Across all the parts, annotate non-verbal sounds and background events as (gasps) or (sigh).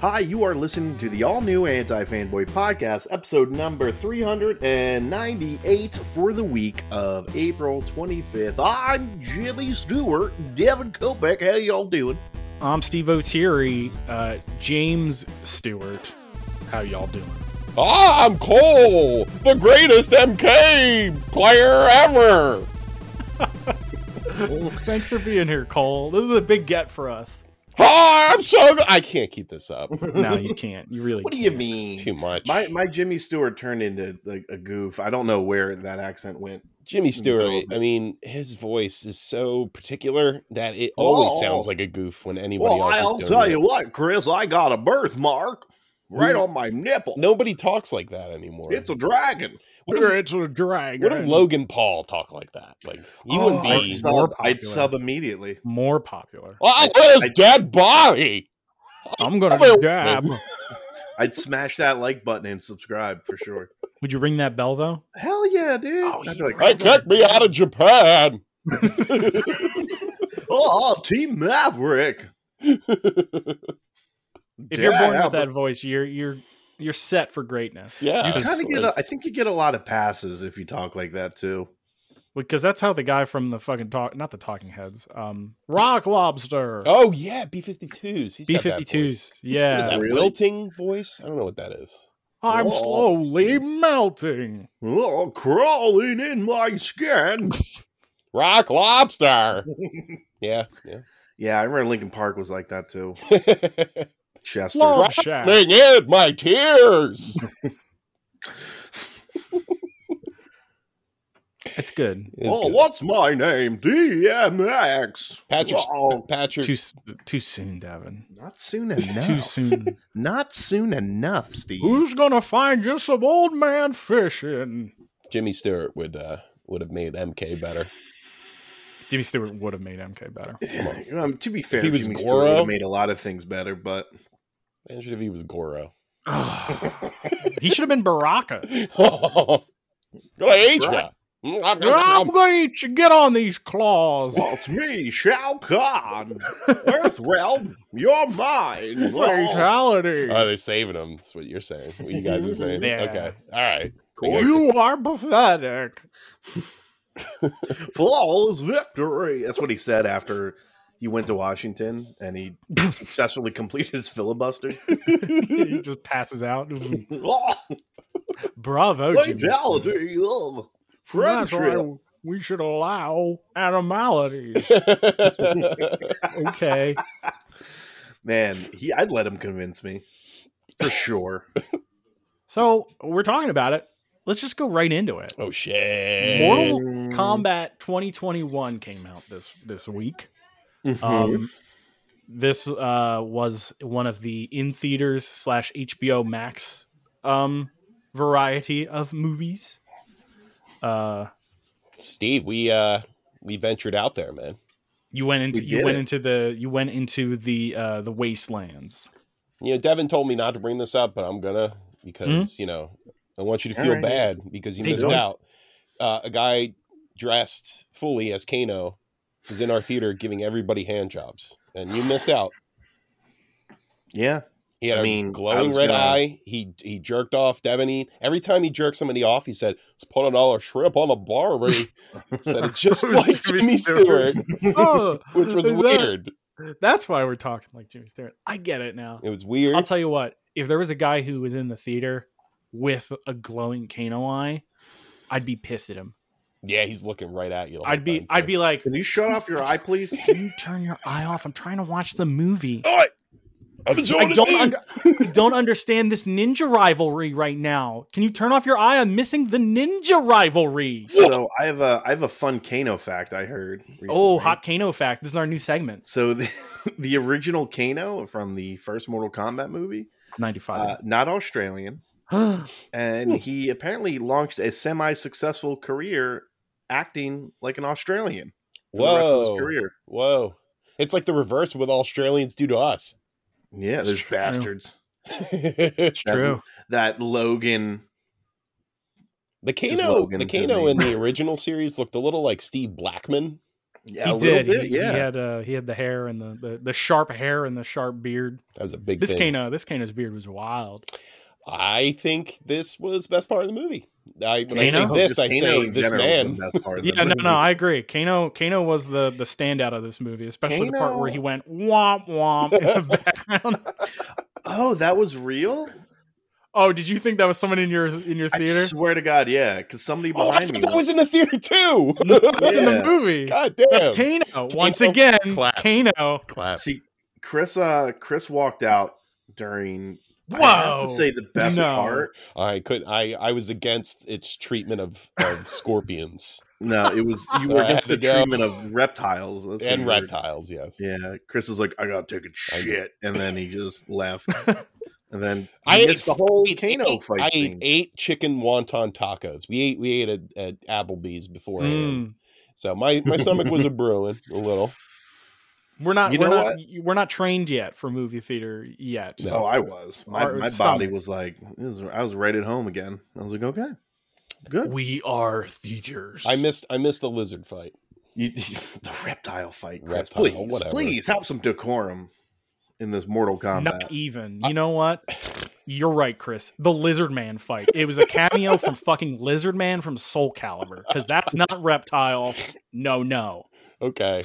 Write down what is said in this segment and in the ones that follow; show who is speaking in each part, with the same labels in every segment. Speaker 1: Hi, you are listening to the all new Anti Fanboy Podcast, episode number 398 for the week of April 25th. I'm Jimmy Stewart, Devin Kopeck. How y'all doing?
Speaker 2: I'm Steve O'Teary, uh, James Stewart. How y'all doing? (laughs)
Speaker 3: Ah, I'm Cole, the greatest MK player ever.
Speaker 2: Thanks for being here, Cole. This is a big get for
Speaker 3: (laughs)
Speaker 2: us.
Speaker 3: Ah, I'm so. G- I can't keep
Speaker 1: (laughs)
Speaker 3: this up.
Speaker 2: No, you can't. You really
Speaker 1: What do
Speaker 2: can't.
Speaker 1: you mean?
Speaker 3: It's too much.
Speaker 1: My, my Jimmy Stewart turned into like a goof. I don't know where that accent went.
Speaker 3: Jimmy
Speaker 1: (laughs)
Speaker 3: Stewart.
Speaker 1: No.
Speaker 3: I mean, his voice is so particular that it always
Speaker 1: Oh.
Speaker 3: sounds like a goof when anybody else is doing it.
Speaker 1: what, Chris, I got a birthmark
Speaker 3: right
Speaker 1: on my nipple.
Speaker 3: Nobody talks like that anymore.
Speaker 1: a dragon.
Speaker 3: what, if,
Speaker 2: It's a dragon.
Speaker 3: what if Logan Paul talked like that? Like you
Speaker 1: Oh,
Speaker 3: wouldn't
Speaker 1: I'd
Speaker 3: be.
Speaker 2: so-
Speaker 1: sub,
Speaker 2: more
Speaker 1: I'd
Speaker 2: popular.
Speaker 1: sub immediately.
Speaker 2: More popular.
Speaker 3: Well, I got
Speaker 1: I-
Speaker 3: his Oh, dead body. oh,
Speaker 2: I'm gonna
Speaker 3: I'm a-
Speaker 2: dab.
Speaker 1: I'd smash that like button and subscribe for sure.
Speaker 2: Would you ring that bell though?
Speaker 1: Hell yeah, dude.
Speaker 2: Oh,
Speaker 1: I'd be
Speaker 2: you
Speaker 1: like,
Speaker 3: I got me out of Japan.
Speaker 1: (laughs) oh, Team Maverick.
Speaker 2: If you're
Speaker 1: Yeah,
Speaker 2: born
Speaker 1: yeah,
Speaker 2: with that voice, you're you're you're set for greatness.
Speaker 3: Yeah.
Speaker 1: but You kind of get. A,
Speaker 3: Yes.
Speaker 1: I think you get a lot of passes if you talk like that too.
Speaker 2: because that's how the guy from the fucking talk, not the Talking Heads, um,
Speaker 3: (laughs)
Speaker 2: Rock Lobster,
Speaker 3: Oh yeah, B52s. He's got that voice.
Speaker 2: B52s.
Speaker 3: What is
Speaker 2: Yeah,
Speaker 3: that
Speaker 1: Really?
Speaker 3: wilting voice? I don't know what that is.
Speaker 2: I'm
Speaker 1: Oh.
Speaker 2: slowly melting.
Speaker 1: Oh, crawling in my skin.
Speaker 3: Rock lobster. yeah, yeah.
Speaker 1: yeah, I remember Lincoln Park was like that too.
Speaker 3: (laughs)
Speaker 1: Chester.
Speaker 2: Love Shack.
Speaker 3: Bring in my tears.
Speaker 2: It's good.
Speaker 3: It's good.
Speaker 1: Oh, what's my name? DMX.
Speaker 3: Patrick.
Speaker 1: Oh,
Speaker 3: Patrick.
Speaker 2: Too s- too soon, Devin.
Speaker 1: not soon
Speaker 2: (laughs) Too
Speaker 1: enough.
Speaker 2: soon.
Speaker 1: not soon enough, Steve.
Speaker 2: Who's gonna find you some old man fishing?
Speaker 3: Jimmy Stewart would uh, would have made MK better.
Speaker 2: Jimmy Stewart would have made MK better. (sighs)
Speaker 1: (laughs) You know, to be fair,
Speaker 3: he was
Speaker 1: Jimmy
Speaker 3: Goro-
Speaker 1: Stewart would have made a lot of things better, but
Speaker 3: Imagine if he was Goro. (laughs)
Speaker 2: he should have been Baraka.
Speaker 3: Gonna eat
Speaker 1: Right.
Speaker 3: you.
Speaker 2: I'm (laughs) gonna eat you. Get on these claws.
Speaker 1: Well, it's me, Shao Kahn. Earthrealm, you're mine. Oh,
Speaker 2: Fatality.
Speaker 3: Oh, they're saving him. That's what you're saying. What you guys are saying.
Speaker 2: Yeah.
Speaker 3: Okay. All right.
Speaker 2: Oh, you are pathetic. (laughs)
Speaker 1: flawless victory. That's what he said after he went to Washington and
Speaker 2: (laughs)
Speaker 1: he successfully completed his filibuster.
Speaker 2: he just passes out. (laughs)
Speaker 1: oh,
Speaker 2: Bravo, Jimmy Stewart.
Speaker 1: legality of
Speaker 2: That's
Speaker 1: friendship.
Speaker 2: why We should allow animalities.
Speaker 3: (laughs)
Speaker 2: Okay.
Speaker 1: Man, he, I'd let him convince me. For sure.
Speaker 2: so we're talking about it. Let's just go right into it.
Speaker 3: oh shit.
Speaker 2: Mortal
Speaker 3: Mm-hmm.
Speaker 1: Mm.
Speaker 2: Combat 2021 came out this this week.
Speaker 1: Mhm.
Speaker 3: Mm-hmm.
Speaker 2: Um, this uh, was one of the in theaters slash HBO Max um, variety of movies. Uh,
Speaker 3: Steve, we uh we ventured out there, man.
Speaker 2: you went into
Speaker 1: We
Speaker 2: you
Speaker 1: did
Speaker 2: went
Speaker 1: it.
Speaker 2: into the you went into the uh, the wastelands.
Speaker 3: You know, Devin told me not to bring this up, but I'm gonna because
Speaker 2: Mm-hmm.
Speaker 3: you know I want you to
Speaker 1: All
Speaker 3: feel
Speaker 1: right.
Speaker 3: bad because you
Speaker 2: Hey,
Speaker 3: missed
Speaker 1: don't.
Speaker 3: out. Uh, a guy dressed fully as Kano was in our theater giving everybody hand jobs, and you missed out.
Speaker 1: yeah.
Speaker 3: He had
Speaker 1: I
Speaker 3: a
Speaker 1: mean, I
Speaker 3: glowing
Speaker 1: was
Speaker 3: red
Speaker 1: gonna-
Speaker 3: eye. He he jerked off Devin. He, every time he jerked somebody off, he said, "Let's put another shrimp on
Speaker 1: (laughs)
Speaker 3: the Barbie." said it just
Speaker 2: So it was
Speaker 3: like
Speaker 2: Jimmy
Speaker 3: Jimmy
Speaker 2: Stewart.
Speaker 3: Stewart,
Speaker 2: oh,
Speaker 3: (laughs)
Speaker 2: (laughs)
Speaker 3: which was
Speaker 2: Is that-
Speaker 3: weird.
Speaker 2: that's why we're talking like Jimmy Stewart. I get it now.
Speaker 3: It was weird.
Speaker 2: I'll tell you what, if there was a guy who was in the theater with a glowing Kano eye, I'd be pissed at him.
Speaker 3: yeah, he's looking right at you. the whole
Speaker 2: I'd be
Speaker 3: time,
Speaker 2: I'd
Speaker 3: too.
Speaker 2: be
Speaker 1: (laughs)
Speaker 2: like,
Speaker 1: Can you shut off your eye,
Speaker 2: (laughs)
Speaker 1: please?
Speaker 2: Can you turn your eye off? I'm trying to watch the movie.
Speaker 3: All right. I'm enjoying
Speaker 2: I
Speaker 3: the
Speaker 2: don't
Speaker 3: thing.
Speaker 2: under, I don't understand this ninja rivalry right now. Can you turn off your eye? I'm missing the ninja rivalry.
Speaker 1: so I have a I have a fun Kano fact I heard.
Speaker 2: Oh,
Speaker 1: recently.
Speaker 2: hot Kano fact. This is our new segment.
Speaker 1: So (laughs) the, the original Kano from the first Mortal Kombat movie,
Speaker 2: 95.
Speaker 1: uh, not Australian,
Speaker 2: (gasps) Hmm.
Speaker 1: and he apparently launched a semi-successful career acting like an Australian for the rest of his career.
Speaker 3: Whoa. It's like the reverse with Australians do to us. (laughs)
Speaker 1: Yeah,
Speaker 2: It's
Speaker 1: there's
Speaker 2: true.
Speaker 1: bastards.
Speaker 3: the
Speaker 1: That- That Logan.
Speaker 3: Kano,
Speaker 1: Logan
Speaker 3: the
Speaker 1: is his
Speaker 3: Kano
Speaker 1: name. (laughs)
Speaker 3: in the original series looked a little like Steve Blackman.
Speaker 1: Yeah,
Speaker 2: he
Speaker 1: a
Speaker 2: did.
Speaker 1: little bit,
Speaker 2: he,
Speaker 1: yeah.
Speaker 2: he had uh, he had the hair and the, the the sharp hair and the sharp beard.
Speaker 3: That was a big
Speaker 2: This
Speaker 3: thing.
Speaker 2: Kano, this Kano's beard was wild.
Speaker 3: I think this was the best part of the movie. I, when I say
Speaker 2: Kano?
Speaker 3: this,
Speaker 1: Just
Speaker 3: I
Speaker 1: Kano
Speaker 3: say
Speaker 1: in
Speaker 3: this
Speaker 1: general is
Speaker 3: man.
Speaker 1: the best
Speaker 2: (laughs)
Speaker 1: part of
Speaker 2: Yeah,
Speaker 1: the
Speaker 2: no,
Speaker 1: movie.
Speaker 2: no, I agree. Kano, Kano was the the standout of this movie, especially the part where
Speaker 1: Kano-
Speaker 2: he went womp womp in the
Speaker 1: (laughs)
Speaker 2: background.
Speaker 1: Oh, that was real.
Speaker 2: Oh, did you think that was someone in your in your
Speaker 1: I
Speaker 2: theater?
Speaker 1: swear to God, yeah, because somebody
Speaker 3: Oh, I
Speaker 1: behind
Speaker 3: thought
Speaker 1: me
Speaker 3: that was in the theater too. (laughs)
Speaker 2: That's in the
Speaker 1: Yeah.
Speaker 2: movie.
Speaker 3: God damn.
Speaker 2: That's Kano. Once
Speaker 3: Kano.
Speaker 2: again,
Speaker 3: Clap.
Speaker 2: Kano.
Speaker 3: Clap.
Speaker 1: See, Chris. Uh, Chris walked out during. I have
Speaker 2: Whoa.
Speaker 1: to say the best
Speaker 2: No.
Speaker 1: part.
Speaker 3: I could. I I was against its treatment of,
Speaker 1: (laughs)
Speaker 3: of scorpions
Speaker 1: No, it was you
Speaker 3: So
Speaker 1: were
Speaker 3: I had
Speaker 1: against the
Speaker 3: to go.
Speaker 1: treatment of reptiles That's what
Speaker 3: and
Speaker 1: you were-
Speaker 3: reptiles. Yes.
Speaker 1: Yeah, Chris is like, I gotta take a
Speaker 3: I agree.
Speaker 1: shit, and then he just
Speaker 2: (laughs)
Speaker 1: left, and then
Speaker 3: I
Speaker 1: I
Speaker 3: ate
Speaker 1: missed the whole
Speaker 3: ate
Speaker 1: Kano
Speaker 3: eight-
Speaker 1: fight
Speaker 3: I ate
Speaker 1: scene.
Speaker 3: eight chicken wonton tacos. We ate we ate at, at Applebee's before,
Speaker 2: Mm.
Speaker 3: so my my stomach
Speaker 1: (laughs)
Speaker 3: was a brewing a little.
Speaker 2: We're not
Speaker 1: You
Speaker 2: we're
Speaker 1: know
Speaker 2: not we're not trained yet for movie theater yet.
Speaker 3: No.
Speaker 1: Oh, I was. My,
Speaker 2: Or
Speaker 1: my
Speaker 2: stomach.
Speaker 1: body was like, it was- I was right at home again. I was like, okay, good.
Speaker 2: We are theaters.
Speaker 3: I missed I missed the lizard fight.
Speaker 1: You, (laughs) the reptile fight, Chris.
Speaker 3: Reptile,
Speaker 1: please,
Speaker 3: whatever.
Speaker 1: please have some decorum in this Mortal Kombat.
Speaker 2: Not even. You know what? You're right, Chris. The Lizard Man fight. It was a
Speaker 1: (laughs)
Speaker 2: cameo from fucking Lizard Man from Soul Calibur because that's not reptile. No, no.
Speaker 3: Okay,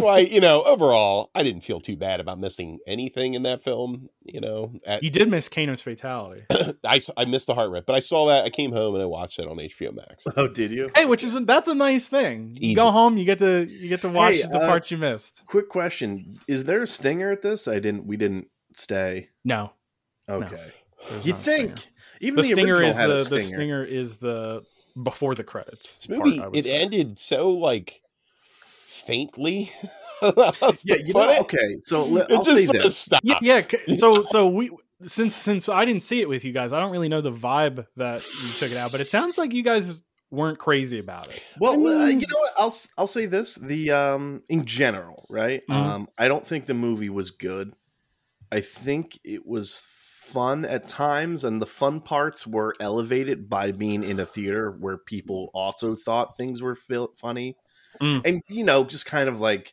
Speaker 1: (laughs)
Speaker 3: why you know overall I didn't feel too bad about missing anything in that film. You know, at,
Speaker 2: You did miss Kano's fatality.
Speaker 3: I s- I missed the heart rip, but I saw that I came home and I watched it on HBO Max.
Speaker 1: Oh, did you?
Speaker 2: Hey, which isn't that's a nice thing. You go
Speaker 3: Easy.
Speaker 2: home, you get to you get to watch
Speaker 1: Hey,
Speaker 2: the
Speaker 1: uh,
Speaker 2: parts you missed.
Speaker 1: Quick question: Is there a stinger at this? I didn't. We didn't stay.
Speaker 2: No.
Speaker 1: Okay.
Speaker 2: there's
Speaker 1: You
Speaker 2: not a
Speaker 1: think
Speaker 2: stinger.
Speaker 1: even
Speaker 2: the,
Speaker 1: the,
Speaker 2: stinger
Speaker 1: original
Speaker 2: is
Speaker 1: had
Speaker 2: the
Speaker 1: a
Speaker 2: the stinger is the before the credits.
Speaker 3: This
Speaker 2: part,
Speaker 3: movie
Speaker 2: I would
Speaker 3: it
Speaker 2: say.
Speaker 3: ended so like faintly. (laughs) I don't know how else
Speaker 1: Yeah,
Speaker 3: to
Speaker 1: you
Speaker 3: put
Speaker 1: know.
Speaker 3: it.
Speaker 1: Okay,
Speaker 3: (laughs)
Speaker 1: so let,
Speaker 3: It
Speaker 1: I'll say
Speaker 3: just sort of
Speaker 1: this.
Speaker 3: stopped.
Speaker 2: Yeah, yeah. c- So so we since since I didn't see it with you guys, I don't really know the vibe that you took it out, but it sounds like you guys weren't crazy about it.
Speaker 1: Well,
Speaker 3: I
Speaker 1: uh,
Speaker 3: mean-
Speaker 1: you know what? I'll s- I'll say this. The um in general, right?
Speaker 2: Mhm.
Speaker 1: Um, I don't think the movie was good. I think it was fun at times, and the fun parts were elevated by being in a theater where people also thought things were fil- funny,
Speaker 2: Mm.
Speaker 1: and you know, just kind of like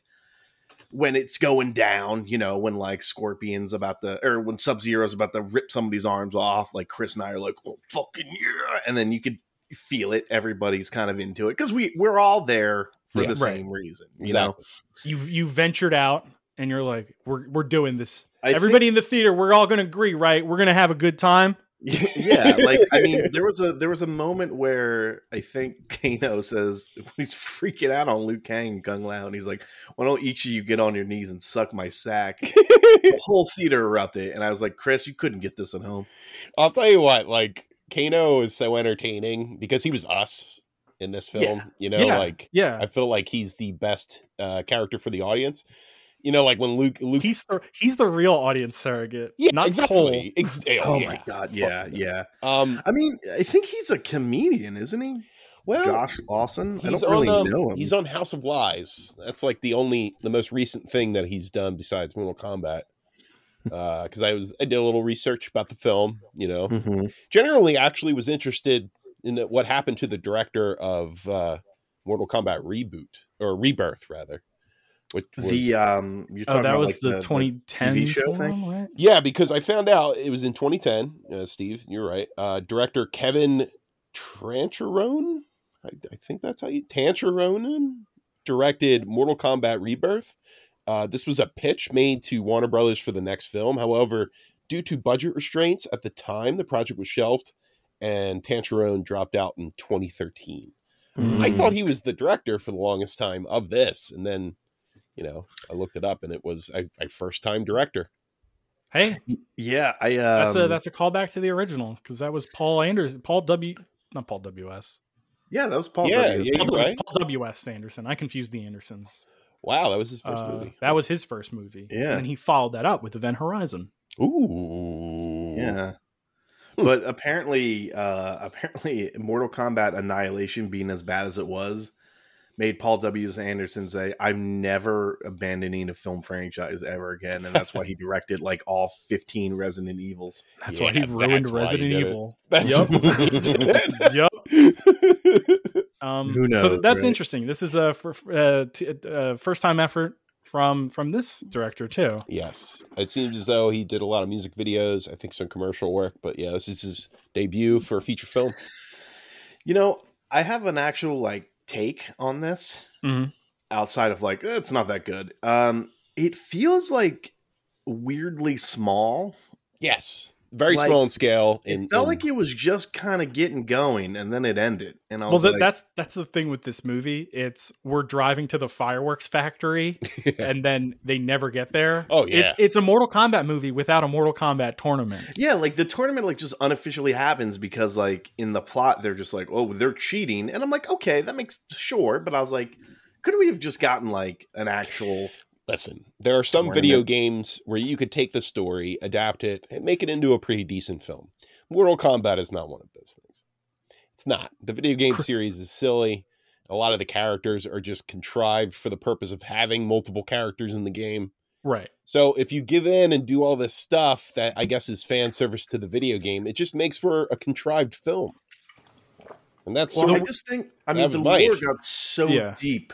Speaker 1: when it's going down, you know, when like Scorpion's about to, or when Sub Zero's about to rip somebody's arms off, like Chris and I are like, oh, fucking yeah. And then you could feel it. Everybody's kind of into it because we, we're all there for
Speaker 3: Yeah.
Speaker 1: the
Speaker 2: Right.
Speaker 1: same reason, you know?
Speaker 3: Exactly.
Speaker 2: You you ventured out and you're like, we're we're doing this.
Speaker 1: I think-
Speaker 2: Everybody in the theater, we're all gonna agree, right? We're gonna have a good time.
Speaker 1: (laughs) yeah. Like, I mean, (laughs) there was a, there was a moment where I think Kano says, (laughs) he's freaking out on Liu Kang and Kung Lao. And he's like, why don't each of you get on your knees and suck my sack? (laughs) the whole theater erupted. And I was like, Chris, you couldn't get this at home.
Speaker 3: I'll tell you what, like Kano is so entertaining because he was us in this film. You know,
Speaker 2: Yeah.
Speaker 3: like
Speaker 2: Yeah.
Speaker 3: I feel like he's the best uh, character for the audience. You know, like when Luke, Luke,
Speaker 2: He's the he's the real audience surrogate. not Cole.
Speaker 3: exactly. Ex- oh,
Speaker 1: (laughs) Oh
Speaker 3: yeah.
Speaker 1: my god,
Speaker 3: Fuck
Speaker 1: yeah,
Speaker 3: that.
Speaker 1: yeah.
Speaker 3: Um,
Speaker 1: I mean, I think he's a comedian, isn't he?
Speaker 3: well,
Speaker 1: Josh Lawson. I
Speaker 3: he's
Speaker 1: don't really
Speaker 3: on, um,
Speaker 1: know him.
Speaker 3: He's on House of Lies. That's like the only, the most recent thing that he's done besides Mortal Kombat. Because I was, I did a little research about the film. You
Speaker 1: (laughs)
Speaker 3: know,
Speaker 1: Mhm.
Speaker 3: generally actually was interested in the, what happened to the director of uh, Mortal Kombat reboot or Rebirth rather. Which was,
Speaker 1: The um, you're talking
Speaker 2: Oh, that
Speaker 1: about
Speaker 2: was
Speaker 1: like,
Speaker 2: the, 2010
Speaker 1: show
Speaker 2: one,
Speaker 1: thing?
Speaker 2: right?
Speaker 3: yeah, because I found out it was in 2010. Uh, Steve, you're right. Uh, director Kevin Trancherone, I, I think that's how you Tancherone directed Mortal Kombat Rebirth. Uh, this was a pitch made to Warner Brothers for the next film. However, due to budget restraints at the time, the project was shelved, and Tancherone dropped out in 2013.
Speaker 1: Mm.
Speaker 3: I thought he was the director for the longest time of this, and then you know I looked it up, and it was a, a first time director.
Speaker 2: Hey,
Speaker 1: Yeah, I. Um,
Speaker 2: that's a that's a callback to the original because that was Paul Anderson, Paul W, not Paul W S,
Speaker 1: yeah, that was Paul.
Speaker 3: Yeah,
Speaker 1: W.
Speaker 3: yeah,
Speaker 2: Paul,
Speaker 3: you're
Speaker 2: W-
Speaker 3: right.
Speaker 2: Paul W S Anderson. I confused the Andersons.
Speaker 3: Wow, that was his first
Speaker 2: Uh,
Speaker 3: movie.
Speaker 2: That was his first movie.
Speaker 1: Yeah.
Speaker 2: and then he followed that up with Event Horizon.
Speaker 3: Ooh,
Speaker 1: Yeah. But apparently, uh, apparently, (laughs) Mortal Kombat Annihilation being as bad as it was made Paul W. Anderson say, "I'm never abandoning a film franchise ever again," and that's why he directed like all 15 Resident Evils.
Speaker 2: That's
Speaker 3: Yeah,
Speaker 2: why he
Speaker 3: that's
Speaker 2: ruined
Speaker 3: why he
Speaker 2: Resident
Speaker 3: did it.
Speaker 2: Evil. (laughs)
Speaker 3: That's
Speaker 2: Yup.
Speaker 3: what he did.
Speaker 2: yep. Um,
Speaker 1: Who
Speaker 2: so
Speaker 1: knows,
Speaker 2: th- that's
Speaker 1: right?
Speaker 2: interesting. This is a fir- uh, t- uh, first time effort from from this director too.
Speaker 3: yes, it seems as though he did a lot of music videos. I think some commercial work, but yeah, this is his debut for a feature film.
Speaker 1: You know, I have an actual like take on this
Speaker 2: Mhm.
Speaker 1: outside of like eh, it's not that good. Um, it feels like weirdly small.
Speaker 3: Yes, very
Speaker 1: Like,
Speaker 3: small in scale.
Speaker 1: It
Speaker 3: and-
Speaker 1: felt
Speaker 3: and-
Speaker 1: like it was just kind of getting going, and then it ended. And I
Speaker 2: Well,
Speaker 1: was
Speaker 2: th-
Speaker 1: like,
Speaker 2: that's that's the thing with this movie. It's we're driving to the fireworks
Speaker 3: (laughs)
Speaker 2: factory, and then they never get there.
Speaker 3: Oh,
Speaker 2: it's
Speaker 3: yeah.
Speaker 2: it's a Mortal Kombat movie without a Mortal Kombat tournament.
Speaker 1: yeah, like the tournament like just unofficially happens because like in the plot they're just like, oh, they're cheating, and I'm like, okay, that makes sure, but I was like, couldn't we have just gotten like an actual?
Speaker 3: Listen, there are some
Speaker 1: We're in
Speaker 3: video
Speaker 1: it.
Speaker 3: games where you could take the story, adapt it, and make it into a pretty decent film. Mortal Kombat is not one of those things. It's not. The video game
Speaker 2: Cor-
Speaker 3: series is silly. A lot of the characters are just contrived for the purpose of having multiple characters in the game.
Speaker 2: Right.
Speaker 3: So if you give in and do all this stuff that I guess is fan service to the video game, it just makes for a contrived film. And that's
Speaker 1: Well,
Speaker 3: sort
Speaker 1: I
Speaker 3: of-
Speaker 1: just think I
Speaker 3: that
Speaker 1: mean
Speaker 3: was
Speaker 1: the
Speaker 3: my
Speaker 1: lore
Speaker 3: issue.
Speaker 1: got so
Speaker 2: Yeah.
Speaker 1: deep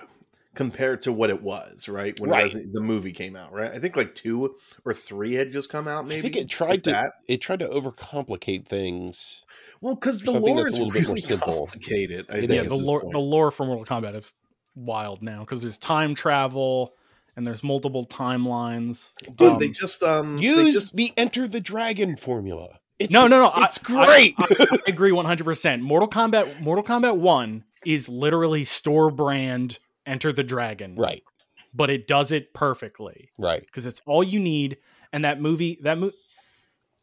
Speaker 1: compared to what it was, right? When It
Speaker 3: Right.
Speaker 1: was, the movie came out, right? I think like two or three had just come out, maybe.
Speaker 3: I think it
Speaker 1: if
Speaker 3: tried to
Speaker 1: that.
Speaker 3: it tried to overcomplicate things.
Speaker 1: well because the
Speaker 3: something
Speaker 1: lore
Speaker 3: that's
Speaker 1: is
Speaker 3: a little bit more
Speaker 1: really
Speaker 3: simple.
Speaker 1: complicated. I
Speaker 3: It
Speaker 1: think
Speaker 2: yeah,
Speaker 1: is
Speaker 2: the
Speaker 1: his
Speaker 2: lore
Speaker 1: point.
Speaker 2: the lore for Mortal Kombat is wild now because there's time travel and there's multiple timelines.
Speaker 1: Dude,
Speaker 2: Um,
Speaker 1: they just um they
Speaker 3: Use
Speaker 1: just-
Speaker 3: the Enter the Dragon formula. It's
Speaker 2: no, no, no. I-
Speaker 3: it's
Speaker 2: I-
Speaker 3: great.
Speaker 2: I, (laughs) I agree 100%. Mortal Kombat Mortal Kombat 1 is literally store brand Enter the Dragon.
Speaker 3: right,
Speaker 2: But it does it perfectly
Speaker 3: right.
Speaker 2: because it's all you need and that movie that movie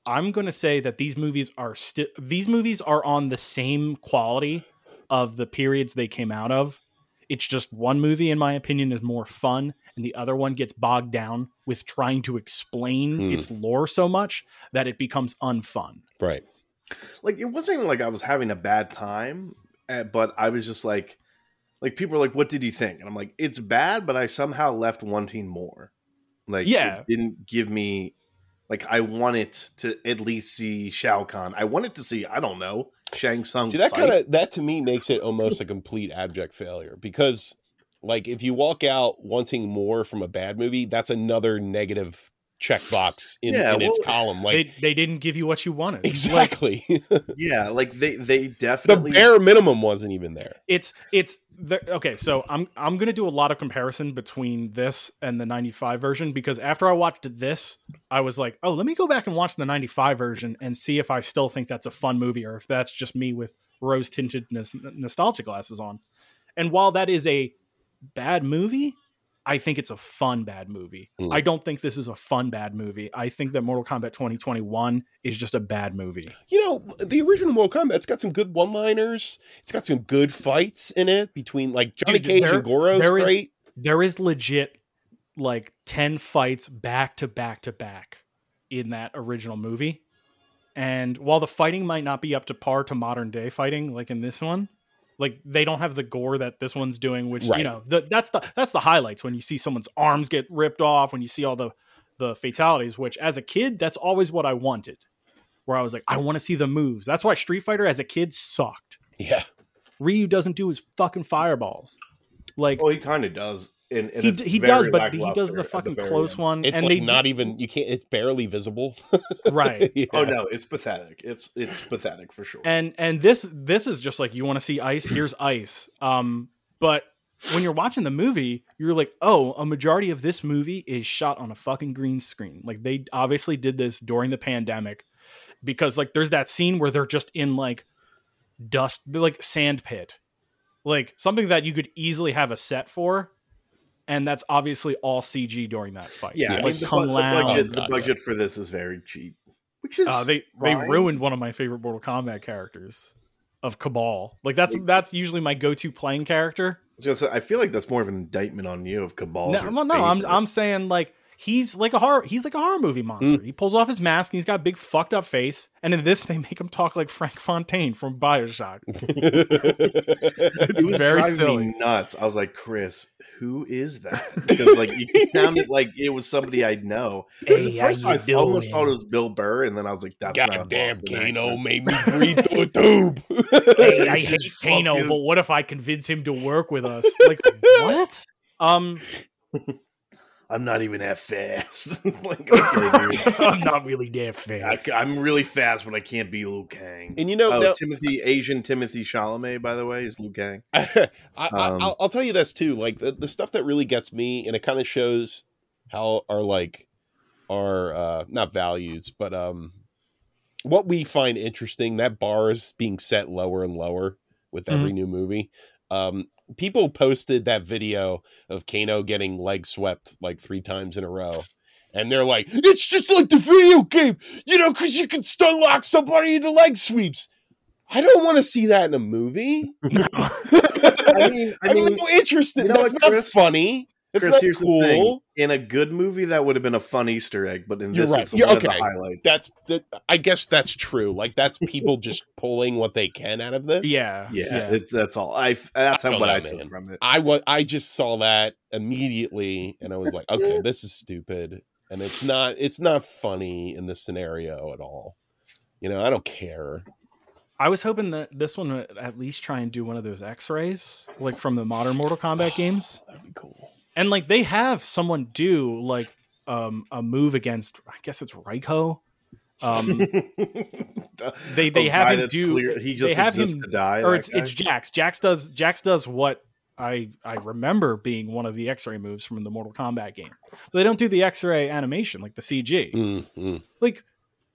Speaker 2: I'm going to say that these movies are still these movies are on the same quality of the periods they came out of. It's just one movie in my opinion is more fun and the other one gets bogged down with trying to explain
Speaker 3: Hmm.
Speaker 2: its lore so much that it becomes unfun.
Speaker 3: Right.
Speaker 1: like it wasn't even like I was having a bad time, eh, but I was just like like people are like, what did you think? And I'm like, it's bad, but I somehow left wanting more. Like, it
Speaker 2: Yeah.
Speaker 1: didn't give me like I wanted to at least see Shao Kahn. I wanted to see I don't know Shang Tsung.
Speaker 3: See that
Speaker 1: fight.
Speaker 3: kind of that to me makes it almost a complete abject failure because like if you walk out wanting more from a bad movie, that's another negative checkbox in,
Speaker 1: Yeah,
Speaker 3: in its
Speaker 1: well,
Speaker 3: column. Like
Speaker 2: they, they didn't give you what you wanted. Like,
Speaker 3: exactly.
Speaker 1: yeah, like they they
Speaker 3: the
Speaker 1: definitely
Speaker 3: bare minimum wasn't even there.
Speaker 2: it's it's the, okay. So I'm I'm gonna do a lot of comparison between this and the '95 version because after I watched this, I was like, oh, let me go back and watch the '95 version and see if I still think that's a fun movie or if that's just me with rose tinted nos- nostalgia glasses on. And while that is a bad movie, I think it's a fun bad movie.
Speaker 3: Mm.
Speaker 2: I don't think this is a fun bad movie. I think that Mortal Kombat 2021 is just a bad movie.
Speaker 3: you know, the original Mortal Kombat's got some good one-liners. It's got some good fights in it between like Johnny
Speaker 2: Dude,
Speaker 3: Cage
Speaker 2: there-
Speaker 3: and Goro's
Speaker 2: there is-
Speaker 3: great.
Speaker 2: there is legit like 10 fights back to back to back in that original movie. And while the fighting might not be up to par to modern day fighting like in this one, like they don't have the gore that this onene's doing which
Speaker 3: Right.
Speaker 2: you know, the, that's the that's the highlights when you see someone's arms get ripped off, when you see all the the fatalities, which as a kid that's always what I wanted. Where I was like I want to see the moves. That's why Street Fighter as a kid sucked.
Speaker 3: Yeah.
Speaker 2: Ryu doesn't do his fucking fireballs. Like
Speaker 1: well, Oh, he kind of does, and, and
Speaker 2: he,
Speaker 1: it's
Speaker 2: d- he
Speaker 1: very
Speaker 2: does, but he does
Speaker 1: lackluster
Speaker 2: the
Speaker 1: at
Speaker 2: fucking
Speaker 1: very
Speaker 2: close
Speaker 1: end.
Speaker 2: one,
Speaker 3: It's
Speaker 2: Mm, and
Speaker 3: like
Speaker 2: they
Speaker 3: not even you can't it's barely visible.
Speaker 2: (laughs)
Speaker 3: (laughs)
Speaker 2: right.
Speaker 3: Yeah.
Speaker 1: Oh
Speaker 3: (laughs)
Speaker 1: no, it's pathetic. It's it's pathetic for sure.
Speaker 2: And and this this is just like you want to see ice. Here's ice. Um, but when you're watching the movie, you're like, oh, a majority of this movie is shot on a fucking green screen. Like they obviously did this during the pandemic, because like there's that scene where they're just in like dust, they're like sand pit, like something that you could easily have a set for. And that's obviously all CG during that fight.
Speaker 1: yeah, I
Speaker 2: like
Speaker 1: mean, the,
Speaker 2: Kung
Speaker 1: bu- the
Speaker 2: Lao.
Speaker 1: budget,
Speaker 3: Oh,
Speaker 1: the
Speaker 3: God,
Speaker 1: budget for this is very cheap, which is
Speaker 2: Uh, they they
Speaker 1: fine.
Speaker 2: ruined one of my favorite Mortal Kombat characters of Cabal. Like that's
Speaker 1: Wait.
Speaker 2: that's usually my go-to playing character.
Speaker 1: I was gonna say, I feel like that's more of an indictment on you of Cabal.
Speaker 2: No, well, no, I'm I'm saying like he's like a horror he's like a horror movie monster.
Speaker 1: Mm.
Speaker 2: He pulls off his mask and he's got a big fucked up face. And in this (laughs) they make him talk like Frank Fontaine from Bioshock. It's
Speaker 1: it was
Speaker 2: very
Speaker 1: driving
Speaker 2: silly.
Speaker 1: me nuts. I was like, Chris, who is that? (laughs) Because like it sounded like it was somebody I'd know. 'Cause
Speaker 4: Hey,
Speaker 1: at
Speaker 4: how
Speaker 1: first,
Speaker 4: you
Speaker 1: I almost
Speaker 4: doing?
Speaker 1: thought it was Bill Burr, and then I was like, "That's not a
Speaker 3: Goddamn,
Speaker 1: Boston
Speaker 3: Kano
Speaker 1: accent.
Speaker 3: made me breathe through a tube. (laughs)
Speaker 2: (laughs)
Speaker 4: Hey, I
Speaker 2: This
Speaker 4: hate
Speaker 2: is
Speaker 4: Kano,
Speaker 2: fucking-
Speaker 4: but
Speaker 2: but what if I convince him to work
Speaker 1: (laughs)
Speaker 2: with us? Like what? Um
Speaker 1: I'm not even that fast. (laughs) like, okay, dude.
Speaker 4: I'm not really that
Speaker 1: I,
Speaker 4: fast.
Speaker 1: am really fast, but I can't be Liu Kang.
Speaker 3: and you know,
Speaker 1: oh,
Speaker 3: now-
Speaker 1: Timothy Asian Timothy Chalamet, by the way, is Liu Kang.
Speaker 3: (laughs) I, I,
Speaker 1: Um,
Speaker 3: I'll, I'll tell you this too. Like the, the stuff that really gets me, and it kind of shows how our like our uh, not values, but um, what we find interesting. That bar is being set lower and lower with every new movie. Um, people posted that video of Kano getting leg swept like three times in a row. And they're like, it's just like the video game, you know, because you can stun lock somebody into leg sweeps. I don't want to see that in a movie. (laughs)
Speaker 1: I mean, (laughs) I
Speaker 3: I mean,
Speaker 1: mean,
Speaker 3: no interest in
Speaker 1: you know
Speaker 3: that's
Speaker 1: what,
Speaker 3: not
Speaker 1: Chris?
Speaker 3: funny. That's
Speaker 1: Chris,
Speaker 3: not
Speaker 1: here's the thing.
Speaker 3: cool.
Speaker 1: In a good movie, that would have been a fun Easter egg, but in
Speaker 3: You're
Speaker 1: this,
Speaker 3: right.
Speaker 1: it's one
Speaker 3: Yeah,
Speaker 1: of the
Speaker 3: okay.
Speaker 1: highlights.
Speaker 3: That's that. I guess that's true. Like that's people just pulling what they can out of this.
Speaker 2: yeah.
Speaker 1: yeah, It, that's all. I that's
Speaker 3: I don't
Speaker 1: what
Speaker 3: know,
Speaker 1: I took
Speaker 3: man.
Speaker 1: from it.
Speaker 3: I was. I just saw that immediately, and I was like, okay, this is stupid, and it's not. It's not funny in this scenario at all. You know, I don't care.
Speaker 2: I was hoping that this one would at least try and do one of those X-rays, like from the modern Mortal Kombat games.
Speaker 3: That'd be
Speaker 1: (laughs)
Speaker 3: cool.
Speaker 2: And like they have someone do like um a move against I guess it's Raiko.
Speaker 1: (laughs)
Speaker 2: Um they- they
Speaker 1: A
Speaker 2: have
Speaker 1: guy
Speaker 2: him
Speaker 1: that's
Speaker 2: do-
Speaker 1: He
Speaker 2: they
Speaker 1: just
Speaker 2: have
Speaker 1: exists
Speaker 2: him-
Speaker 1: to die.
Speaker 2: or
Speaker 1: that
Speaker 2: it's
Speaker 1: guy?
Speaker 2: it's Jax. Jax does Jax does what I I remember being one of the X-ray moves from the Mortal Kombat game. But they don't do the X-ray animation like the CG.
Speaker 3: Mm, mm.
Speaker 2: Like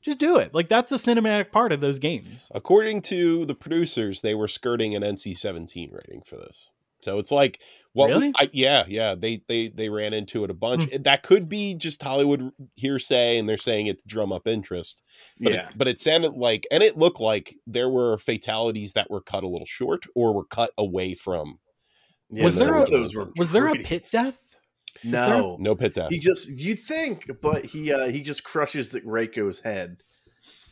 Speaker 2: just do it. Like that's the cinematic part of those games.
Speaker 3: According to the producers, they were skirting an NC-17 rating for this. So it's like what we-
Speaker 2: Really?
Speaker 3: I, yeah, yeah, they they they ran into it a bunch. That could be just Hollywood hearsay and they're saying it to drum up interest. But
Speaker 1: yeah.
Speaker 3: it, but it sounded like and it looked like there were fatalities that were cut a little short or were cut away from.
Speaker 1: Yeah,
Speaker 2: Was
Speaker 1: some
Speaker 2: there
Speaker 1: of
Speaker 2: a-
Speaker 1: those were
Speaker 2: Was there a
Speaker 1: pretty-
Speaker 2: pit death? there a-
Speaker 1: No,
Speaker 3: No pit death.
Speaker 1: He just you think, but he uh he just crushes the Reiko's head.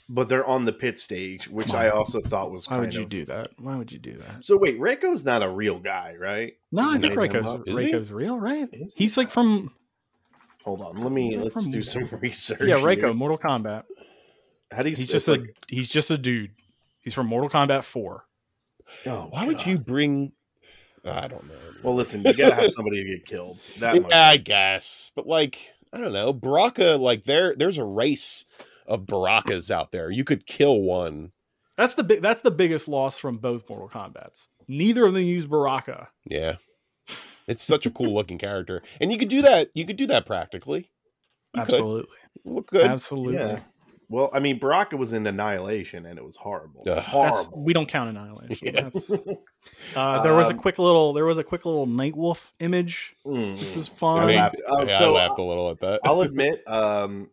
Speaker 1: But they're on the pit stage, which
Speaker 2: Come on.
Speaker 1: I also thought was.
Speaker 2: Why
Speaker 1: Kind
Speaker 2: would you
Speaker 1: of-
Speaker 2: do that? Why would you do that?
Speaker 1: So wait, Reiko's not a real guy, right?
Speaker 2: No, I
Speaker 1: He
Speaker 2: think
Speaker 1: made them
Speaker 2: Reiko's
Speaker 1: up.
Speaker 3: Is he?
Speaker 2: Reiko's real, right?
Speaker 1: Is he?
Speaker 2: He's like from
Speaker 1: Hold on, let me
Speaker 2: He's
Speaker 1: let's
Speaker 2: from-
Speaker 1: do some (laughs) research.
Speaker 2: yeah,
Speaker 1: here.
Speaker 2: Reiko, Mortal Kombat.
Speaker 1: How do you?
Speaker 2: He's
Speaker 1: it's
Speaker 2: just a
Speaker 1: like,
Speaker 2: he's just a dude. He's from Mortal Kombat 4.
Speaker 1: oh,
Speaker 3: Why would
Speaker 1: God.
Speaker 3: you bring I don't know.
Speaker 1: Well, listen, you gotta have somebody to get killed. That much.
Speaker 3: I guess, but like I don't know, Baraka. Like there, there's a race of Barakas out there. You could kill one.
Speaker 2: That's the big that's the biggest loss from both Mortal Kombats. Neither of them use Baraka.
Speaker 3: Yeah, it's such a cool looking character, and you could do that. You could do that practically. You could.
Speaker 2: Absolutely.
Speaker 3: look good.
Speaker 2: Absolutely.
Speaker 1: Yeah. Well, I mean, Baraka was in Annihilation, and it was horrible.
Speaker 3: Ugh.
Speaker 2: That's,
Speaker 1: horrible.
Speaker 2: we don't count annihilation.
Speaker 3: Yeah.
Speaker 2: That's, uh, there was a
Speaker 1: Um, Mm, uh,
Speaker 3: (laughs)
Speaker 1: um, uh, uh, (laughs)
Speaker 3: Mm,
Speaker 1: um,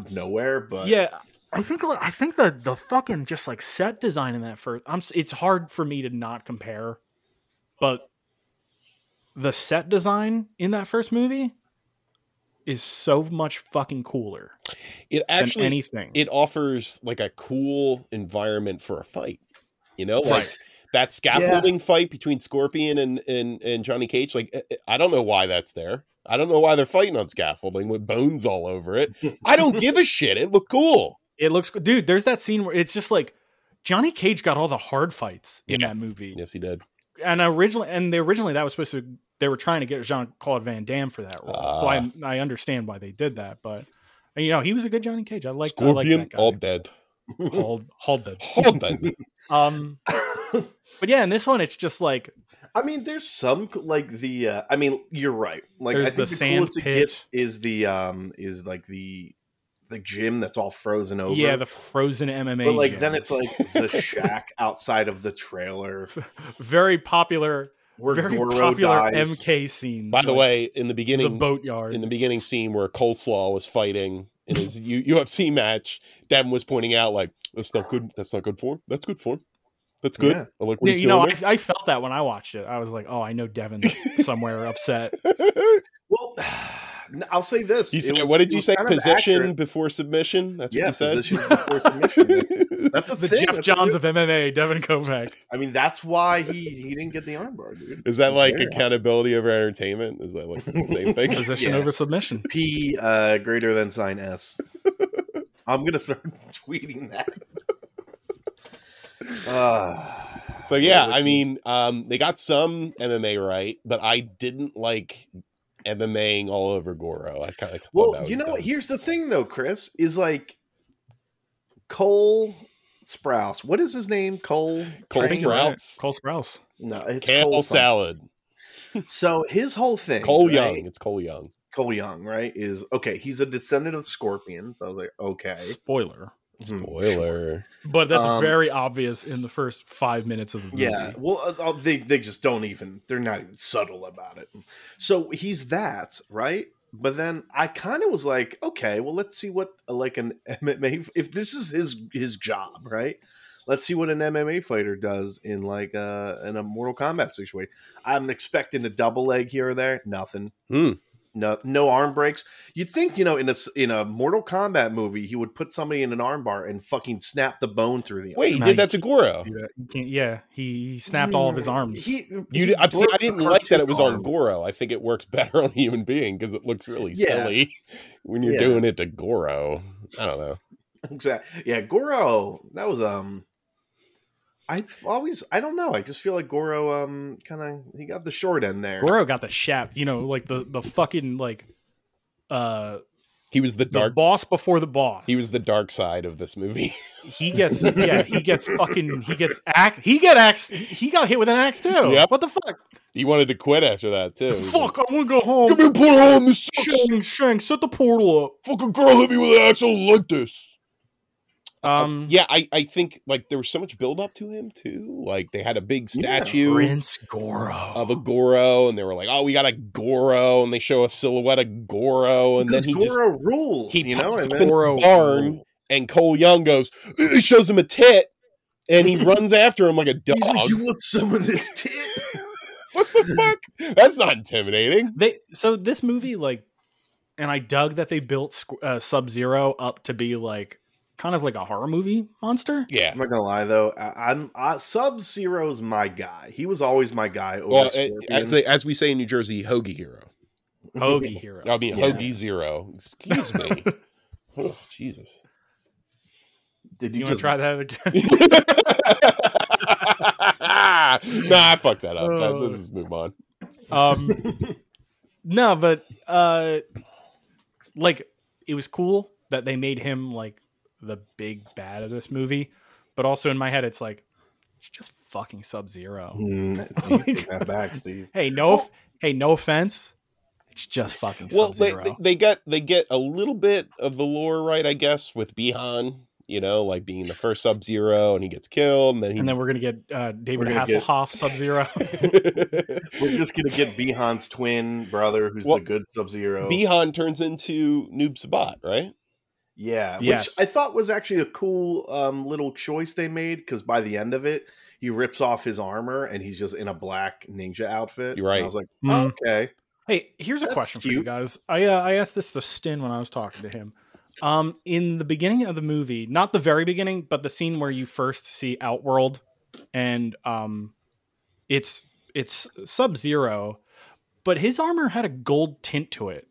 Speaker 2: Um, (laughs) And,
Speaker 3: eh,
Speaker 2: you know, he was a good Johnny Cage. I like I like
Speaker 3: Scorpion,
Speaker 2: that guy.
Speaker 3: all dead.
Speaker 2: Hold, hold
Speaker 3: (laughs)
Speaker 2: the.
Speaker 3: All
Speaker 2: (laughs)
Speaker 3: dead.
Speaker 2: Um, but yeah, in this one, it's just like
Speaker 1: I mean, there's some like the. Uh, I mean, you're right. Like
Speaker 2: There's
Speaker 1: I think
Speaker 2: the
Speaker 1: the,
Speaker 2: sand
Speaker 1: coolest it
Speaker 2: pit.
Speaker 1: gets is the um is like the the gym that's all frozen over.
Speaker 2: yeah, the frozen MMA.
Speaker 1: but like
Speaker 2: gym.
Speaker 1: then it's like the
Speaker 2: (laughs)
Speaker 1: shack outside of the trailer
Speaker 2: very popular,
Speaker 1: where
Speaker 2: very
Speaker 1: Goro
Speaker 2: popular
Speaker 1: dies.
Speaker 2: MK scenes.
Speaker 3: By the
Speaker 2: like
Speaker 3: way, in the
Speaker 2: the
Speaker 3: beginning,
Speaker 2: boatyard.
Speaker 3: in the beginning scene where Coleslaw was fighting in his U- UFC match, Devin was pointing out like that's not good. That's not good form. That's good form. That's good.
Speaker 1: Yeah.
Speaker 3: I like what
Speaker 2: Yeah,
Speaker 3: he's
Speaker 2: you know,
Speaker 3: doing
Speaker 2: I, I felt that when I watched it. I was like, oh, I know Devin's somewhere upset.
Speaker 3: (laughs) there.
Speaker 1: Well, (sighs) I'll say this.
Speaker 3: You
Speaker 1: It
Speaker 3: said,
Speaker 1: was-
Speaker 3: what
Speaker 1: it
Speaker 3: did you
Speaker 1: was
Speaker 3: say?
Speaker 1: kind of
Speaker 3: Position
Speaker 1: accurate.
Speaker 3: before submission. That's
Speaker 1: Yeah,
Speaker 3: what (laughs) you
Speaker 1: position
Speaker 3: said.
Speaker 1: before
Speaker 3: (laughs)
Speaker 1: submission. That's a
Speaker 2: The
Speaker 1: thing.
Speaker 2: Jeff
Speaker 1: That's
Speaker 2: Johns
Speaker 1: real-
Speaker 2: of MMA, Devin Kovac.
Speaker 1: I mean, that's why he he didn't get the armbar, dude.
Speaker 3: Is that like
Speaker 1: There.
Speaker 3: accountability over entertainment? Is that
Speaker 1: (laughs)
Speaker 3: like the same thing?
Speaker 2: Position
Speaker 1: Yeah.
Speaker 2: over submission.
Speaker 1: P uh, greater than sign S. (laughs) I'm gonna start (laughs) tweeting that. Uh,
Speaker 3: (laughs) So yeah,
Speaker 1: let's
Speaker 3: I
Speaker 1: see.
Speaker 3: mean, um, they got some MMA right, but I didn't like MMAing all over Goro. I kind of
Speaker 1: well, you know what? Here's the thing, though, Chris is like Cole Sprouse. What is his name? Cole
Speaker 3: Cole
Speaker 2: I think
Speaker 1: Train-
Speaker 2: you're right.
Speaker 3: Sprouts,
Speaker 2: Cole Sprouse.
Speaker 1: No, it's
Speaker 3: kale
Speaker 1: Cole something.
Speaker 3: salad,
Speaker 1: So his whole thing,
Speaker 3: Cole
Speaker 1: right?
Speaker 3: Young. It's Cole Young.
Speaker 1: Cole Young, right? Is okay. He's a descendant of Scorpion. So I was like, okay.
Speaker 2: Spoiler.
Speaker 1: Hmm.
Speaker 3: Boiler.
Speaker 2: But that's
Speaker 1: Um,
Speaker 2: very obvious in the first five minutes of the movie.
Speaker 1: Yeah, well, uh, uh, they they just don't even they're not even subtle about it. So he's that right, but then I kind of was like, okay, well, let's see what uh, like an (laughs) MMA if this is his his job, right? Let's see what an MMA fighter does in like uh in a Mortal Kombat situation. I'm expecting a double leg here or there, nothing.
Speaker 3: Hmm.
Speaker 1: No, no arm breaks. You'd think, you know, in a s- in a Mortal Kombat movie, he would put somebody in an arm bar and fucking snap the bone through the.
Speaker 3: Wait, he
Speaker 2: Now
Speaker 3: did
Speaker 2: you
Speaker 3: that to Goro.
Speaker 2: Do that. You can't- yeah, he snapped all of his arms.
Speaker 1: He-
Speaker 3: You,
Speaker 1: he
Speaker 3: did- I'm saying, I
Speaker 1: broke
Speaker 3: didn't
Speaker 1: the
Speaker 3: like that it was
Speaker 1: cartoon
Speaker 3: on
Speaker 1: arm.
Speaker 3: Goro. I think it works better (laughs) on a human being because it looks really
Speaker 1: Yeah.
Speaker 3: silly when you're
Speaker 1: Yeah.
Speaker 3: doing it to Goro. I don't know.
Speaker 1: Exactly. Yeah, Goro. That was um. I always I don't know. I just feel like Goro um kind of he got the short end there.
Speaker 2: Goro got the shaft, you know, like the the fucking like uh
Speaker 3: He was the
Speaker 2: the
Speaker 3: dark.
Speaker 2: boss before the boss.
Speaker 3: He was the dark side of this movie. (laughs)
Speaker 2: he gets yeah, he gets fucking he gets axe he get axe he got hit with an axe too.
Speaker 3: Yep.
Speaker 2: What the fuck?
Speaker 3: he wanted to quit after that too. He's like,
Speaker 2: Fuck, I wanna go home.
Speaker 3: Give me a portal on this sucks.
Speaker 2: Shang, Shang, set the portal up.
Speaker 3: Fucking girl hit me with an axe. I don't like this.
Speaker 2: Um,
Speaker 3: Uh, Yeah, I, I think like there was so much build up to him too. Like they had a big
Speaker 1: Yeah,
Speaker 3: statue
Speaker 2: Prince Goro.
Speaker 3: of a Goro, and they were like, "Oh, we got a Goro," and they show a silhouette of Goro, and then
Speaker 1: Because
Speaker 3: he just
Speaker 1: Goro rules,
Speaker 3: he
Speaker 1: you know.
Speaker 3: pops
Speaker 1: And
Speaker 3: up
Speaker 1: then,
Speaker 2: Goro.
Speaker 3: barn and Cole Young goes, "Ugh," shows him a tit, and he runs after him like a dog.
Speaker 1: he's like, "You want some of this tit?"
Speaker 3: (laughs) what the fuck? That's not intimidating.
Speaker 2: They so this movie like, and I dug that they built Squ- uh, Sub Zero up to be like kind of like a horror movie
Speaker 1: (laughs)
Speaker 2: monster.
Speaker 3: Yeah.
Speaker 1: I'm not gonna lie though. I, I'm I, Sub Zero's my guy. He was always my guy. Over
Speaker 3: Well,
Speaker 1: Scorpion.
Speaker 3: as they, as we say in New Jersey, hoagie hero.
Speaker 2: Hoagie hero.
Speaker 3: I mean,
Speaker 1: Yeah.
Speaker 3: hoagie zero. Excuse me. oh, Jesus. (laughs)
Speaker 1: Did
Speaker 2: You,
Speaker 1: you,
Speaker 2: want
Speaker 1: just (laughs)
Speaker 2: to try that again?
Speaker 3: nah, I fucked that up. That-
Speaker 2: Oh.
Speaker 3: let's just move on.
Speaker 2: um, no, but uh, like it was cool that they made him like the big bad of this movie, but also in my head it's like it's just fucking Sub Zero. (laughs)
Speaker 1: Mm, Steve, take that back, Steve?
Speaker 2: Hey, no, f- hey, no offense. It's just fucking
Speaker 3: Well,
Speaker 2: Sub
Speaker 3: they,
Speaker 2: Zero.
Speaker 3: they they get they get a little bit of the lore right, I guess, with Bihan. You know, like being the first Sub Zero, and he gets killed, and then he
Speaker 2: and then we're gonna get uh, David
Speaker 1: gonna get-
Speaker 2: Hasselhoff Sub Zero.
Speaker 1: We're just gonna get Bihan's twin brother, who's
Speaker 3: Well,
Speaker 1: the good Sub Zero.
Speaker 3: (laughs) Bihan turns into Noob Sabat, right?
Speaker 1: Yeah,
Speaker 2: Yes.
Speaker 1: which I thought was actually a cool um, little choice they made because by the end of it, he rips off his armor and he's just in a black ninja outfit.
Speaker 3: You're right.
Speaker 1: And I was like,
Speaker 2: Mm.
Speaker 1: okay,
Speaker 2: hey, here's a
Speaker 1: Mm-hmm. That's
Speaker 2: question for you
Speaker 1: cute.
Speaker 2: guys. I uh, I asked this to Stin when I was talking to him. Um, in the beginning of the movie, not the very beginning, but the scene where you first see Outworld, and um, it's it's Sub Zero, but his armor had a gold tint to it,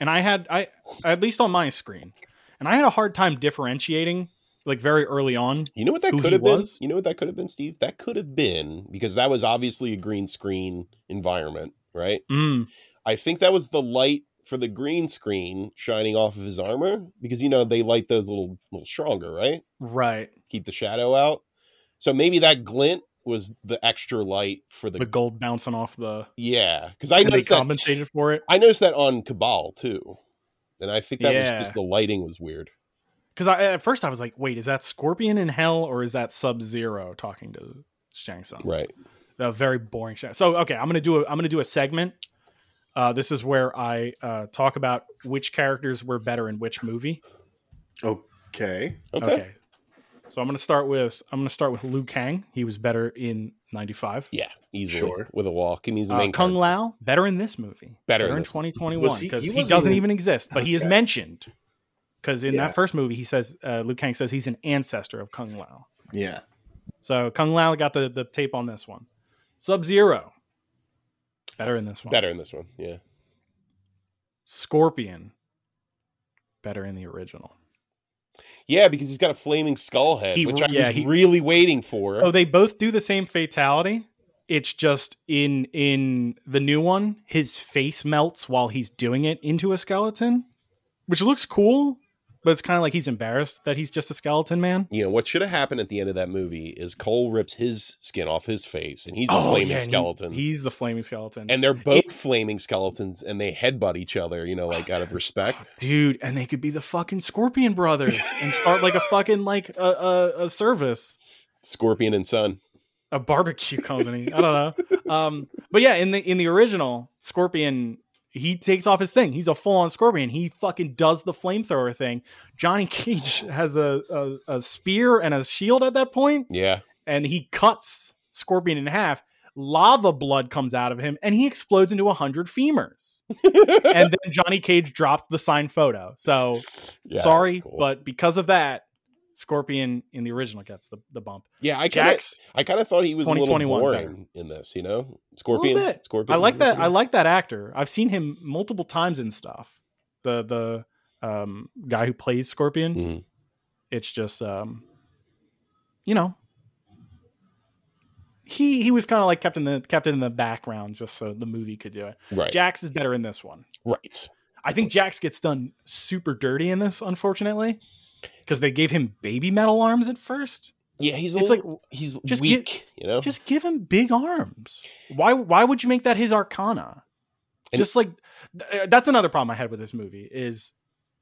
Speaker 2: and I had I at least on my screen, and I had a hard time differentiating like very early on
Speaker 3: You know what that
Speaker 2: Who he
Speaker 3: could have been?
Speaker 2: was?
Speaker 3: You know what that could have been, Steve? That could have been because that was obviously a green screen environment, right?
Speaker 2: Mm,
Speaker 3: I think that was the light for the green screen shining off of his armor because you know they light those a little little stronger, right?
Speaker 2: Right.
Speaker 3: Keep the shadow out. So maybe that glint was the extra light for the,
Speaker 2: The gold bouncing off the.
Speaker 3: yeah. Because I
Speaker 2: and they
Speaker 3: noticed that
Speaker 2: compensated for it
Speaker 3: I noticed that on Cabal too, and I think that
Speaker 2: Yeah.
Speaker 3: was just the lighting was weird.
Speaker 2: because I at first I was like, wait, is that Scorpion in Hell or is that Sub Zero talking to Shang Tsung?
Speaker 3: Right.
Speaker 2: a very boring show. So okay, I'm gonna do a I'm gonna do a segment. Uh, this is where I uh, talk about which characters were better in which movie.
Speaker 1: Okay.
Speaker 3: Okay.
Speaker 2: Okay. So I'm gonna start with I'm gonna start with Liu Kang. He was better in '95.
Speaker 3: Yeah. Easily
Speaker 1: Sure.
Speaker 3: with a walk. And he's the
Speaker 2: Uh,
Speaker 3: main
Speaker 2: Kung
Speaker 3: character.
Speaker 2: Lao better in this movie.
Speaker 3: Better in
Speaker 2: in
Speaker 3: this
Speaker 2: 2021
Speaker 1: Was he-
Speaker 2: because
Speaker 1: he
Speaker 2: he,
Speaker 1: wasn't
Speaker 2: doesn't
Speaker 1: even-
Speaker 2: even exist, but he is
Speaker 1: Okay.
Speaker 2: mentioned. Because in
Speaker 1: Yeah.
Speaker 2: that first movie, he says uh, Liu Kang says he's an ancestor of Kung Lao.
Speaker 1: Yeah.
Speaker 2: So Kung Lao got the, the tape on this one. Sub Zero, better in this one.
Speaker 3: Better in this one. Yeah.
Speaker 2: Scorpion, better in the original.
Speaker 3: Yeah, because he's got a flaming skull head,
Speaker 2: He-
Speaker 3: which I
Speaker 2: yeah,
Speaker 3: was
Speaker 2: he-
Speaker 3: really waiting for.
Speaker 2: Oh, they both do the same fatality. It's just in in the new one, his face melts while he's doing it into a skeleton, which looks cool, but it's kind of like he's embarrassed that he's just a skeleton man.
Speaker 3: you know what should have happened at the end of that movie is Cole rips his skin off his face, and he's a flaming
Speaker 2: Oh, yeah, and he's-
Speaker 3: skeleton.
Speaker 2: He's, the flaming skeleton.
Speaker 3: and they're both flaming skeletons, and they headbutt each other. You
Speaker 2: Oh,
Speaker 3: know, like out of respect.
Speaker 2: dude and they could be the fucking scorpion brothers and start like a fucking like a, a, a service
Speaker 3: Scorpion and Sun.
Speaker 2: a barbecue company i don't know um but yeah in the in the original scorpion he takes off his thing he's a full-on scorpion he fucking does the flamethrower thing johnny cage (laughs) has a, a a spear and a shield at that point
Speaker 3: Yeah.
Speaker 2: and he cuts scorpion in half lava blood comes out of him and he explodes into a hundred
Speaker 3: (laughs)
Speaker 2: femurs and then johnny cage drops the signed photo so
Speaker 3: Yeah,
Speaker 2: Sorry,
Speaker 3: cool.
Speaker 2: but because of that, Scorpion in the original gets the, the bump.
Speaker 3: yeah, I kind of
Speaker 2: Jax,
Speaker 3: I kind of thought he was a little
Speaker 2: 2021
Speaker 3: boring in this, you know. Scorpion,
Speaker 2: bit.
Speaker 3: Scorpion.
Speaker 2: I like that. I like that actor. I've seen him multiple times in stuff. The the um, guy who plays Scorpion.
Speaker 3: Mhm.
Speaker 2: It's just um, you know, he he was kind of like kept in the kept in the background just so the movie could do it.
Speaker 3: right,
Speaker 2: Jax is better in this one.
Speaker 3: right.
Speaker 2: I think Jax gets done super dirty in this, unfortunately, because they gave him baby metal arms at first.
Speaker 3: Yeah, he's a
Speaker 2: It's like
Speaker 3: little, he's
Speaker 2: just
Speaker 3: weak,
Speaker 2: get-
Speaker 3: you know.
Speaker 2: just give him big arms. Why why would you make that his arcana?
Speaker 3: And-
Speaker 2: just like th- uh, that's another problem I had with this movie is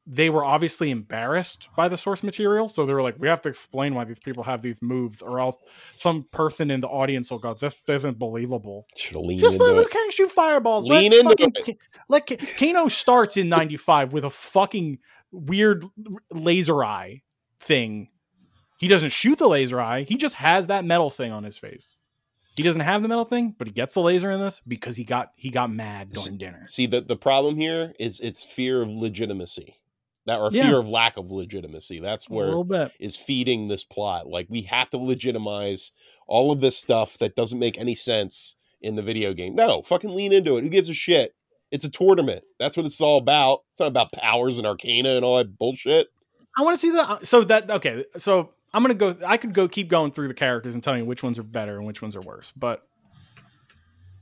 Speaker 2: they were obviously embarrassed by the source material, so they were like, "We have to explain why these people have these moves, or else some person in the audience will go, this isn't believable."
Speaker 3: Should have leaned
Speaker 2: Just let
Speaker 3: into
Speaker 2: Liu
Speaker 3: it.
Speaker 2: Kang shoot fireballs.
Speaker 3: Lean
Speaker 2: let
Speaker 3: into
Speaker 2: fucking
Speaker 3: it.
Speaker 2: Ki- let Ki- Kano starts in '95 with a fucking weird laser eye thing. He doesn't shoot the laser eye. He just has that metal thing on his face. He doesn't have the metal thing, but he gets the laser in this because he got he got mad during dinner.
Speaker 3: See, the the problem here is it's fear of legitimacy, that or
Speaker 2: Yeah.
Speaker 3: fear of lack of legitimacy. That's
Speaker 2: a
Speaker 3: where
Speaker 2: little bit.
Speaker 3: is feeding this plot. Like we have to legitimize all of this stuff that doesn't make any sense in the video game. No, fucking lean into it. Who gives a shit? It's a tournament. That's what it's all about. It's not about powers and arcana and all that bullshit.
Speaker 2: I want to see that. So that okay. So I'm gonna go. I could go keep going through the characters and telling you which ones are better and which ones are worse, but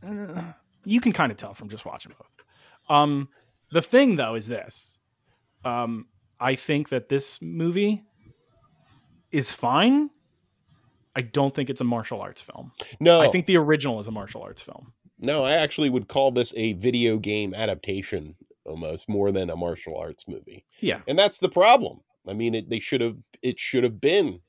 Speaker 2: uh, you can kind of tell from just watching both. Um, the thing though is this. Um, I think that this movie is fine. I don't think it's a martial arts film.
Speaker 3: No,
Speaker 2: I think the original is a martial arts film.
Speaker 3: No, I actually would call this a video game adaptation almost more than a martial arts movie.
Speaker 2: Yeah.
Speaker 3: And that's the problem. I mean, it, they should have it should have been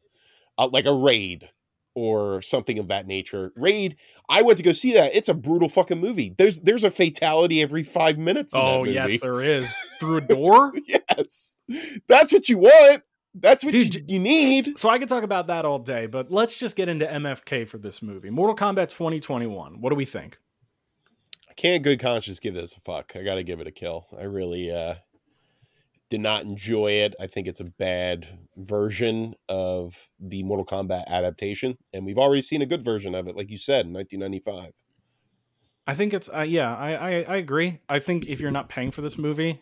Speaker 3: uh, like a raid or something of that nature. Raid, I went to go see that. It's a brutal fucking movie. There's there's a fatality every 5 minutes in that
Speaker 2: Oh
Speaker 3: movie.
Speaker 2: yes, there is through a door.
Speaker 3: (laughs) yes. That's what you want. That's what
Speaker 2: Dude,
Speaker 3: you, you need.
Speaker 2: So I could talk about that all day, but let's just get into MFK for this movie. Mortal Kombat 2021. What do we think?
Speaker 3: I can't in good conscience give this a fuck. I got to give it a kill. I really uh did not enjoy it. I think it's a bad version of the Mortal Kombat adaptation, and we've already seen a good version of it, like you said, in 1995.
Speaker 2: I think it's uh, yeah, I, I I agree. I think if you're not paying for this movie,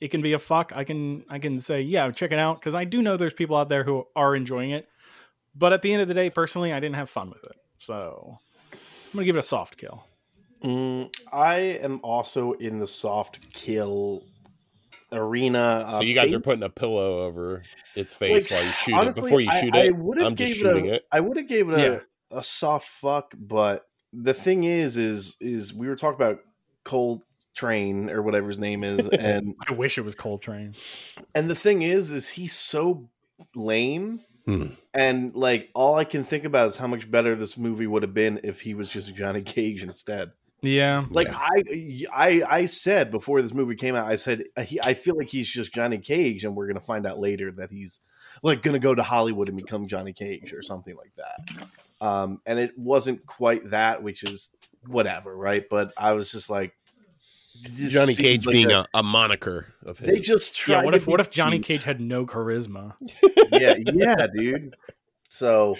Speaker 2: it can be a fuck. I can I can say yeah, check it out because I do know there's people out there who are enjoying it. But at the end of the day, personally, I didn't have fun with it, so I'm gonna give it a soft kill.
Speaker 1: Mm, I am also in the soft kill arena.
Speaker 3: So
Speaker 1: Uh,
Speaker 3: you guys
Speaker 1: Peyton-
Speaker 3: are putting a pillow over its face
Speaker 1: Like,
Speaker 3: while you shoot
Speaker 1: honestly,
Speaker 3: it. Before you
Speaker 1: I-
Speaker 3: shoot
Speaker 1: I,
Speaker 3: it,
Speaker 1: would
Speaker 3: I'm
Speaker 1: have
Speaker 3: just
Speaker 1: gave
Speaker 3: shooting
Speaker 1: it, a-
Speaker 3: it.
Speaker 1: I would have gave it a, a soft fuck, but the thing is, is is we were talking about Cold Train or whatever his name
Speaker 3: (laughs)
Speaker 1: is, and
Speaker 2: I wish it was Coltrane.
Speaker 1: and the thing is, is he's so lame.
Speaker 3: Hmm.
Speaker 1: And like all I can think about is how much better this movie would have been if he was just Johnny (laughs) Cage instead.
Speaker 2: Yeah.
Speaker 1: Like
Speaker 3: Yeah.
Speaker 1: I, I, I said before this movie came out, I said uh, he, I feel like he's just Johnny Cage, and we're gonna find out later that he's like gonna go to Hollywood and become Johnny Cage or something like that. Um, and it wasn't quite that, which is whatever, right? But I was just like, this
Speaker 3: Johnny
Speaker 1: seems
Speaker 3: Cage
Speaker 1: like
Speaker 3: being a, a moniker of his.
Speaker 1: they just tried
Speaker 2: Yeah, what
Speaker 1: to
Speaker 2: if what
Speaker 1: be
Speaker 2: if Johnny
Speaker 1: cute.
Speaker 2: Cage had no charisma?
Speaker 1: yeah, yeah, dude. So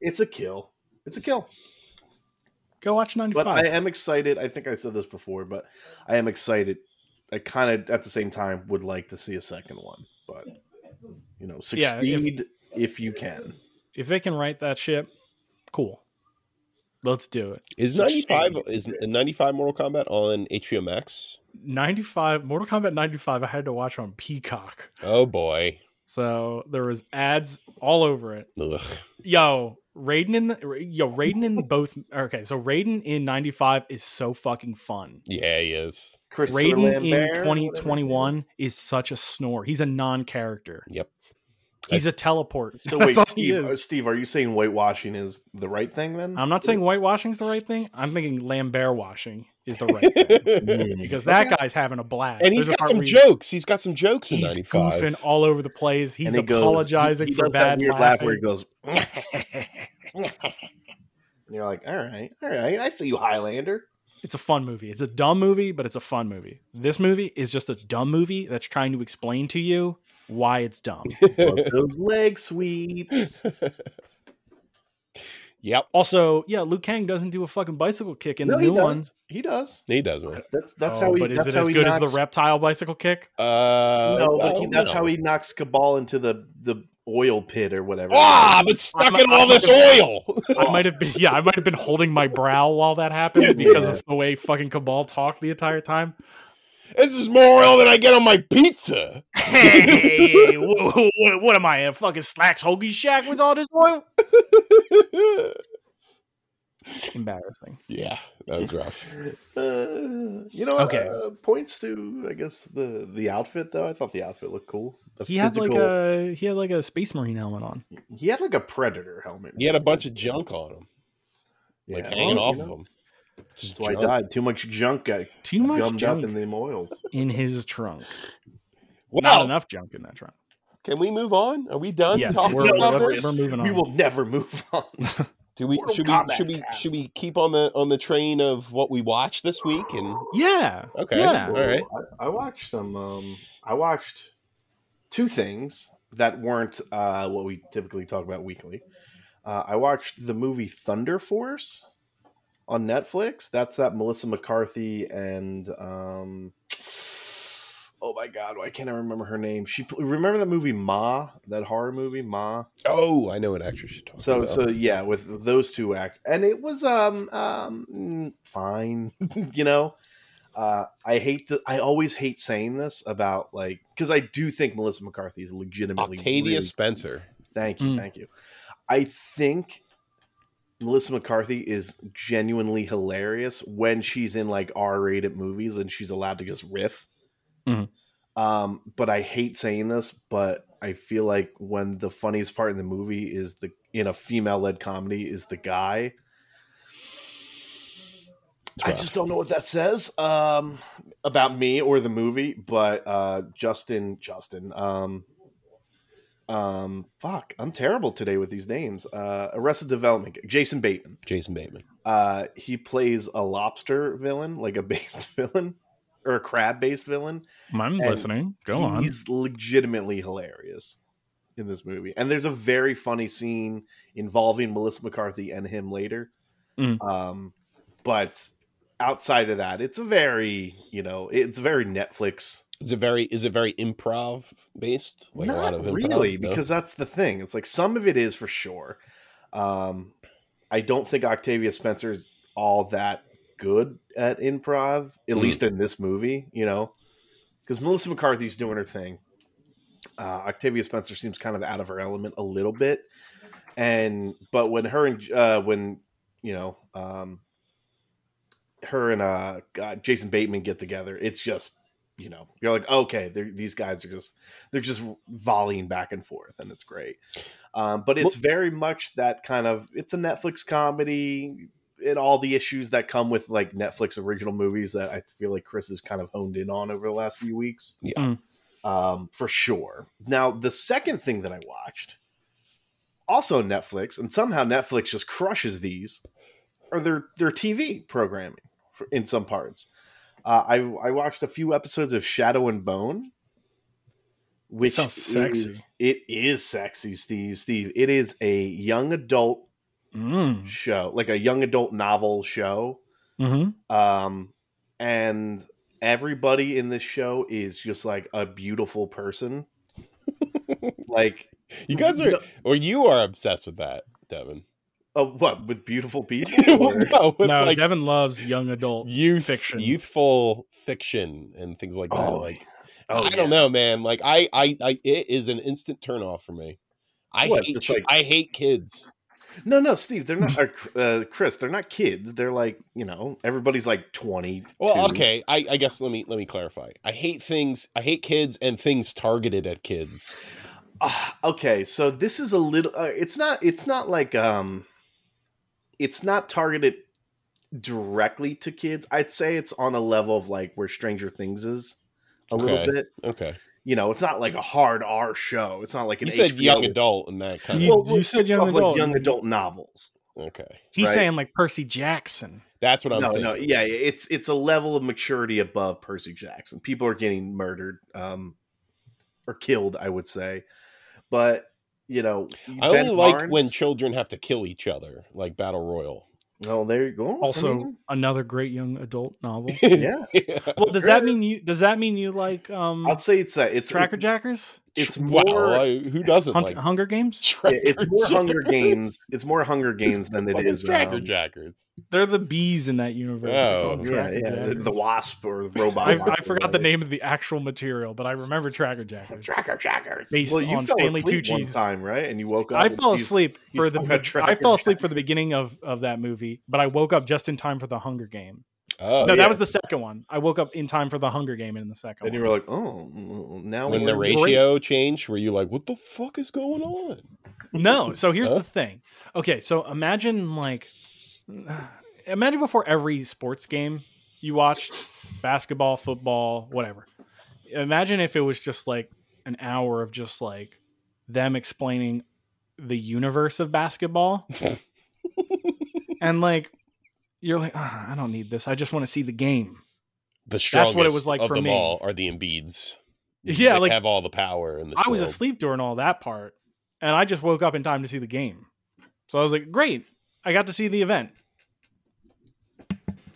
Speaker 1: it's a kill. It's a kill.
Speaker 2: Go watch 95.
Speaker 1: but I am excited. I think I said this before, but I am excited. I kind of at the same time would like to see a second one, but you know,
Speaker 2: Yeah, if-
Speaker 1: succeed if, you can.
Speaker 2: if they can write that shit, cool. Let's do it.
Speaker 3: is ninety five is ninety five Mortal Kombat on HBO Max?
Speaker 2: 95 Mortal Kombat 95 I had to watch on Peacock.
Speaker 3: Oh boy,
Speaker 2: So there was ads all over it.
Speaker 3: Ugh.
Speaker 2: Yo, Raiden in the yo Raiden in
Speaker 3: (laughs)
Speaker 2: both Okay, so Raiden in 95 is so fucking fun.
Speaker 3: yeah, he is. (laughs)
Speaker 1: Christopher
Speaker 2: Raiden
Speaker 1: Lambert,
Speaker 2: in 2021 is such a snore. He's a non-character.
Speaker 3: Yep.
Speaker 2: He's a teleport.
Speaker 1: whatever. So
Speaker 2: That's all
Speaker 1: wait,
Speaker 2: he
Speaker 1: Steve, uh,
Speaker 2: is.
Speaker 1: Steve, are you saying whitewashing is the right thing then?
Speaker 2: (laughs) I'm not saying whitewashing's the right thing. I'm thinking Lambert washing is
Speaker 1: (laughs)
Speaker 2: the right thing
Speaker 1: Mm.
Speaker 2: because that guy's having a blast.
Speaker 3: and he's
Speaker 2: There's a
Speaker 3: got
Speaker 2: part
Speaker 3: some
Speaker 2: where he-
Speaker 3: jokes. He's got some jokes in
Speaker 2: He's
Speaker 3: ninety five.
Speaker 2: goofing all over the place. He's
Speaker 1: And he goes-
Speaker 2: apologizing
Speaker 1: he- he
Speaker 2: for
Speaker 1: does that
Speaker 2: bad
Speaker 1: weird
Speaker 2: laughing.
Speaker 1: laugh where he goes. (laughs) And you're like, all right, all right, I see you, Highlander. (laughs)
Speaker 2: It's a fun movie. It's a dumb movie, but it's a fun movie. This movie is just a dumb movie that's trying to explain to you why
Speaker 1: (laughs)
Speaker 2: it's dumb.
Speaker 1: Love those leg sweeps.
Speaker 3: yep,
Speaker 2: also, yeah, Liu Kang doesn't do a fucking bicycle kick in
Speaker 1: no,
Speaker 2: the
Speaker 1: he
Speaker 2: new
Speaker 1: does.
Speaker 2: one.
Speaker 1: He does.
Speaker 3: he does, man.
Speaker 1: That's that's
Speaker 2: Oh,
Speaker 1: how he.
Speaker 2: but is
Speaker 1: that's
Speaker 2: it
Speaker 1: how
Speaker 2: as
Speaker 1: he
Speaker 2: good as
Speaker 1: knocks,
Speaker 2: the reptile
Speaker 1: (laughs)
Speaker 2: bicycle kick?
Speaker 3: Uh,
Speaker 1: No, but
Speaker 3: oh,
Speaker 1: he, that's
Speaker 3: no.
Speaker 1: how he knocks Cabal into the the oil pit or whatever.
Speaker 3: Ah, but stuck
Speaker 2: I'm-
Speaker 3: in all
Speaker 2: I'm-
Speaker 3: this oil. (laughs)
Speaker 2: I might have been, yeah, I might have been holding my brow while
Speaker 1: (laughs)
Speaker 2: that happened because of the way fucking Cabal talked the entire time.
Speaker 3: this is more oil than I get on my pizza. (laughs)
Speaker 2: (laughs) Hey, what, what, what am I, a fucking Slacks Hoagie Shack with all this oil?
Speaker 1: (laughs)
Speaker 2: Embarrassing.
Speaker 3: yeah, that was rough.
Speaker 1: Uh, you know, what?
Speaker 2: Okay.
Speaker 1: uh, points to I guess the the outfit though. I thought the outfit looked cool. The
Speaker 2: he had like a he had like a space marine helmet on.
Speaker 1: he had like a predator helmet.
Speaker 3: He had a bunch of junk on him, like
Speaker 1: Yeah.
Speaker 3: hanging
Speaker 1: Well,
Speaker 2: Oh,
Speaker 3: off
Speaker 1: you
Speaker 3: of
Speaker 1: know,
Speaker 3: him. Just
Speaker 1: That's why
Speaker 3: junk.
Speaker 1: I died. Too much junk got
Speaker 2: Too much
Speaker 1: gummed
Speaker 2: junk
Speaker 1: up in them oils.
Speaker 2: in his trunk. Not
Speaker 1: Oh.
Speaker 3: Well,
Speaker 2: enough junk in that trunk.
Speaker 3: can we move on? Are we done
Speaker 2: yes, (laughs)
Speaker 3: talking
Speaker 2: we're,
Speaker 3: about
Speaker 2: let's-
Speaker 3: this?
Speaker 2: we're moving on.
Speaker 1: We will never move (laughs) on.
Speaker 3: Do we
Speaker 1: Mortal
Speaker 3: should we
Speaker 1: Kombat
Speaker 3: should we
Speaker 1: cast.
Speaker 3: should we keep on the on the train of what we watched this week? And
Speaker 2: yeah.
Speaker 3: okay,
Speaker 2: Yeah.
Speaker 3: all right,
Speaker 1: I, I watched some. Um, I watched two things that weren't uh, what we typically talk about weekly. Uh, I watched the movie Thunder Force on Netflix. That's that Melissa McCarthy and um, oh my god, why can't I remember her name? She pl- remember that movie Ma, that horror movie Ma.
Speaker 3: Oh, I know what actress you're talking
Speaker 1: So
Speaker 3: about.
Speaker 1: so yeah, with those two act, and it was um um mm, fine, (laughs) you know. Uh, I hate to, I always hate saying this about like because I do think Melissa McCarthy is legitimately
Speaker 3: Octavia
Speaker 1: really-
Speaker 3: Spencer.
Speaker 1: thank you,
Speaker 2: Mm.
Speaker 1: thank you. I think Melissa McCarthy is genuinely hilarious when she's in like R-rated movies and she's allowed to just riff.
Speaker 2: Mhm.
Speaker 1: Um, but I hate saying this, but I feel like when the funniest part in the movie is the in a female-led comedy is the guy. I
Speaker 3: rough.
Speaker 1: just don't know what that says um, about me or the movie, but uh, Justin, Justin, um, um, fuck, I'm terrible today with these names. Uh, Arrested Development, Jason Bateman.
Speaker 3: Jason Bateman.
Speaker 1: Uh, he plays a lobster villain, like a (laughs) based villain or a crab based villain.
Speaker 2: I'm listening. Go on.
Speaker 1: He's legitimately hilarious in this movie. And there's a very funny scene involving Melissa McCarthy and him later.
Speaker 2: Mm.
Speaker 1: Um, but outside of that, it's a very, you know, it's very Netflix.
Speaker 3: Is it very is it very improv based?
Speaker 1: Not really,
Speaker 3: No?
Speaker 1: because that's the thing. It's like some of it is for sure. Um, I don't think Octavia Spencer is all that good at improv, at
Speaker 3: Mm.
Speaker 1: least in this movie, you know, because Melissa McCarthy's doing her thing. Uh, Octavia Spencer seems kind of out of her element a little bit, and but when her and uh, when you know um, her and uh, God, Jason Bateman get together, it's just you know you're like okay, they're, these guys are just they're just volleying back and forth, and it's great. Um, but it's very much that kind of it's a Netflix comedy and all the issues that come with like Netflix original movies that I feel like Chris has kind of honed in on over the last few weeks.
Speaker 3: Yeah.
Speaker 2: Mm.
Speaker 1: Um, for sure. Now, the second thing that I watched, also Netflix, and somehow Netflix just crushes these, are their their TV programming for, in some parts. Uh, I I watched a few episodes of Shadow and Bone, which
Speaker 2: Sounds sexy.
Speaker 1: is- it is sexy, Steve. Steve, it is a young adult
Speaker 2: Mm.
Speaker 1: Mm-hmm. show, like a young adult novel show.
Speaker 2: Mhm.
Speaker 1: Um, and everybody in this show is just like a beautiful
Speaker 3: (laughs)
Speaker 1: person. like,
Speaker 3: You guys are,
Speaker 1: No.
Speaker 3: or you are obsessed with that,
Speaker 1: (laughs)
Speaker 3: Devin. (laughs)
Speaker 1: uh, what with beautiful people?
Speaker 3: Well,
Speaker 1: or-
Speaker 3: no, with,
Speaker 2: No,
Speaker 3: like
Speaker 2: Devin loves young adult.
Speaker 3: youth
Speaker 2: fiction.
Speaker 3: youthful fiction, and things like that.
Speaker 1: Oh,
Speaker 3: like
Speaker 1: oh,
Speaker 3: I don't
Speaker 1: yeah.
Speaker 3: know, man. Like I, I, I, it is an instant turnoff for me. I
Speaker 1: What,
Speaker 3: hate,
Speaker 1: just
Speaker 3: chi-
Speaker 1: like-
Speaker 3: I hate kids.
Speaker 1: No, no, Steve, they're not. Or, uh, Chris, they're not kids. They're like you know, everybody's like twenty.
Speaker 3: Well, okay. I, I guess let me let me clarify. I hate things. I hate kids and things targeted at kids.
Speaker 1: Ah, okay, so this is a little. Uh, it's not. It's not like. Um, it's not targeted directly to kids. I'd say it's on a level of like where Stranger Things is a
Speaker 3: Okay.
Speaker 1: little bit.
Speaker 3: Okay,
Speaker 1: You know, it's not like a hard R show. It's not like an.
Speaker 3: you said
Speaker 1: HBO
Speaker 3: young adult and that kind
Speaker 2: You-
Speaker 1: Well, well,
Speaker 2: said
Speaker 1: it's
Speaker 2: young
Speaker 1: off, Like
Speaker 2: adult.
Speaker 1: young adult novels.
Speaker 3: of. Okay,
Speaker 2: He's
Speaker 1: Right.
Speaker 2: saying like Percy Jackson.
Speaker 3: that's what I'm.
Speaker 1: No,
Speaker 3: thinking.
Speaker 1: no, yeah, yeah, it's it's a level of maturity above Percy Jackson. People are getting murdered, um, or killed, I would say, but. You know,
Speaker 3: I only
Speaker 1: Ben
Speaker 3: like
Speaker 1: Barnes-
Speaker 3: when children have to kill each other, like battle royal. (laughs)
Speaker 1: Oh, there you go. I
Speaker 2: Also,
Speaker 1: mean,
Speaker 2: another great young adult
Speaker 1: (laughs)
Speaker 2: novel.
Speaker 1: yeah.
Speaker 2: Well, does that mean you? Does that mean you like um
Speaker 1: I'll say it's that it's
Speaker 2: Tracker Jackers,
Speaker 1: It's
Speaker 2: (laughs)
Speaker 3: (laughs) Wow,
Speaker 1: more
Speaker 3: I- who doesn't
Speaker 2: Hunt-
Speaker 3: like?
Speaker 1: (laughs)
Speaker 2: Hunger Games?
Speaker 1: yeah, it's
Speaker 3: Tracker
Speaker 1: more Hunger
Speaker 3: Jackers?
Speaker 1: Games. It's more Hunger Games than it
Speaker 3: What
Speaker 1: is
Speaker 3: Tracker
Speaker 1: um,
Speaker 3: Jackers.
Speaker 2: They're the bees in that universe. They're
Speaker 3: Oh,
Speaker 2: called
Speaker 1: Yeah,
Speaker 2: Tracker
Speaker 1: yeah, the,
Speaker 2: Jackers.
Speaker 1: the wasp or the robot.
Speaker 2: I,
Speaker 1: wasp
Speaker 2: I
Speaker 1: or
Speaker 2: forgot the
Speaker 1: whatever.
Speaker 2: name of the actual material, but I remember Tracker Jackers.
Speaker 1: Tracker Jackers.
Speaker 2: Based on
Speaker 1: fell
Speaker 2: Stanley
Speaker 1: asleep one
Speaker 2: Tucci's-
Speaker 1: time, right? And you woke up.
Speaker 2: I
Speaker 1: and
Speaker 2: fell
Speaker 1: he's-
Speaker 2: asleep
Speaker 1: he's
Speaker 2: for the
Speaker 1: talking about
Speaker 2: I
Speaker 1: Tracker
Speaker 2: fell asleep for the beginning of of that movie, but I woke up just in time for the Hunger Game.
Speaker 3: Oh,
Speaker 2: no,
Speaker 1: yeah.
Speaker 2: that was the second one. I woke up in time for the Hunger Game in the second
Speaker 1: And you
Speaker 2: one.
Speaker 1: were like, oh, mm, now
Speaker 3: when
Speaker 1: we're
Speaker 3: the
Speaker 1: in
Speaker 3: ratio changed, were you like, "What the fuck is going on?"
Speaker 2: No, so here's
Speaker 3: Huh?
Speaker 2: the thing. Okay, so imagine like imagine before every sports game you watched basketball, football, whatever. Imagine if it was just like an hour of just like them explaining the universe of basketball. and like you're like, "Ah, I don't need this. I just want to see the game.
Speaker 3: The
Speaker 2: That's
Speaker 3: strongest
Speaker 2: what it was like
Speaker 3: of
Speaker 2: for
Speaker 3: them
Speaker 2: me.
Speaker 3: all are the Embiids.
Speaker 2: (laughs) Yeah,
Speaker 3: They
Speaker 2: like-
Speaker 3: have all the power. In this
Speaker 2: I was
Speaker 3: world.
Speaker 2: asleep during all that part, and I just woke up in time to see the game. So I was like, great. I got to see the event.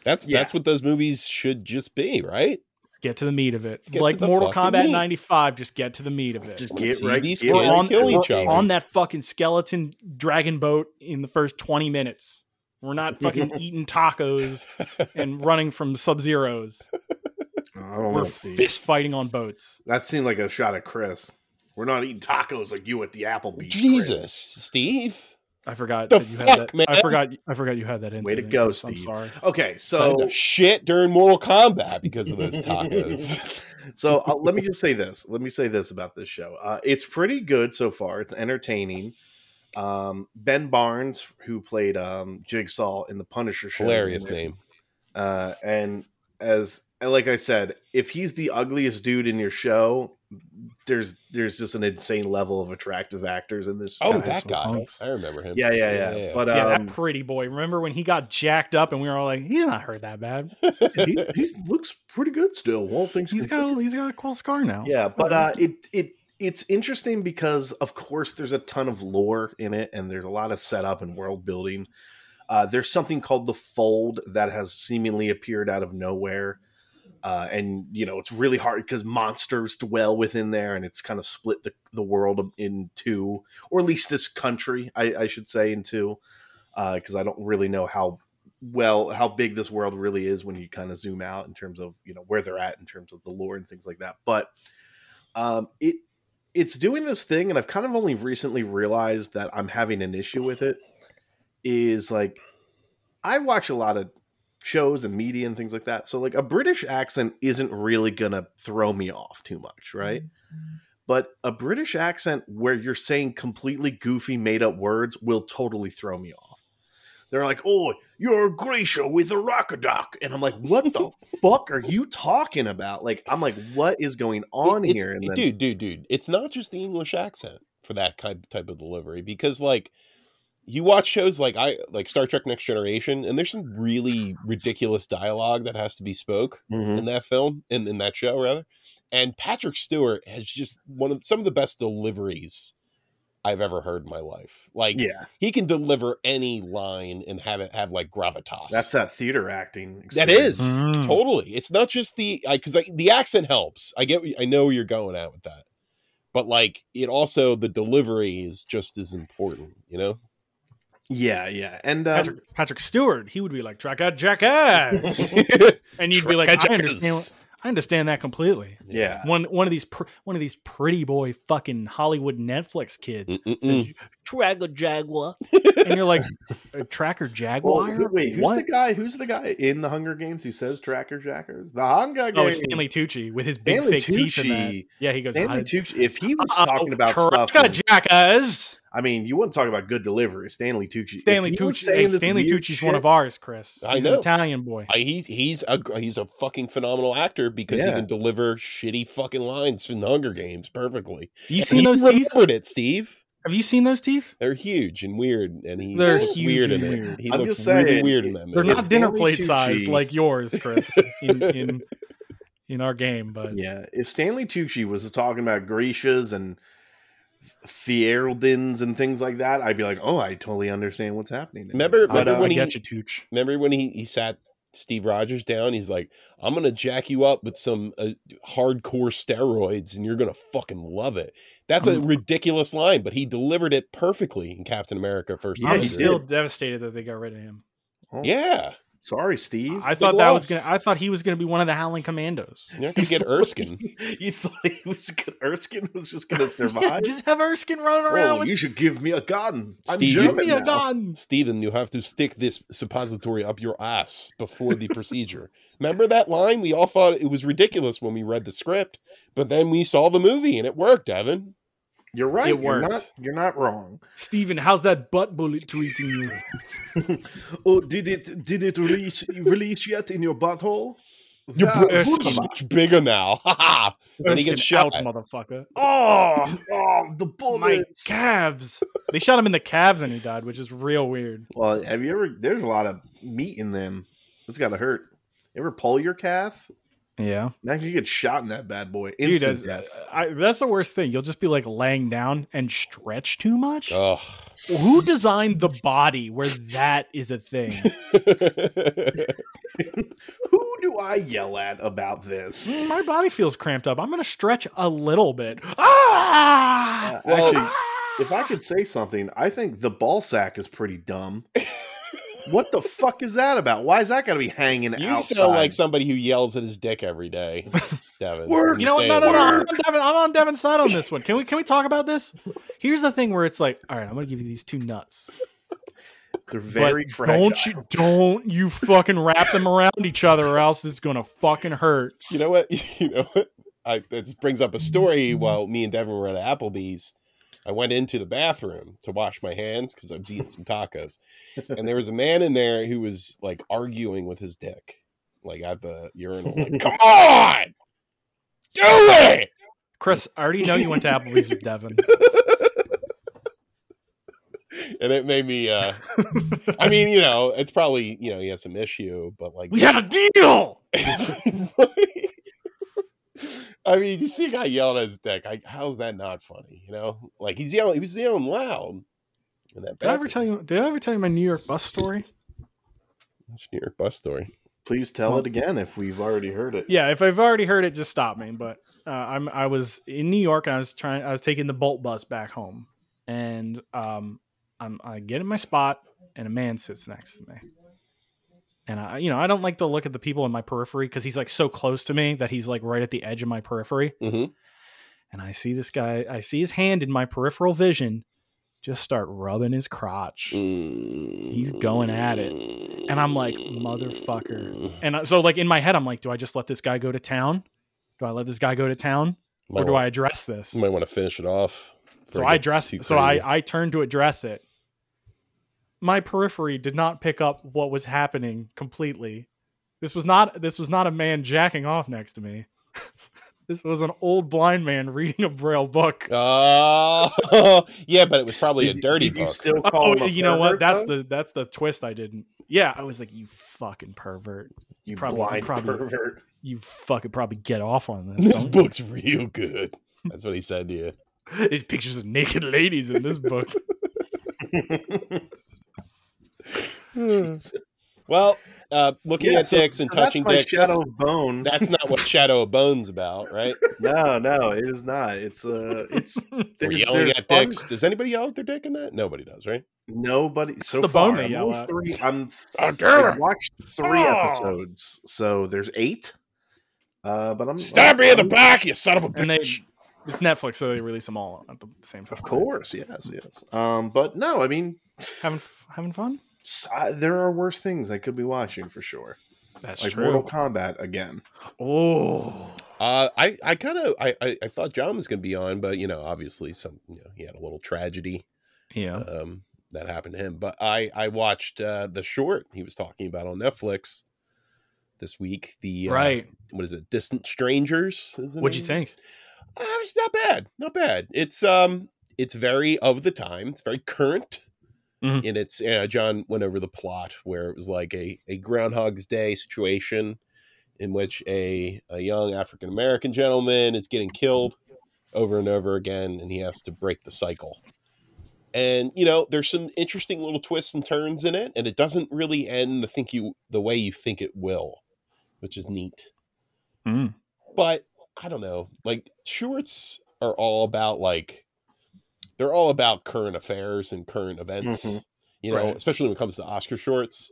Speaker 3: That's
Speaker 1: Yeah.
Speaker 3: that's what those movies should just be, right?
Speaker 2: Get to the meat of it.
Speaker 3: Get to
Speaker 2: like
Speaker 3: the
Speaker 2: Mortal
Speaker 3: fucking
Speaker 2: Kombat
Speaker 3: meat.
Speaker 2: 95, just get to the meat of it.
Speaker 1: Just
Speaker 3: Wanna
Speaker 1: get
Speaker 3: see
Speaker 1: right-
Speaker 3: These
Speaker 1: get
Speaker 3: kids
Speaker 2: we're on,
Speaker 3: kill
Speaker 2: we're
Speaker 3: each other.
Speaker 2: on that fucking skeleton dragon boat in the first 20 minutes. We're not
Speaker 3: (laughs)
Speaker 2: fucking eating tacos and running from Sub Zeros.
Speaker 1: oh, I don't know,
Speaker 2: We're
Speaker 1: Steve.
Speaker 2: fist fighting on boats.
Speaker 1: That seemed like a shot at Chris. We're not eating tacos like you at the Applebee's. Chris.
Speaker 3: Jesus, Steve.
Speaker 2: I forgot
Speaker 3: The
Speaker 2: that you
Speaker 3: fuck,
Speaker 2: had that.
Speaker 3: man?
Speaker 2: I forgot. I forgot you had that incident.
Speaker 1: Way to go,
Speaker 2: Chris. I'm
Speaker 1: Steve.
Speaker 2: sorry.
Speaker 1: Okay,
Speaker 3: I
Speaker 1: so
Speaker 3: had to shit during Mortal Kombat because of those tacos. (laughs)
Speaker 1: So uh, let me just say this. Let me say this about this show. Uh, it's pretty good so far. It's entertaining. Um, ben Barnes, who played um, Jigsaw in the Punisher show,
Speaker 3: Hilarious name.
Speaker 1: Uh, and as and like I said, if he's the ugliest dude in your show, there's there's just an insane level of attractive actors in this.
Speaker 3: Oh,
Speaker 1: show.
Speaker 2: Guys
Speaker 3: that
Speaker 2: with
Speaker 3: guy.
Speaker 2: hunks.
Speaker 3: I remember him.
Speaker 1: yeah, yeah, yeah, But um,
Speaker 2: Yeah, that pretty boy. Remember when he got jacked up and we were all like, he's not hurt that bad.
Speaker 1: um, he's, he looks pretty good still. All things
Speaker 2: He's
Speaker 1: considered.
Speaker 2: got a, he's got a cool scar now.
Speaker 1: Yeah, but uh, it it it's interesting because of course there's a ton of lore in it, and there's a lot of setup and world building. Uh, there's something called the fold that has seemingly appeared out of nowhere, uh, and you know it's really hard because monsters dwell within there, and it's kind of split the the world in two, Uh, or at least this country, I, I should say, in two, because I don't really know how well how big this world really is when you kind of zoom out in terms of you know where they're at in terms of the lore and things like that but um it it's doing this thing and i've kind of only recently realized that i'm having an issue with it is like i watch a lot of shows and media and things like that so like a british accent isn't really gonna throw me off too much right
Speaker 3: Mm-hmm.
Speaker 1: but a british accent where you're saying completely goofy made up words will totally throw me off they're like, "Oh, you're a Grisha with a rockadock," and I'm like, "What
Speaker 3: (laughs)
Speaker 1: the fuck are you talking about?" Like, I'm like, "What is going on
Speaker 3: It's-
Speaker 1: here?" And then,
Speaker 3: dude, dude, dude. It's not just the English accent for that kind type of delivery because like you watch shows like I like Star Trek Next Generation, and there's some really ridiculous dialogue that has to be spoke
Speaker 1: Mhm.
Speaker 3: in that film, in, in that show rather. And Patrick Stewart has just one of some of the best deliveries I've ever heard in my life. Like
Speaker 1: yeah,
Speaker 3: he can deliver any line and have it have like gravitas.
Speaker 1: that's that theater acting.
Speaker 3: That
Speaker 1: experience.
Speaker 3: is
Speaker 2: Mm.
Speaker 3: totally. It's not just the because I, the accent helps. I get. I know where you're going at with that, but like it also the delivery is just as important.
Speaker 1: (laughs)
Speaker 3: You know.
Speaker 1: yeah, yeah, and um,
Speaker 2: Patrick, Patrick Stewart, he would be like, track out
Speaker 3: (laughs)
Speaker 2: jackass. and you'd be like, I understand, what- I understand that completely.
Speaker 1: yeah,
Speaker 2: One one of these pr- one of these pretty boy fucking Hollywood Netflix
Speaker 1: Mm,
Speaker 2: kids
Speaker 3: Mm-mm-mm.
Speaker 2: says tracker jaguar, and
Speaker 1: (laughs)
Speaker 2: you're like a tracker
Speaker 1: Well,
Speaker 2: jaguar.
Speaker 1: who- wait, who's
Speaker 2: What?
Speaker 1: the guy? Who's the guy in the Hunger Games who says Tracker Jackers? The Hunger Games.
Speaker 2: Oh, it's Stanley Tucci with his big
Speaker 1: Stanley
Speaker 2: fake teeth. And that.
Speaker 1: Tucci.
Speaker 2: Yeah, he goes.
Speaker 1: Stanley
Speaker 2: "I-
Speaker 1: Tucci. If he was
Speaker 2: Uh-oh,
Speaker 1: talking about
Speaker 2: tracker
Speaker 1: stuff, and-
Speaker 2: jackass.
Speaker 1: I mean, you want to talk about good delivery, Stanley Tucci. If
Speaker 2: Stanley
Speaker 1: he was
Speaker 2: Tucci.
Speaker 1: saying
Speaker 2: Hey,
Speaker 1: this
Speaker 2: Stanley
Speaker 1: weird
Speaker 2: Tucci's one
Speaker 1: shit-
Speaker 2: of ours, Chris.
Speaker 3: I
Speaker 2: He's
Speaker 3: know.
Speaker 2: an Italian boy.
Speaker 3: I, he's he's a gr- he's a fucking phenomenal actor because he
Speaker 1: Yeah.
Speaker 3: can deliver shitty fucking lines in the Hunger Games perfectly.
Speaker 2: You
Speaker 3: And
Speaker 2: seen
Speaker 3: he
Speaker 2: those teeth?
Speaker 3: remembered it, Steve.
Speaker 2: Have you seen those teeth?
Speaker 3: They're huge and weird, and he
Speaker 2: They're
Speaker 3: looks
Speaker 2: huge
Speaker 3: weird in
Speaker 2: and
Speaker 3: it.
Speaker 2: weird.
Speaker 3: He
Speaker 1: I'm
Speaker 3: looks
Speaker 1: just
Speaker 3: really
Speaker 1: saying,
Speaker 3: weird in that movie.
Speaker 2: They're not
Speaker 1: It's
Speaker 2: dinner
Speaker 1: Stanley
Speaker 2: plate
Speaker 1: Tucci.
Speaker 2: sized like yours, Chris, (laughs) in, in in our game. But
Speaker 1: Yeah, if Stanley Tucci was talking about Grishas and Fieldins and things like that, I'd be like, "Oh, I totally understand what's happening." there."
Speaker 3: Remember-
Speaker 1: But,
Speaker 2: I,
Speaker 3: remember
Speaker 1: uh,
Speaker 2: I
Speaker 3: when he-
Speaker 2: get you, Tooch.
Speaker 3: Remember when he, he sat Steve Rogers down? He's like, I'm going to jack you up with some uh, hardcore steroids and you're going to fucking love it. That's a
Speaker 2: Um,
Speaker 3: ridiculous line, but he delivered it perfectly in Captain America First
Speaker 1: Yeah,
Speaker 2: I'm
Speaker 1: he
Speaker 3: Avenger.
Speaker 2: still devastated that they got rid of him.
Speaker 3: Yeah.
Speaker 1: sorry, Steve.
Speaker 2: I
Speaker 3: big
Speaker 2: thought that was
Speaker 3: loss.
Speaker 2: gonna. I thought he was gonna be one of the
Speaker 1: (laughs)
Speaker 2: Howling Commandos.
Speaker 3: You're
Speaker 2: (laughs)
Speaker 3: not going to get Erskine.
Speaker 1: you thought he was gonna, Erskine was just going to survive?
Speaker 2: (laughs) just have Erskine running around
Speaker 1: oh,
Speaker 2: with
Speaker 1: you should give me a gun. I'm
Speaker 3: Steve,
Speaker 1: German
Speaker 2: give me a
Speaker 1: now.
Speaker 2: gun.
Speaker 3: Steven, you have to stick this suppository up your ass before the procedure. Remember that line? We all thought it was ridiculous when we read the script, but then we saw the movie and it worked, Evan.
Speaker 1: You're right.
Speaker 2: It
Speaker 1: you're
Speaker 2: worked.
Speaker 1: not. You're not
Speaker 2: (laughs)
Speaker 1: wrong.
Speaker 2: Steven, how's that butt bullet tweeting
Speaker 1: (laughs)
Speaker 2: you?
Speaker 1: Oh, did it? Did it release release yet in your butthole?
Speaker 3: Your
Speaker 1: Yeah,
Speaker 3: butt's
Speaker 1: good
Speaker 3: so much bigger now. (laughs) Ha ha. Then he
Speaker 2: Erskine
Speaker 3: gets shot
Speaker 2: out,
Speaker 3: at.
Speaker 2: motherfucker.
Speaker 1: Oh, oh, the
Speaker 2: My
Speaker 1: bullets.
Speaker 2: calves. They shot him in the calves and he died, which is real weird.
Speaker 1: Well, have you ever? There's a lot of meat in them. It's got to hurt. You ever pull your calf?
Speaker 2: Yeah.
Speaker 1: Imagine you get shot in that bad boy.
Speaker 2: Dude,
Speaker 1: Instant
Speaker 2: that's,
Speaker 1: death.
Speaker 2: I, that's the worst thing. You'll just be like laying down and stretch too much.
Speaker 3: Ugh.
Speaker 2: Who designed the body where that is a thing? (laughs)
Speaker 1: Who do I yell at about this?
Speaker 2: Mm, My body feels cramped up. I'm going to stretch a little bit. Ah!
Speaker 1: Uh,
Speaker 3: Well-
Speaker 1: actually, if I could say something, I think the ball sack is pretty dumb. what the fuck is that about? Why is that got to be hanging
Speaker 3: you
Speaker 1: outside?
Speaker 3: sound like somebody who yells at his dick
Speaker 2: (laughs)
Speaker 3: every day, Devin.
Speaker 1: Work!
Speaker 3: I'm
Speaker 2: You know what? No,
Speaker 3: saying
Speaker 2: no, no. I'm on,
Speaker 1: work.
Speaker 2: Devin, I'm on Devin's side on this one. Can we can we talk about this? Here's the thing where it's like, all right, I'm gonna give you these two nuts.
Speaker 1: They're very
Speaker 2: but
Speaker 1: fragile.
Speaker 2: Don't you don't you fucking wrap them around each other or else it's gonna fucking hurt.
Speaker 3: You know what? (laughs) You know what? I, this brings up a story while me and Devin were at Applebee's. I went into the bathroom to wash my hands because I was eating some tacos. And there was a man in there who was like arguing with his dick, like at the urinal.
Speaker 2: (laughs)
Speaker 3: Like, Come on! Do it!
Speaker 2: Chris, I already know you went to Applebee's with Devin.
Speaker 3: and it made me uh i mean you know it's probably you know he has some issue but like
Speaker 2: had a deal.
Speaker 3: (laughs) i mean you see a guy yelling at his deck I, how's that not funny you know like he's yelling he was yelling loud in that
Speaker 2: Did I ever tell
Speaker 3: bathroom.
Speaker 2: you did I ever tell you my New York bus story?
Speaker 3: It's New York bus story
Speaker 1: Please tell it again if we've already heard it.
Speaker 2: Yeah, if I've already heard it, just stop me. But uh, I'm I was in New York and I was trying I was taking the Bolt bus back home, and um I'm I get in my spot and a man sits next to me, And I, you know, I don't like to look at the people in my periphery because he's like so close to me that he's like right at the edge of my periphery.
Speaker 3: Mhm.
Speaker 2: And I see this guy, I see his hand in my peripheral vision just start rubbing his crotch.
Speaker 3: Mm. He's
Speaker 2: going at it. And I'm like, motherfucker. And I- so, like, in my head, I'm like, do I just let this guy go to town? Do I let this guy go to town? Or do I address this?
Speaker 3: You might want to finish it off.
Speaker 2: So
Speaker 3: before it
Speaker 2: I
Speaker 3: gets
Speaker 2: address
Speaker 3: too
Speaker 2: so I,
Speaker 3: crazy.
Speaker 2: I turned to address it. My periphery did not pick up what was happening completely. This was not this was not a man jacking off next to me. (laughs) this was an old blind man reading a braille book.
Speaker 3: Oh, (laughs) yeah, but it was probably
Speaker 1: Did-
Speaker 3: a dirty
Speaker 1: did you
Speaker 3: book.
Speaker 1: still
Speaker 2: Oh,
Speaker 1: call him a
Speaker 2: you know what?
Speaker 1: pervert,
Speaker 2: That's
Speaker 1: though?
Speaker 2: the that's the twist I didn't. Yeah, I was like, you fucking pervert.
Speaker 1: you
Speaker 2: probably-
Speaker 1: blind
Speaker 2: probably-
Speaker 1: pervert.
Speaker 2: You fucking probably get off on this.
Speaker 3: (laughs) this
Speaker 2: don't
Speaker 3: book's real good. That's what he said to you.
Speaker 2: (laughs) you? There's pictures of naked ladies in this book.
Speaker 3: Well, uh, looking
Speaker 1: Hmm. Yeah,
Speaker 3: at
Speaker 1: so-
Speaker 3: dicks and
Speaker 1: so that's
Speaker 3: touching
Speaker 1: my
Speaker 3: dicks,
Speaker 1: Shadow
Speaker 3: that's,
Speaker 1: of Bone.
Speaker 3: that's not what Shadow of Bones about, right?
Speaker 1: (laughs) No, no, it is not. It's uh,
Speaker 2: (laughs)
Speaker 1: it's
Speaker 3: We're
Speaker 1: (laughs) there's-
Speaker 3: yelling
Speaker 1: there's
Speaker 3: at
Speaker 1: fun- Oh,
Speaker 3: dicks. Does anybody yell at their dick in that? Nobody does, right?
Speaker 1: Nobody so
Speaker 2: the
Speaker 1: far.
Speaker 2: bone they
Speaker 1: I'm
Speaker 2: yell
Speaker 1: only
Speaker 2: at.
Speaker 1: three.
Speaker 2: (laughs)
Speaker 1: I'm
Speaker 3: Oh, damn
Speaker 1: I
Speaker 3: it.
Speaker 1: watched three
Speaker 2: Oh.
Speaker 1: episodes, so there's eight. Uh, but I'm
Speaker 3: Stab me in the back, you son of a
Speaker 2: (laughs) And they
Speaker 3: bitch.
Speaker 2: it's Netflix, so they release them all at the same time.
Speaker 1: Of course, yes, yes. Um, but no, I mean,
Speaker 2: Having having fun?
Speaker 1: s- I- there are worse things I could be watching for sure,
Speaker 2: That's
Speaker 1: like
Speaker 2: true.
Speaker 1: Mortal Kombat again.
Speaker 2: Oh,
Speaker 3: Uh, I, I kind of, I, I, I thought John was going to be on, but you know, obviously, some, you know, he had a little tragedy
Speaker 2: yeah.
Speaker 3: um, that happened to him. But I, I watched uh, the short he was talking about on Netflix this week. The uh,
Speaker 2: Right.
Speaker 3: what is it? Distant Strangers. Is the
Speaker 2: What'd you
Speaker 3: name?
Speaker 2: think?
Speaker 3: Uh, it's not bad, not bad. It's um, it's very of the time. It's very current,
Speaker 2: Mhm.
Speaker 3: and it's uh, John went over the plot where it was like a a Groundhog's Day situation, in which a a young African American gentleman is getting killed over and over again, and he has to break the cycle. And you know, there's some interesting little twists and turns in it, and it doesn't really end the think you the way you think it will, which is neat
Speaker 2: Mm.
Speaker 3: but I don't know. Like shorts are all about like they're all about current affairs and current events.
Speaker 1: Mhm.
Speaker 3: You know,
Speaker 2: Right.
Speaker 3: especially when it comes to Oscar shorts.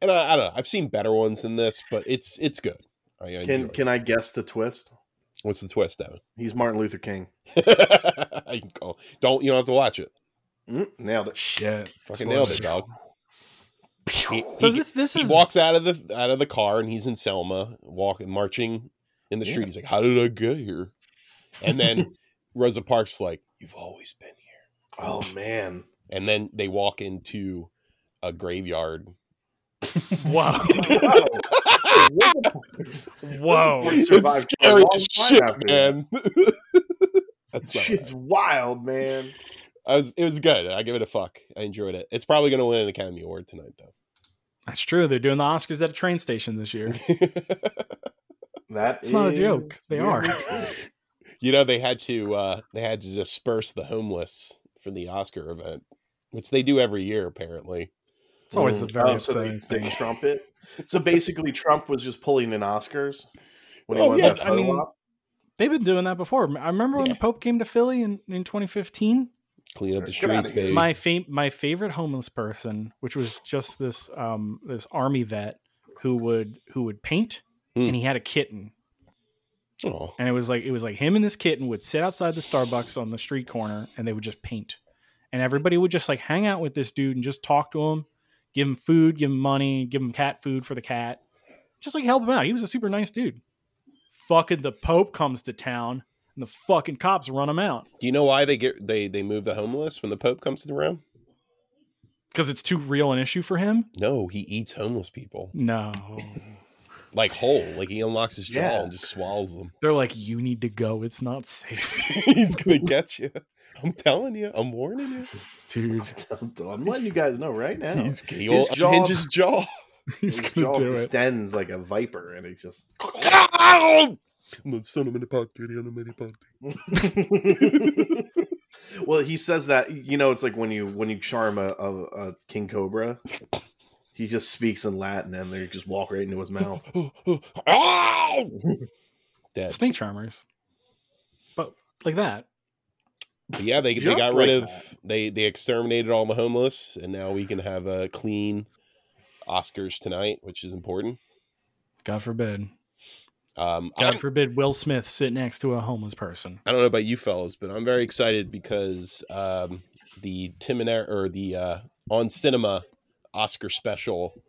Speaker 3: And I, I don't know. I've seen better ones than this, but it's it's good. I
Speaker 1: Can
Speaker 3: enjoy it.
Speaker 1: can I guess the twist?
Speaker 3: What's the twist, Devin? (laughs)
Speaker 1: He's Martin Luther King.
Speaker 3: you can call- Don't you don't have to watch it.
Speaker 1: Mm, nailed it.
Speaker 2: Shit.
Speaker 3: Fucking
Speaker 2: That's
Speaker 3: nailed
Speaker 2: what
Speaker 1: (laughs)
Speaker 3: it, dog. He,
Speaker 2: So
Speaker 3: he-
Speaker 2: this this
Speaker 3: he
Speaker 2: is
Speaker 3: walks out of the out of the car and he's in Selma, walking marching in the street.
Speaker 1: Yeah.
Speaker 3: He's like, "How did I get here?" And
Speaker 1: (laughs)
Speaker 3: then Rosa Parks like, "You've always been here."
Speaker 1: Oh
Speaker 3: (laughs)
Speaker 1: man,
Speaker 3: And then they walk into a graveyard.
Speaker 2: Whoa,
Speaker 1: wow.
Speaker 2: whoa.
Speaker 1: He (laughs) survived
Speaker 3: it's
Speaker 1: for a
Speaker 3: scary
Speaker 1: long
Speaker 3: as
Speaker 1: time
Speaker 3: shit,
Speaker 1: after that.
Speaker 3: man. (laughs) That's not
Speaker 1: Shit's wild, man.
Speaker 3: I was, it was good. I give it a fuck. I enjoyed it. It's probably gonna win an Academy Award tonight, though.
Speaker 2: That's true. They're doing the Oscars at a train station this year.
Speaker 3: (laughs)
Speaker 1: That
Speaker 2: It's not a
Speaker 1: is
Speaker 2: joke. They are.
Speaker 1: weirdly true.
Speaker 3: you know, they had to uh, they had to disperse the homeless for the Oscar event, which they do every year, apparently.
Speaker 2: (laughs) It's always a
Speaker 1: Mm.
Speaker 2: very
Speaker 1: Oh, so they,
Speaker 2: upsetting
Speaker 1: they
Speaker 2: thing.
Speaker 1: trump it. So basically, Trump was just pulling in Oscars when he
Speaker 3: Oh,
Speaker 1: won
Speaker 3: yeah,
Speaker 1: that
Speaker 2: I
Speaker 1: photo
Speaker 2: mean-
Speaker 1: op.
Speaker 2: They've been doing that before. I remember when
Speaker 3: Yeah.
Speaker 2: the Pope came to Philly in, in 2015.
Speaker 3: Clean up the
Speaker 1: Get outta
Speaker 3: streets,
Speaker 1: here.
Speaker 3: baby.
Speaker 2: My fa- my favorite homeless person, which was just this um this army vet who would who would paint,
Speaker 3: Mm.
Speaker 2: and he had a kitten,
Speaker 3: Aw.
Speaker 2: and it was like it was like him and this kitten would sit outside the Starbucks on the street corner and they would just paint. And everybody would just like hang out with this dude and just talk to him, give him food, give him money, give him cat food for the cat. Just like help him out. He was a super nice dude. Fucking the Pope comes to town and the fucking cops run him out
Speaker 3: Do you know why they get they they move the homeless when the Pope comes to the realm?
Speaker 2: because it's too real an issue for him.
Speaker 3: No, he eats homeless people
Speaker 2: No.
Speaker 3: like whole. Like he unlocks his jaw
Speaker 1: Yeah.
Speaker 3: and just swallows them. (laughs)
Speaker 2: They're like, you need to go. It's not safe, (laughs)
Speaker 3: He's gonna get you. I'm telling you. I'm warning you.
Speaker 2: dude.
Speaker 1: (laughs) I'm letting you guys know right now.
Speaker 3: He's he'll
Speaker 1: jaw-
Speaker 3: unhinge
Speaker 1: (laughs)
Speaker 3: his jaw. (laughs)
Speaker 2: He's
Speaker 1: His
Speaker 2: gonna
Speaker 1: jaw
Speaker 2: do it.
Speaker 1: distends like a viper, and it's just. (laughs)
Speaker 3: I'm gonna send him in the pocket. I'm in the pocket.
Speaker 1: well, he says that you know it's like when you when you charm a, a, a king cobra, he just speaks in Latin, and they just walk right into his
Speaker 3: (laughs)
Speaker 1: mouth.
Speaker 3: (laughs) Ow!
Speaker 1: (laughs)
Speaker 3: Dead.
Speaker 2: Snake charmers, but like that.
Speaker 3: But yeah, they, they
Speaker 1: Just
Speaker 3: got rid
Speaker 1: like
Speaker 3: of
Speaker 1: that.
Speaker 3: they they exterminated all the homeless, and now we can have a clean Oscars tonight, which is important.
Speaker 2: God forbid.
Speaker 3: Um,
Speaker 2: God
Speaker 3: I'm-
Speaker 2: forbid Will Smith sit next to a homeless person.
Speaker 3: I don't know about you fellas, but I'm very excited because um, the Tim and Eric, or the uh, on cinema Oscar special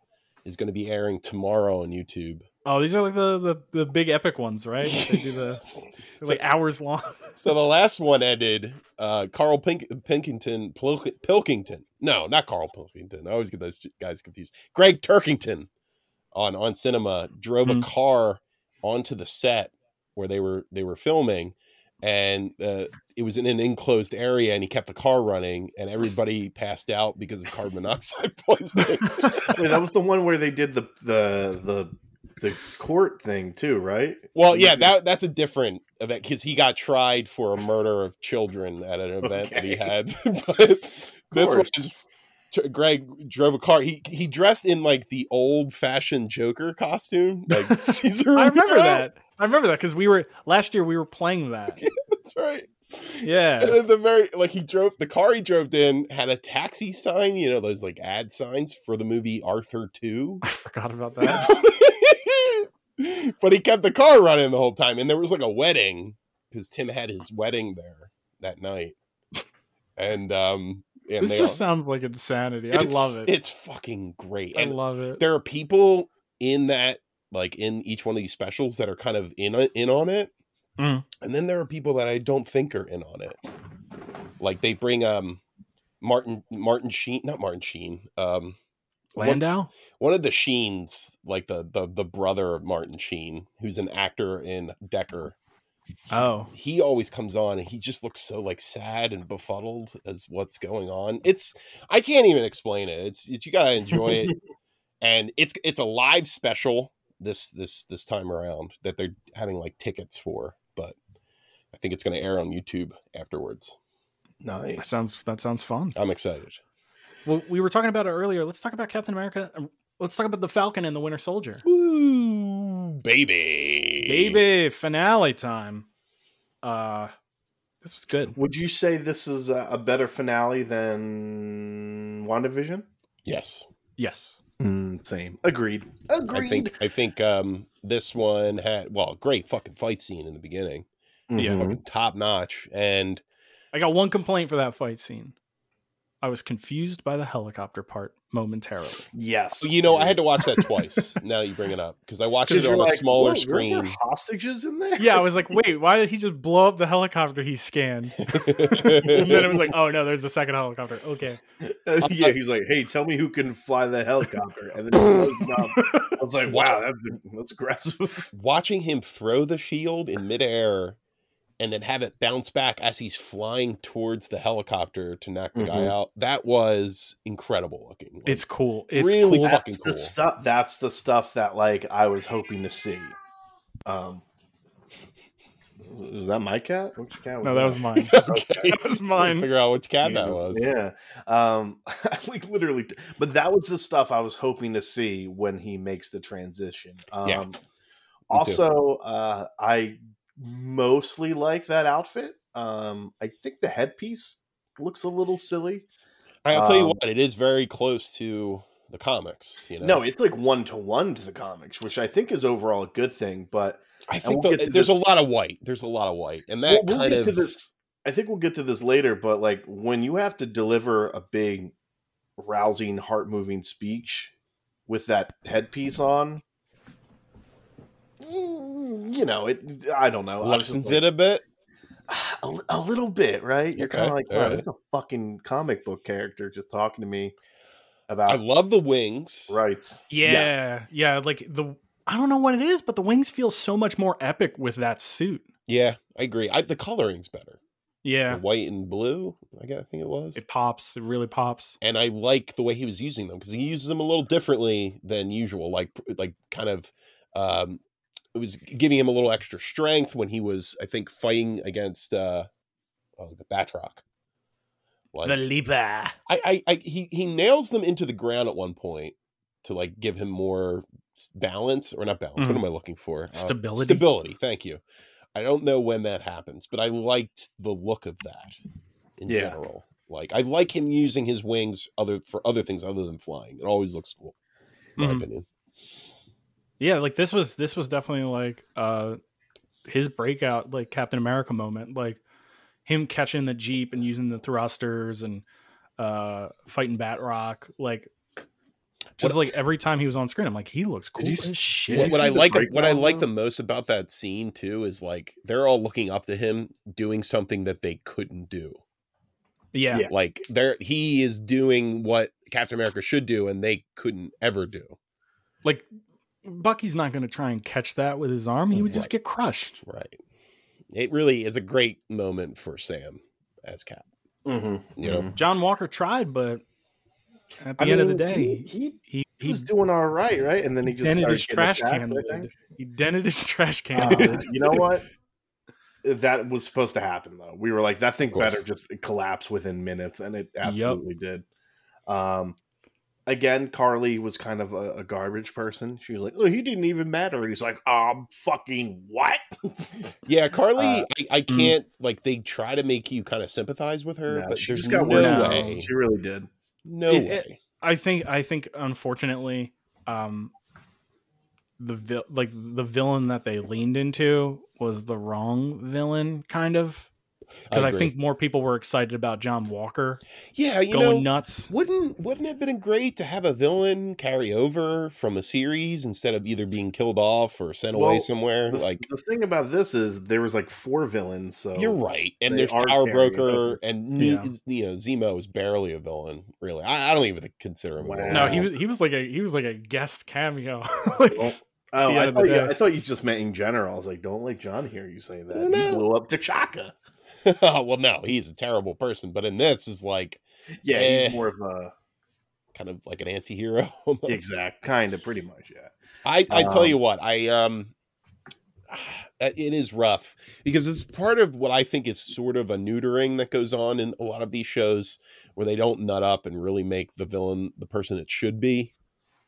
Speaker 3: is going to be airing tomorrow on YouTube.
Speaker 2: Oh, these are like the the, the big epic ones, right? They do the
Speaker 3: (laughs)
Speaker 2: they're like hours long. (laughs)
Speaker 3: So the last one ended. Uh, Carl Pink- Pinkington, Plil- Pilkington. No, not Carl Pilkington. I always get those two guys confused. Greg Turkington on on cinema drove
Speaker 1: Mm.
Speaker 2: Hmm.
Speaker 3: a car onto the set where they were they were filming, and uh, it was in an enclosed area, and he kept the car running, and everybody passed out because of carbon (laughs) monoxide poisoning.
Speaker 1: Wait, that was the one where they did the the the the court thing too, right?
Speaker 3: Well,
Speaker 1: (laughs)
Speaker 3: yeah, that that's a different event because he got tried for a murder of children at an event that he
Speaker 1: Okay.
Speaker 3: had. (laughs) but this
Speaker 1: course.
Speaker 3: was t- Greg drove a car. He he dressed in like the old fashioned Joker costume,
Speaker 2: (laughs)
Speaker 3: like (laughs) Caesar.
Speaker 2: I remember
Speaker 3: Romero.
Speaker 2: that. I remember that because we were last year we were playing that.
Speaker 3: (laughs) That's right. And
Speaker 2: Yeah.
Speaker 3: then the very like he drove the car he drove in had a taxi sign, you know those like ad signs for the movie Arthur Two. (laughs)
Speaker 2: I forgot about that.
Speaker 3: but he kept the car running the whole time, and there was like a wedding because Tim had his wedding there that night, (laughs) and um, and
Speaker 2: this
Speaker 3: they
Speaker 2: just
Speaker 3: all-
Speaker 2: sounds like insanity. I
Speaker 3: it's-
Speaker 2: love it.
Speaker 3: It's fucking great,
Speaker 2: I
Speaker 3: and
Speaker 2: love it.
Speaker 3: there are people in that like in each one of these specials that are kind of in on- in on it,
Speaker 2: Mm.
Speaker 3: and then there are people that I don't think are in on it. Like they bring um Martin Martin Sheen, not Martin Sheen, um one-
Speaker 2: Landau?
Speaker 3: one of the Sheens, like the the the brother of Martin Sheen, who's an actor in Decker,
Speaker 2: Oh.
Speaker 3: he always comes on and he just looks so like sad and befuddled as what's going on. It's I can't even explain it. It's, it's you gotta enjoy (laughs) it, and it's it's a live special this this this time around that they're having like tickets for, but I think it's gonna air on YouTube afterwards.
Speaker 1: Nice.
Speaker 2: That sounds that sounds fun.
Speaker 3: I'm excited.
Speaker 2: Well, we were talking about it earlier. Let's talk about Captain America. um, Let's talk about the Falcon and the Winter Soldier.
Speaker 3: Woo, baby,
Speaker 2: Baby, finale time. Uh this was good.
Speaker 1: Would you say this is a, a better finale than WandaVision?
Speaker 3: Yes.
Speaker 2: Yes.
Speaker 1: Mm, same. Agreed. Agreed.
Speaker 3: I think I think um this one had well great fucking fight scene in the beginning,
Speaker 2: Yeah.
Speaker 1: Mhm.
Speaker 3: fucking top notch, and
Speaker 2: I got one complaint for that fight scene. I was confused by the helicopter part momentarily.
Speaker 1: Yes.
Speaker 3: you know I had to watch that twice. now that you bring it up because I watched
Speaker 1: Because
Speaker 3: it
Speaker 1: you're
Speaker 3: on a
Speaker 1: like, "Whoa,
Speaker 3: smaller
Speaker 1: were there
Speaker 3: screen.
Speaker 1: hostages in there. (laughs)
Speaker 2: Yeah, I was like, wait, why did he just blow up the helicopter he scanned?
Speaker 3: (laughs)
Speaker 2: And then it was like, oh no, there's a second helicopter. Okay.
Speaker 1: yeah. He's like, hey, tell me who can fly the helicopter. And then
Speaker 3: (laughs)
Speaker 1: he blows it up. I was like, wow, that's that's aggressive.
Speaker 3: Watching him throw the shield in midair and then have it bounce back as he's flying towards the helicopter to knock the guy
Speaker 1: Mhm.
Speaker 3: out. That was incredible looking. Like, (laughs)
Speaker 2: It's cool. It's
Speaker 3: Really
Speaker 2: cool.
Speaker 3: fucking
Speaker 1: That's the
Speaker 3: cool.
Speaker 1: stuff. That's the stuff that like I was hoping to see. Um, was that my cat? Which cat?
Speaker 2: No, that was (laughs) mine.
Speaker 3: okay.
Speaker 2: That was mine.
Speaker 3: Figure out which cat that was.
Speaker 1: Yeah. Um, (laughs) like literally, but that was the stuff I was hoping to see when he makes the transition. Um,
Speaker 3: Yeah.
Speaker 1: Also, uh, I mostly like that outfit. Um, I think the headpiece looks a little silly.
Speaker 3: I'll tell you
Speaker 1: Um,
Speaker 3: what, it is very close to the comics. You know,
Speaker 1: No, it's like one to one to the comics, which I think is overall a good thing. But
Speaker 3: I
Speaker 1: And
Speaker 3: think
Speaker 1: we'll
Speaker 3: the-
Speaker 1: get to
Speaker 3: there's
Speaker 1: this-
Speaker 3: a lot of white. There's a lot of white, and that
Speaker 1: we'll, we'll
Speaker 3: kind
Speaker 1: get
Speaker 3: of
Speaker 1: to this. I think we'll get to this later, but like when you have to deliver a big, rousing, heart moving speech with that headpiece on, mm, you know, it. I don't know. I was just
Speaker 3: lessens
Speaker 1: like, "Ah,
Speaker 3: it a bit.
Speaker 1: a, li- a little bit, right? You're
Speaker 3: Okay,
Speaker 1: kind of like,
Speaker 3: all
Speaker 1: oh,
Speaker 3: right.
Speaker 1: this is a fucking comic book character just talking to me
Speaker 3: I
Speaker 1: about
Speaker 3: love the wings.
Speaker 1: rights.
Speaker 2: Yeah, yeah. like the I don't know what it is, but the wings feel so much more epic with that suit.
Speaker 3: Yeah, I agree. I, the coloring's better. The
Speaker 2: Yeah.
Speaker 3: white and blue. I got- I think it was.
Speaker 2: It pops. It really pops.
Speaker 3: and I like the way he was using them because he uses them a little differently than usual. Like like kind of, um, it was giving him a little extra strength when he was, I think, fighting against uh, oh, the Batroc. Like,
Speaker 2: Leaper.
Speaker 3: I, I, I he, he nails them into the ground at one point to like give him more s- balance or not balance. What
Speaker 2: Mhm.
Speaker 3: am I looking for? Uh,
Speaker 2: Stability.
Speaker 3: stability. Thank you. I don't know when that happens, but I liked the look of that in
Speaker 1: Yeah.
Speaker 3: general. Like I like him using his wings other for other things other than flying. It always looks cool. in my
Speaker 2: Mhm.
Speaker 3: opinion.
Speaker 2: Yeah, like this was this was definitely like uh his breakout like Captain America moment, like him catching the jeep and using the thrusters and uh fighting Batrock, like just like every time he was on screen, I'm like, he looks cool
Speaker 1: you
Speaker 2: as
Speaker 1: s-
Speaker 2: shit.
Speaker 1: Did
Speaker 3: What,
Speaker 1: you
Speaker 3: what
Speaker 1: see
Speaker 3: I
Speaker 1: the
Speaker 3: like, what I
Speaker 1: breakdown,
Speaker 3: like
Speaker 1: though?
Speaker 3: the most about that scene too is like they're all looking up to him doing something that they couldn't do.
Speaker 2: yeah,
Speaker 1: Yeah.
Speaker 3: Like there, he is doing what Captain America should do, and they couldn't ever do.
Speaker 2: like Bucky's not going to try and catch that with his arm; he would just
Speaker 3: Right.
Speaker 2: get crushed.
Speaker 3: Right. It really is a great moment for Sam as Cap.
Speaker 1: Mm-hmm.
Speaker 3: You know?
Speaker 2: John Walker tried, but at the end of the day,
Speaker 1: he, he,
Speaker 2: he
Speaker 1: he
Speaker 2: he,
Speaker 1: was doing all right, right? And then he just
Speaker 2: dented
Speaker 1: started
Speaker 2: his
Speaker 1: getting
Speaker 2: trash
Speaker 1: attacked,
Speaker 2: can.
Speaker 1: I
Speaker 2: lid.
Speaker 1: think.
Speaker 2: He dented his (laughs) trash can.
Speaker 1: Uh,
Speaker 3: (laughs)
Speaker 2: lid.
Speaker 1: you know what? That was supposed to happen though. We were like, that thing
Speaker 3: Of course.
Speaker 1: better just collapse within minutes, and it absolutely did. Um, again, Carly was kind of a, a garbage person. She was like, "Oh, he didn't even matter." He's like, "Um, fucking what?"
Speaker 3: Yeah, Carly,
Speaker 1: Uh,
Speaker 3: I, I
Speaker 2: mm.
Speaker 3: can't like they try to make you kind of sympathize with her,
Speaker 1: No,
Speaker 3: but
Speaker 1: she
Speaker 3: there's
Speaker 1: just got
Speaker 3: no
Speaker 1: worse.
Speaker 2: out.
Speaker 3: way,
Speaker 1: She really did.
Speaker 3: no
Speaker 2: It- it-
Speaker 3: way.
Speaker 2: I think I think unfortunately, um, the vil- like the villain that they leaned into was the wrong villain, kind of. Because I,
Speaker 3: agree.
Speaker 2: think more people were excited about John Walker
Speaker 3: yeah, you
Speaker 2: going
Speaker 3: know,
Speaker 2: nuts.
Speaker 3: wouldn't wouldn't it have been great to have a villain carry over from a series instead of either being killed off or sent away
Speaker 1: Well,
Speaker 3: somewhere?
Speaker 1: The,
Speaker 3: Like
Speaker 1: the thing about this is there was like four villains, so
Speaker 3: you're right, and
Speaker 1: they
Speaker 3: there's
Speaker 1: are
Speaker 3: Power
Speaker 1: carrying
Speaker 3: Broker,
Speaker 1: over.
Speaker 3: and
Speaker 2: Yeah.
Speaker 3: New- you know Zemo is barely a villain, really. I, I don't even consider him. a
Speaker 1: Wow.
Speaker 3: villain.
Speaker 2: No, he was he was like a he was like a guest cameo. (laughs) Like,
Speaker 1: Well, Oh,
Speaker 2: the end
Speaker 1: I
Speaker 2: of the
Speaker 1: thought, you,
Speaker 2: day.
Speaker 1: I thought you just meant in general. I was like, "Don't let John hear you say that." He
Speaker 3: No.
Speaker 1: blew up T'Chaka.
Speaker 3: (laughs) well, no, he's a terrible person, but in this is like
Speaker 1: Yeah,
Speaker 3: Eh.
Speaker 1: he's more of a
Speaker 3: kind of like an anti-hero. (laughs) almost.
Speaker 1: exact kind of pretty much. Yeah.
Speaker 3: I, I tell
Speaker 1: Um,
Speaker 3: you what, I um, (sighs) it is rough because it's part of what I think is sort of a neutering that goes on in a lot of these shows where they don't nut up and really make the villain the person it should be.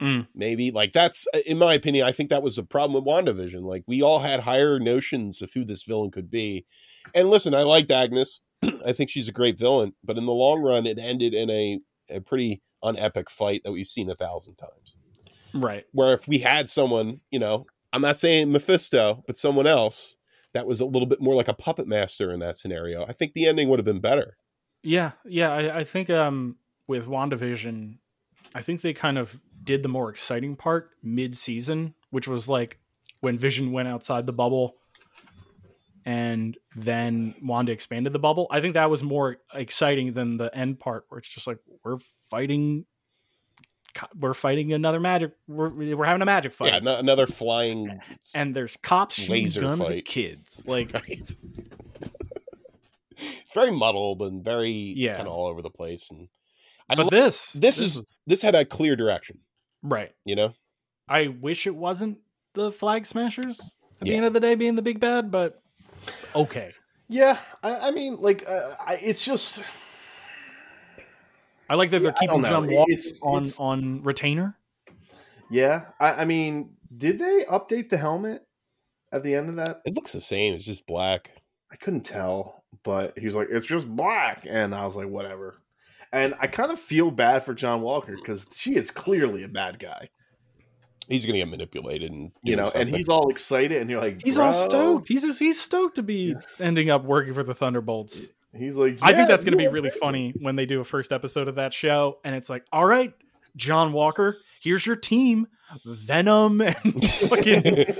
Speaker 2: Mm.
Speaker 3: Maybe like that's in my opinion. I think that was the problem with WandaVision. Like we all had higher notions of who this villain could be. And listen, I liked Agnes. (clears throat) I think she's a great villain, but in the long run, it ended in a a pretty unepic fight that we've seen a thousand times
Speaker 2: right.
Speaker 3: where if we had someone, you know, I'm not saying Mephisto, but someone else that was a little bit more like a puppet master in that scenario, I think the ending would have been better.
Speaker 2: Yeah, yeah. I, I think um with WandaVision, I think they kind of did the more exciting part mid season, which was like when Vision went outside the bubble and then Wanda expanded the bubble. I think that was more exciting than the end part where it's just like we're fighting co- we're fighting another magic we're, we're having a magic fight
Speaker 3: Yeah, no- another flying (laughs)
Speaker 2: and there's cops shooting
Speaker 3: Laser
Speaker 2: guns
Speaker 3: fight.
Speaker 2: at
Speaker 3: (laughs)
Speaker 2: kids like
Speaker 3: right. it's very muddled and very
Speaker 2: Yeah.
Speaker 3: kind of all over the place. And I
Speaker 2: but
Speaker 3: like-
Speaker 2: this
Speaker 3: this is-
Speaker 2: was-
Speaker 3: this had a clear direction,
Speaker 2: right
Speaker 3: you know.
Speaker 2: I wish it wasn't the flag smashers at
Speaker 3: Yeah.
Speaker 2: the end of the day being the big bad, but okay.
Speaker 1: Yeah, I, I mean, like, uh, I, it's just
Speaker 2: I like that
Speaker 1: Yeah,
Speaker 2: they're
Speaker 1: I don't
Speaker 2: keeping
Speaker 1: know.
Speaker 2: John Walker
Speaker 1: It's-
Speaker 2: on
Speaker 1: it's-
Speaker 2: on retainer.
Speaker 1: yeah. I, I mean, did they update the helmet at the end of that?
Speaker 3: It looks the same. It's just black.
Speaker 1: I couldn't tell, but he's like, it's just black, and I was like, whatever. And I kind of feel bad for John Walker because she is clearly a bad guy,
Speaker 3: He's gonna get manipulated, and
Speaker 1: you
Speaker 3: doing
Speaker 1: know. And
Speaker 3: something. (laughs)
Speaker 1: he's all excited, and you're like,
Speaker 2: He's all
Speaker 1: "Bro."
Speaker 2: stoked. He's just, he's stoked to be ending up working for the Thunderbolts.
Speaker 1: He's like,
Speaker 2: I think
Speaker 1: "Yeah,
Speaker 2: that's going to
Speaker 1: you
Speaker 2: be
Speaker 1: are
Speaker 2: really
Speaker 1: right."
Speaker 2: funny when they do a first episode of that show, and it's like, all right, John Walker, here's your team, Venom, (laughs) and
Speaker 1: (laughs)
Speaker 2: fucking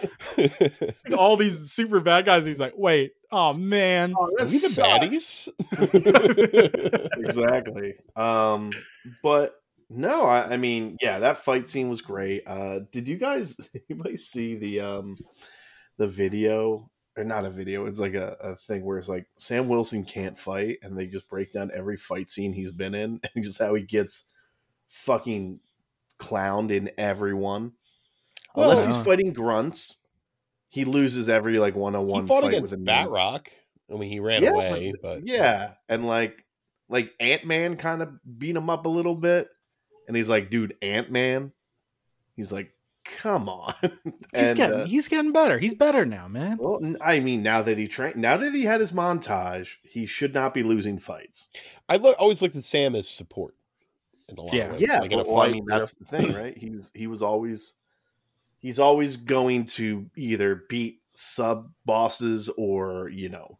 Speaker 2: all these super bad guys. He's like, wait, oh man,
Speaker 1: Oh,
Speaker 3: Are
Speaker 1: that
Speaker 3: we the
Speaker 1: sucks.
Speaker 3: (laughs) baddies?
Speaker 1: exactly. Um, but no, I, I mean, yeah, that fight scene was great. Uh, did you guys (laughs) anybody see the um the video or not a video? It's like a, a thing where it's like Sam Wilson can't fight, and they just break down every fight scene he's been in, (laughs) and just how he gets fucking clowned in everyone. Unless
Speaker 2: Well-
Speaker 1: he's fighting grunts, he loses every like one on one.
Speaker 3: he fought against Batrock. I mean, he ran
Speaker 1: Yeah,
Speaker 3: away, but
Speaker 1: Yeah, and like like Ant Man kind of beat him up a little bit, and he's like, "Dude, Ant Man," he's like, "Come on." (laughs)
Speaker 2: he's
Speaker 1: and,
Speaker 2: getting
Speaker 1: uh,
Speaker 2: he's getting better. He's better now, man.
Speaker 1: well, n- I mean, now that he trained, now that he had his montage, he should not be losing fights.
Speaker 3: I look always looked at Sam as support. in a lot
Speaker 2: Yeah.
Speaker 3: of ways.
Speaker 1: yeah,
Speaker 3: like in a
Speaker 1: well, I
Speaker 3: fight,
Speaker 1: mean
Speaker 3: you know?
Speaker 1: that's the thing, right? He was he was always he's always going to either beat sub bosses or you know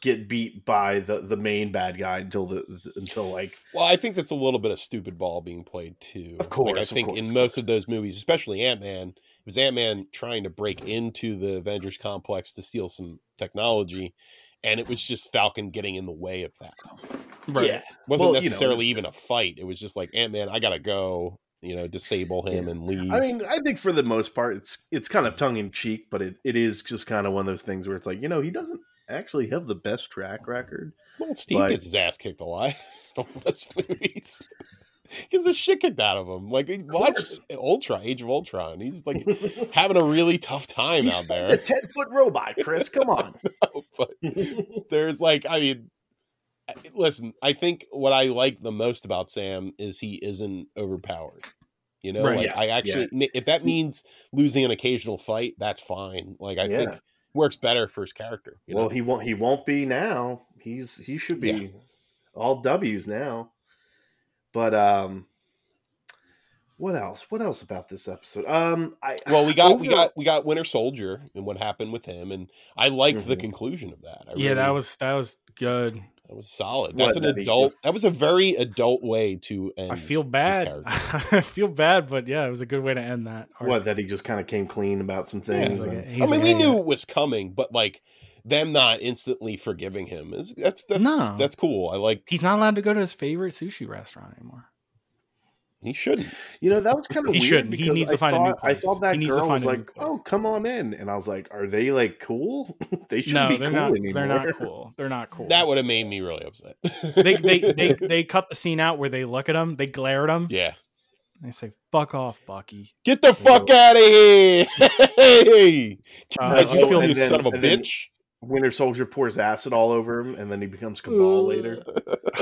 Speaker 1: get beat by the the main bad guy until the, the- until like
Speaker 3: Well, I think that's a little bit of stupid ball being played too.
Speaker 1: Of
Speaker 3: Like, I
Speaker 1: course, of
Speaker 3: think
Speaker 1: course,
Speaker 3: in
Speaker 1: of
Speaker 3: most
Speaker 1: course.
Speaker 3: of those movies, especially Ant Man, it was Ant Man trying to break into the Avengers complex to steal some technology, and it was just Falcon getting in the way of that.
Speaker 2: (laughs) Right.
Speaker 1: yeah,
Speaker 3: wasn't
Speaker 1: Well, you know,
Speaker 3: necessarily even a fight. It was just like Ant Man, I gotta go. You know, disable him and leave.
Speaker 1: I mean, I think for the most part, it's it's kind of tongue in cheek, but it, it is just kind of one of those things where it's like, you know, he doesn't actually have the best track record.
Speaker 3: well, Steve
Speaker 1: like-
Speaker 3: gets his ass kicked a lot (laughs) on those movies. (laughs) He Gets the shit kicked out of him. Like watch
Speaker 1: course.
Speaker 3: Ultron, Age of Ultron. He's
Speaker 1: (laughs)
Speaker 3: like
Speaker 1: He's
Speaker 3: having a really tough time out
Speaker 1: a
Speaker 3: there.
Speaker 1: ten foot robot, Chris. Come on.
Speaker 3: but (laughs) there's like, I mean, I- listen. I think what I like the most about Sam is he isn't overpowered. You know,
Speaker 2: Right.
Speaker 3: like I
Speaker 1: Yes,
Speaker 3: actually, if that means losing an occasional fight, that's fine. Like I think
Speaker 1: Yeah.
Speaker 3: works better for his character. (laughs) You
Speaker 1: well,
Speaker 3: know?
Speaker 1: he won't. He won't be now. He's he should be
Speaker 3: Yeah.
Speaker 1: all W's now. But um, what else? What else about this episode? Um, I
Speaker 3: well we got we
Speaker 1: overall-
Speaker 3: got we got winter soldier and what happened with him and i liked the
Speaker 1: Mhm.
Speaker 3: conclusion of that I
Speaker 2: yeah, that
Speaker 3: really-
Speaker 2: was that was good.
Speaker 3: that was solid
Speaker 1: What,
Speaker 3: that's an
Speaker 1: that he
Speaker 3: adult
Speaker 1: just-
Speaker 3: that was a very adult way to end
Speaker 2: I feel bad. (laughs)
Speaker 3: character.
Speaker 2: I feel bad, but yeah, it was a good way to end that. arc.
Speaker 1: what that he just kind of came clean about some
Speaker 3: Yeah,
Speaker 1: things.
Speaker 2: He's
Speaker 1: and-
Speaker 2: like,
Speaker 3: i
Speaker 2: he's
Speaker 3: mean
Speaker 2: like,
Speaker 3: we
Speaker 2: "Hey,
Speaker 3: knew it was coming but like them not instantly forgiving him is that's that's
Speaker 2: No.
Speaker 3: that's cool i like
Speaker 2: He's not allowed to go to his favorite sushi restaurant anymore.
Speaker 3: he shouldn't
Speaker 1: You know, that was kind of
Speaker 2: He
Speaker 1: weird.
Speaker 2: shouldn't. He
Speaker 1: because
Speaker 2: needs
Speaker 1: I
Speaker 2: to find a new
Speaker 1: thought, I
Speaker 2: place.
Speaker 1: thought that
Speaker 2: He needs to
Speaker 1: girl was
Speaker 2: find a new
Speaker 1: like,
Speaker 2: place.
Speaker 1: "Oh, come on in," and I was like, "Are they like cool? (laughs) they shouldn't
Speaker 2: No,
Speaker 1: be
Speaker 2: they're
Speaker 1: cool
Speaker 2: not.
Speaker 1: anymore."
Speaker 2: They're not cool. They're not cool. (laughs)
Speaker 3: that would have made me really upset
Speaker 2: they,
Speaker 3: (laughs)
Speaker 2: they they they cut the scene out where they look at him. They glare at him.
Speaker 3: yeah
Speaker 2: and They say, "Fuck off,
Speaker 3: (laughs)
Speaker 2: Bucky." (laughs)
Speaker 3: get the fuck out of here (laughs) hey
Speaker 2: Uh,
Speaker 3: I
Speaker 2: I
Speaker 3: still
Speaker 2: feel-
Speaker 3: you
Speaker 1: and then-
Speaker 3: son of a
Speaker 1: and then-
Speaker 3: bitch
Speaker 1: Winter Soldier pours acid all over him, and then he becomes Cabal later.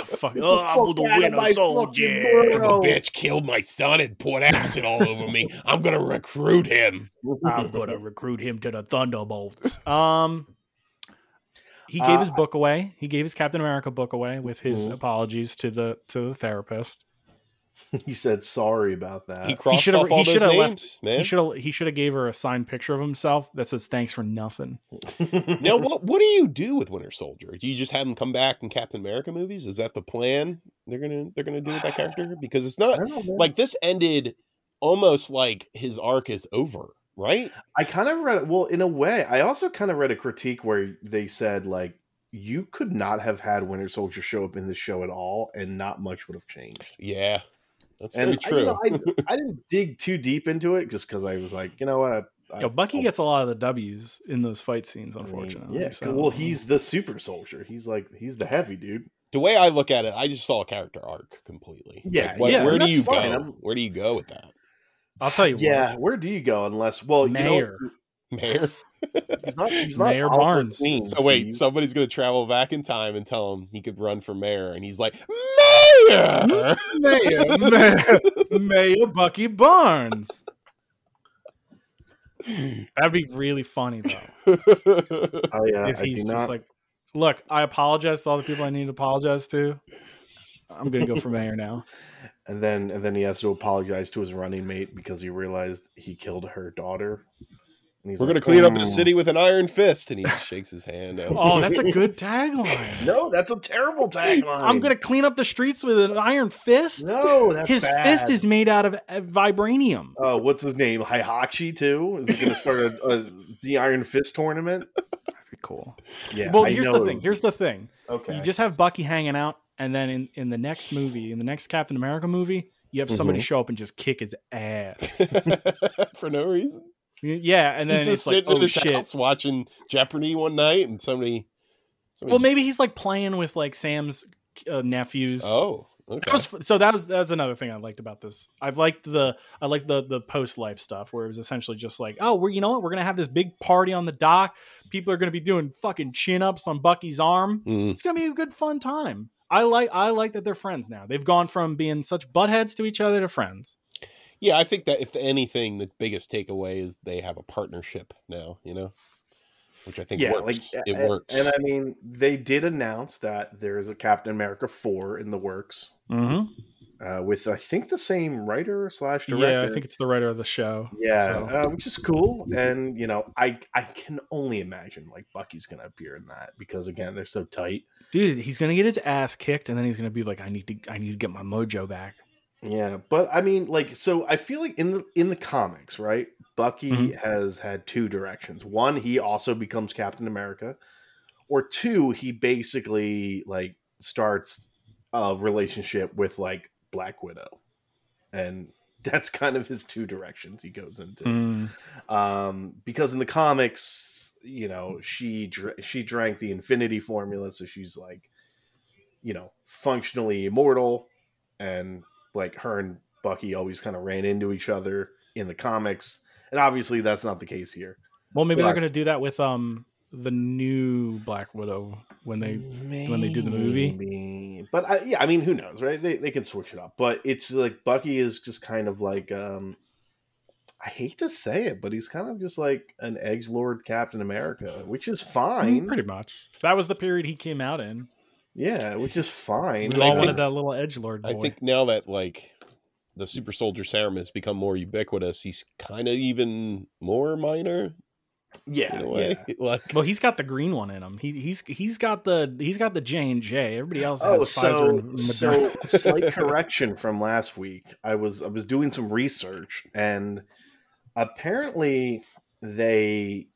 Speaker 2: Fuck.
Speaker 1: Get the
Speaker 2: Oh, I'm
Speaker 1: fuck out of
Speaker 2: the
Speaker 1: my
Speaker 2: winner
Speaker 1: fucking
Speaker 2: soldier.
Speaker 1: world.
Speaker 3: Son of a
Speaker 1: Bro.
Speaker 3: bitch killed my son and poured acid all over
Speaker 1: (laughs)
Speaker 3: me. I'm gonna recruit him.
Speaker 2: I'm gonna recruit him to
Speaker 1: (laughs)
Speaker 2: the Thunderbolts. Um, he gave
Speaker 1: Uh,
Speaker 2: his book away. He gave his Captain America book away with his
Speaker 1: Mhm.
Speaker 2: apologies to the to the therapist.
Speaker 1: (laughs) he said sorry about that.
Speaker 3: He Uh, crossed
Speaker 2: should've-
Speaker 3: off all
Speaker 2: he
Speaker 3: those
Speaker 2: should've
Speaker 3: names,
Speaker 2: left-
Speaker 3: man.
Speaker 2: He should have he should have gave her a signed picture of himself that says "Thanks for nothing."
Speaker 1: (laughs)
Speaker 3: Now, what what do you do with Winter Soldier? Do you just have him come back in Captain America movies? Is that the plan they're gonna they're gonna do with that (sighs) character? Because it's
Speaker 1: I
Speaker 3: not
Speaker 1: don't know.
Speaker 3: like this ended almost like his arc is over, right?
Speaker 1: I kind of read well in a way. I also kind of read a critique where they said like you could not have had Winter Soldier show up in this show at all, and not much would have changed.
Speaker 3: Yeah, that's
Speaker 1: And
Speaker 3: very
Speaker 1: I, you
Speaker 3: true.
Speaker 1: know, I, I didn't dig too deep into it just because I was like, you know what, I, I-
Speaker 2: Yo, Bucky
Speaker 1: I'll-
Speaker 2: gets a lot of the W's in those fight scenes,
Speaker 1: Oh. I mean,
Speaker 2: unfortunately.
Speaker 1: yeah.
Speaker 2: so-
Speaker 1: Well, he's the super soldier. He's like he's the heavy dude.
Speaker 3: the way I look at it, I just saw a character arc completely. Like,
Speaker 1: Yeah,
Speaker 3: what-
Speaker 2: yeah,
Speaker 3: Where do
Speaker 1: that's
Speaker 3: you
Speaker 1: fine.
Speaker 3: go?
Speaker 1: I'm-
Speaker 3: Where do you go with that, (laughs)
Speaker 2: I'll tell you.
Speaker 1: Yeah, where do you go unless well,
Speaker 2: Mayor.
Speaker 1: you know,
Speaker 3: Mayor?
Speaker 1: he's not he's not
Speaker 2: Mayor
Speaker 1: Oliver
Speaker 2: Barnes.
Speaker 1: Queen,
Speaker 3: So wait,
Speaker 1: Steve.
Speaker 3: somebody's gonna travel back in time and tell him he could run for mayor, and he's like,
Speaker 2: (laughs)
Speaker 1: Uh,
Speaker 3: Mayor!
Speaker 2: what? Mayor, Mayor, Mayor Bucky Barnes. That'd be really funny though.
Speaker 1: I, uh,
Speaker 2: if
Speaker 1: I do
Speaker 2: he's just
Speaker 1: not.
Speaker 2: like, look, I apologize to all the people I need to apologize to. I'm gonna go for mayor now.
Speaker 1: and then and then he has to apologize to his running mate because he realized he killed her daughter. And he's
Speaker 3: We're
Speaker 1: like,
Speaker 3: gonna clean up
Speaker 1: "Mm."
Speaker 3: the city with an iron fist, and he shakes his hand. out.
Speaker 2: Oh, that's a good tagline.
Speaker 1: No, (laughs) that's a terrible tagline.
Speaker 2: (laughs) I'm gonna clean up the streets with an iron fist.
Speaker 1: No, that's
Speaker 2: His
Speaker 1: bad.
Speaker 2: fist is made out of uh, vibranium.
Speaker 1: Uh, what's his name? Hihachi too. Is he going to start a, a the Iron Fist tournament?
Speaker 2: That'd be cool.
Speaker 1: Yeah.
Speaker 2: well,
Speaker 1: I
Speaker 2: here's
Speaker 1: know
Speaker 2: the
Speaker 1: it
Speaker 2: thing.
Speaker 1: would
Speaker 2: Here's
Speaker 1: be.
Speaker 2: the thing.
Speaker 1: okay.
Speaker 2: You just have Bucky hanging out, and then in, in the next movie, in the next Captain America movie, you have
Speaker 3: Mm-hmm.
Speaker 2: somebody show up and just kick his ass.
Speaker 3: (laughs) for no reason.
Speaker 2: yeah,
Speaker 3: (laughs)
Speaker 2: and then
Speaker 3: he's
Speaker 2: it's
Speaker 3: just
Speaker 2: like,
Speaker 3: sitting in
Speaker 2: oh
Speaker 3: his
Speaker 2: shit.
Speaker 3: house watching Jeopardy one night, and somebody. somebody
Speaker 2: Well, maybe he's like playing with like Sam's uh, nephews.
Speaker 3: Oh, okay.
Speaker 2: That was, so that was that's another thing I liked about this. I've liked the I liked the the post life stuff where it was essentially just like, oh, we're you know what, we're gonna have this big party on the dock. People are gonna be doing fucking chin ups on Bucky's arm.
Speaker 3: Mm.
Speaker 2: It's gonna be a good fun time. I like I like that they're friends now. They've gone from being such buttheads to each other to friends.
Speaker 3: Yeah, I think that if anything, the biggest takeaway is they have a partnership now. You know, which I think
Speaker 1: yeah,
Speaker 3: works.
Speaker 1: like
Speaker 3: it
Speaker 1: a-
Speaker 3: works.
Speaker 1: And I mean, they did announce that there is a Captain America four in the works.
Speaker 2: Mm-hmm.
Speaker 1: uh, with I think the same writer slash director.
Speaker 2: Yeah, I think it's the writer of the show.
Speaker 1: Yeah,
Speaker 2: So-
Speaker 1: uh, which is cool, and you know, I I can only imagine like Bucky's gonna appear in that because again, they're so tight.
Speaker 2: Dude, he's gonna get his ass kicked, and then he's gonna be like, "I need to, I need to get my mojo back."
Speaker 1: Yeah, but I mean, like, so I feel like in the in the comics, right? Bucky
Speaker 2: Mhm.
Speaker 1: has had two directions. One, he also becomes Captain America, or two, he basically like starts a relationship with like Black Widow, and (laughs) that's kind of his two directions he goes into.
Speaker 2: Mm.
Speaker 1: um, because in the comics, you
Speaker 2: Mm.
Speaker 1: know, she dr- she drank the Infinity Formula, so she's like, you know, functionally immortal, and like her and Bucky always kind of ran into each other in the comics, and obviously that's not the case here.
Speaker 2: Well, maybe
Speaker 1: Black-
Speaker 2: they're gonna do that with um the new Black Widow when they.
Speaker 1: when
Speaker 2: they do the movie?
Speaker 1: but I, yeah, I mean, who knows, right? They they can switch it up, but it's like Bucky is just kind of like. um I hate to say it, but he's kind of just like an edge lord Captain America, which is fine.
Speaker 2: Pretty much. That was the period he came out in.
Speaker 1: Yeah, which is fine.
Speaker 2: We
Speaker 3: I
Speaker 2: all
Speaker 3: think-
Speaker 2: wanted that little edge lord boy.
Speaker 3: I think now that like the super soldier serum has become more ubiquitous, he's kind of even more minor
Speaker 1: yeah,
Speaker 3: in a way.
Speaker 1: yeah.
Speaker 3: (laughs) like
Speaker 2: Well, he's got the green one in him. He, he's he's got the he's got the J and J. Everybody else
Speaker 1: (laughs)
Speaker 2: has
Speaker 1: Oh,
Speaker 2: Pfizer
Speaker 1: so
Speaker 2: and Moderna.
Speaker 1: so (laughs)
Speaker 2: (laughs)
Speaker 1: slight correction from last week. I was I was doing some research, and apparently they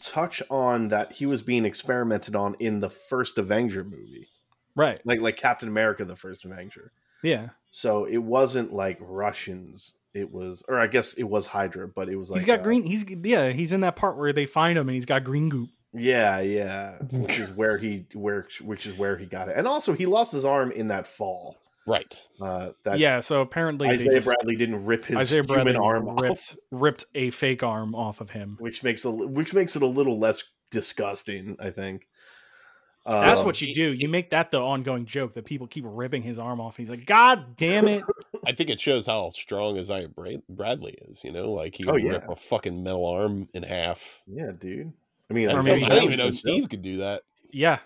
Speaker 1: touch on that he was being experimented on in the first Avenger movie,
Speaker 2: right?
Speaker 1: like like Captain America, the first Avenger.
Speaker 2: Yeah,
Speaker 1: So it wasn't like Russians. It was, or I guess it was Hydra, but it was like
Speaker 2: he's got
Speaker 1: uh,
Speaker 2: green. He's yeah, he's in that part where they find him and he's got green goop.
Speaker 1: Yeah, yeah, which is where he where which is where he got it, and also he lost his arm in that fall.
Speaker 3: right.
Speaker 1: Uh, that
Speaker 2: yeah, so apparently they
Speaker 1: Isaiah
Speaker 2: just-
Speaker 1: Bradley didn't rip his
Speaker 2: Isaiah Bradley
Speaker 1: human arm off,
Speaker 2: ripped ripped a fake arm off of him.
Speaker 1: which makes a which makes it a little less disgusting. I think
Speaker 2: That's
Speaker 1: Um,
Speaker 2: what you do. You make that the ongoing joke that people keep ripping his arm off. He's like, God damn
Speaker 1: (laughs)
Speaker 2: it!
Speaker 3: I think it shows how strong Isaiah Bra- Bradley is. You know, like he
Speaker 1: Oh,
Speaker 3: can
Speaker 1: yeah.
Speaker 3: rip a fucking metal arm in half.
Speaker 1: Um, Yeah, dude. I mean,
Speaker 2: Or
Speaker 3: That's
Speaker 1: Isaiah
Speaker 2: maybe
Speaker 3: something- I
Speaker 1: Bradley
Speaker 3: didn't even know
Speaker 1: did,
Speaker 3: Steve could
Speaker 1: (laughs)
Speaker 3: do that.
Speaker 2: Yeah,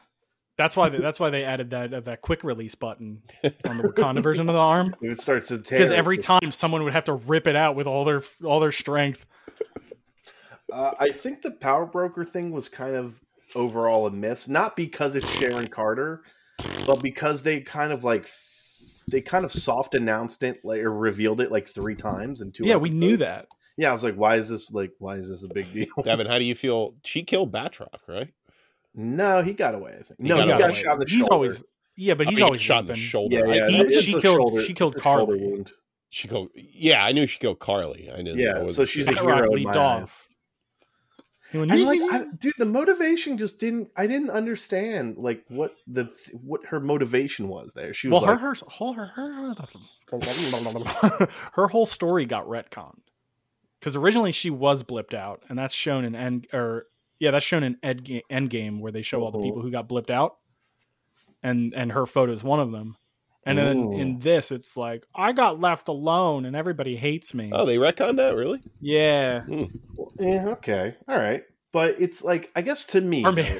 Speaker 2: that's why they, that's why they added that uh, that quick release button on the Wakanda version of
Speaker 1: (laughs)
Speaker 2: the arm.
Speaker 1: though. If it starts to tear
Speaker 2: because every time someone would have to rip it out with all their all their strength.
Speaker 1: uh, I think the power broker thing was kind of overall a miss, not because it's Sharon Carter, but because they kind of like f- they kind of soft announced it like, or revealed it like three times in two.
Speaker 2: yeah, we
Speaker 1: episodes.
Speaker 2: knew that.
Speaker 1: Yeah, I was like, why is this like why is this a big deal? (laughs)
Speaker 3: Devin, how do you feel? She killed Batroc, right?
Speaker 1: No, he got away. I think. No,
Speaker 3: got
Speaker 1: he got,
Speaker 3: away.
Speaker 1: shot in the
Speaker 2: he's
Speaker 1: shoulder.
Speaker 2: always yeah, but
Speaker 3: I
Speaker 2: he's
Speaker 3: mean,
Speaker 2: always
Speaker 3: shot in the
Speaker 2: ripping.
Speaker 3: shoulder.
Speaker 1: yeah, yeah.
Speaker 3: I,
Speaker 2: he-
Speaker 1: it's
Speaker 3: even-
Speaker 2: she
Speaker 1: just a
Speaker 2: killed- she killed
Speaker 1: it's a shoulder
Speaker 2: Carly.
Speaker 1: wound.
Speaker 3: she killed. Yeah, I knew she killed Carly. I knew.
Speaker 1: Yeah,
Speaker 3: that
Speaker 1: so
Speaker 3: wasn't
Speaker 1: she's
Speaker 3: true.
Speaker 1: a
Speaker 2: Batroc
Speaker 1: hero in
Speaker 2: leaped
Speaker 1: my
Speaker 2: off. He went,
Speaker 1: And like, I, dude, the motivation just didn't. I didn't understand like what the th- what her motivation was there. She
Speaker 2: well,
Speaker 1: was
Speaker 2: her
Speaker 1: like,
Speaker 2: her whole her her, (laughs) her whole story got retconned because originally she was blipped out, and that's shown in end or yeah, that's shown in Ed Endgame where they show all the
Speaker 1: Mhm.
Speaker 2: people who got blipped out, and and her photo is one of them. And then
Speaker 1: Ooh.
Speaker 2: in this, it's like I got left alone, and everybody hates me.
Speaker 3: Oh, they retconned that really?
Speaker 2: Yeah.
Speaker 1: "Eh, okay, all right, but it's like I guess to me,
Speaker 2: (laughs) Or
Speaker 3: (laughs)
Speaker 2: maybe,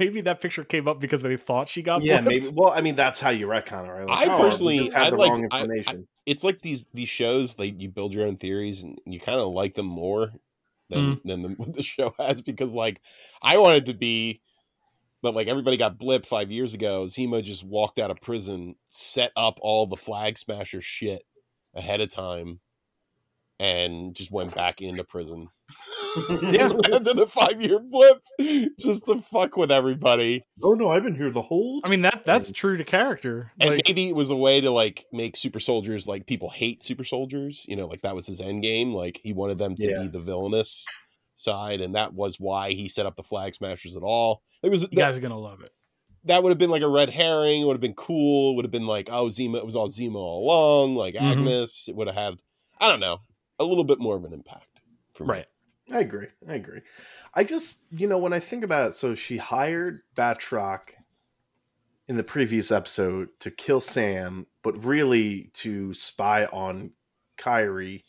Speaker 2: maybe that picture came up because they thought she got
Speaker 1: yeah,
Speaker 2: blipped.
Speaker 1: maybe. Well, I mean, that's how you retcon it. Right? oh,
Speaker 3: I
Speaker 1: we
Speaker 3: personally-
Speaker 1: just had
Speaker 3: I
Speaker 1: the
Speaker 3: like-
Speaker 1: wrong
Speaker 3: I- I- (laughs)
Speaker 1: information.
Speaker 3: it's like these these shows like you build your own theories and you kind of like them more than than the, (laughs) what the show has because like I wanted to be but like everybody got blipped five years ago. Zemo just walked out of prison, set up all the flag smasher shit ahead of time, and just went back into prison. (laughs)
Speaker 2: Yeah.
Speaker 3: Landed a five year blip just to fuck with everybody.
Speaker 1: (laughs) oh no, I've been here the whole.
Speaker 2: I mean that that's true to character.
Speaker 3: And
Speaker 2: Like,
Speaker 3: maybe it was a way to like make super soldiers like people hate super soldiers. You know, like that was his end game. Like he wanted them to
Speaker 1: Yeah.
Speaker 3: be the villainous side, and that was why he set up the flag smashers at all. It was
Speaker 2: you
Speaker 3: that,
Speaker 2: guys are gonna love it.
Speaker 3: that would have been like a red herring. It would have been cool. Would have been like oh Zemo. It was all Zemo all along. Like
Speaker 2: Mhm.
Speaker 3: Agnes. It would have had I don't know a little bit more of an impact. For me.
Speaker 2: Right.
Speaker 1: I agree. I agree. I just, you know, when I think about it, so she hired Batroc in the previous episode to kill Sam, but really to spy on Kyrie,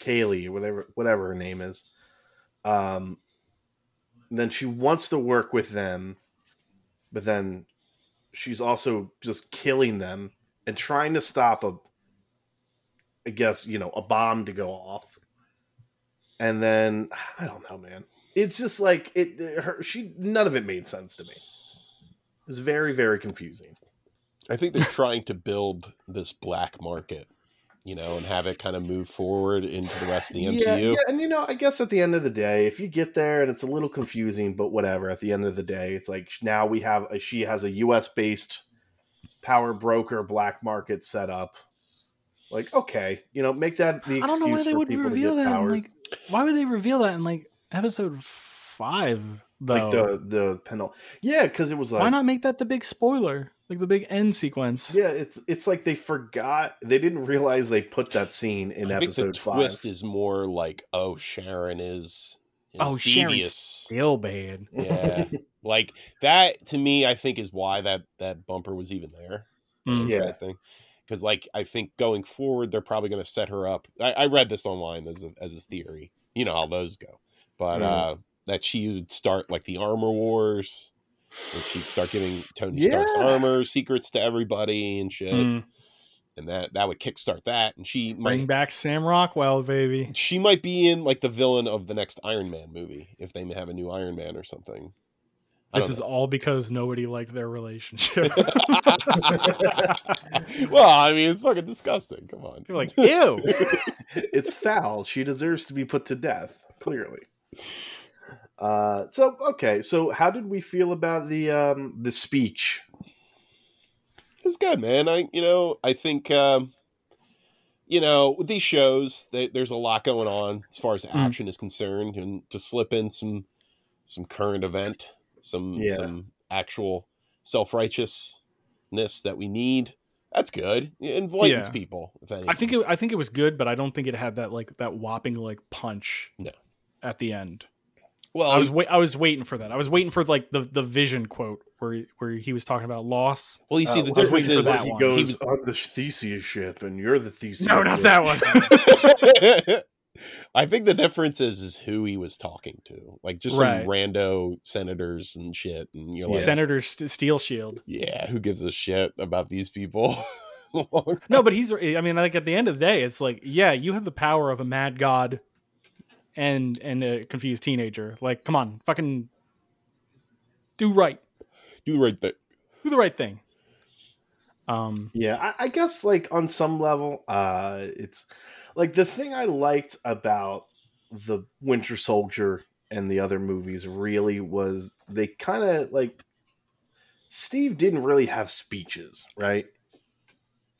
Speaker 1: Kaylee, whatever whatever her name is. Um then she wants to work with them, but then she's also just killing them and trying to stop a, I guess you know, a bomb to go off, and then (sighs) I don't know, man. It's just like it. Her, she none of it made sense to me. It was very very confusing.
Speaker 3: I think they're trying to build this black market, you know, and have it kind of move forward into the rest of the MCU.
Speaker 1: Yeah, yeah, and you know, I guess at the end of the day, if you get there and it's a little confusing, but whatever. At the end of the day, it's like sh- now we have a, she has a U.S. based power broker black market set up. Like, okay, you know, make that the. Excuse
Speaker 2: I don't know why they
Speaker 1: for
Speaker 2: would
Speaker 1: people to
Speaker 2: reveal
Speaker 1: get
Speaker 2: that. In,
Speaker 1: powers.
Speaker 2: like, why would they reveal that in like episode five? Though,
Speaker 1: like the the penal. Yeah, because it was like
Speaker 2: why not make that the big spoiler, like the big end sequence?
Speaker 1: Yeah, it's it's like they forgot they didn't realize they put that scene in
Speaker 3: I think the
Speaker 1: episode five.
Speaker 3: twist is more like, oh, Sharon is, is
Speaker 2: Oh, Sharon's
Speaker 1: (laughs)
Speaker 3: devious.
Speaker 2: Still bad.
Speaker 3: yeah, like that to me, I think is why that that bumper was even there.
Speaker 2: Mm.
Speaker 1: Yeah.
Speaker 3: because like I think going forward, they're probably going to set her up. I, I read this online as a, as a theory. You know how those go, but
Speaker 1: Mhm.
Speaker 3: uh, that she would start like the armor wars. And she'd start giving Tony Stark's
Speaker 1: Yeah.
Speaker 3: armor secrets to everybody and shit,
Speaker 2: Mm.
Speaker 3: and that that would kickstart that. And she might
Speaker 2: Bring back Sam Rockwell, baby.
Speaker 3: she might be in like the villain of the next Iron Man movie if they have a new Iron Man or something. (laughs) I
Speaker 2: This
Speaker 3: don't
Speaker 2: is all because nobody liked their
Speaker 3: (laughs)
Speaker 2: relationship.
Speaker 3: know. well, I mean, it's fucking disgusting. Come on.
Speaker 2: You're like, ew.
Speaker 1: (laughs) it's foul. She deserves to be put to death, clearly. Uh, so okay, so how did we feel about the um the speech?
Speaker 3: it was good, man. I you know I think um, you know with these shows they, there's a lot going on as far as
Speaker 2: Hmm.
Speaker 3: action is concerned, and to slip in some some current event, some
Speaker 1: Yeah.
Speaker 3: some actual self righteousness that we need. That's good. It enlightens
Speaker 2: Yeah.
Speaker 3: people. If anything.
Speaker 2: I think it, I think it was good, but I don't think it had that like that whopping like punch.
Speaker 3: No.
Speaker 2: At the end,
Speaker 3: well,
Speaker 2: I was wait. I was waiting for that. I was waiting for like the the vision quote where where he was talking about loss.
Speaker 3: well, you see
Speaker 1: Uh,
Speaker 3: the
Speaker 1: what if
Speaker 3: difference
Speaker 2: waiting for
Speaker 3: is
Speaker 2: that
Speaker 1: he
Speaker 2: one.
Speaker 1: goes
Speaker 3: he was-
Speaker 1: on the Theseus ship, and you're the Theseus.
Speaker 2: No, not
Speaker 1: ship."
Speaker 2: that one.
Speaker 3: (laughs) I think the difference is is who he was talking to, like just
Speaker 2: Right.
Speaker 3: some rando senators and shit, and you're like,
Speaker 2: Senator St- Steel Shield.
Speaker 3: yeah, who gives a shit about these people? (laughs)
Speaker 2: No, but he's. I mean, like at the end of the day, it's like, yeah, you have the power of a mad god, and and a confused teenager. Like, come on, fucking do right,
Speaker 3: you right there.
Speaker 2: do the right thing. Um,
Speaker 3: Mm-hmm.
Speaker 1: Yeah, I, I guess like on some level, uh, it's like the thing I liked about the Winter Soldier and the other movies really was they kind of like Steve didn't really have speeches, right?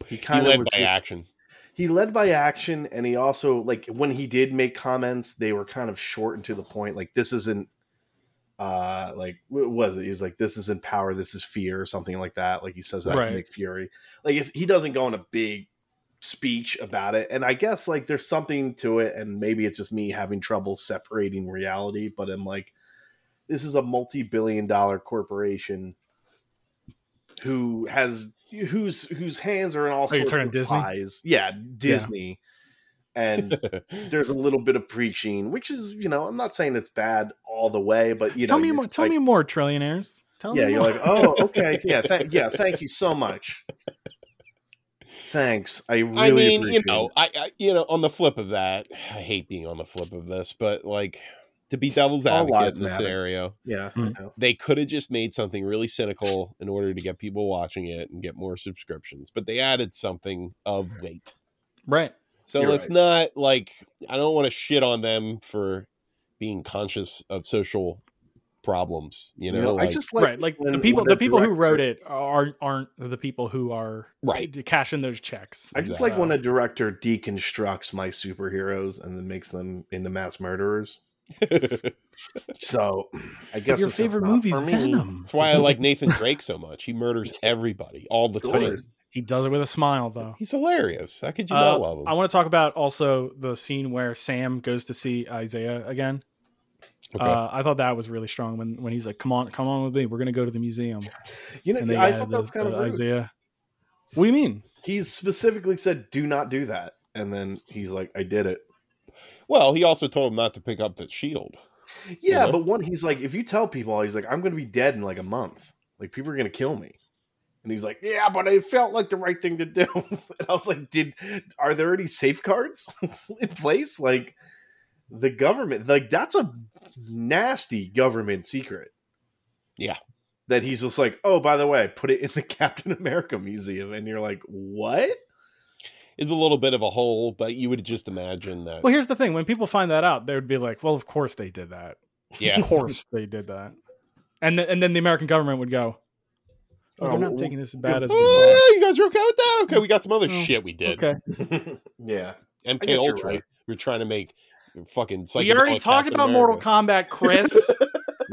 Speaker 1: He
Speaker 3: He
Speaker 1: kind
Speaker 3: led
Speaker 1: of
Speaker 3: by action. (laughs)
Speaker 1: he led by action, and he also like when he did make comments, they were kind of short and to the point. Like this isn't uh like what was it? He was like this isn't power, this is fear, or something like that. Like he says that
Speaker 2: Right.
Speaker 1: to Nick Fury. Like if, he doesn't go on a big speech about it, and I guess like there's something to it, and maybe it's just me having trouble separating reality. But I'm like, this is a multi-billion-dollar corporation who has whose whose hands are in all
Speaker 2: you
Speaker 1: sorts
Speaker 2: talking
Speaker 1: of
Speaker 2: Oh, Disney?
Speaker 1: pies. Yeah,
Speaker 2: (laughs)
Speaker 1: Disney. And there's a little bit of preaching, which is, you know, I'm not saying it's bad all the way, but you
Speaker 2: tell
Speaker 1: know,
Speaker 2: me
Speaker 1: you're
Speaker 2: more.
Speaker 1: just
Speaker 2: Tell
Speaker 1: like-
Speaker 2: me more, trillionaires. Tell
Speaker 1: Yeah,
Speaker 2: me
Speaker 1: you're
Speaker 2: more.
Speaker 1: like, oh, okay, yeah, tha- yeah, thank you so much. Thanks, I really.
Speaker 3: I mean, you
Speaker 1: appreciate
Speaker 3: know,
Speaker 1: it.
Speaker 3: I, I you know, on the flip of that, I hate being on the flip of this, but like to be devil's
Speaker 1: All
Speaker 3: advocate
Speaker 1: lives
Speaker 3: in the
Speaker 1: matter.
Speaker 3: scenario,
Speaker 1: yeah, I
Speaker 2: Mm.
Speaker 1: know.
Speaker 3: they could have just made something really cynical in order to get people watching it and get more subscriptions, but they added something of weight.
Speaker 2: (laughs) right.
Speaker 3: So
Speaker 1: You're
Speaker 3: let's not like I don't want to shit on them for being conscious of social problems, you know, like
Speaker 1: I just like
Speaker 2: right like the
Speaker 1: when-
Speaker 2: people
Speaker 1: when a
Speaker 2: the people who
Speaker 1: director-
Speaker 2: wrote it aren't aren't the people who are
Speaker 3: (laughs)
Speaker 1: (laughs)
Speaker 3: Right.
Speaker 2: d- cashing those checks
Speaker 1: I just
Speaker 3: Exactly.
Speaker 1: like when a director deconstructs my superheroes and then makes them into mass murderers.
Speaker 3: that's
Speaker 1: So, I guess
Speaker 2: your
Speaker 1: it's
Speaker 2: favorite
Speaker 1: not
Speaker 2: movie's
Speaker 1: for me.
Speaker 2: venom
Speaker 3: why I like Nathan Drake so much. He murders everybody all the
Speaker 1: Of
Speaker 3: time.
Speaker 1: course.
Speaker 2: he does it with a smile though
Speaker 3: He's hilarious. How could you
Speaker 2: Uh,
Speaker 3: not love him?
Speaker 2: i want to talk about also the scene where sam goes to see isaiah again
Speaker 3: Okay.
Speaker 2: uh, i thought that was really strong when when he's like come on come on with me we're gonna go to
Speaker 1: (laughs)
Speaker 2: the museum
Speaker 1: You know,
Speaker 2: and they
Speaker 1: I
Speaker 2: had
Speaker 1: thought
Speaker 2: the-
Speaker 1: that was kind
Speaker 2: the
Speaker 1: of rude.
Speaker 2: isaiah what do you mean
Speaker 1: He specifically said, "Do not do that," and then he's like, "I did it."
Speaker 3: well, he also told him not to pick up that shield.
Speaker 1: Yeah,
Speaker 3: Mhm.
Speaker 1: but one, he's like, if you tell people, he's like, I'm going to be dead in like a month. Like people are going to kill me. And he's like, "Yeah, but it felt like the right thing to do." (laughs) And I was like, "Did are there any safeguards (laughs) in place? Like the government, like that's a nasty government secret."
Speaker 3: Yeah.
Speaker 1: That he's just like, "Oh, by the way, I put it in the (laughs) Captain America museum." And you're like, "What?"
Speaker 3: It's a little bit of a hole, but you would just imagine that.
Speaker 2: Well, here's the thing: when people find that out, they would be like, "Well, of course they did that.
Speaker 3: yeah.
Speaker 2: (laughs) Of course they did that." And th- and then the American government would go, "Oh,
Speaker 1: Oh,
Speaker 2: they're not
Speaker 1: well,
Speaker 2: taking this as bad as we thought."
Speaker 3: Oh, you guys are okay with that? Okay, we got some other
Speaker 2: Oh,
Speaker 3: shit we did.
Speaker 2: Okay,
Speaker 1: (laughs) yeah. I
Speaker 3: MK
Speaker 1: guess you're
Speaker 3: Ultra.
Speaker 1: right.
Speaker 3: We're trying to make fucking.
Speaker 2: we already
Speaker 3: psychedelic
Speaker 2: talked
Speaker 3: Captain
Speaker 2: about
Speaker 3: America.
Speaker 2: Mortal
Speaker 1: (laughs)
Speaker 2: Kombat, Chris.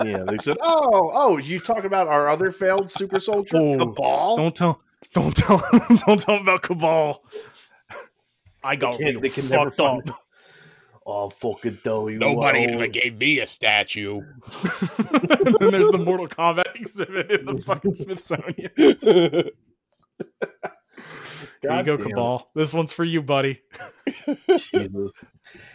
Speaker 1: Yeah, they said, "Oh, oh, you talking about our other failed super soldier,
Speaker 2: Oh,
Speaker 1: Cabal?
Speaker 2: don't tell, don't tell, (laughs) don't tell him about Cabal. I got
Speaker 1: Kid
Speaker 2: real
Speaker 1: that can never
Speaker 2: fucked up.
Speaker 1: find- (laughs) Oh, fuck it, though. you
Speaker 3: Nobody
Speaker 1: old- (laughs)
Speaker 3: ever gave me a statue.
Speaker 2: and then there's the Mortal Kombat (laughs) exhibit in the fucking Smithsonian. There you
Speaker 1: God
Speaker 2: go,
Speaker 1: damn it.
Speaker 2: Cabal. This one's for you, buddy.
Speaker 1: (laughs) Jesus.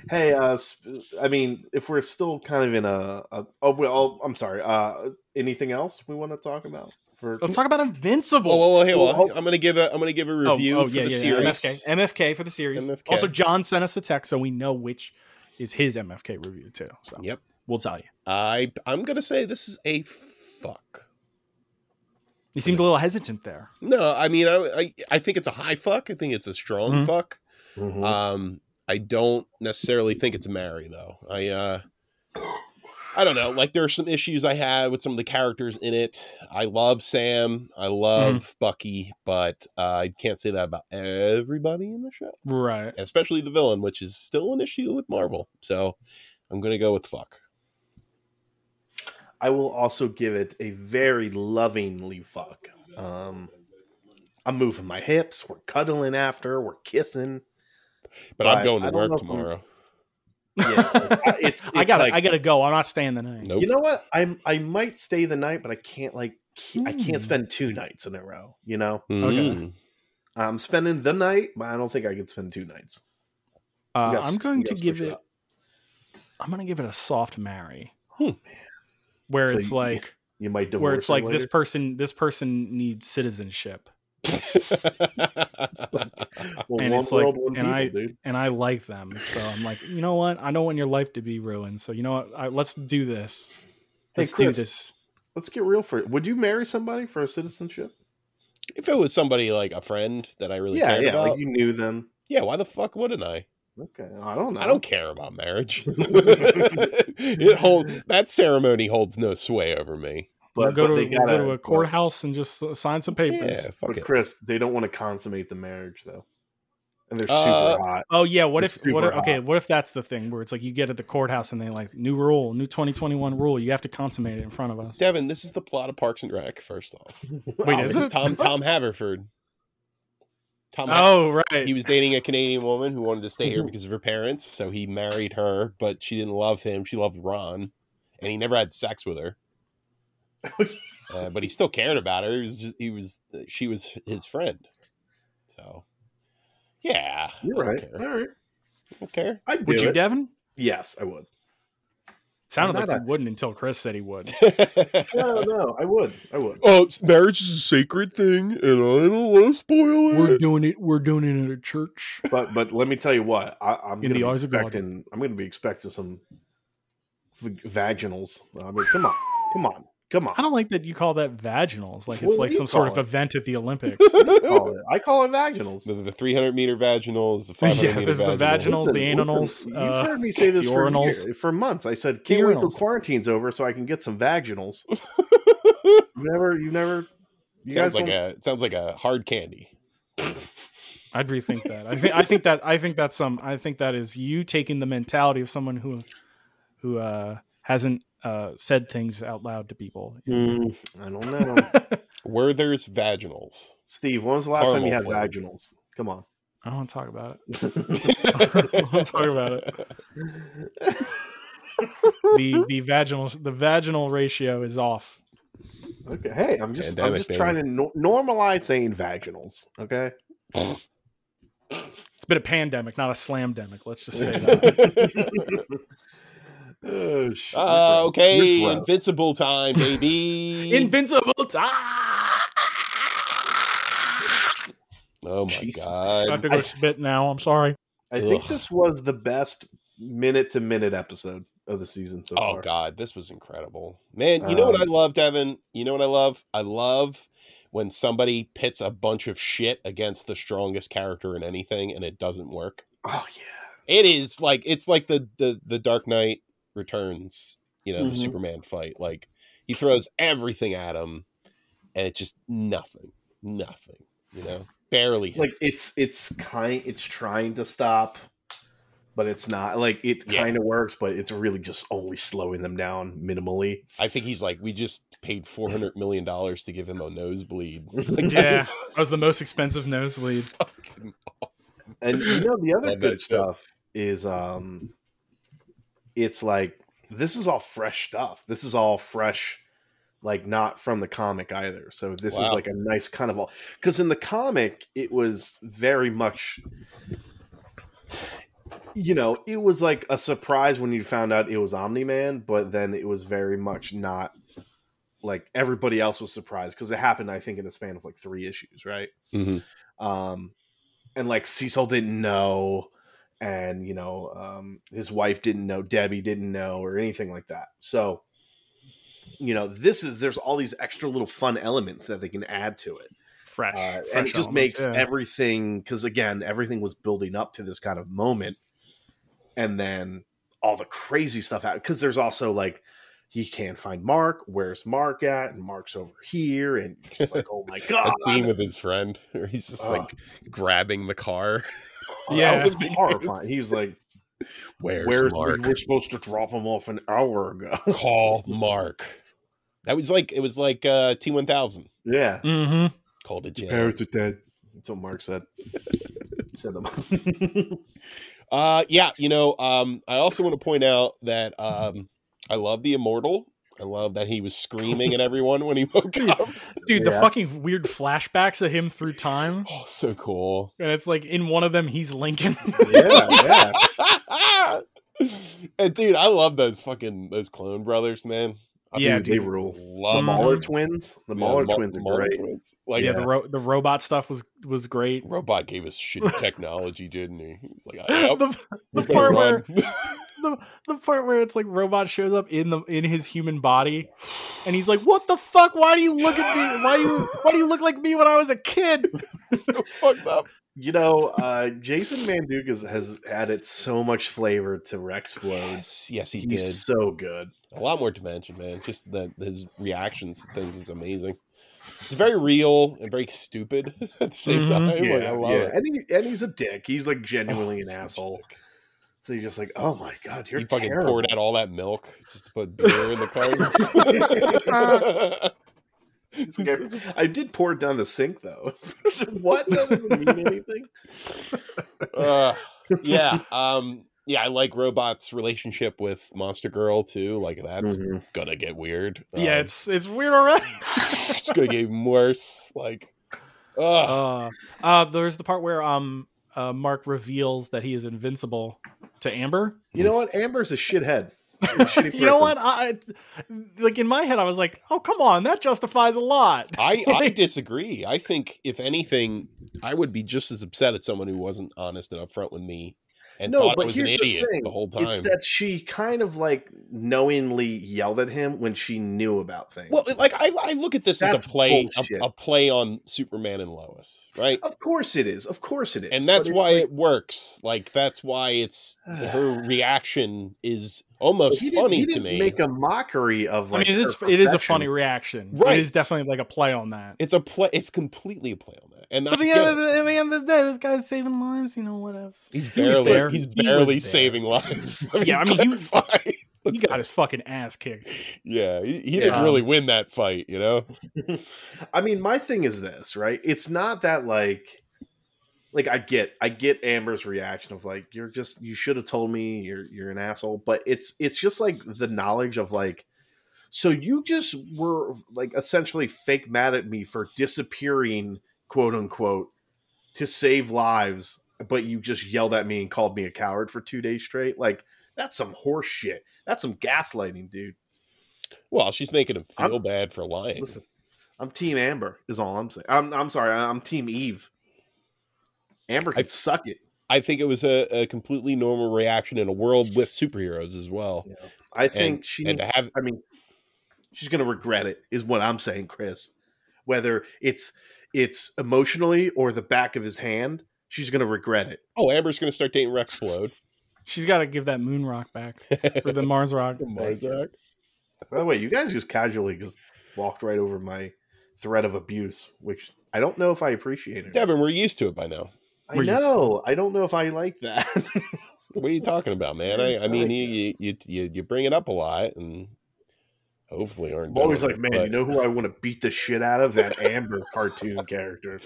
Speaker 1: Hey, uh, sp- I mean, if we're still kind of in a, a oh, well, I'm sorry. Uh, anything else we want to talk about for?
Speaker 2: Let's talk about Invincible.
Speaker 3: Oh, well, well, hey, well,
Speaker 1: Well,
Speaker 3: I'm gonna give a I'm gonna give a
Speaker 2: Oh,
Speaker 3: review for the series.
Speaker 2: MFK. MFK for the series.
Speaker 3: MFK.
Speaker 2: Also, John sent us a text, so we know which is his MFK review too. So
Speaker 3: Yep.
Speaker 2: we'll tell you.
Speaker 3: I I'm gonna say this is a fuck.
Speaker 2: He seemed a little hesitant there.
Speaker 3: No, I mean I I, I think it's a high fuck. I think it's a strong
Speaker 2: Mhm.
Speaker 3: fuck.
Speaker 1: Mhm.
Speaker 3: Um, I don't necessarily think it's Mary though. I uh, I don't know. Like there are some issues I have with some of the characters in it. I love Sam. I love Bucky, but uh, I can't say that about everybody in the show,
Speaker 2: Right.
Speaker 3: and especially the villain, which is still an issue with Marvel. So I'm gonna go with fuck.
Speaker 1: I will also give it a very lovingly fuck. Um, I'm moving my hips. We're cuddling after. We're kissing.
Speaker 3: But,
Speaker 1: But
Speaker 3: I'm going
Speaker 1: I
Speaker 3: to
Speaker 1: don't know
Speaker 3: work
Speaker 1: if I'm-
Speaker 3: tomorrow.
Speaker 2: (laughs)
Speaker 1: Yeah, it's,
Speaker 2: I
Speaker 1: it's
Speaker 2: gotta
Speaker 1: like-
Speaker 2: I gotta go. I'm not staying the night.
Speaker 3: Nope.
Speaker 1: You know what? I'm I might stay the night, but I can't like ke- I
Speaker 2: Hmm.
Speaker 1: can't spend two nights in a row. You know,
Speaker 3: Mm.
Speaker 1: I'm spending the night, but I don't think I could spend two nights. We
Speaker 2: Uh,
Speaker 1: gotta
Speaker 2: I'm
Speaker 1: s-
Speaker 2: going
Speaker 1: we
Speaker 2: to
Speaker 1: gotta
Speaker 2: give
Speaker 1: switch
Speaker 2: it.
Speaker 1: it up.
Speaker 2: I'm gonna give it a soft Mary,
Speaker 3: Hmm.
Speaker 2: where
Speaker 1: So
Speaker 2: it's
Speaker 1: you-
Speaker 2: like
Speaker 1: You might divorce
Speaker 2: where it's
Speaker 1: him
Speaker 2: like this
Speaker 1: later.
Speaker 2: person this person needs citizenship,
Speaker 3: (laughs)
Speaker 1: Well,
Speaker 2: and
Speaker 1: one
Speaker 2: it's like-
Speaker 1: world, one
Speaker 2: and
Speaker 1: people,
Speaker 2: I-
Speaker 1: dude.
Speaker 2: and I like them. So I'm like, you know what? I don't want your life to be ruined. So you know what? I, let's do this.
Speaker 1: Hey,
Speaker 2: Let's do
Speaker 1: Chris.
Speaker 2: this.
Speaker 1: Let's get real for it. Would you marry somebody for a citizenship?
Speaker 3: if it was somebody like a friend that I really
Speaker 1: yeah,
Speaker 3: cared
Speaker 1: yeah.
Speaker 3: about,
Speaker 1: Like you knew them.
Speaker 3: yeah, why the fuck wouldn't I?
Speaker 1: Okay, I don't know.
Speaker 3: I don't care about
Speaker 1: (laughs)
Speaker 3: marriage. (laughs) it hold that ceremony holds no sway over me.
Speaker 2: We'll
Speaker 1: but,
Speaker 2: go
Speaker 1: but
Speaker 2: to,
Speaker 1: they
Speaker 2: we'll go
Speaker 1: gotta.
Speaker 2: to a courthouse and just uh, sign some papers.
Speaker 3: Yeah, fuck
Speaker 1: but
Speaker 3: it.
Speaker 1: Chris, they don't want to consummate the marriage though, and they're super
Speaker 3: Uh,
Speaker 1: hot.
Speaker 2: Oh yeah, what
Speaker 1: It's
Speaker 2: if what
Speaker 1: super
Speaker 2: if, okay, what if that's the thing where it's like you get at the courthouse and they like new rule, new 2021 rule, you have to consummate it in front of us.
Speaker 3: Devin, this is the plot of Parks and Rec. First off,
Speaker 2: (laughs) Wait,
Speaker 1: Oh,
Speaker 2: is
Speaker 3: this
Speaker 2: it?
Speaker 3: is Tom Tom Haverford. Tom,
Speaker 2: Oh
Speaker 3: Haverford,
Speaker 2: right.
Speaker 3: he was dating a Canadian woman who wanted to stay here because of her parents, so he married her, but she didn't love him. She loved Ron, and he never had sex with her. Uh, but he still cared about her. He was, he was, uh, she was his friend. So, yeah,
Speaker 1: You're
Speaker 3: I don't
Speaker 1: right.
Speaker 3: care.
Speaker 1: All right,
Speaker 3: I don't care.
Speaker 1: I would
Speaker 2: would you,
Speaker 1: it.
Speaker 2: Devin?
Speaker 1: yes, I would.
Speaker 2: Sounded
Speaker 1: I'm
Speaker 2: like
Speaker 1: not
Speaker 2: you wouldn't until Chris said
Speaker 1: (laughs)
Speaker 2: he would.
Speaker 1: No, no, I would. I would.
Speaker 3: (laughs) Oh, s- marriage is a sacred thing, and I don't want to spoil
Speaker 2: doing it. We're doing it at a church.
Speaker 1: (laughs) But but let me tell you what I, I'm
Speaker 2: In
Speaker 1: going to
Speaker 2: the
Speaker 1: be
Speaker 2: eyes of God.
Speaker 1: expecting. I'm going to be expecting some v- vaginals. I mean, come on, come on, come
Speaker 2: I (laughs)
Speaker 1: on.
Speaker 2: don't like that you call that vaginals. Like
Speaker 1: What
Speaker 2: it's
Speaker 1: do
Speaker 2: like
Speaker 1: you
Speaker 2: some sort
Speaker 1: call
Speaker 2: of
Speaker 1: it?
Speaker 2: event at
Speaker 1: (laughs)
Speaker 2: the Olympics.
Speaker 3: (laughs)
Speaker 1: I call it, I call it vaginals.
Speaker 3: the, the 300 meter vaginals, the 500
Speaker 2: Yeah,
Speaker 3: meter
Speaker 2: there's the
Speaker 3: vaginal.
Speaker 2: vaginals, the anals,
Speaker 1: You've
Speaker 2: uh,
Speaker 1: heard me say this
Speaker 2: the
Speaker 1: for,
Speaker 2: urinals.
Speaker 1: year- for months. I said, can't wait till
Speaker 2: urinals.
Speaker 1: quarantine's over so I can get some
Speaker 2: (laughs)
Speaker 1: vaginals. you've never, you've never. You guys
Speaker 3: sounds like
Speaker 1: don't-
Speaker 3: a it sounds like a hard candy.
Speaker 2: I'd rethink that. I think I think that I think that's some. I think that is you taking the mentality of someone who who uh, hasn't uh, said things out loud to people.
Speaker 1: Mm, I don't know.
Speaker 3: Werther's vaginals.
Speaker 1: Steve, when was the last time you had
Speaker 3: Caramel flavor.
Speaker 1: vaginals? Come on.
Speaker 2: I don't want to talk about it. Let's talk about it. The the vaginal the vaginal ratio is off.
Speaker 1: Okay. Hey, I'm just I'm
Speaker 3: Pandemic,
Speaker 1: just
Speaker 3: baby.
Speaker 1: trying to no- normalize saying vaginals.
Speaker 3: (laughs)
Speaker 1: Okay. (laughs)
Speaker 2: It's been a pandemic, not a slamdemic. Let's just
Speaker 1: (laughs)
Speaker 2: say that.
Speaker 1: oh, shit.
Speaker 3: (laughs) Uh, okay,
Speaker 1: You're gross. (laughs)
Speaker 3: invincible time, baby.
Speaker 2: Invincible time.
Speaker 3: Oh my
Speaker 1: Jesus.
Speaker 2: I have
Speaker 3: god!
Speaker 2: to go spit now. I'm sorry.
Speaker 1: I think
Speaker 3: Ugh.
Speaker 1: this was the best minute to minute episode of the season so
Speaker 3: Oh
Speaker 1: far.
Speaker 3: god, this was incredible, man. You know what I
Speaker 1: Um,
Speaker 3: love, Devin? You know what I love? I love when somebody pits a bunch of shit against the strongest character in anything, and it doesn't work.
Speaker 1: Oh yeah.
Speaker 3: It is like it's like the the the Dark Knight Returns, you know, the
Speaker 1: Mhm.
Speaker 3: Superman fight. Like he throws everything at him, and it's just nothing, nothing. You know, barely. hits.
Speaker 1: Like it's it's kind it's trying to stop, but it's not. Like it
Speaker 3: Yeah.
Speaker 1: kind of works, but it's really just only slowing them down minimally.
Speaker 3: I think he's like, we just paid four hundred million dollars to give him a nosebleed. Like,
Speaker 2: Yeah, (laughs) that was the most expensive nosebleed.
Speaker 3: fucking awesome.
Speaker 1: And you know the other
Speaker 3: Love that
Speaker 1: good
Speaker 3: shit.
Speaker 1: stuff is um it's like this is all fresh stuff. This is all fresh like not from the comic either. So this
Speaker 3: Wow.
Speaker 1: is like a nice kind of all cuz in the comic it was very much you know, it was like a surprise when you found out it was Omni-Man, but then it was very much not like everybody else was surprised cuz it happened I think in the span of like 3 issues, right? um and like cecil didn't know and you know um his wife didn't know debbie didn't know or anything like that so you know this is there's all these extra little fun elements that they can add to it
Speaker 2: Fresh,
Speaker 1: uh,
Speaker 2: fresh
Speaker 1: and it just
Speaker 2: elements,
Speaker 1: makes
Speaker 2: yeah.
Speaker 1: everything because again everything was building up to this kind of moment and then all the crazy stuff out because there's also like he can't find mark where's mark at and mark's over here and you're just like oh
Speaker 2: (laughs)
Speaker 1: my god
Speaker 3: (laughs) That scene with his friend, where he's just
Speaker 1: Ah.
Speaker 3: like grabbing the car. (laughs)
Speaker 2: Yeah.
Speaker 1: Oh, that was horrifying he was like
Speaker 3: Where's,
Speaker 1: Where's
Speaker 3: Mark?
Speaker 1: We were supposed to drop him off an hour ago. (laughs)
Speaker 3: Call Mark. That was like it was like uh T one thousand
Speaker 1: yeah.
Speaker 2: Mm-hmm.
Speaker 3: called it
Speaker 1: Your
Speaker 3: jam.
Speaker 1: are dead. That's what Mark
Speaker 3: (laughs)
Speaker 1: said. said them.
Speaker 3: Uh yeah, you know, um I also want to point out that um I love the immortal. I love that he was screaming at everyone when he (laughs) woke up.
Speaker 2: Dude, the
Speaker 1: Yeah.
Speaker 2: fucking weird flashbacks of him through time,
Speaker 3: Oh, so (laughs) cool.
Speaker 2: and it's like in one of them he's
Speaker 1: (laughs)
Speaker 2: Lincoln.
Speaker 1: yeah, yeah.
Speaker 3: and dude, I love those fucking those clone brothers, man. I
Speaker 2: Yeah,
Speaker 3: think
Speaker 1: dude, they rule. The
Speaker 3: Love
Speaker 2: Mhm.
Speaker 1: Mahler
Speaker 3: them.
Speaker 1: twins. Mm. The
Speaker 3: Um, Yeah,
Speaker 1: Mahler
Speaker 3: Mauler-
Speaker 1: twins are
Speaker 3: Mauler
Speaker 1: great.
Speaker 3: twins. Like
Speaker 2: yeah, the ro- the robot stuff was was great. (laughs)
Speaker 3: robot gave us shitty technology, didn't he? He's like, I,
Speaker 2: (laughs)
Speaker 3: yep,
Speaker 2: the, the
Speaker 3: we're gonna (laughs)
Speaker 2: part where
Speaker 3: run.
Speaker 2: the, the part where it's like robot shows up in the in his human body and he's like what the fuck why do you look at me why you why do you look like me when i was a kid
Speaker 3: so (laughs) fucked up.
Speaker 1: You know, uh, Jason Mandukas has added so much flavor to Rexplode.
Speaker 3: Yes, yes, he did.
Speaker 1: He's so good.
Speaker 3: A lot more dimension, man. Just the his reactions to things is amazing. It's very real and very stupid (laughs) at the same
Speaker 2: Mhm.
Speaker 3: time.
Speaker 1: yeah,
Speaker 3: like, I love
Speaker 1: yeah.
Speaker 3: it.
Speaker 1: And, he, and he's a dick. He's like genuinely
Speaker 3: Oh,
Speaker 1: an
Speaker 3: such a
Speaker 1: asshole.
Speaker 3: dick.
Speaker 1: So you're just like, oh my god, you're
Speaker 3: He fucking
Speaker 1: terrible.
Speaker 3: poured out all that milk just to put beer
Speaker 2: (laughs)
Speaker 3: in the cards.
Speaker 1: It's (laughs) like I, I did pour it down the sink though. (laughs) what that doesn't (laughs) mean anything?
Speaker 3: (laughs) uh, yeah, um, yeah. I like Robot's relationship with Monster Girl too. Like that's
Speaker 1: Mm-hmm.
Speaker 3: gonna get weird.
Speaker 2: yeah
Speaker 3: Um,
Speaker 2: it's it's weird already
Speaker 3: (laughs) it's gonna get even worse. Like, ugh.
Speaker 2: (laughs) uh, uh there's the part where um uh, mark reveals that he is invincible to amber
Speaker 3: Mm-hmm.
Speaker 1: You know what? Amber's a (laughs) shithead. She's a shitty
Speaker 2: you know
Speaker 1: person.
Speaker 2: what i it's- like in my head i was like oh come on that justifies a lot
Speaker 1: (laughs)
Speaker 3: I, I disagree. I think if anything, I would be just as upset at someone who wasn't honest and upfront with me and
Speaker 1: No,
Speaker 3: thought I
Speaker 1: but
Speaker 3: was an
Speaker 1: here's
Speaker 3: idiot
Speaker 1: the
Speaker 3: the,
Speaker 1: thing.
Speaker 3: whole
Speaker 1: It's
Speaker 3: time.
Speaker 1: that she kind of like knowingly yelled at him when she knew about things.
Speaker 3: well, like I, I look at this as
Speaker 1: That's
Speaker 3: a play,
Speaker 1: bullshit. Oh,
Speaker 3: a, a play on Superman and Lois, right?
Speaker 1: of course it is. Of course it is.
Speaker 3: And that's
Speaker 1: But it-
Speaker 3: why it works. Like that's why it's
Speaker 1: (sighs)
Speaker 3: her reaction is almost
Speaker 1: he didn't,
Speaker 3: funny
Speaker 1: he
Speaker 3: to
Speaker 1: didn't
Speaker 3: me.
Speaker 1: make a mockery of like.
Speaker 2: i mean it is
Speaker 1: her
Speaker 2: it is a
Speaker 1: profession.
Speaker 2: funny reaction
Speaker 3: Right.
Speaker 2: it is definitely like a play on that
Speaker 3: it's a play. It's completely a play on that. And I
Speaker 2: But at the,
Speaker 3: get
Speaker 2: end
Speaker 3: it.
Speaker 2: of the, at the end of the day, this guy's saving lives, you know, whatever.
Speaker 3: He's
Speaker 2: was
Speaker 3: barely
Speaker 2: there.
Speaker 3: he's
Speaker 2: He was
Speaker 3: barely
Speaker 2: there.
Speaker 3: saving (laughs) lives.
Speaker 2: Yeah, I mean, he-
Speaker 3: fight.
Speaker 2: he got his fucking ass kicked.
Speaker 3: Yeah, he, he didn't
Speaker 2: Yeah.
Speaker 3: really win that fight, you know.
Speaker 1: I mean, my thing is this, right? It's not that like like I get I get Amber's reaction of like you're just you should have told me you're you're an asshole, but it's it's just like the knowledge of like so you just were like essentially fake mad at me for disappearing quote unquote to save lives, but you just yelled at me and called me a coward for 2 days straight. Like that's some horse shit. That's some gaslighting, dude.
Speaker 3: Well, she's making him feel
Speaker 1: I'm-
Speaker 3: bad for lying.
Speaker 1: Listen, I'm Team Amber. Is all I'm saying. I'm I'm sorry. I- I'm Team Eve. Amber could suck it.
Speaker 3: I think it was a, a completely normal reaction in a world with superheroes as well.
Speaker 1: I think she
Speaker 3: and to
Speaker 1: needs,
Speaker 3: have-
Speaker 1: I mean, she's going to regret it, is what I'm saying, Chris. Whether it's it's emotionally or the back of his hand, she's going to regret it.
Speaker 3: Oh, Amber's going to start dating Rex (laughs) Floyd.
Speaker 2: She's got to give that moon rock back
Speaker 1: (laughs)
Speaker 2: for the Mars rock.
Speaker 3: Marzak.
Speaker 1: By the way, you guys just casually just walked right over my threat of abuse, which I don't know if I appreciate it.
Speaker 3: Devin, we're used to it by now.
Speaker 1: I
Speaker 2: Were you-
Speaker 1: know. I don't know if I like that. (laughs)
Speaker 3: What are you talking about, man? I, I mean,
Speaker 1: like
Speaker 3: you, you you you bring it up a lot, and hopefully aren't.
Speaker 1: I'm always
Speaker 3: done
Speaker 1: like,
Speaker 3: with
Speaker 1: man,
Speaker 3: it,
Speaker 1: you know who I want to beat the shit out of? That Amber (laughs) cartoon character.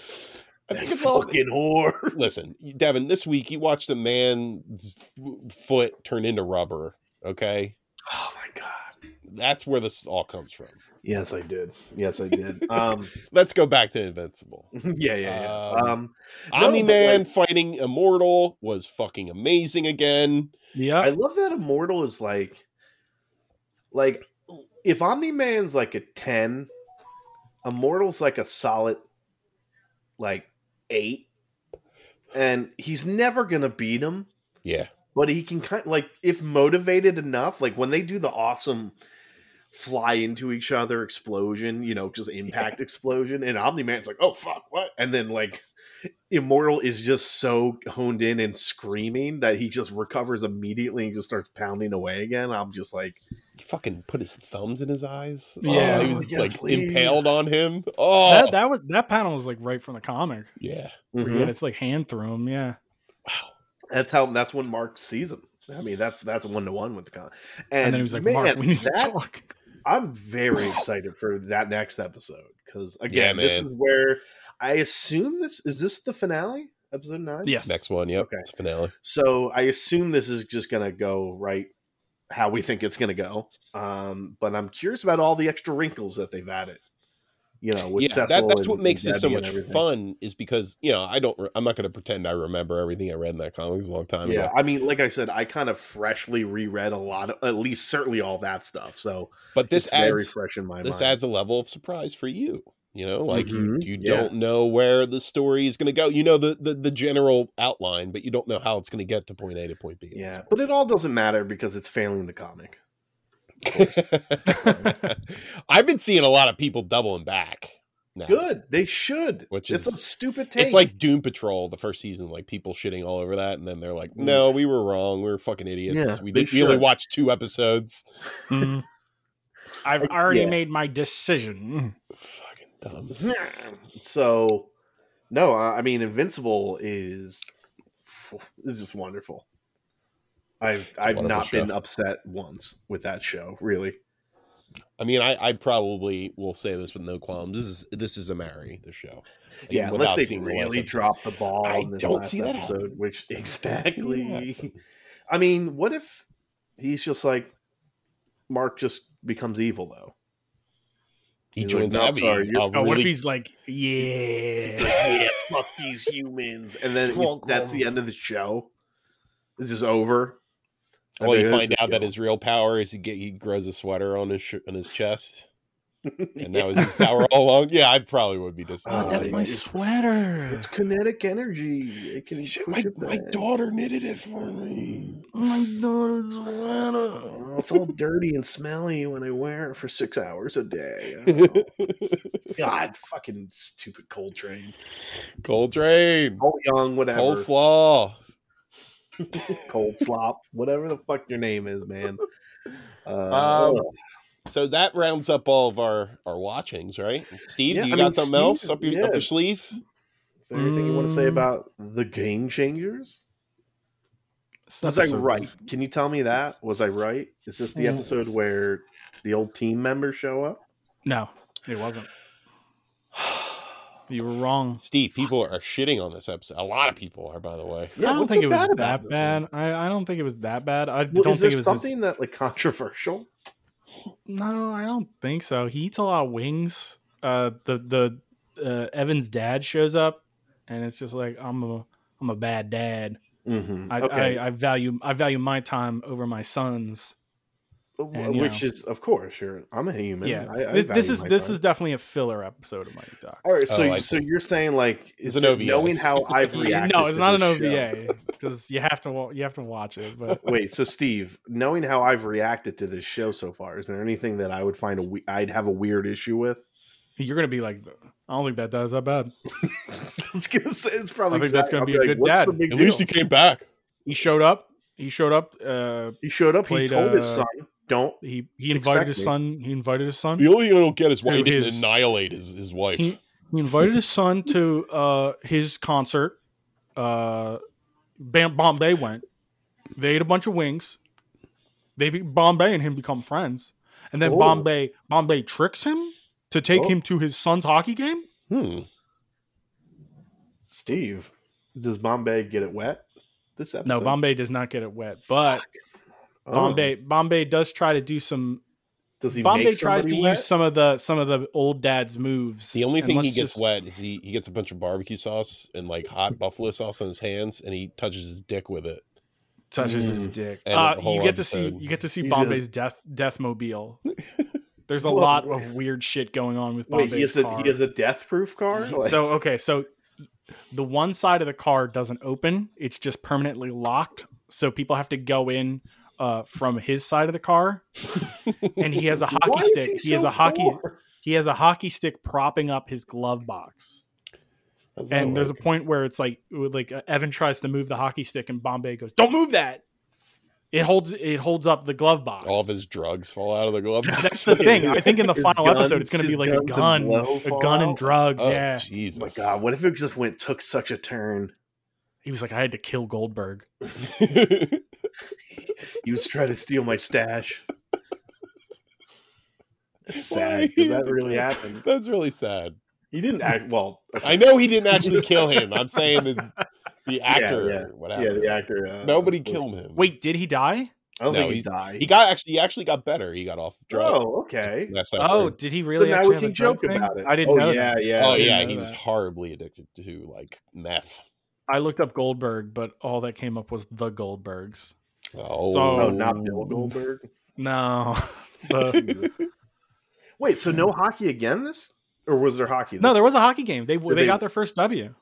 Speaker 3: but
Speaker 1: That
Speaker 3: I think it's all.
Speaker 1: fucking whore.
Speaker 3: (laughs)
Speaker 1: (laughs)
Speaker 3: Listen, Devin, this week you watched a man's f- foot turn into rubber. Okay,
Speaker 1: Oh my god.
Speaker 3: that's where this all comes from.
Speaker 1: Yes, I did. Yes, I did. Um, (laughs)
Speaker 3: Let's go back to Invincible.
Speaker 1: yeah, yeah, yeah.
Speaker 3: Um,
Speaker 1: um No,
Speaker 3: Omni Man
Speaker 1: but
Speaker 3: fighting Immortal was fucking amazing again.
Speaker 1: I
Speaker 2: Yeah,
Speaker 1: love that Immortal is like, like if Omni Man's like a ten, Immortal's like a solid, like eight, and he's never gonna beat him.
Speaker 3: Yeah,
Speaker 1: But he can kind like if motivated enough, like when they do the awesome fly into each other explosion, you know, just impact explosion, and Omni Man's like, oh fuck, what? And then like Immortal is just so honed in and screaming that he just recovers immediately and just starts pounding away again. I'm just like,
Speaker 3: he fucking put his thumbs in his eyes.
Speaker 2: Yeah.
Speaker 3: oh, he was
Speaker 1: Yes,
Speaker 3: like
Speaker 1: please.
Speaker 3: impaled on him. Oh,
Speaker 2: that, that was that panel was like right from the comic.
Speaker 3: yeah.
Speaker 2: Yeah,
Speaker 1: Mm-hmm.
Speaker 2: it's like hand through him. Yeah,
Speaker 3: Wow.
Speaker 1: that's how that's when Mark sees him. I mean, that's that's one to one with the con. And,
Speaker 2: and, then he was like,
Speaker 1: man,
Speaker 2: "Mark, we need
Speaker 1: that
Speaker 2: to talk."
Speaker 1: I'm very excited for that next episode because again,
Speaker 3: Yeah,
Speaker 1: this
Speaker 3: man.
Speaker 1: is where I assume this is this the finale, episode nine.
Speaker 2: Yes,
Speaker 3: Next one. Yep.
Speaker 1: Okay.
Speaker 3: It's a finale.
Speaker 1: So I assume this is just gonna go right how we think it's gonna go. Um, but I'm curious about all the extra wrinkles that they've added. You know, with
Speaker 3: yeah, that-
Speaker 1: Cecil
Speaker 3: that's
Speaker 1: and-
Speaker 3: what makes
Speaker 1: and
Speaker 3: this so
Speaker 1: Debbie and
Speaker 3: much
Speaker 1: everything.
Speaker 3: fun is because you know I don't. Re- I'm not going to pretend I remember everything I read in that comic. It was a long time
Speaker 1: yeah,
Speaker 3: ago.
Speaker 1: I mean, like I said, I kind of freshly reread a lot of, at least certainly all that stuff. So
Speaker 3: But this
Speaker 1: it's very
Speaker 3: adds
Speaker 1: fresh in my
Speaker 3: this
Speaker 1: mind.
Speaker 3: adds a level of surprise for you. You know, like
Speaker 1: Mhm,
Speaker 3: you, you
Speaker 1: yeah.
Speaker 3: don't know where the story is going to go. You know the, the the general outline, but you don't know how it's going to get to point A to point B. at this
Speaker 1: yeah, but it all doesn't matter because it's failing the comic.
Speaker 3: (laughs) I've been seeing a lot of people doubling back. Now.
Speaker 1: Good, they should.
Speaker 3: Which
Speaker 1: it's a
Speaker 3: is-
Speaker 1: stupid take.
Speaker 3: It's like Doom Patrol, the first season, like people shitting all over that, and then they're like, "No, we were wrong. We were fucking idiots.
Speaker 1: Mm. Yeah,
Speaker 3: we
Speaker 1: they
Speaker 3: did, we only
Speaker 1: should.
Speaker 3: watched two episodes. (laughs)
Speaker 2: Mm. I've
Speaker 1: Like,
Speaker 2: already
Speaker 1: yeah.
Speaker 2: made my decision.
Speaker 3: Fucking dumb."
Speaker 1: (clears throat) so. No, I I mean, Invincible is is just wonderful. I've
Speaker 3: a
Speaker 1: I've
Speaker 3: wonderful
Speaker 1: not been
Speaker 3: show.
Speaker 1: upset once with that show. Really,
Speaker 3: I mean, I, I probably will say this with no qualms. This is this is a Mary the show. Like,
Speaker 1: yeah.
Speaker 3: without
Speaker 1: Unless they
Speaker 3: seeing the
Speaker 1: really
Speaker 3: lesson.
Speaker 1: drop the ball
Speaker 3: I
Speaker 1: on this
Speaker 3: don't
Speaker 1: last
Speaker 3: see that
Speaker 1: episode,
Speaker 3: happen.
Speaker 1: which
Speaker 3: I don't see that
Speaker 1: exactly.
Speaker 3: happen.
Speaker 1: (laughs) I mean, what if he's just like Mark just becomes evil though?
Speaker 3: he
Speaker 1: He's like,
Speaker 3: joins
Speaker 1: "No, I'm
Speaker 3: Abby.
Speaker 1: sorry, you're-
Speaker 3: I'll
Speaker 2: Oh, what if
Speaker 3: really- (laughs)
Speaker 2: he's like,
Speaker 1: It's
Speaker 2: "Yeah,
Speaker 1: like, yeah, fuck these humans, and then
Speaker 2: Fuck
Speaker 1: that's
Speaker 2: them.
Speaker 1: the end of the show. This is over. I
Speaker 3: well,
Speaker 1: mean,
Speaker 3: you
Speaker 1: this
Speaker 3: find
Speaker 1: is
Speaker 3: out that
Speaker 1: dope.
Speaker 3: his real power is he get he grows a sweater on his sh- on his chest,
Speaker 1: (laughs)
Speaker 3: and that was his power all along. Yeah, I probably would be
Speaker 2: (laughs)
Speaker 3: disappointed.
Speaker 2: oh, that's my
Speaker 1: it's-
Speaker 2: sweater."
Speaker 1: It's kinetic energy. It can push it back.
Speaker 3: daughter knitted it for me.
Speaker 2: My daughter's sweater.
Speaker 1: Well, Oh, it's all dirty and smelly when I wear it for six hours a day. I don't know.
Speaker 3: (laughs)
Speaker 1: God, fucking stupid cold train.
Speaker 3: Coltrane,
Speaker 1: Cold young, whatever. Cold, (laughs)
Speaker 3: coleslaw.
Speaker 1: slop, whatever the fuck your name is,
Speaker 3: (laughs)
Speaker 1: man. Uh,
Speaker 3: Um, so that rounds up all of our our watchings, right? Steve,
Speaker 1: Yeah,
Speaker 3: do you
Speaker 1: I
Speaker 3: got
Speaker 1: mean,
Speaker 3: something
Speaker 1: Steve,
Speaker 3: else up your, up
Speaker 1: yeah.
Speaker 3: your sleeve?
Speaker 1: is there anything you want to say
Speaker 2: mm.
Speaker 1: about the game changers?
Speaker 2: It's
Speaker 1: Was I
Speaker 2: episode-
Speaker 1: right? Can you tell me that? Was I right? Is this
Speaker 2: Mm.
Speaker 1: the episode where the old team members show up?
Speaker 2: No, it wasn't. You were wrong.
Speaker 3: Steve, people are shitting on this episode. A lot of people are, by the way.
Speaker 2: I don't
Speaker 1: what's
Speaker 2: think
Speaker 1: so
Speaker 2: it was
Speaker 1: bad about
Speaker 2: that
Speaker 1: this?
Speaker 2: bad. I, I don't think it was that bad. I
Speaker 1: Well,
Speaker 2: don't
Speaker 1: is there
Speaker 2: think it was. as-
Speaker 1: something that like controversial?
Speaker 2: No, I don't think so. He eats a lot of wings. Uh, the the uh, Evan's dad shows up, and it's just like I'm a I'm a bad dad.
Speaker 1: Mm-hmm.
Speaker 2: I, I, I value I value my time over my son's. And, you
Speaker 1: which is of course you're i'm a human
Speaker 2: yeah,
Speaker 1: I- I
Speaker 2: this, this
Speaker 1: value
Speaker 2: is
Speaker 1: my
Speaker 2: this
Speaker 1: time.
Speaker 2: is definitely a filler episode of Mighty Ducks.
Speaker 1: all right so
Speaker 3: Oh,
Speaker 1: you-
Speaker 3: I
Speaker 1: so
Speaker 3: see.
Speaker 1: you're saying like is
Speaker 3: It's an
Speaker 1: it
Speaker 3: OVA.
Speaker 1: knowing how i've
Speaker 2: Yeah,
Speaker 1: reacted
Speaker 2: no, it's
Speaker 1: to
Speaker 2: not an
Speaker 1: this show-
Speaker 2: OVA because you have to wa- you have to watch it. But
Speaker 1: wait so steve knowing how i've reacted to this show so far is there anything that i would find a we- i'd have a weird issue with (laughs)
Speaker 2: you're gonna be like, I don't think that does that bad.
Speaker 1: it's gonna say it's probably
Speaker 2: I think that's
Speaker 1: exact-
Speaker 2: gonna
Speaker 1: I'll
Speaker 2: be a
Speaker 1: like,
Speaker 2: good
Speaker 1: "What's
Speaker 2: dad."
Speaker 1: the big
Speaker 3: At least he
Speaker 1: deal?"
Speaker 3: came back.
Speaker 2: He showed up. He showed up. Uh,
Speaker 1: he showed up
Speaker 2: played,
Speaker 1: he told his
Speaker 2: uh,
Speaker 1: son don't
Speaker 2: he he
Speaker 1: Expect
Speaker 2: invited his
Speaker 1: me.
Speaker 2: son. He invited his son.
Speaker 3: The only thing I don't get is why he
Speaker 2: Who
Speaker 3: didn't
Speaker 2: is-
Speaker 3: annihilate his, his wife.
Speaker 2: He- He invited his son to uh, his concert. Uh, Bam- Bombay went. They ate a bunch of wings. They be- Bombay and him become friends, and then
Speaker 1: Oh.
Speaker 2: Bombay Bombay tricks him to take
Speaker 1: Oh.
Speaker 2: him to his son's hockey game.
Speaker 3: hmm.
Speaker 1: steve does bombay get it wet this episode
Speaker 2: No, Bombay does not get it wet, but
Speaker 1: Oh.
Speaker 2: Bombay Bombay does try to do some.
Speaker 1: does he
Speaker 2: Bombay
Speaker 1: make
Speaker 2: tries to
Speaker 1: somebody wet?
Speaker 2: use some of the some of the old dad's moves.
Speaker 3: The only
Speaker 2: and
Speaker 3: thing
Speaker 2: let's
Speaker 3: he gets
Speaker 2: just-
Speaker 3: wet is he, he gets a bunch of barbecue sauce and like hot buffalo sauce on his hands and he touches his dick with it.
Speaker 2: touches his
Speaker 1: Mm.
Speaker 2: dick.
Speaker 3: And
Speaker 2: Uh,
Speaker 3: the whole
Speaker 2: you get to see
Speaker 3: episode.
Speaker 2: you get to see
Speaker 1: He's
Speaker 2: Bombay's death
Speaker 1: (laughs)
Speaker 2: death mobile. There's a
Speaker 1: Well-
Speaker 2: lot of weird shit going on with Bombay's
Speaker 1: Wait, he has a
Speaker 2: car.
Speaker 1: he has a death proof car. Like,
Speaker 2: so okay, so the one side of the car doesn't open; it's just permanently locked. So people have to go in uh, from his side of the car, and he has a hockey
Speaker 1: (laughs) why is
Speaker 2: stick. He,
Speaker 1: so
Speaker 2: has
Speaker 1: (laughs)
Speaker 2: a hockey.
Speaker 1: poor?
Speaker 2: He has a hockey stick propping up his glove box.
Speaker 3: How's that
Speaker 2: And there's a
Speaker 3: work?
Speaker 2: point where it's like like uh, Evan tries to move the hockey stick and Bombay goes, "Don't move that." It holds it holds up the glove box.
Speaker 3: all of his drugs fall out of
Speaker 2: (laughs)
Speaker 3: the glove.
Speaker 2: That's the thing. I think in the
Speaker 1: His
Speaker 2: final episode
Speaker 1: guns-
Speaker 2: it's going to
Speaker 1: his
Speaker 2: be like a
Speaker 1: guns
Speaker 2: gun,
Speaker 1: blow
Speaker 2: a
Speaker 1: fall
Speaker 2: gun and
Speaker 1: out.
Speaker 2: drugs.
Speaker 3: Oh,
Speaker 2: yeah.
Speaker 1: Oh
Speaker 3: Jesus.
Speaker 1: my god, what if it just went took such a turn?
Speaker 2: He was like, "I had to kill Goldberg."
Speaker 3: (laughs)
Speaker 1: He was trying to steal my
Speaker 2: (laughs)
Speaker 1: stash. It's
Speaker 3: Why
Speaker 1: sad
Speaker 3: he
Speaker 1: 'cause that
Speaker 3: had to (laughs)
Speaker 1: really
Speaker 3: kill-
Speaker 1: happened.
Speaker 3: That's really sad.
Speaker 1: He didn't act well.
Speaker 3: I know he didn't actually kill him. I'm saying this, the
Speaker 1: (laughs)
Speaker 3: actor,
Speaker 1: yeah.
Speaker 3: or whatever.
Speaker 1: Yeah, the actor. Uh,
Speaker 3: Nobody killed him.
Speaker 2: Wait, did he die?
Speaker 1: I don't
Speaker 3: No,
Speaker 1: think he
Speaker 3: he's-
Speaker 1: died.
Speaker 3: he got actually he actually got better. He got off drugs.
Speaker 1: Oh, okay.
Speaker 3: Last I
Speaker 2: Oh,
Speaker 3: heard.
Speaker 2: did he really?
Speaker 1: so now
Speaker 2: actually
Speaker 1: we
Speaker 2: have a
Speaker 1: can
Speaker 2: drug
Speaker 1: joke
Speaker 2: thing?
Speaker 1: about it.
Speaker 2: I didn't
Speaker 1: oh,
Speaker 2: know.
Speaker 1: Yeah,
Speaker 2: that.
Speaker 1: yeah.
Speaker 3: oh
Speaker 2: didn't
Speaker 3: yeah,
Speaker 2: know
Speaker 3: he was
Speaker 2: that.
Speaker 3: horribly addicted to like meth.
Speaker 2: I looked up Goldberg, but all that came up was the Goldbergs.
Speaker 3: Oh,
Speaker 2: So-
Speaker 1: Oh, not Bill Goldberg.
Speaker 2: No, (laughs) The-
Speaker 1: Wait, so
Speaker 2: (laughs)
Speaker 1: no hockey again? This or was there hockey?
Speaker 2: no, there was a hockey game. They
Speaker 1: Did
Speaker 2: they
Speaker 1: they-
Speaker 2: got their first W.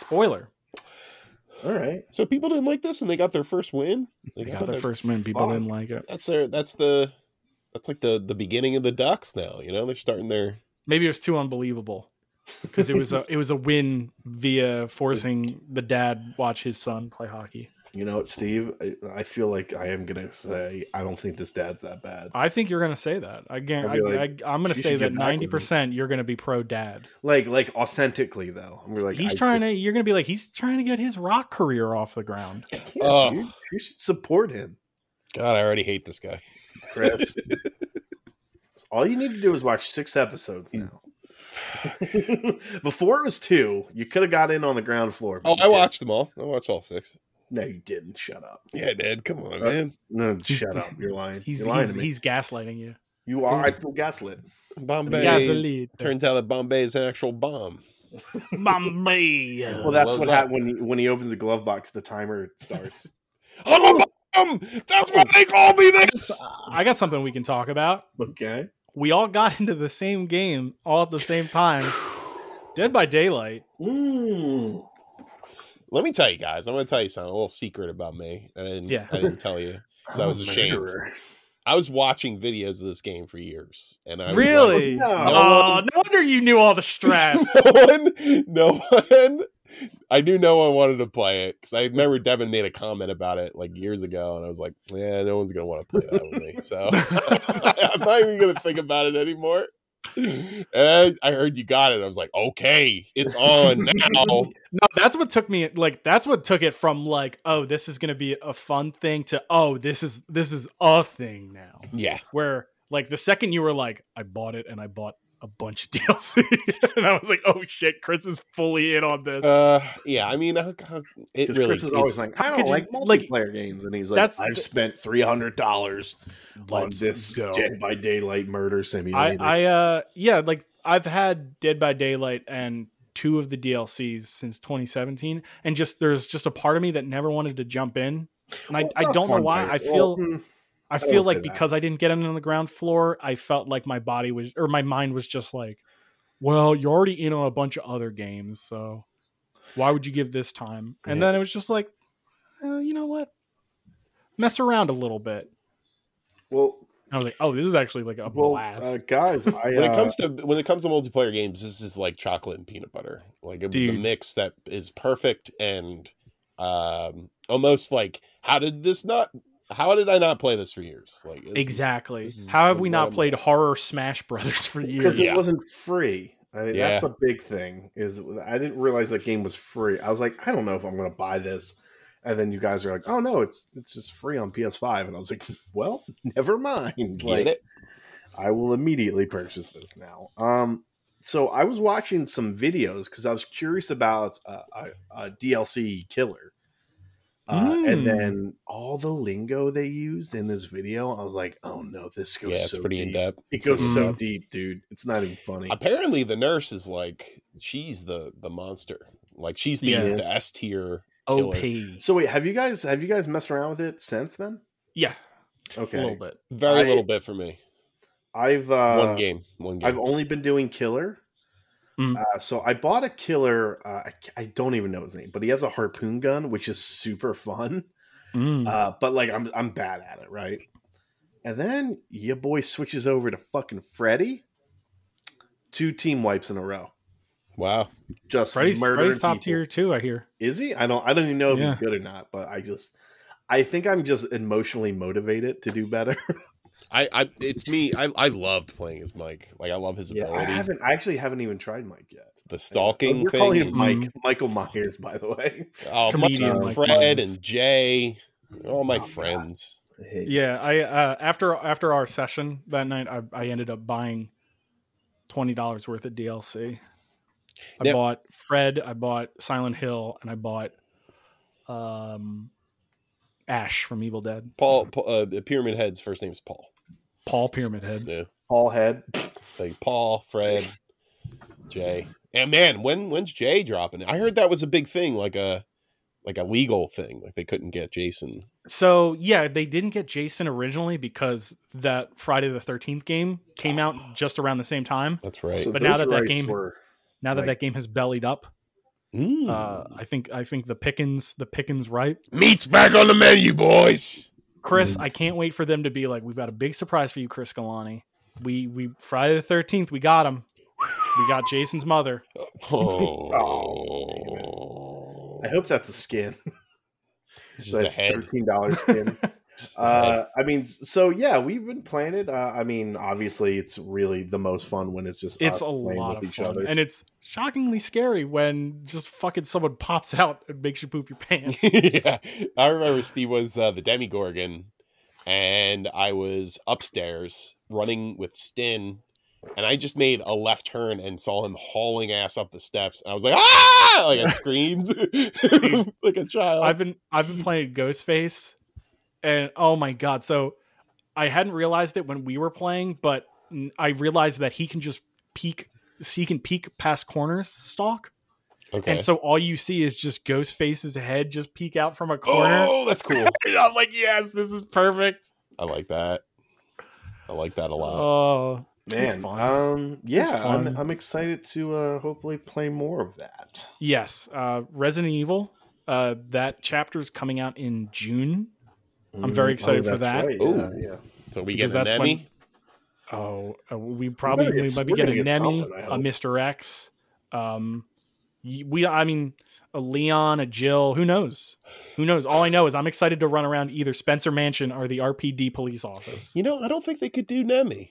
Speaker 2: Spoiler.
Speaker 1: All right.
Speaker 3: So people didn't like this, and they got their first win.
Speaker 2: They got their first win. People
Speaker 3: fuck.
Speaker 2: didn't like it.
Speaker 3: That's their. That's the. That's like the the beginning of the Ducks now. You know they're starting their.
Speaker 2: Maybe it was too unbelievable because it was a it was a win via forcing the dad watch his son play hockey.
Speaker 1: You know what, Steve? I, I feel like I am gonna say I don't think this dad's that bad.
Speaker 2: I think you're gonna say that. I guarant-
Speaker 1: I'd be
Speaker 2: I,
Speaker 1: like,
Speaker 2: I, am gonna
Speaker 1: "She
Speaker 2: say
Speaker 1: should
Speaker 2: that
Speaker 1: get back with me."
Speaker 2: ninety percent you're gonna be pro dad.
Speaker 1: Like, like authentically though. I'm like
Speaker 2: he's
Speaker 1: I
Speaker 2: trying
Speaker 1: just-
Speaker 2: to. You're gonna be like he's trying to get his rock career off the ground.
Speaker 1: Yeah,
Speaker 3: Oh.
Speaker 1: dude, you should support him,
Speaker 3: God, I already hate this guy.
Speaker 2: (laughs)
Speaker 1: Chris. All you need to do is watch six episodes now. (laughs) Before it was two, you could have got in on the ground floor. but
Speaker 3: Oh,
Speaker 1: you
Speaker 3: I
Speaker 1: didn't.
Speaker 3: watched them all. I watched all six.
Speaker 1: No, you didn't. Shut up.
Speaker 3: Yeah, Dad, come on,
Speaker 1: Uh,
Speaker 3: man.
Speaker 1: No,
Speaker 2: He's-
Speaker 1: shut
Speaker 2: (laughs)
Speaker 1: up. You're lying.
Speaker 2: He's
Speaker 1: You're lying
Speaker 2: he's,
Speaker 1: to me.
Speaker 2: he's gaslighting you.
Speaker 1: you are. I feel gaslit.
Speaker 3: Bombay.
Speaker 2: Gasoline.
Speaker 3: Turns out that Bombay is an actual bomb.
Speaker 2: Bombay.
Speaker 1: Well, that's
Speaker 3: Blows
Speaker 1: what
Speaker 3: up.
Speaker 1: happened when he, when he opens the glove box. The timer starts.
Speaker 2: (laughs)
Speaker 3: I'm a bomb. That's why they call me this.
Speaker 2: I got something we can talk about.
Speaker 1: okay.
Speaker 2: We all got into the same game all at the same time. Dead by Daylight.
Speaker 1: Mm.
Speaker 3: Let me tell you guys. I'm going to tell you something. A little secret about me that I didn't.
Speaker 2: Yeah.
Speaker 3: I didn't tell you. 'cause I was ashamed. I was watching videos of this game for years, and I was like,
Speaker 2: Really?
Speaker 1: No.
Speaker 2: Aw, no wonder you knew all the strats.
Speaker 3: (laughs) no one, no one. I knew no one wanted to play it because I remember Devin made a comment about it like years ago, and I was like, "Yeah, no one's gonna want to play that with me." So (laughs) I'm not even gonna think about it anymore. And I, I heard you got it. I was like, "Okay, it's
Speaker 2: (laughs)
Speaker 3: on now."
Speaker 2: No, that's what took me like that's what took it from like, oh, this is gonna be a fun thing to oh, this is this is a thing now.
Speaker 3: yeah,
Speaker 2: Where like the second you were like, I bought it and I bought a bunch of (laughs) DLC and I was like, oh shit, Chris is fully in on this.
Speaker 3: uh, yeah. I mean, how, how, it
Speaker 1: Because
Speaker 3: really
Speaker 1: Chris is always
Speaker 3: it's-
Speaker 1: like, I
Speaker 2: could
Speaker 1: don't
Speaker 2: you-
Speaker 1: like
Speaker 2: like,
Speaker 1: multiplayer games, and he's like,
Speaker 2: that's
Speaker 1: I've
Speaker 2: the-
Speaker 1: spent three hundred dollars on
Speaker 2: Let's
Speaker 1: this
Speaker 2: go.
Speaker 1: Dead by Daylight murder
Speaker 2: I,
Speaker 1: simulator.
Speaker 2: I uh yeah, like I've had Dead by Daylight and two of the DLCs since 2017, and just there's just a part of me that never wanted to jump in. And I,
Speaker 1: Well, it's
Speaker 2: I
Speaker 1: not
Speaker 2: don't know
Speaker 1: fun
Speaker 2: why.
Speaker 1: playing.
Speaker 2: I feel
Speaker 1: Well, mm,
Speaker 2: I
Speaker 1: don't
Speaker 2: feel like
Speaker 1: say that.
Speaker 2: because I didn't get in on the ground floor, I felt like my body was or my mind was just like, well, you're already in on a bunch of other games, so why would you give this time? And
Speaker 1: Yeah.
Speaker 2: then it was just like, uh, you know what? Mess around a little bit.
Speaker 1: Well,
Speaker 2: And I was like, oh, this is actually like a
Speaker 1: well,
Speaker 2: blast.
Speaker 1: uh,
Speaker 2: (laughs)
Speaker 1: guys, I,
Speaker 3: When it
Speaker 1: uh,
Speaker 3: comes to when it comes to multiplayer games, this is like chocolate and peanut butter. Like it was a
Speaker 2: Dude.
Speaker 3: mix that is perfect and um almost like how did this not how did I not play this for years? Like this is-
Speaker 2: exactly.
Speaker 3: this is
Speaker 2: How have
Speaker 3: the
Speaker 2: we
Speaker 3: one
Speaker 2: not
Speaker 3: I'm
Speaker 2: played
Speaker 3: like-
Speaker 2: horror Smash
Speaker 1: (laughs)
Speaker 2: Brothers for years?
Speaker 1: because it
Speaker 3: Yeah.
Speaker 1: wasn't free. I,
Speaker 3: Yeah.
Speaker 1: That's a big thing. Is I didn't realize that game was free. I was like, I don't know if I'm going to buy this. And then you guys are like, oh no, it's it's just free on PS5. And I was like, (laughs) well, never mind.
Speaker 3: Get
Speaker 1: Like,
Speaker 3: it?
Speaker 1: I will immediately purchase this now. Um, so I was watching some videos because I was curious about a, a, a DLC killer, uh,
Speaker 2: Mm.
Speaker 3: Hmm.
Speaker 1: and then all the lingo they used in this video. I was like, oh no, this goes
Speaker 3: Yeah, it's
Speaker 1: so
Speaker 3: pretty
Speaker 1: deep.
Speaker 3: in depth.
Speaker 1: It goes
Speaker 2: pretty
Speaker 1: so
Speaker 2: in-depth.
Speaker 1: deep, dude. It's not even funny.
Speaker 3: Apparently the nurse is like she's the the monster. Like she's the,
Speaker 2: Yeah.
Speaker 3: the S tier
Speaker 2: OP.
Speaker 1: So wait, have you guys have you guys messed around with it since then?
Speaker 2: Yeah, a
Speaker 1: Okay,
Speaker 2: little bit.
Speaker 3: very
Speaker 1: I-
Speaker 3: little bit for me.
Speaker 1: I've uh,
Speaker 3: one game. One game.
Speaker 1: I've only been doing killer.
Speaker 2: Mm.
Speaker 1: Uh, so I bought a killer. Uh, I, ca- I don't even know his name, but he has a harpoon gun, which is super fun.
Speaker 2: Mm.
Speaker 1: Uh, but like I'm I'm bad at it, right? And then your boy switches over to fucking Freddy. Two team wipes in a row.
Speaker 3: wow.
Speaker 1: Just
Speaker 2: Freddy's,
Speaker 1: murdering
Speaker 2: Freddy's top
Speaker 1: people.
Speaker 2: tier too, I hear.
Speaker 1: Is he? I don't I don't even know if he's
Speaker 2: Yeah.
Speaker 1: good or not, but I just I think I'm just emotionally motivated to do better.
Speaker 3: I, I it's me. I, I loved playing as Mike. Like I love his
Speaker 1: yeah, I
Speaker 3: ability.
Speaker 1: haven't I actually haven't even tried Mike yet.
Speaker 3: the stalking
Speaker 1: We're
Speaker 3: thing.
Speaker 1: calling him
Speaker 3: is-
Speaker 1: Mike Michael Myers, by the
Speaker 3: (laughs)
Speaker 1: way.
Speaker 3: Oh, Mike
Speaker 2: Comedian
Speaker 3: and
Speaker 2: Mike
Speaker 3: Fred
Speaker 2: Myers.
Speaker 3: and Jay, all my
Speaker 1: Oh, God.
Speaker 3: friends.
Speaker 1: (laughs)
Speaker 2: Yeah, I uh, after after our session that night, I, I ended up buying twenty dollars worth of DLC. I
Speaker 3: Now-
Speaker 2: bought Fred, I bought Silent Hill, and I bought um, Ash from Evil Dead.
Speaker 3: Paul, Paul uh, the Pyramid Head's first name's Paul.
Speaker 2: Paul Pyramid Head.
Speaker 3: Yeah,
Speaker 1: Paul Head.
Speaker 3: so you- Paul, Fred, Jay. And man, when when's Jay dropping? I heard that was a big thing, like a like a legal thing. Like they couldn't get Jason.
Speaker 2: So yeah, they didn't get Jason originally because that Friday the Thirteenth game came out just around the same time.
Speaker 3: That's right.
Speaker 1: So
Speaker 2: But now
Speaker 1: those
Speaker 2: that that
Speaker 1: rights
Speaker 2: game-
Speaker 1: were,
Speaker 2: Now that
Speaker 1: Like-
Speaker 2: that game has bellied up,
Speaker 3: Mm.
Speaker 2: uh, I think I think the Pickens the Pickens right
Speaker 3: Meat's back on the menu,
Speaker 1: (laughs)
Speaker 3: boys.
Speaker 2: Chris, I can't wait for them to be like, we've got a big surprise for you, Chris Galani. We we Friday the thirteenth, we got him. We got Jason's mother.
Speaker 1: Oh, I hope that's a skin.
Speaker 3: It's Oh. just the
Speaker 1: That
Speaker 3: head.
Speaker 1: Thirteen
Speaker 3: (laughs)
Speaker 1: dollars skin.
Speaker 3: Just the head.
Speaker 1: uh, I mean, so yeah, we've been playing it. Uh, I mean, obviously, it's really the most fun when it's just
Speaker 2: It's
Speaker 1: us
Speaker 2: a
Speaker 1: playing
Speaker 2: lot
Speaker 1: with
Speaker 2: of
Speaker 1: each
Speaker 2: fun,
Speaker 1: other.
Speaker 2: and it's shockingly scary when just fucking someone (laughs) pops out and makes you poop
Speaker 1: (laughs)
Speaker 2: your pants.
Speaker 3: (laughs) yeah, I remember Steve was uh, the Demigorgon, and I was upstairs running with Stin, and I just made a left turn and saw him hauling ass up the steps. I was like, ah!
Speaker 2: (laughs)
Speaker 3: Like I screamed (laughs) like a child.
Speaker 2: I've been I've been playing Ghostface, and oh my god! So I hadn't realized it when we were playing, but n- I realized that he can just peek. So he can peek past corners, stalk,
Speaker 3: okay.
Speaker 2: and so all you see is just Ghostface's head just peek out from a corner.
Speaker 3: oh, that's cool.
Speaker 2: And (laughs) I'm like, yes, this is perfect.
Speaker 3: I like that. I like that a lot.
Speaker 2: Oh,
Speaker 1: Man,
Speaker 2: it's fun.
Speaker 1: um, yeah,
Speaker 2: fun.
Speaker 1: I'm, I'm excited to uh, hopefully play more of that.
Speaker 2: yes. Uh, Resident Evil. Uh, that chapter's coming out in June. I'm very
Speaker 1: Mm,
Speaker 2: excited for
Speaker 1: that's
Speaker 2: that.
Speaker 1: Right.
Speaker 3: Ooh.
Speaker 1: Yeah, yeah.
Speaker 3: so we get
Speaker 2: because
Speaker 3: an
Speaker 2: that's
Speaker 3: Emmy.
Speaker 2: Oh, uh, we probably
Speaker 1: better get-
Speaker 2: we might be
Speaker 1: we're gonna
Speaker 2: getting
Speaker 1: get
Speaker 2: an Emmy,
Speaker 1: something, I
Speaker 2: a
Speaker 1: hope.
Speaker 2: Mr. X. Um, y- we, I mean, a Leon, a Jill. Who knows? Who knows? All I know is I'm excited to run around either Spencer Mansion or the RPD police office
Speaker 3: You know, I don't think they could do Nemi.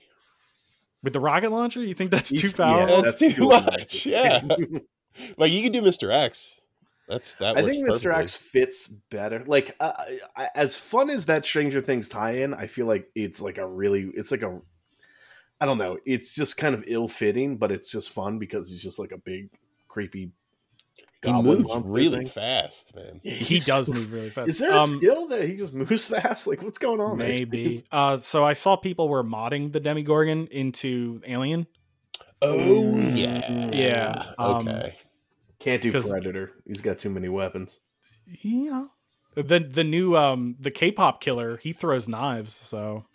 Speaker 2: with the rocket launcher. You think that's too
Speaker 1: East-
Speaker 2: powerful?
Speaker 1: yeah.
Speaker 3: That's,
Speaker 1: Oh, that's
Speaker 3: too
Speaker 1: too
Speaker 3: much. Yeah.
Speaker 1: (laughs)
Speaker 3: like you could do Mr. X. That's that.
Speaker 1: I
Speaker 3: works
Speaker 1: think Mr.
Speaker 3: perfectly.
Speaker 1: X fits better. Like, uh, I- as fun as that Stranger Things tie-in, I feel like it's like a really, it's like a, I don't know, it's just kind of ill-fitting, but it's just fun because he's just like a big creepy.
Speaker 3: He
Speaker 1: goblin
Speaker 3: moves
Speaker 1: monster
Speaker 3: really
Speaker 1: thing.
Speaker 3: fast, man.
Speaker 1: Yeah,
Speaker 2: He
Speaker 1: he's-
Speaker 2: does move really fast.
Speaker 1: Is there a
Speaker 2: Um,
Speaker 1: skill that he just (laughs) moves fast? Like, what's going on? there?
Speaker 2: Maybe. Uh, so I saw people were modding the Demigorgon into Alien.
Speaker 3: Oh yeah,
Speaker 2: Yeah, um,
Speaker 3: Okay,
Speaker 1: Can't do
Speaker 2: 'Cause-
Speaker 1: Predator. He's got too many weapons.
Speaker 2: You know, The the new um the K-pop killer, he throws knives, so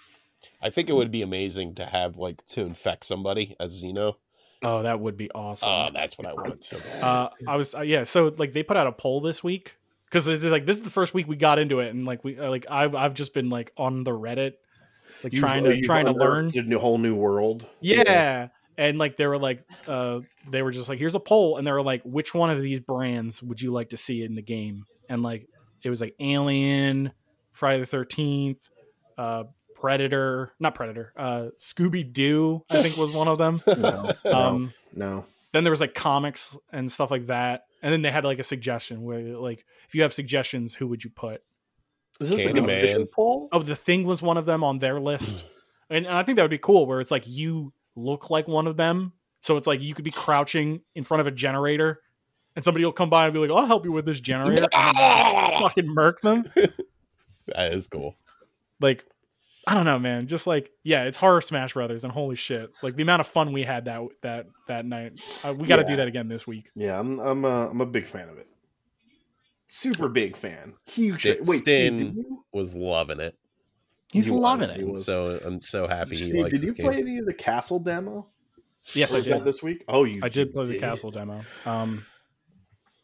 Speaker 3: I think it would be amazing to have like to infect somebody as Xeno.
Speaker 2: oh that would be awesome.
Speaker 3: Oh, that's what I wanted so bad. (laughs)
Speaker 2: uh, I was uh, yeah. So like they put out a poll this week because this is like this is the first week we got into it, and like we uh, like I've I've just been like on the Reddit, like
Speaker 1: You've-
Speaker 2: trying to
Speaker 1: you've
Speaker 2: trying to learn.
Speaker 1: unearthed a new- whole new world.
Speaker 2: Yeah. And like they were like uh they were just like here's a poll and they were like which one of these brands would you like to see in the game? And like it was like Alien, Friday the 13th, uh Predator, not Predator, uh Scooby Doo, I think was one of
Speaker 3: (laughs)
Speaker 2: them.
Speaker 1: No,
Speaker 2: Um
Speaker 1: no,
Speaker 2: then there was like comics and stuff like that. And then they had like a suggestion where like if you have suggestions who would you put?
Speaker 1: is this an
Speaker 3: Candyman.
Speaker 1: official poll?
Speaker 2: Oh, the thing was one of them on their list, and, and I think that would be cool. Where it's like you look like one of them, so it's like you could be crouching in front of a generator, and somebody will come by and be like, "I'll help you with this generator," and then fucking murk them.
Speaker 3: that is cool.
Speaker 2: Like, I don't know, man. Just like, yeah, it's horror Smash Brothers, and holy shit, like the amount of fun we had that that that night. Uh, we got to
Speaker 1: Yeah.
Speaker 2: do that again this week.
Speaker 1: Yeah, I'm I'm a, I'm a big fan of it. Super big fan. Huge.
Speaker 3: Sti-
Speaker 1: fan. Wait,
Speaker 3: Stin-
Speaker 1: Steve, did you,
Speaker 3: Was loving it.
Speaker 2: He's
Speaker 1: He was,
Speaker 2: loving
Speaker 1: he
Speaker 2: it.
Speaker 1: was.
Speaker 3: So I'm so happy he
Speaker 1: Steve,
Speaker 3: likes
Speaker 1: did
Speaker 3: this
Speaker 1: you
Speaker 3: game.
Speaker 1: play any of the castle demo?
Speaker 2: Yes, I
Speaker 1: Was that
Speaker 2: did.
Speaker 1: this week. Oh, you.
Speaker 2: I did play the
Speaker 1: did.
Speaker 2: castle demo. Um,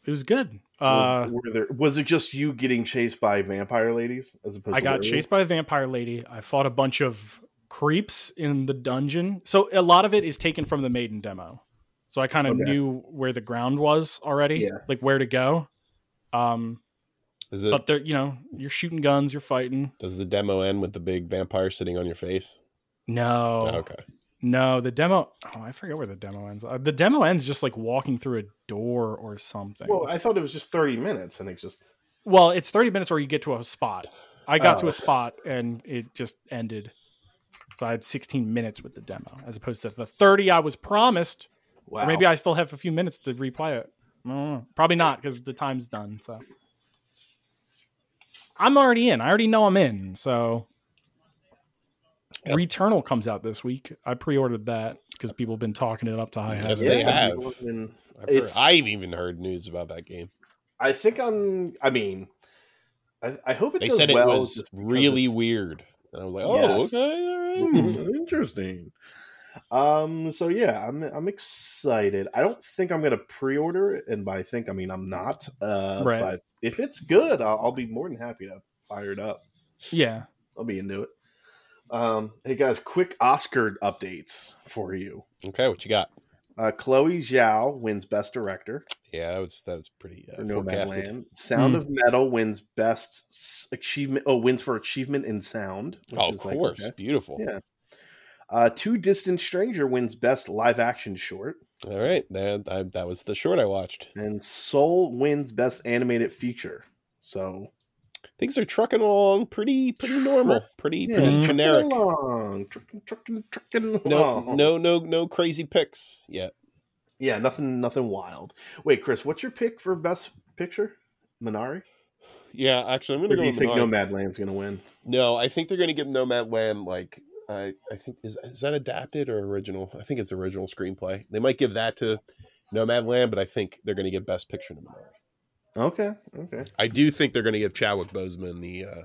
Speaker 2: it was good. Uh,
Speaker 1: Were- were there- was it just you getting chased by vampire ladies as opposed?
Speaker 2: I
Speaker 1: to
Speaker 2: got
Speaker 1: werewolves?
Speaker 2: chased by a vampire lady. I fought a bunch of creeps in the dungeon. So a lot of it is taken from the maiden demo. So I kind of
Speaker 1: Okay.
Speaker 2: knew where the ground was already,
Speaker 1: Yeah.
Speaker 2: like where to go. Um,
Speaker 3: Is it,
Speaker 2: but there, you know, you're shooting guns, you're fighting.
Speaker 3: does the demo end with the big vampire sitting on your face?
Speaker 2: No,
Speaker 3: okay.
Speaker 2: no, the demo. Oh, I forget where the demo ends. Uh, the demo ends just like walking through a door or something.
Speaker 1: Well, I thought it was just thirty minutes, and it just
Speaker 2: Well, it's 30 minutes or you get to a spot. I got
Speaker 1: Oh,
Speaker 2: to a
Speaker 1: okay.
Speaker 2: spot and it just ended. So I had 16 minutes with the demo as opposed to the 30 I was promised.
Speaker 1: wow.
Speaker 2: Or maybe I still have a few minutes to replay it. I don't know. Probably not because the time's done. So I'm already in. I already know I'm in. So
Speaker 3: Yep.
Speaker 2: Returnal comes out this week. I pre ordered that because people have been talking it up to high
Speaker 3: Yes,
Speaker 2: heaven.
Speaker 3: they have.
Speaker 1: people have been-
Speaker 3: I've, heard,
Speaker 1: It's-
Speaker 3: I've even heard news about that game.
Speaker 1: I think I'm. I mean, I, I hope it
Speaker 3: They
Speaker 1: does
Speaker 3: said
Speaker 1: well.
Speaker 3: it was
Speaker 1: just because
Speaker 3: really
Speaker 1: it's-
Speaker 3: weird. And I was like, oh,
Speaker 1: Yes. Mm-hmm.
Speaker 3: okay. All
Speaker 2: Hmm.
Speaker 1: (laughs)
Speaker 3: right.
Speaker 1: Interesting. Um. So yeah, I'm I'm excited. I don't think I'm gonna pre-order it, and by I think I mean I'm not. Uh,
Speaker 2: Right.
Speaker 1: But if it's good, I'll, I'll be more than happy to fire it up.
Speaker 2: Yeah.
Speaker 1: I'll be into it. Um. Hey guys, quick Oscar updates for you.
Speaker 3: Okay, what you got?
Speaker 1: Uh, Chloe Zhao wins Best Director
Speaker 3: Yeah, that was, that was pretty uh,
Speaker 1: for Nomadland.
Speaker 3: forecasted.
Speaker 1: Sound
Speaker 2: Hmm.
Speaker 1: of Metal wins Best S- Achievement. Oh, wins for Achievement in Sound. which
Speaker 3: Oh, of
Speaker 1: is like,
Speaker 3: course.
Speaker 1: okay.
Speaker 3: Beautiful.
Speaker 1: Yeah. Uh, Two Distant Stranger wins Best Live Action Short,
Speaker 3: All right. That, I, that was the short I watched.
Speaker 1: and Soul wins Best Animated Feature. So
Speaker 3: Things are trucking along pretty, pretty normal, pretty,
Speaker 1: yeah,
Speaker 3: pretty
Speaker 2: trucking
Speaker 3: generic.
Speaker 1: trucking along, trucking, trucking, trucking
Speaker 3: No,
Speaker 1: along.
Speaker 3: no, no, no crazy picks yet.
Speaker 1: yeah, nothing, nothing wild. Wait, Chris, what's your pick for Best Picture? Minari?
Speaker 3: Yeah, actually, I'm
Speaker 1: Or
Speaker 3: gonna
Speaker 1: do
Speaker 3: go.
Speaker 1: you
Speaker 3: With
Speaker 1: think
Speaker 3: Minari.
Speaker 1: Nomadland's going to win?
Speaker 3: No, I think they're going to give Nomadland like I I think is is that adapted or original? I think it's original screenplay. They might give that to Nomadland, but I think they're going to give Best Picture to Minari.
Speaker 1: Okay, okay.
Speaker 3: I do think they're going to give Chadwick Boseman the uh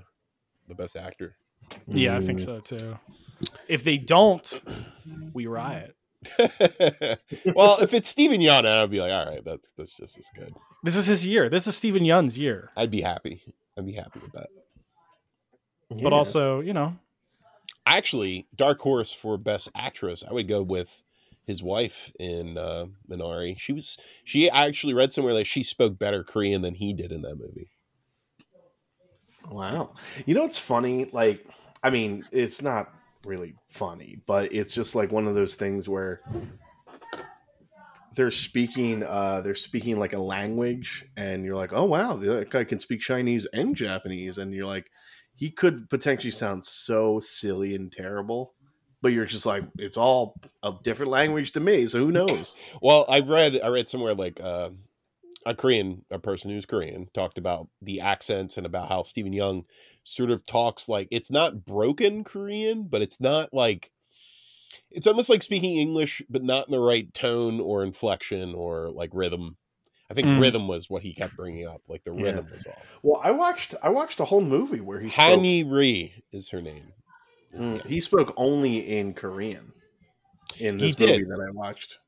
Speaker 3: the Best Actor. (laughs)
Speaker 2: Yeah, I
Speaker 1: Mm,
Speaker 2: think
Speaker 3: Mm.
Speaker 2: so too. If they don't, we riot.
Speaker 3: well, if it's Steven Yana, I'd be like, all right, that's that's just as good.
Speaker 2: This is his year. This is Stephen Yun's year.
Speaker 3: I'd be happy. I'd be happy with that.
Speaker 2: But also, you know,
Speaker 3: Actually, Dark Horse for Best Actress, I would go with his wife in uh, Minari. She was she I actually read somewhere that she spoke better Korean than he did in that movie.
Speaker 1: Wow. You know what's funny? Like, I mean, it's not really funny, but it's just like one of those things where they're speaking uh they're speaking like a language and you're like, "Oh wow, that guy can speak Chinese and Japanese." And you're like, he could potentially sound so silly and terrible, but you're just like, it's all a different language to me, so who knows?
Speaker 3: Well, I read I read somewhere like uh, a Korean a person who's Korean talked about the accents and about how Stephen Young sort of talks like it's not broken Korean, but it's not like it's almost like speaking English, but not in the right tone or inflection or like rhythm. I think
Speaker 2: Mm.
Speaker 3: rhythm was what he kept bringing up. Like the
Speaker 1: Hmm. Yeah.
Speaker 3: rhythm was off.
Speaker 1: Well, I watched I watched a whole movie where he spoke,
Speaker 3: Hani Ri is her name. is the
Speaker 1: Mm,
Speaker 3: actor.
Speaker 1: he spoke only in Korean in
Speaker 3: He
Speaker 1: this movie
Speaker 3: did.
Speaker 1: that I watched.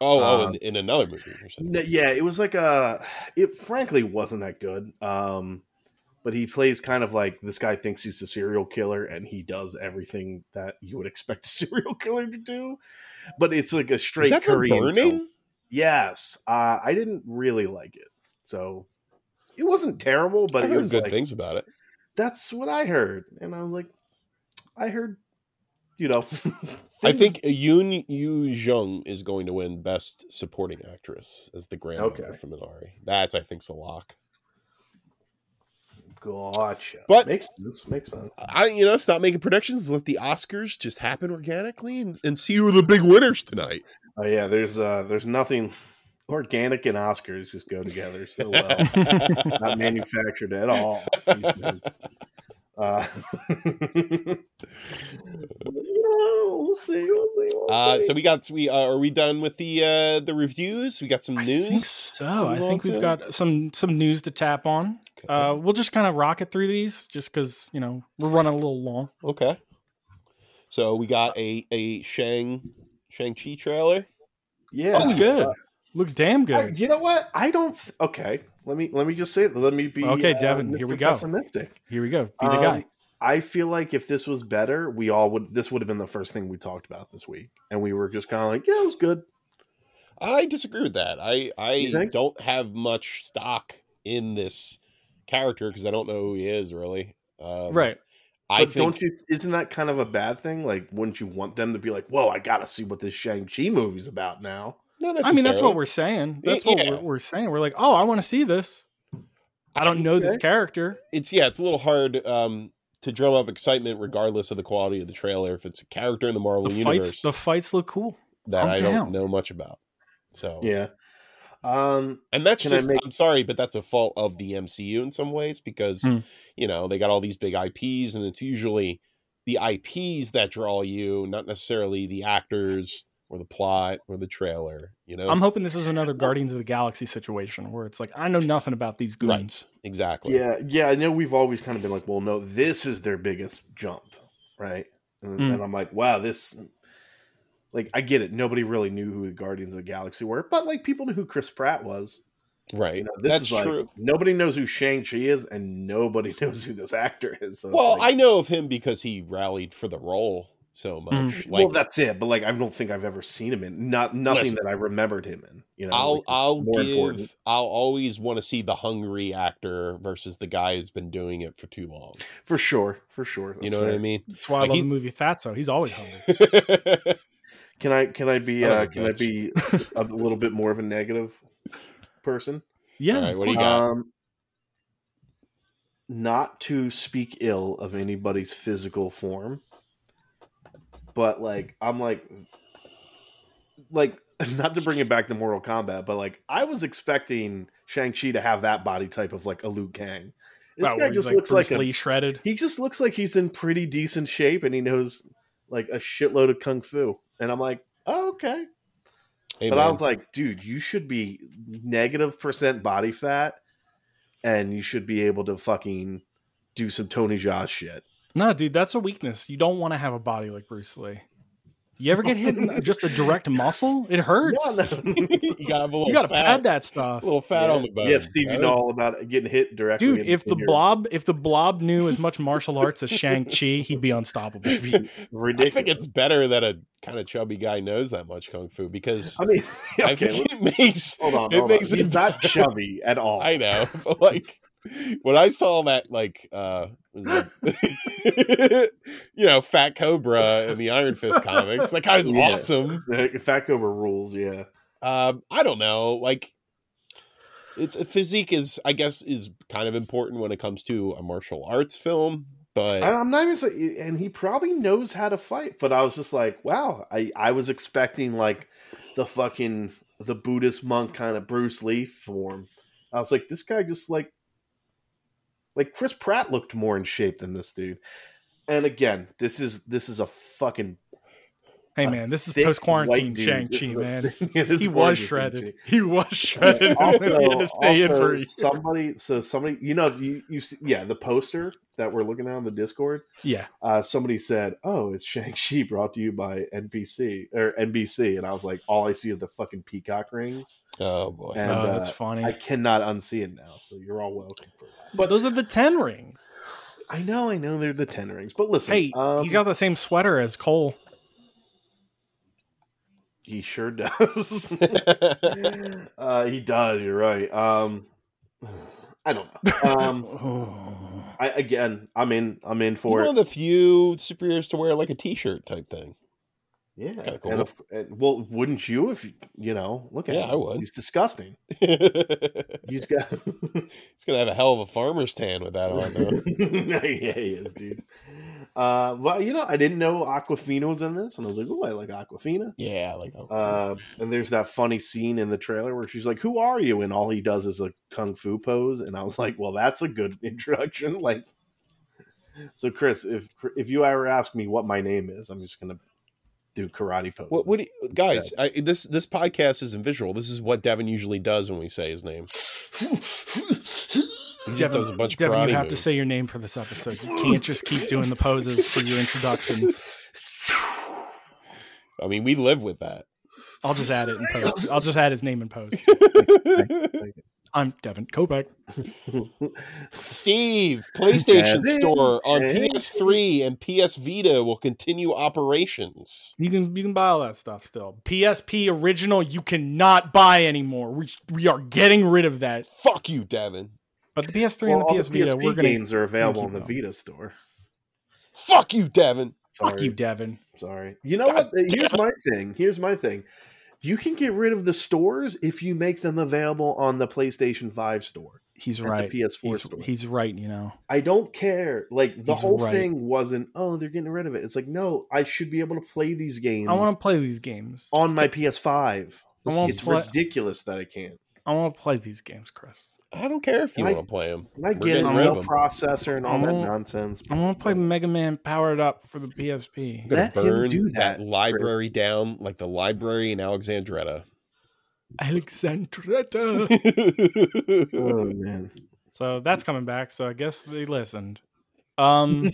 Speaker 3: oh, oh,
Speaker 1: uh,
Speaker 3: in, in another movie or something.
Speaker 1: No, yeah, it was like a. It frankly wasn't that good. Um, but he plays kind of like this guy thinks he's a serial killer, and he does everything that you would expect a (laughs) serial killer to do. But it's like a
Speaker 3: Is
Speaker 1: straight
Speaker 3: that the
Speaker 1: Korean.
Speaker 3: burning?
Speaker 1: film. Yes, uh, I didn't really like it, so it wasn't terrible. But
Speaker 3: I
Speaker 1: it
Speaker 3: heard
Speaker 1: was
Speaker 3: good
Speaker 1: like,
Speaker 3: things about it.
Speaker 1: That's what I heard, and I was like, I heard, you know, (laughs)
Speaker 3: I
Speaker 1: things-
Speaker 3: think Yoon Yu Jung is going to win Best Supporting Actress as the grandmother
Speaker 1: Okay.
Speaker 3: from Minari. That's I think's a lock.
Speaker 1: Gotcha.
Speaker 3: But-
Speaker 1: makes sense. Makes sense.
Speaker 3: I you know stop making predictions. Let the Oscars just happen organically and, and see who are the big winners tonight.
Speaker 1: Oh yeah, there's uh there's nothing organic and Oscars just go together
Speaker 2: (laughs)
Speaker 1: so
Speaker 3: (laughs)
Speaker 1: well.
Speaker 3: Uh,
Speaker 1: Not manufactured at all. these days. Uh, (laughs) No, we'll see. We'll see. We'll
Speaker 3: Uh,
Speaker 1: see.
Speaker 3: so we got we uh, are we done with the uh, the reviews? We got some
Speaker 2: I think
Speaker 3: news.
Speaker 2: so. I
Speaker 3: Move
Speaker 2: think
Speaker 3: on
Speaker 2: we've
Speaker 3: to-
Speaker 2: got some some news to tap on.
Speaker 3: Okay.
Speaker 2: Uh, we'll just kind of rocket through these, just because you know we're running a little long.
Speaker 3: okay. So we got a a Shang Shang Chi trailer. Oh,
Speaker 1: yeah,
Speaker 2: Looks good. Looks damn
Speaker 1: I-
Speaker 2: good.
Speaker 1: you know what? I don't. Th- okay, let me let me just say. Let me be
Speaker 2: Okay, Devin, here we
Speaker 1: Mr.
Speaker 2: go.
Speaker 1: Pessimistic.
Speaker 2: Here we go. Be the
Speaker 1: Um,
Speaker 2: guy.
Speaker 1: I feel like if this was better, we all would. This would have been the first thing we talked about this week, and we were just kind of like, "Yeah, it was good."
Speaker 3: I disagree with that. I
Speaker 1: You
Speaker 3: I
Speaker 1: think?
Speaker 3: don't have much stock in this character because I don't know who he is really. Um,
Speaker 2: Right.
Speaker 3: I
Speaker 1: But
Speaker 3: think
Speaker 1: don't you? Isn't that kind of a bad thing? Like, wouldn't you want them to be like, "Whoa, I gotta see what this Shang Chi movie's about now"?
Speaker 3: not
Speaker 2: I mean, that's what
Speaker 3: necessarily.
Speaker 2: we're saying.
Speaker 3: Y-
Speaker 2: That's what
Speaker 3: yeah.
Speaker 2: we're, we're saying. We're like, oh, I want to see this. I don't know this
Speaker 1: Okay.
Speaker 2: character.
Speaker 3: it's yeah, it's a little hard um, to drum up excitement regardless of the quality of the trailer if it's a character in the Marvel
Speaker 2: The
Speaker 3: universe
Speaker 2: fights. The fights look cool.
Speaker 3: that
Speaker 2: I'm
Speaker 3: I
Speaker 2: down.
Speaker 3: don't know much about. So
Speaker 1: Yeah. Um.
Speaker 3: And that's
Speaker 1: Can I
Speaker 3: just,
Speaker 1: make-
Speaker 3: I'm sorry, but that's a fault of the MCU in some ways because,
Speaker 2: Hmm.
Speaker 1: Mm.
Speaker 3: you know, they got all these big IPs and it's usually the IPs that draw you, not necessarily the actors or the plot or the trailer, you know?
Speaker 2: I'm hoping this is another Guardians of the Galaxy situation where it's like, I know nothing about these
Speaker 3: Right.
Speaker 2: goons.
Speaker 3: exactly.
Speaker 1: Yeah. Yeah. I know we've always kind of been like, "Well, no, this is their biggest jump," right? And,
Speaker 3: Hmm.
Speaker 2: Mm.
Speaker 1: and I'm like, "Wow, this." Like, I get it. Nobody really knew who the Guardians of the Galaxy were, but like people knew who Chris Pratt was.
Speaker 3: Right.
Speaker 1: You know, this
Speaker 3: that's
Speaker 1: is like,
Speaker 3: true.
Speaker 1: Nobody knows who Shang Chi is, and nobody (laughs) knows who this actor is. So it's
Speaker 3: well,
Speaker 1: like-
Speaker 3: I know of him because he rallied for the role so much. (clears throat)
Speaker 2: Mm.
Speaker 3: Like,
Speaker 1: well, that's it. But like, I don't think I've ever seen him in not nothing
Speaker 3: Listen.
Speaker 1: that I remembered him in. You know,
Speaker 3: I'll
Speaker 1: like,
Speaker 3: I'll
Speaker 1: more
Speaker 3: give
Speaker 1: important.
Speaker 3: I'll always want to see the hungry actor versus the guy who's been doing it for too long.
Speaker 1: for sure, for sure. That's
Speaker 3: you know what I
Speaker 1: fair.
Speaker 3: mean? (laughs)
Speaker 2: That's why I
Speaker 3: Like,
Speaker 2: love
Speaker 3: he's-
Speaker 2: the movie Fatso. He's always
Speaker 3: (laughs)
Speaker 2: hungry.
Speaker 1: Can I can I be
Speaker 3: Son of
Speaker 1: uh,
Speaker 3: a
Speaker 1: can I
Speaker 3: bitch. (laughs)
Speaker 1: be a little bit more of a negative person?
Speaker 2: Yeah.
Speaker 3: All right,
Speaker 2: of
Speaker 3: what do you
Speaker 2: course.
Speaker 3: got?
Speaker 1: Um, not to speak ill of anybody's physical form, but like I'm like, like (laughs) not to bring it back to Mortal Kombat, but like I was expecting Shang Chi to have that body type of like a Liu Kang. This
Speaker 2: Wow, where
Speaker 1: guy
Speaker 2: he's
Speaker 1: just
Speaker 2: like
Speaker 1: looks
Speaker 2: Bruce
Speaker 1: like a
Speaker 2: Lee shredded.
Speaker 1: he just looks like he's in pretty decent shape and he knows like a shitload of kung fu. And I'm like, oh, okay.
Speaker 3: Hey,
Speaker 1: But I
Speaker 3: man.
Speaker 1: was like, dude, you should be negative percent body fat, and you should be able to fucking do some Tony Jaa shit.
Speaker 3: (laughs)
Speaker 2: No, dude, that's a weakness. You don't want to have a body like Bruce Lee. You ever get
Speaker 1: (laughs)
Speaker 2: hit in just a direct muscle? It hurts.
Speaker 1: No, no.
Speaker 3: (laughs) you gotta have a little
Speaker 2: You got to
Speaker 3: fat,
Speaker 2: pad that stuff.
Speaker 3: little fat
Speaker 1: yeah.
Speaker 3: on the bone.
Speaker 1: Yeah, Steve, you
Speaker 3: right?
Speaker 1: know all about getting hit directly.
Speaker 2: Dude,
Speaker 1: in-
Speaker 2: if the
Speaker 1: in your-
Speaker 2: blob if the blob knew as much martial arts as
Speaker 1: (laughs)
Speaker 2: Shang Chi, he'd be unstoppable.
Speaker 3: I
Speaker 1: ridiculous.
Speaker 3: think it's better that a kind of chubby guy knows that much kung fu because
Speaker 1: I mean, (laughs)
Speaker 3: I
Speaker 1: okay,
Speaker 3: think it (laughs) makes.
Speaker 1: hold on.
Speaker 3: it
Speaker 1: hold on.
Speaker 3: makes it
Speaker 1: He's not chubby at all.
Speaker 3: I know, but like when I saw that, like, uh, was it- (laughs) you know, Fat Cobra in the Iron Fist comics, that
Speaker 1: (laughs)
Speaker 3: guy's
Speaker 1: Yeah.
Speaker 3: awesome.
Speaker 1: (laughs) Fat Cobra rules. Yeah,
Speaker 3: Um, I don't know, like. It's physique is, I guess, is kind of important when it comes to a martial arts film, but
Speaker 1: I, I'm not even. So, and he probably knows how to fight. But I was just like, wow. I I was expecting like the fucking the Buddhist monk kind of Bruce Lee form. I was like, this guy just like like Chris Pratt looked more in shape than this dude. And again, this is this is a fucking
Speaker 2: Hey man, this is
Speaker 1: Thick
Speaker 2: post
Speaker 1: white
Speaker 2: quarantine
Speaker 1: dude.
Speaker 2: Shang
Speaker 1: This
Speaker 2: Chi
Speaker 1: is a
Speaker 2: man.
Speaker 1: thick- yeah, (laughs) this
Speaker 2: He
Speaker 1: is
Speaker 2: was
Speaker 1: Shang-Chi.
Speaker 2: shredded. (laughs) He was shredded. (laughs)
Speaker 1: also,
Speaker 2: he had to stay in
Speaker 1: also,
Speaker 2: for a year.
Speaker 1: somebody. So somebody, you know, you, you see, yeah, the poster that we're looking at on the Discord.
Speaker 2: Yeah,
Speaker 1: Uh, somebody said, "Oh, it's Shang Chi, (laughs) brought to you by NBC or NBC," and I was like, "All I see are the fucking peacock rings."
Speaker 3: Oh boy.
Speaker 1: And,
Speaker 2: oh, that's
Speaker 1: uh,
Speaker 2: funny.
Speaker 1: I cannot unsee it now. So you're all welcome for that.
Speaker 2: but those are the ten rings.
Speaker 1: I know, I know, they're the ten rings. But listen,
Speaker 2: Hey,
Speaker 1: um,
Speaker 2: he's got the same sweater as Cole.
Speaker 1: he sure does. (laughs)
Speaker 3: (laughs)
Speaker 1: uh, he does. You're right. Um, (sighs) I don't know. Um,
Speaker 3: (sighs)
Speaker 1: I again, I'm in. I'm in
Speaker 3: He's
Speaker 1: for
Speaker 3: one
Speaker 1: it.
Speaker 3: of the few superheroes to wear like a T-shirt
Speaker 1: (laughs)
Speaker 3: type thing.
Speaker 1: Yeah,
Speaker 3: kinda
Speaker 1: and of, and, well, wouldn't you if you- you know? Look at
Speaker 3: Yeah,
Speaker 1: him.
Speaker 3: I would.
Speaker 1: He's disgusting.
Speaker 3: He's (laughs)
Speaker 1: He's got.
Speaker 3: gonna have a hell of a farmer's tan with that
Speaker 1: (laughs)
Speaker 3: on. Though.
Speaker 1: yeah, he is, dude. Uh, well, you know, I didn't know Aquafina was in this, and I was like, "Oh, I like Aquafina."
Speaker 3: yeah, I like oh. that.
Speaker 1: Uh, and there's that funny scene in the trailer where she's like, "Who are you?" And all he does is a kung fu pose, and I was like, "Well, that's a good (laughs) introduction." Like, so Chris, if if you ever ask me what my name is, I'm just gonna do karate pose.
Speaker 3: what, what do you, guys? I, this this podcast isn't visual. This is what Devin usually does when we say his name. He just
Speaker 2: Devin-
Speaker 3: does a bunch of
Speaker 2: Devin,
Speaker 3: karate
Speaker 2: you have to
Speaker 3: moves.
Speaker 2: say your name for this episode. You can't just keep doing the poses for your introduction.
Speaker 3: I mean, we live with
Speaker 2: (laughs)
Speaker 3: that.
Speaker 2: I'll just add it in post. I'll just add his name in post. I'm Devin Kopeck.
Speaker 3: Steve, PlayStation
Speaker 1: Devin,
Speaker 3: Store on
Speaker 1: Devin.
Speaker 3: PS3 and PS Vita will continue operations.
Speaker 2: You can you can buy all that stuff still. PSP original you cannot buy anymore. We we are getting rid of that.
Speaker 3: Fuck you, Devin.
Speaker 2: But the PS3
Speaker 1: Well, all
Speaker 2: and
Speaker 1: the
Speaker 2: the PS Vita,
Speaker 1: PSP
Speaker 2: we're gonna
Speaker 1: games are available
Speaker 2: keep
Speaker 1: on the
Speaker 2: going.
Speaker 1: Vita store.
Speaker 3: Fuck you, Devin.
Speaker 1: Sorry.
Speaker 2: fuck you, Devin.
Speaker 1: Sorry. You know
Speaker 3: God
Speaker 1: what? Here's my thing. Here's my thing. You can get rid of the stores if you make them available on the PlayStation 5 store,
Speaker 2: He's
Speaker 1: and
Speaker 2: right.
Speaker 1: the PS4
Speaker 2: He's,
Speaker 1: store.
Speaker 2: he's right. You know.
Speaker 1: I don't care. Like the
Speaker 2: He's
Speaker 1: whole
Speaker 2: right.
Speaker 1: thing wasn't, oh, they're getting rid of it. It's like, no, I should be able to play these games
Speaker 2: I want to play these games.
Speaker 1: on my PS5.
Speaker 2: I wanna
Speaker 1: It's
Speaker 2: play-
Speaker 1: ridiculous that I can't.
Speaker 2: I want to play these games, Chris.
Speaker 3: I don't care if you
Speaker 1: I-
Speaker 3: want to play him.
Speaker 1: And I
Speaker 3: We're
Speaker 1: get it,
Speaker 3: getting rid of
Speaker 1: no
Speaker 3: him.
Speaker 1: processor and all
Speaker 2: I
Speaker 1: that
Speaker 2: want-
Speaker 1: nonsense.
Speaker 2: I want to play
Speaker 1: but-
Speaker 2: Mega Man Powered Up for the PSP.
Speaker 3: Gonna
Speaker 1: Let him do that,
Speaker 3: library down like the library in Alexandretta. (laughs)
Speaker 2: Alexandretta.
Speaker 1: Oh man. (laughs)
Speaker 2: so that's coming back. So I guess they listened. Um,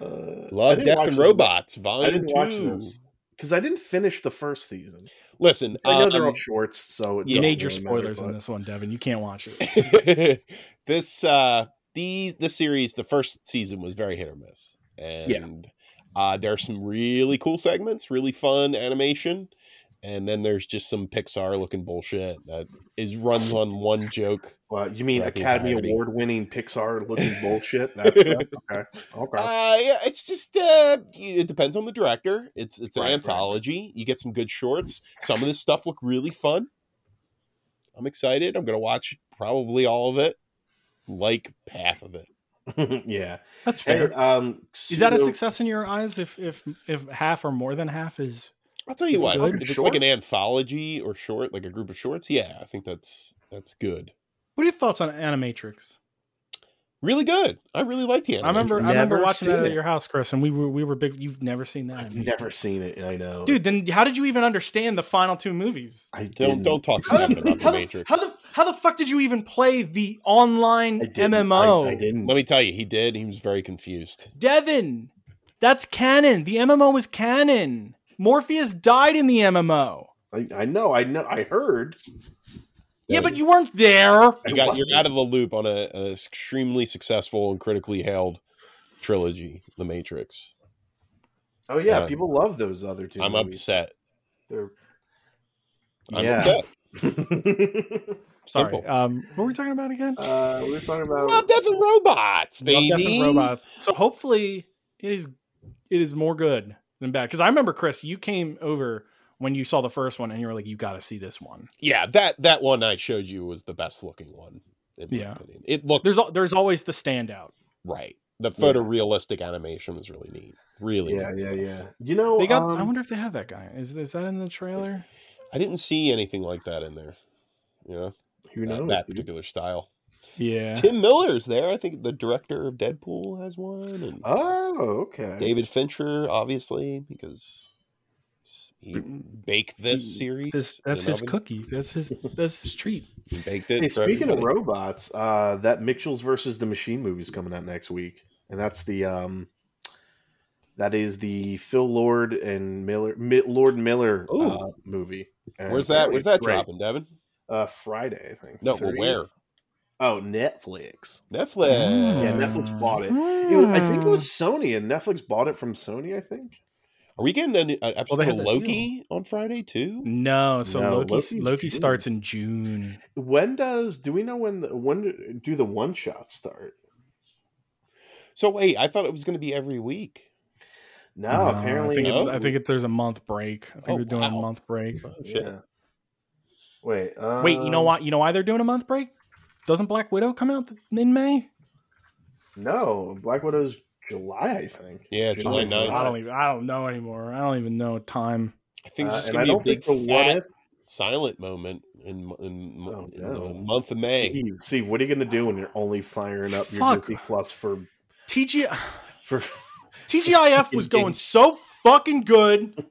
Speaker 1: Uh, I
Speaker 3: Love,
Speaker 1: didn't
Speaker 3: Death,
Speaker 1: watch
Speaker 3: and
Speaker 1: the-
Speaker 3: Robots,
Speaker 1: I
Speaker 3: Volume
Speaker 1: didn't watch
Speaker 3: Two.
Speaker 1: this because I didn't finish the first season.
Speaker 3: Listen,
Speaker 1: Uh, I know
Speaker 3: um,
Speaker 1: they're all shorts, so it
Speaker 3: Yeah.
Speaker 1: doesn't
Speaker 2: major
Speaker 1: really matter,
Speaker 2: spoilers in
Speaker 1: but-
Speaker 2: this one, Devin. You can't watch
Speaker 1: (laughs)
Speaker 2: it.
Speaker 3: (laughs) this uh the this series the first season was very hit or miss and uh there are some really cool segments really fun animation and then there's just some pixar looking bullshit that is runs on one joke
Speaker 1: Well, you mean
Speaker 3: Throughout the
Speaker 1: Academy
Speaker 3: entirety.
Speaker 1: Award winning Pixar looking
Speaker 3: (laughs)
Speaker 1: bullshit? That's it? okay. Okay.
Speaker 3: uh yeah it's just uh it depends on the director it's it's an
Speaker 1: Right, right.
Speaker 3: anthology you get some good shorts some of this stuff look really fun i'm excited i'm gonna watch probably all of it like half of it Uh,
Speaker 1: (laughs) yeah.
Speaker 2: That's
Speaker 1: Hey,
Speaker 2: fair.
Speaker 1: um,
Speaker 2: is that a
Speaker 1: pseudo-
Speaker 2: success in your eyes? If if if half or more than half is
Speaker 3: I'll tell you what,
Speaker 2: Good.
Speaker 3: if it's like an anthology or short, like a group of shorts, yeah, I think that's that's good.
Speaker 2: What are your thoughts on Animatrix?
Speaker 3: Really good. I really like the animation.
Speaker 2: I remember I
Speaker 1: never
Speaker 2: remember watching that
Speaker 1: seen
Speaker 2: at
Speaker 1: it.
Speaker 2: your house, Chris, and we were we were big. You've never seen that,
Speaker 1: I've never seen it. I know,
Speaker 2: dude. Then how did you even understand the final two movies?
Speaker 1: I
Speaker 3: Don't
Speaker 1: didn't.
Speaker 3: don't talk to
Speaker 2: How
Speaker 3: Devin
Speaker 2: the,
Speaker 3: about
Speaker 2: how
Speaker 3: the
Speaker 2: the-
Speaker 3: Matrix.
Speaker 2: how the how the fuck did you even play the
Speaker 1: I
Speaker 2: online
Speaker 1: didn't.
Speaker 2: MMO,
Speaker 1: I, I didn't.
Speaker 3: Let me tell you, he did. He was very confused.
Speaker 2: Devin? That's canon. The MMO is canon. Morpheus died in the MMO.
Speaker 1: I, I know. I know. I heard.
Speaker 2: Yeah,
Speaker 3: Yeah,
Speaker 2: but you weren't there.
Speaker 1: I
Speaker 3: You got
Speaker 1: watched
Speaker 3: you're out of the loop on a, a extremely successful and critically hailed trilogy, The Matrix.
Speaker 1: Oh yeah,
Speaker 3: Uh,
Speaker 1: people love those other 2
Speaker 3: I'm
Speaker 1: movies.
Speaker 3: upset.
Speaker 1: They're- (laughs)
Speaker 3: I'm
Speaker 1: Yeah.
Speaker 3: upset.
Speaker 2: Sorry.
Speaker 3: Simple.
Speaker 2: Um, what were we talking about again?
Speaker 1: uh, we were talking about
Speaker 3: Love, Death, and Robots,
Speaker 2: Love,
Speaker 3: baby.
Speaker 2: Death, and robots. So hopefully it is it is more good than bad. Because I remember Chris, you came over when you saw the first one and you were like, you got to see this one.
Speaker 3: Yeah, that that one I showed you was the best looking one. In my
Speaker 2: Yeah.
Speaker 3: opinion. it looked
Speaker 2: There's al- there's always the standout.
Speaker 3: Right. The
Speaker 1: Yeah.
Speaker 3: photorealistic animation was really neat. Really
Speaker 1: yeah,
Speaker 3: neat
Speaker 1: yeah,
Speaker 3: stuff.
Speaker 1: yeah. You know,
Speaker 2: They got.
Speaker 1: um,
Speaker 2: I wonder if they have that guy. Is is that in the trailer?
Speaker 3: I didn't see anything like that in there. You know,
Speaker 1: who
Speaker 3: that,
Speaker 1: knows?
Speaker 3: that
Speaker 1: dude?
Speaker 3: particular style.
Speaker 2: Yeah.
Speaker 3: Tim Miller's there. I think the director of Deadpool has one, and
Speaker 1: Oh, okay.
Speaker 3: David Fincher, obviously, because he baked this
Speaker 2: He-
Speaker 3: series.
Speaker 2: That's,
Speaker 3: in
Speaker 2: that's
Speaker 3: an
Speaker 2: his
Speaker 3: oven.
Speaker 2: cookie. That's his that's his treat.
Speaker 3: He baked it.
Speaker 1: Hey,
Speaker 3: for
Speaker 1: speaking of
Speaker 3: everybody.
Speaker 1: robots, uh, that Mitchell's versus the Machine movie is coming out next week, and that's the um, that is the Phil Lord and Miller Mi- Lord and Miller
Speaker 3: Ooh.
Speaker 1: uh, movie. And
Speaker 3: where's that?
Speaker 1: apparently
Speaker 3: Where's that
Speaker 1: it's great.
Speaker 3: dropping, Devin?
Speaker 1: Uh, Friday, I think.
Speaker 3: No, well,
Speaker 1: 30th.
Speaker 3: where?
Speaker 1: Oh, Netflix.
Speaker 3: Netflix.
Speaker 1: Yeah,
Speaker 2: Mm.
Speaker 1: Netflix bought it. It was, I
Speaker 2: Hmm.
Speaker 1: think it was Sony, and Netflix bought it from Sony. I think.
Speaker 3: Are we getting an, an
Speaker 2: Well,
Speaker 3: episode
Speaker 2: they had
Speaker 3: of
Speaker 2: that
Speaker 3: Loki on Friday
Speaker 1: Mm.
Speaker 3: too?
Speaker 2: No, so
Speaker 1: No,
Speaker 2: Loki
Speaker 1: Loki's
Speaker 2: Loki
Speaker 1: June.
Speaker 2: starts in June.
Speaker 1: When does do we know when the, when do the one shots start?
Speaker 3: So wait, I thought it was going to be every week.
Speaker 1: No,
Speaker 2: Uh,
Speaker 1: Oh, apparently.
Speaker 2: I think it's
Speaker 3: no.
Speaker 2: I think it, there's a month break. I think
Speaker 3: Oh,
Speaker 2: they're doing
Speaker 3: wow.
Speaker 2: a month break.
Speaker 3: Oh shit!
Speaker 1: Yeah. Wait. Um,
Speaker 2: Wait, you know what? You know why they're doing a month break? Doesn't Black Widow come out th- in May?
Speaker 1: No, Black Widow's July, I think.
Speaker 3: Yeah, July
Speaker 1: July
Speaker 2: I don't,
Speaker 3: 9th.
Speaker 1: ninth.
Speaker 2: even I don't know anymore. I don't even know time.
Speaker 3: I think
Speaker 1: Uh,
Speaker 3: it's just
Speaker 1: and
Speaker 3: going
Speaker 1: I
Speaker 3: to be a
Speaker 1: don't
Speaker 3: big
Speaker 1: think the
Speaker 3: fat
Speaker 1: what if.
Speaker 3: silent moment in, in,
Speaker 1: Oh,
Speaker 3: in
Speaker 1: no.
Speaker 3: the month of May.
Speaker 1: Steve, Steve, what are you going to do when you're only firing up your
Speaker 2: Fuck.
Speaker 1: Disney Plus for
Speaker 2: (sighs) TG
Speaker 1: for? (laughs)
Speaker 2: TGIF was going so fucking good.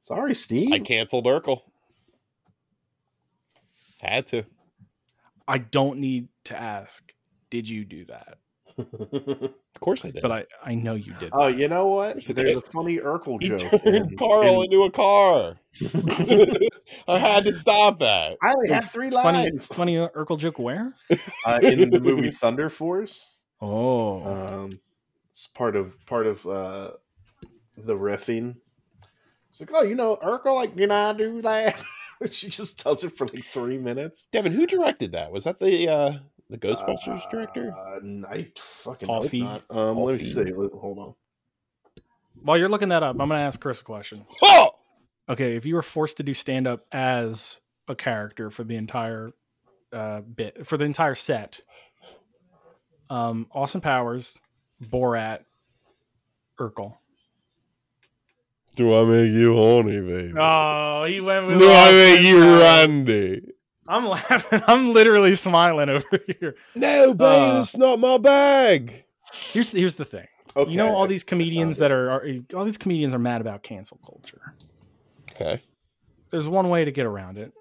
Speaker 1: Sorry, Steve.
Speaker 3: I canceled Urkel. Had to.
Speaker 2: I don't need to ask. Did you do that?
Speaker 3: Of course I did.
Speaker 2: But I I know you did.
Speaker 1: (laughs) oh, you know what?
Speaker 3: It's okay.
Speaker 1: There's a funny
Speaker 3: (laughs)
Speaker 1: Urkel
Speaker 3: he
Speaker 1: joke.
Speaker 3: turned
Speaker 1: in-
Speaker 3: Carl
Speaker 1: in-
Speaker 3: into
Speaker 1: (laughs)
Speaker 3: a car. (laughs) I had to stop that.
Speaker 1: I only had three
Speaker 2: funny
Speaker 1: lines
Speaker 2: funny Urkel
Speaker 1: (laughs)
Speaker 2: joke where?
Speaker 1: uh, in the movie (laughs) Thunder Force.
Speaker 2: Oh.
Speaker 1: Um, it's part of part of uh, the riffing. It's like, oh, you know, Urkel, like, can I do that? (laughs) she just does it for like three minutes.
Speaker 3: Devin, who directed that? Was that the uh, the Ghostbusters director?
Speaker 1: Uh, n- I fucking
Speaker 2: Coffee.
Speaker 1: hope not. Um, let me
Speaker 3: Coffee.
Speaker 1: see. Let- Hold on.
Speaker 2: While you're looking that up, I'm going to ask Chris a question.
Speaker 3: Oh,
Speaker 2: Okay, if you were forced to do stand up as a character for the entire uh, bit, for the entire set, um, Austin Powers, Borat, Urkel.
Speaker 3: do I make you horny, baby?
Speaker 2: Oh, he went with.
Speaker 3: do I make you randy?
Speaker 1: (laughs)
Speaker 2: I'm laughing. (laughs) I'm literally smiling over here.
Speaker 3: No, baby,
Speaker 2: Uh.
Speaker 3: that's not my bag.
Speaker 2: Here's here's the thing.
Speaker 1: Okay.
Speaker 2: You know all these comedians that are, are all these comedians are mad about cancel culture.
Speaker 3: Okay,
Speaker 2: there's one way to get around it.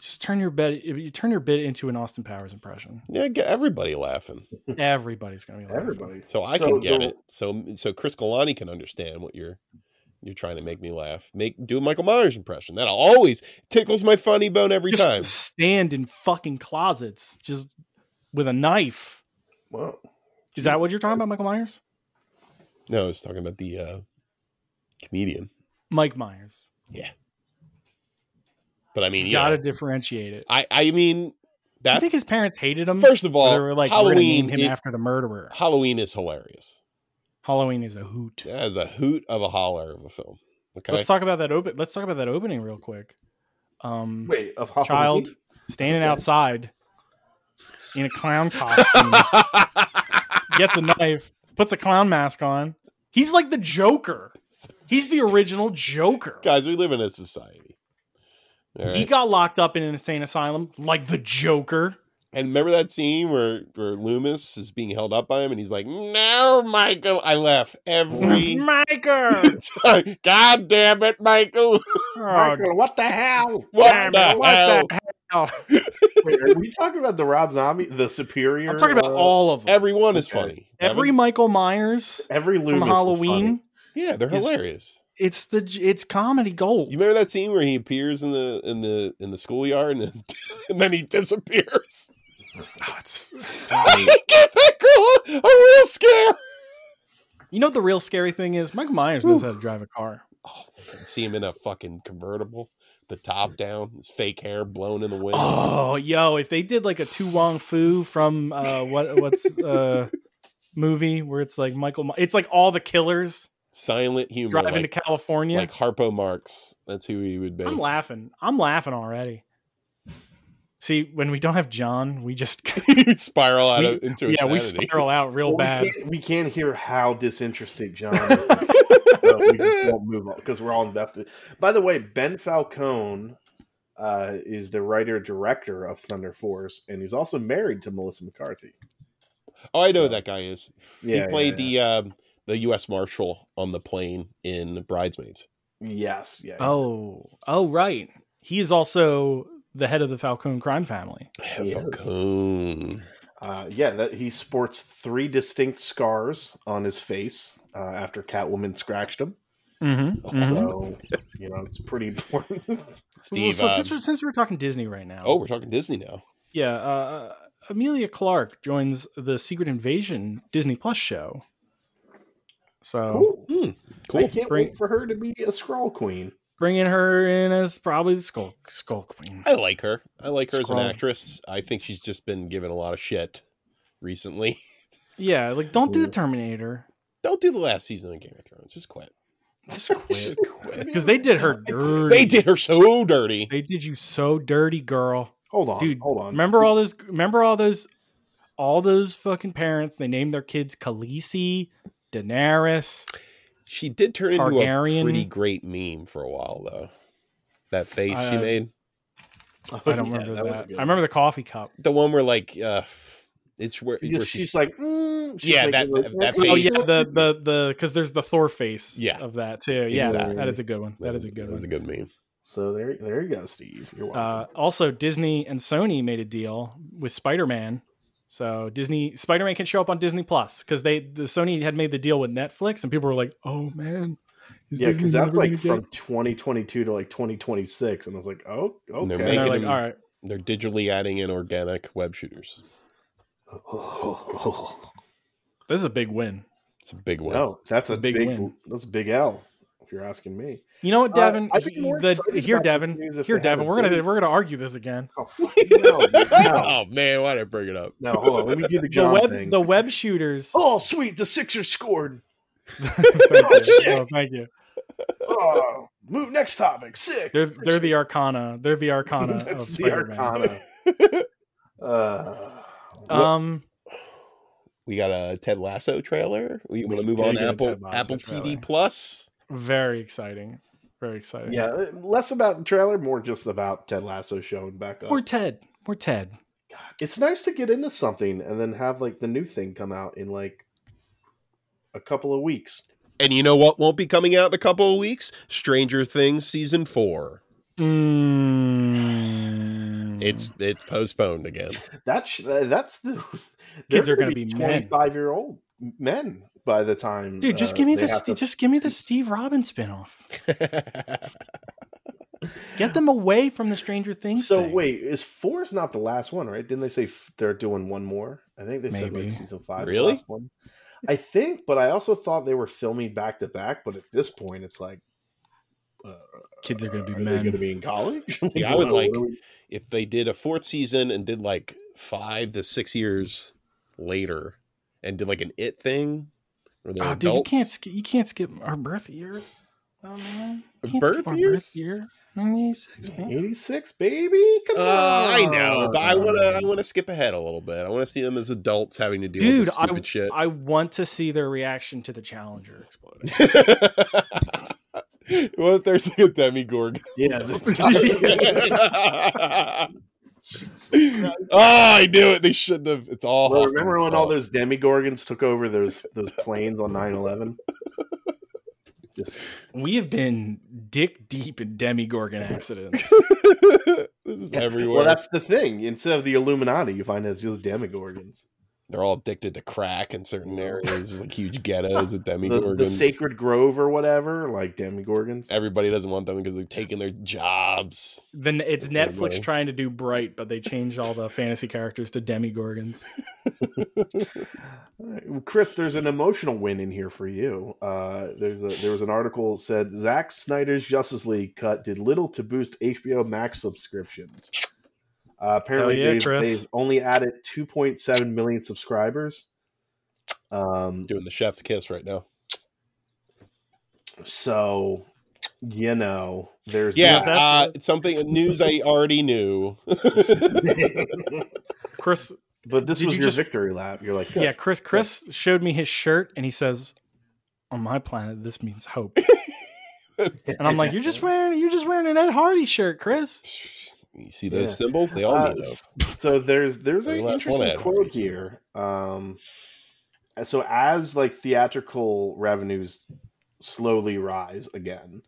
Speaker 2: Just turn your bit you turn your bit into an Austin
Speaker 1: (laughs)
Speaker 2: Powers impression.
Speaker 3: yeah, get everybody laughing,
Speaker 2: Everybody's gonna be laughing.
Speaker 1: everybody.
Speaker 3: so I
Speaker 1: So
Speaker 3: can get
Speaker 1: the-
Speaker 3: it. So, so Chris Galani can understand what you're you're trying to make me laugh. Make do a Michael Myers impression. That always tickles my funny bone every
Speaker 2: Just
Speaker 3: time.
Speaker 2: stand in fucking closets, just with a knife.
Speaker 1: Well,
Speaker 2: Is that what you're talking about, Michael Myers?
Speaker 3: No, I was talking about the uh, comedian,
Speaker 2: Mike Myers.
Speaker 3: but I mean,
Speaker 2: You
Speaker 3: yeah,
Speaker 2: gotta differentiate it.
Speaker 3: I I mean,
Speaker 2: I
Speaker 3: that's
Speaker 2: think his parents hated him.
Speaker 3: First of all,
Speaker 2: Um, they were like, we're
Speaker 3: Halloween,
Speaker 2: gonna name
Speaker 3: it-
Speaker 2: him after the murderer.
Speaker 3: Halloween is hilarious.
Speaker 2: Halloween is a hoot.
Speaker 3: That is a hoot of a holler of a film. Okay.
Speaker 2: Let's talk about that open let's talk about that opening real quick. Um
Speaker 1: wait, of Halloween?
Speaker 2: child standing outside in a clown
Speaker 3: (laughs)
Speaker 2: costume. gets a knife, puts a clown mask on. He's like the Joker. He's the original Joker.
Speaker 3: Guys, we live in a society. All
Speaker 2: He
Speaker 3: right.
Speaker 2: got locked up in an insane asylum like the Joker.
Speaker 3: and remember that scene where, where Loomis is being held up by him and he's like, No, Michael. I laugh
Speaker 2: (laughs)
Speaker 3: every
Speaker 2: Michael.
Speaker 3: time. God damn it, Michael. (laughs)
Speaker 2: Oh,
Speaker 1: Michael, what the hell?
Speaker 3: What
Speaker 2: damn
Speaker 3: the
Speaker 2: it,
Speaker 3: hell?
Speaker 2: what the hell?
Speaker 1: Wait, are we talking about the Rob Zombie, the Superior?
Speaker 2: I'm talking about
Speaker 1: uh,
Speaker 2: all of them.
Speaker 3: Everyone is
Speaker 1: Okay.
Speaker 3: funny. Devin.
Speaker 2: Every Michael Myers
Speaker 1: every
Speaker 2: from
Speaker 1: Loomis is funny.
Speaker 2: Halloween.
Speaker 3: Yeah, they're
Speaker 2: is-
Speaker 3: hilarious.
Speaker 2: It's the it's comedy gold.
Speaker 3: You remember that scene where he appears in the in the in the schoolyard and then (laughs) and then he disappears?
Speaker 2: Oh, it's-
Speaker 3: I gave that girl a real scare.
Speaker 2: you know what the real scary thing is? Michael Myers knows how to drive a car.
Speaker 3: Oh, I can see him in a fucking convertible, the top down, his fake hair blown in the wind.
Speaker 2: Oh, yo, if they did like a Tu Wong Fu from uh, what what's
Speaker 3: (laughs)
Speaker 2: uh, movie where it's like Michael, My- it's like all the killers
Speaker 3: Silent humor,
Speaker 2: driving
Speaker 3: like,
Speaker 2: to California.
Speaker 3: like Harpo Marx. That's who he would be. (laughs)
Speaker 2: I'm laughing. I'm laughing already. See, when we don't have John, we just
Speaker 3: spiral out
Speaker 2: We-
Speaker 3: of, into
Speaker 2: (laughs) yeah, we
Speaker 3: insanity.
Speaker 2: spiral out real
Speaker 1: Well,
Speaker 2: bad.
Speaker 1: We can't, we can't hear how disinterested John
Speaker 3: (laughs)
Speaker 1: is. So we just won't move on because we're all invested. By the way, Ben Falcone uh, is the writer director of Thunder Force, and he's also married to Melissa McCarthy.
Speaker 3: Oh, I know
Speaker 1: So-
Speaker 3: who that guy is. he played the um, the U.S. Marshal on the plane in Bridesmaids.
Speaker 1: the yes, yeah.
Speaker 2: Oh, oh, right. He is also the head of the Falcone crime family.
Speaker 1: Yes.
Speaker 3: Falcone.
Speaker 1: Uh, yeah, that he sports three distinct scars on his face uh, after Catwoman scratched him.
Speaker 2: Mm-hmm.
Speaker 1: So you know it's pretty
Speaker 2: (laughs)
Speaker 1: important.
Speaker 3: Steve.
Speaker 2: so
Speaker 3: uh,
Speaker 2: since, we're, since we're talking Disney right now,
Speaker 3: oh, we're talking Disney now.
Speaker 2: yeah, uh, Amelia Clark joins the Secret Invasion Disney Plus show. So
Speaker 1: cool.
Speaker 3: Hmm.
Speaker 1: I
Speaker 3: Cool.
Speaker 1: can't
Speaker 2: Bring-
Speaker 1: wait for her to be a scroll queen.
Speaker 2: bringing her in as probably the Skull Skull Queen.
Speaker 3: I like her. I like her as
Speaker 2: Scroll.
Speaker 3: an actress. I think she's just been given a lot of shit recently.
Speaker 2: Yeah, like don't do the Terminator.
Speaker 3: Don't do the last season of Game of Thrones. Just quit.
Speaker 2: Just quit.
Speaker 3: quit.
Speaker 2: Because they did her dirty.
Speaker 3: They did her so dirty.
Speaker 2: They did you so dirty, girl.
Speaker 1: Hold on,
Speaker 2: Dude,
Speaker 1: hold on. (laughs)
Speaker 2: Remember all those? Remember all those? All those fucking parents. They named their kids Khaleesi, Daenerys.
Speaker 3: She did turn into a
Speaker 2: Targaryen.
Speaker 3: pretty great meme for a while, though. That face she
Speaker 2: Uh,
Speaker 3: made,
Speaker 2: I don't remember that. I remember the coffee cup.
Speaker 3: the one where like, uh, it's where,
Speaker 1: She's,
Speaker 3: where
Speaker 1: she's, like, mm, she's
Speaker 3: Yeah,
Speaker 1: like-
Speaker 3: that-
Speaker 1: like-
Speaker 3: that
Speaker 2: Oh yeah,
Speaker 3: Face.
Speaker 2: the the the because there's the Thor face.
Speaker 3: Yeah.
Speaker 2: of that too. Yeah,
Speaker 3: Exactly.
Speaker 2: that is a good one. that is a good
Speaker 3: That was
Speaker 2: one.
Speaker 3: a good meme.
Speaker 1: So there, there you go, Steve. You're
Speaker 2: Uh,
Speaker 1: welcome.
Speaker 2: also, Disney and Sony made a deal with Spider Man. So Disney Spider Man can show up on Disney Plus because they the Sony had made the deal with Netflix and people were like, oh man, is
Speaker 1: yeah,
Speaker 2: Disney
Speaker 1: because that's
Speaker 2: never
Speaker 1: like
Speaker 2: gonna get
Speaker 1: from
Speaker 2: it?
Speaker 1: 2022 to like 2026, and I was like, oh,
Speaker 3: they're
Speaker 2: And
Speaker 1: okay.
Speaker 2: they're
Speaker 3: making
Speaker 2: like,
Speaker 3: them-
Speaker 2: all right,
Speaker 3: They're digitally adding in organic web shooters.
Speaker 1: (laughs)
Speaker 2: this is a big win.
Speaker 3: It's a big one. (laughs)
Speaker 1: no, that's a
Speaker 2: Big
Speaker 1: big,
Speaker 2: win.
Speaker 1: that's a big L. If you're asking me,
Speaker 2: You know what,
Speaker 1: Uh,
Speaker 2: Devin?
Speaker 1: I'd be more
Speaker 2: the,
Speaker 1: excited
Speaker 2: here,
Speaker 1: about this
Speaker 2: Devin.
Speaker 1: news if
Speaker 2: Here,
Speaker 1: they had a
Speaker 2: Devin. We're gonna (laughs)
Speaker 1: big-
Speaker 2: we're gonna argue this again.
Speaker 1: oh, fuck, no, no,
Speaker 3: oh man, why did I bring it up?
Speaker 1: no, hold on. Let me do the
Speaker 2: The
Speaker 1: John
Speaker 2: web
Speaker 1: thing.
Speaker 2: the web shooters.
Speaker 1: (laughs) oh, sweet, the Sixers scored.
Speaker 2: (laughs) thank, you.
Speaker 1: shit.
Speaker 2: Oh, thank you.
Speaker 1: Oh, move next topic. Sick.
Speaker 2: They're
Speaker 1: (laughs)
Speaker 2: they're the Arcana. They're the Arcana of
Speaker 1: that's the
Speaker 2: Spider-Man.
Speaker 1: Arcana. (laughs) uh,
Speaker 2: Um,
Speaker 3: We got a Ted Lasso trailer. We, want to move
Speaker 2: did
Speaker 3: on to
Speaker 2: get a
Speaker 3: Apple
Speaker 2: Ted Lasso
Speaker 3: Apple
Speaker 2: trailer.
Speaker 3: TV Plus.
Speaker 2: very exciting. Very exciting.
Speaker 1: yeah, less about the trailer, more just about Ted Lasso showing back up.
Speaker 2: More Ted. More Ted.
Speaker 1: it's nice to get into something and then have like the new thing come out in like a couple of weeks.
Speaker 3: And you know what won't be coming out in a couple of weeks? Stranger Things season four.
Speaker 2: Mm.
Speaker 3: It's it's postponed again.
Speaker 1: That's uh, that's the (laughs)
Speaker 2: Kids
Speaker 1: they're
Speaker 2: are gonna
Speaker 1: gonna
Speaker 2: be men.
Speaker 1: twenty five year old men by the time.
Speaker 2: dude. Just
Speaker 1: uh,
Speaker 2: give me
Speaker 1: they
Speaker 2: the
Speaker 1: have
Speaker 2: Ste-
Speaker 1: to-
Speaker 2: just give me the Steve Robbins spinoff. Get them away from the Stranger Things.
Speaker 1: So
Speaker 2: thing.
Speaker 1: wait, is four is not the last one, right? Didn't they say f- they're doing one more? I think they said
Speaker 2: Maybe.
Speaker 1: like season five. the
Speaker 3: Really?
Speaker 1: last one. I think, but I also thought they were filming back to back. But at this point, it's like, uh,
Speaker 2: kids are gonna be
Speaker 1: are they going to
Speaker 2: men.
Speaker 1: be in college? (laughs)
Speaker 3: Yeah, I would
Speaker 1: what
Speaker 3: like-
Speaker 1: are we-
Speaker 3: (laughs) if they did a fourth season and did like five to six years later and did like an it thing or they're
Speaker 2: Oh, dude, you
Speaker 3: adults.
Speaker 2: can't skip. You can't skip our birth year. Oh, man. You can't
Speaker 3: Birth
Speaker 2: skip our
Speaker 3: years?
Speaker 2: Birth year. 96, man.
Speaker 1: 86 baby come
Speaker 3: Uh, I know, but I want to. I
Speaker 1: on.
Speaker 3: want to skip ahead a little bit. I want to see them as adults having to deal
Speaker 2: Dude,
Speaker 3: with this
Speaker 2: I-
Speaker 3: stupid shit.
Speaker 2: I want to see their reaction to the Challenger
Speaker 1: (laughs)
Speaker 2: exploding.
Speaker 3: (laughs) what if there's like
Speaker 2: (laughs)
Speaker 3: a (laughs) demigorgon?
Speaker 1: yeah it's-
Speaker 3: oh, I knew it. They shouldn't have. It's all.
Speaker 1: Well,
Speaker 3: Hawkman's
Speaker 1: remember when all
Speaker 3: fault.
Speaker 1: those demigorgons took over those those planes on 9-11 Just-
Speaker 2: We have been dick deep in demigorgon
Speaker 1: (laughs)
Speaker 2: accidents.
Speaker 3: (laughs) this is
Speaker 1: well
Speaker 3: everywhere.
Speaker 1: that's the thing instead of the illuminati you find it's just demigorgons
Speaker 3: They're all addicted to crack in certain areas. There's like
Speaker 1: (laughs)
Speaker 3: huge ghettos of
Speaker 1: the,
Speaker 3: demigorgons.
Speaker 1: the sacred grove or whatever like (laughs) demigorgons
Speaker 3: Everybody doesn't want them because they're taking their jobs.
Speaker 2: then it's
Speaker 3: There you
Speaker 2: Netflix
Speaker 3: go.
Speaker 2: trying to do Bright, but they changed all the fantasy characters to demigorgons.
Speaker 1: All right. chris there's an emotional win in here for you uh there's a there was an article that said Zack snyder's justice league cut did little to boost hbo max subscriptions uh, apparently
Speaker 2: Hell yeah,
Speaker 1: they've,
Speaker 2: Chris.
Speaker 1: they've only added 2.7 million subscribers um
Speaker 3: Doing the chef's kiss right now.
Speaker 1: so you know there's
Speaker 3: Yeah,
Speaker 2: that's-
Speaker 3: uh, it's something news I already knew. (laughs)
Speaker 1: that.
Speaker 2: Chris,
Speaker 1: but this
Speaker 2: Did
Speaker 1: was
Speaker 2: you
Speaker 1: your
Speaker 2: just-
Speaker 1: victory lap you're like
Speaker 2: yeah, Chris, Chris showed me his shirt, and he says, "On my planet, this
Speaker 1: (laughs)
Speaker 2: means (laughs) hope." And I'm like, "You're just wearing, you're just wearing an Ed Hardy shirt, Chris."
Speaker 3: You see those
Speaker 1: Yeah.
Speaker 3: symbols? They all
Speaker 1: Uh,
Speaker 3: mean oak.
Speaker 1: so there's there's an
Speaker 3: Very last one
Speaker 1: interesting
Speaker 3: ad
Speaker 1: quote
Speaker 3: reads.
Speaker 1: here. Um, so as like theatrical revenues slowly rise again,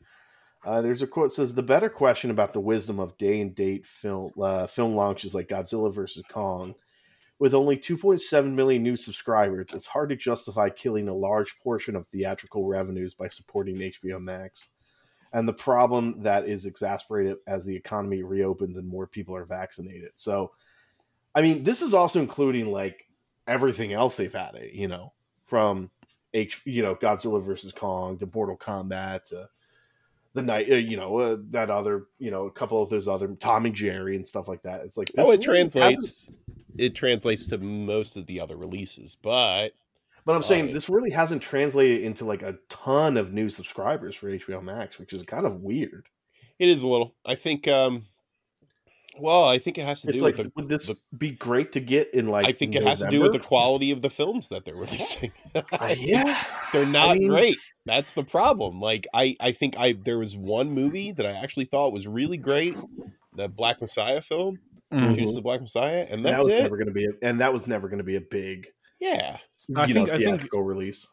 Speaker 1: uh, there's a quote that says the better question about the wisdom of day and date film uh, film launches like Godzilla versus Kong. With only 2.7 million new subscribers, it's hard to justify killing a large portion of theatrical revenues by supporting HBO Max and the problem that is exasperated as the economy reopens and more people are vaccinated. So, I mean, this is also including like everything else they've had it, you know, from H, you know, Godzilla versus Kong to Mortal Kombat to the night, uh, you know, uh, that other, you know, a couple of those other Tom and Jerry and stuff like that. It's like,
Speaker 3: Oh,
Speaker 1: this
Speaker 3: it
Speaker 1: really happened-
Speaker 3: translates. It translates to most of the other releases, but
Speaker 1: but I'm saying
Speaker 3: Right.
Speaker 1: this really hasn't translated into like a ton of new subscribers for HBO Max, which is kind of weird.
Speaker 3: it is a little. I think. um Well, I think it has to
Speaker 1: It's
Speaker 3: do
Speaker 1: like,
Speaker 3: with the.
Speaker 1: would this
Speaker 3: the-
Speaker 1: be great to get in like?
Speaker 3: I think it has to do with the
Speaker 1: November?
Speaker 3: quality of the films that they're (laughs) releasing. (laughs)
Speaker 1: Uh, (laughs) yeah,
Speaker 3: they're not
Speaker 1: mean-
Speaker 3: great that's the problem like i i think i there was one movie that i actually thought was really great the black messiah film
Speaker 2: Mm.
Speaker 3: judas the black messiah
Speaker 1: And Mm-hmm.
Speaker 3: and
Speaker 1: that
Speaker 3: that's
Speaker 1: was
Speaker 3: it
Speaker 1: never going to be, a, and that was never going to be a big,
Speaker 3: yeah
Speaker 2: I
Speaker 1: you
Speaker 2: think-
Speaker 1: know,
Speaker 2: I think-
Speaker 1: theatrical release.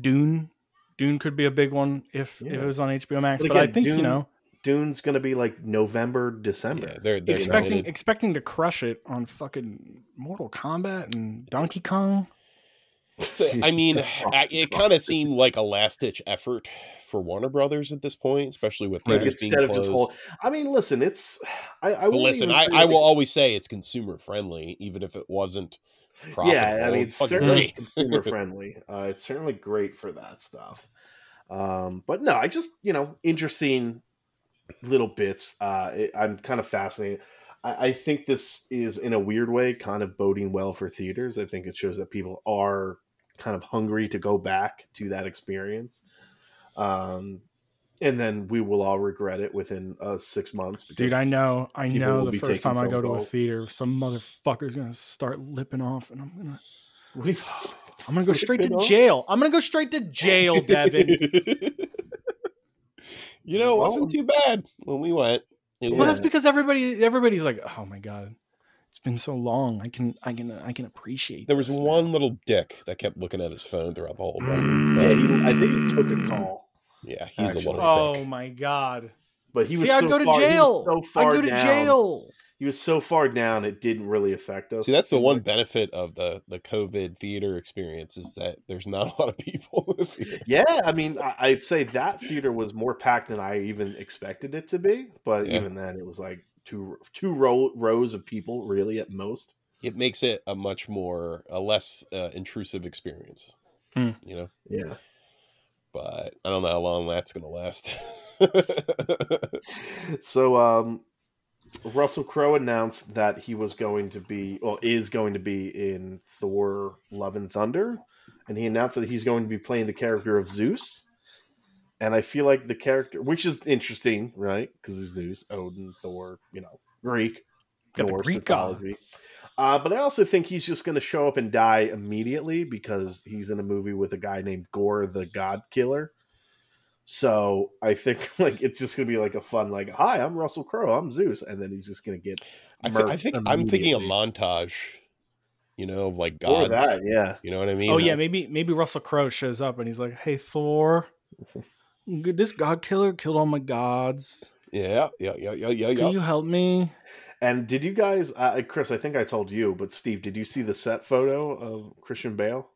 Speaker 2: Dune. Dune could be a big one if if
Speaker 1: Yeah.
Speaker 2: it was on HBO Max.
Speaker 1: But
Speaker 2: But,
Speaker 1: again,
Speaker 2: I think
Speaker 1: Dune-
Speaker 2: you know,
Speaker 1: Dune's going to be like November, December.
Speaker 3: yeah they're, they're
Speaker 2: expecting
Speaker 3: limited.
Speaker 2: expecting to crush it on fucking Mortal Kombat and Donkey Kong.
Speaker 3: So,
Speaker 1: (laughs)
Speaker 3: i mean I, it kind of seemed like a last ditch effort for warner brothers at this point especially with
Speaker 1: Like
Speaker 3: theaters being
Speaker 1: instead of just
Speaker 3: closed.
Speaker 1: whole, I mean, listen, it's. (sighs) I, I
Speaker 3: But
Speaker 1: won't
Speaker 3: listen
Speaker 1: even
Speaker 3: I,
Speaker 1: say,
Speaker 3: I
Speaker 1: like-
Speaker 3: will always say it's consumer friendly even if it wasn't profitable.
Speaker 1: Yeah, I mean,
Speaker 3: It's fucking
Speaker 1: certainly
Speaker 3: great. (laughs)
Speaker 1: consumer friendly. Uh, it's certainly great for that stuff. Um, but no, I just you know interesting little bits. Uh, it, I'm kind of fascinated. I, I think this is in a weird way kind of boding well for theaters. I think it shows that people are kind of hungry to go back to that experience. Um, and then we will all regret it within uh, six months. (laughs)
Speaker 2: Dude, I know, I
Speaker 1: People will
Speaker 2: know. The
Speaker 1: be
Speaker 2: first
Speaker 1: taking
Speaker 2: time I go
Speaker 1: phone
Speaker 2: to a
Speaker 1: calls.
Speaker 2: theater, some motherfucker's gonna start lipping off, and I'm gonna,
Speaker 1: (laughs) We've-
Speaker 2: I'm gonna go straight to
Speaker 1: Lipping off?
Speaker 2: jail. I'm gonna go straight
Speaker 1: (laughs)
Speaker 2: to jail, Devin.
Speaker 3: (laughs) you know, it
Speaker 1: Well-
Speaker 3: wasn't too bad when we went.
Speaker 1: Yeah.
Speaker 3: It
Speaker 2: Well,
Speaker 3: was-
Speaker 2: that's because everybody, everybody's like, oh my god, it's been so long. I can, I can, I can appreciate.
Speaker 3: There was
Speaker 2: this now."
Speaker 3: one little dick that kept looking at his phone throughout the whole run.
Speaker 1: yeah,
Speaker 2: Mm.
Speaker 1: he, I think he took a call.
Speaker 3: Yeah, he's
Speaker 1: Actually.
Speaker 3: a little
Speaker 2: Oh
Speaker 3: prick.
Speaker 2: my god.
Speaker 1: But he was
Speaker 2: See, I'd
Speaker 1: so
Speaker 2: go to
Speaker 1: far- he was
Speaker 2: jail.
Speaker 1: so
Speaker 2: I'd
Speaker 1: far
Speaker 2: go to
Speaker 1: down.
Speaker 2: jail.
Speaker 1: He was so far down, it didn't really affect us.
Speaker 3: See, that's the one benefit of the the COVID theater experience is that there's not a lot of people. (laughs) in the theater.
Speaker 1: Yeah, I mean, I, I'd say that theater was more packed than I even expected it to be. But
Speaker 3: Yeah.
Speaker 1: even then, it was like two two row, rows of people, really, at most.
Speaker 3: It makes it a much more a less uh, intrusive experience.
Speaker 2: Hmm.
Speaker 3: You know,
Speaker 1: Yeah,
Speaker 3: but I don't know how long that's going to last. (laughs)
Speaker 1: so um Russell Crowe announced that he was going to be well is going to be in Thor Love and Thunder and he announced that he's going to be playing the character of Zeus and I feel like the character which is interesting right because he's Zeus Odin Thor you know Greek
Speaker 2: Got the Greek god.
Speaker 1: uh, but I also think he's just going to show up and die immediately because he's in a movie with a guy named Gore the God Killer. So I think (laughs) like it's just going to be like a fun like, "Hi, I'm Russell Crowe. I'm Zeus," and then he's just going to get
Speaker 3: I, thi- I
Speaker 1: murked
Speaker 3: think I'm thinking a
Speaker 1: immediately.
Speaker 3: montage. You know, of like
Speaker 1: Or
Speaker 3: gods.
Speaker 1: that, yeah.
Speaker 3: You know what I mean?
Speaker 2: Oh yeah, maybe maybe Russell Crowe shows up and he's like, "Hey Thor, this god killer killed all my gods.
Speaker 3: Yeah, yeah, yeah, yeah, yeah,
Speaker 2: Can
Speaker 3: yeah.
Speaker 2: you help me?"
Speaker 1: And did you guys, uh, Chris? I think I told you, but Steve, did you see the set photo of Christian Bale?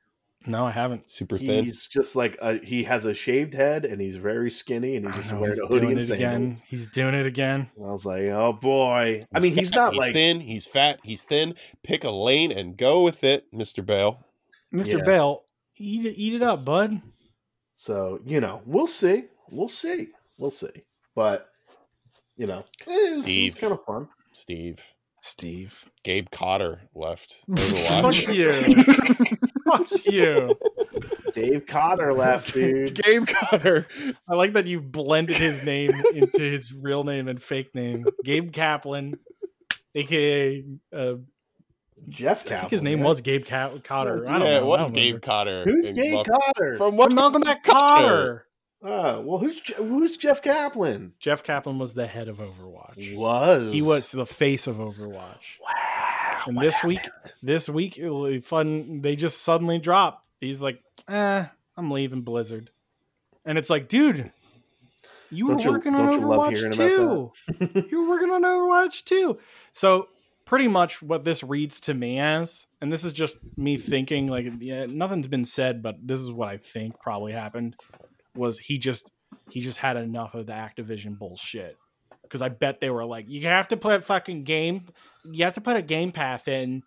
Speaker 2: No, I haven't.
Speaker 3: Super thin.
Speaker 1: He's just like a, he has a shaved head and he's very skinny and he's
Speaker 2: I
Speaker 1: just
Speaker 2: know,
Speaker 1: wearing
Speaker 2: he's
Speaker 1: a hoodie
Speaker 2: doing
Speaker 1: and
Speaker 2: it again.
Speaker 1: sandals.
Speaker 2: He's doing it again.
Speaker 1: And I was like, oh boy. I mean,
Speaker 3: fat,
Speaker 1: he's not like
Speaker 3: thin. He's fat. He's thin. Pick a lane and go with it, Mister Bale.
Speaker 2: Mr.
Speaker 1: Yeah.
Speaker 2: Bale, eat it, eat it up, bud.
Speaker 1: So you know, we'll see, we'll see, we'll see. But you know, eh, it's,
Speaker 3: Steve.
Speaker 1: kind of fun.
Speaker 3: Steve.
Speaker 2: Steve,
Speaker 3: Gabe Cotter
Speaker 2: (laughs)
Speaker 3: left.
Speaker 2: fuck
Speaker 3: Overwatch.
Speaker 1: (laughs)
Speaker 2: you, fuck you.
Speaker 1: Dave Cotter
Speaker 2: (laughs)
Speaker 1: left, dude.
Speaker 3: (laughs) Gabe Cotter.
Speaker 2: I like that you blended his name into his real name and fake name, Gabe Kaplan, aka uh,
Speaker 1: Jeff
Speaker 2: I
Speaker 1: Kaplan.
Speaker 2: think his name
Speaker 1: yeah.
Speaker 2: was Gabe Ca- Cotter. I don't know.
Speaker 3: yeah, it
Speaker 2: I
Speaker 3: was
Speaker 2: don't
Speaker 3: Gabe
Speaker 2: remember.
Speaker 3: Cotter.
Speaker 1: Who's
Speaker 3: And
Speaker 1: Dave
Speaker 3: welcome-
Speaker 1: Cotter?
Speaker 3: From
Speaker 2: From
Speaker 3: what?
Speaker 2: Malcolm X Cotter.
Speaker 1: Uh, well, who's Je- who's Jeff Kaplan?
Speaker 2: Jeff Kaplan was the head of Overwatch.
Speaker 1: Was
Speaker 2: He was the face of Overwatch.
Speaker 1: Wow.
Speaker 2: And
Speaker 1: what
Speaker 2: this week- This week, it will be fun. They just suddenly drop. He's like, eh, I'm leaving Blizzard, and it's like, dude, you were
Speaker 1: Don't you-
Speaker 2: working
Speaker 1: don't
Speaker 2: on
Speaker 1: you love
Speaker 2: Overwatch
Speaker 1: hearing about
Speaker 2: too. you were working on Overwatch too. So pretty much what this reads to me as, and this is just me thinking, like yeah, nothing's been said, but this is what I think probably happened was he just he just had enough of the Activision bullshit. Because I bet they were like, you have to put a fucking game, you have to put a game path in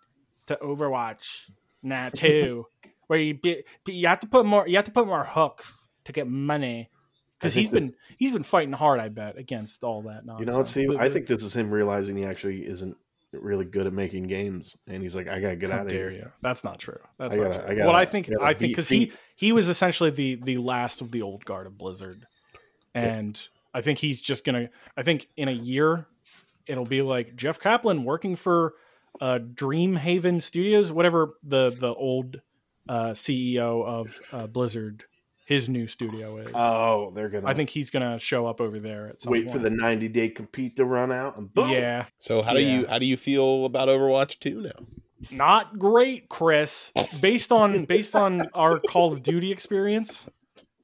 Speaker 2: to Overwatch
Speaker 1: (laughs)
Speaker 2: now too, where you be, you have to put more you have to put more hooks to get
Speaker 1: I
Speaker 2: money. Because
Speaker 1: think
Speaker 2: he's been
Speaker 1: this-
Speaker 2: he's been fighting hard, I bet, against all that
Speaker 1: You
Speaker 2: nonsense.
Speaker 1: know, Steve,
Speaker 2: The-
Speaker 1: I
Speaker 2: the-
Speaker 1: think this is him realizing he actually isn't really good at making games, and he's like, I gotta get
Speaker 2: How
Speaker 1: out of
Speaker 2: dare
Speaker 1: here.
Speaker 2: you? That's not true. That's
Speaker 1: I
Speaker 2: not
Speaker 1: gotta-
Speaker 2: true.
Speaker 1: I gotta-
Speaker 2: what I think,
Speaker 1: I gotta
Speaker 2: I think,
Speaker 1: beat-
Speaker 2: because he he was essentially the the last of the old guard of Blizzard, and I think he's just gonna. I think in a year, it'll be like Jeff Kaplan working for uh, Dream Haven Studios, whatever the the old uh, CEO of uh, Blizzard, his new studio is.
Speaker 1: Oh, they're gonna.
Speaker 2: I think he's gonna show up over there at some
Speaker 1: wait for the
Speaker 2: point.
Speaker 1: ninety day compete to run out, and boom.
Speaker 2: yeah.
Speaker 3: So how do
Speaker 2: Yeah.
Speaker 3: you how do you feel about Overwatch 2 now?
Speaker 2: not
Speaker 1: (laughs)
Speaker 2: great, Chris. Based on based on our Call of Duty experience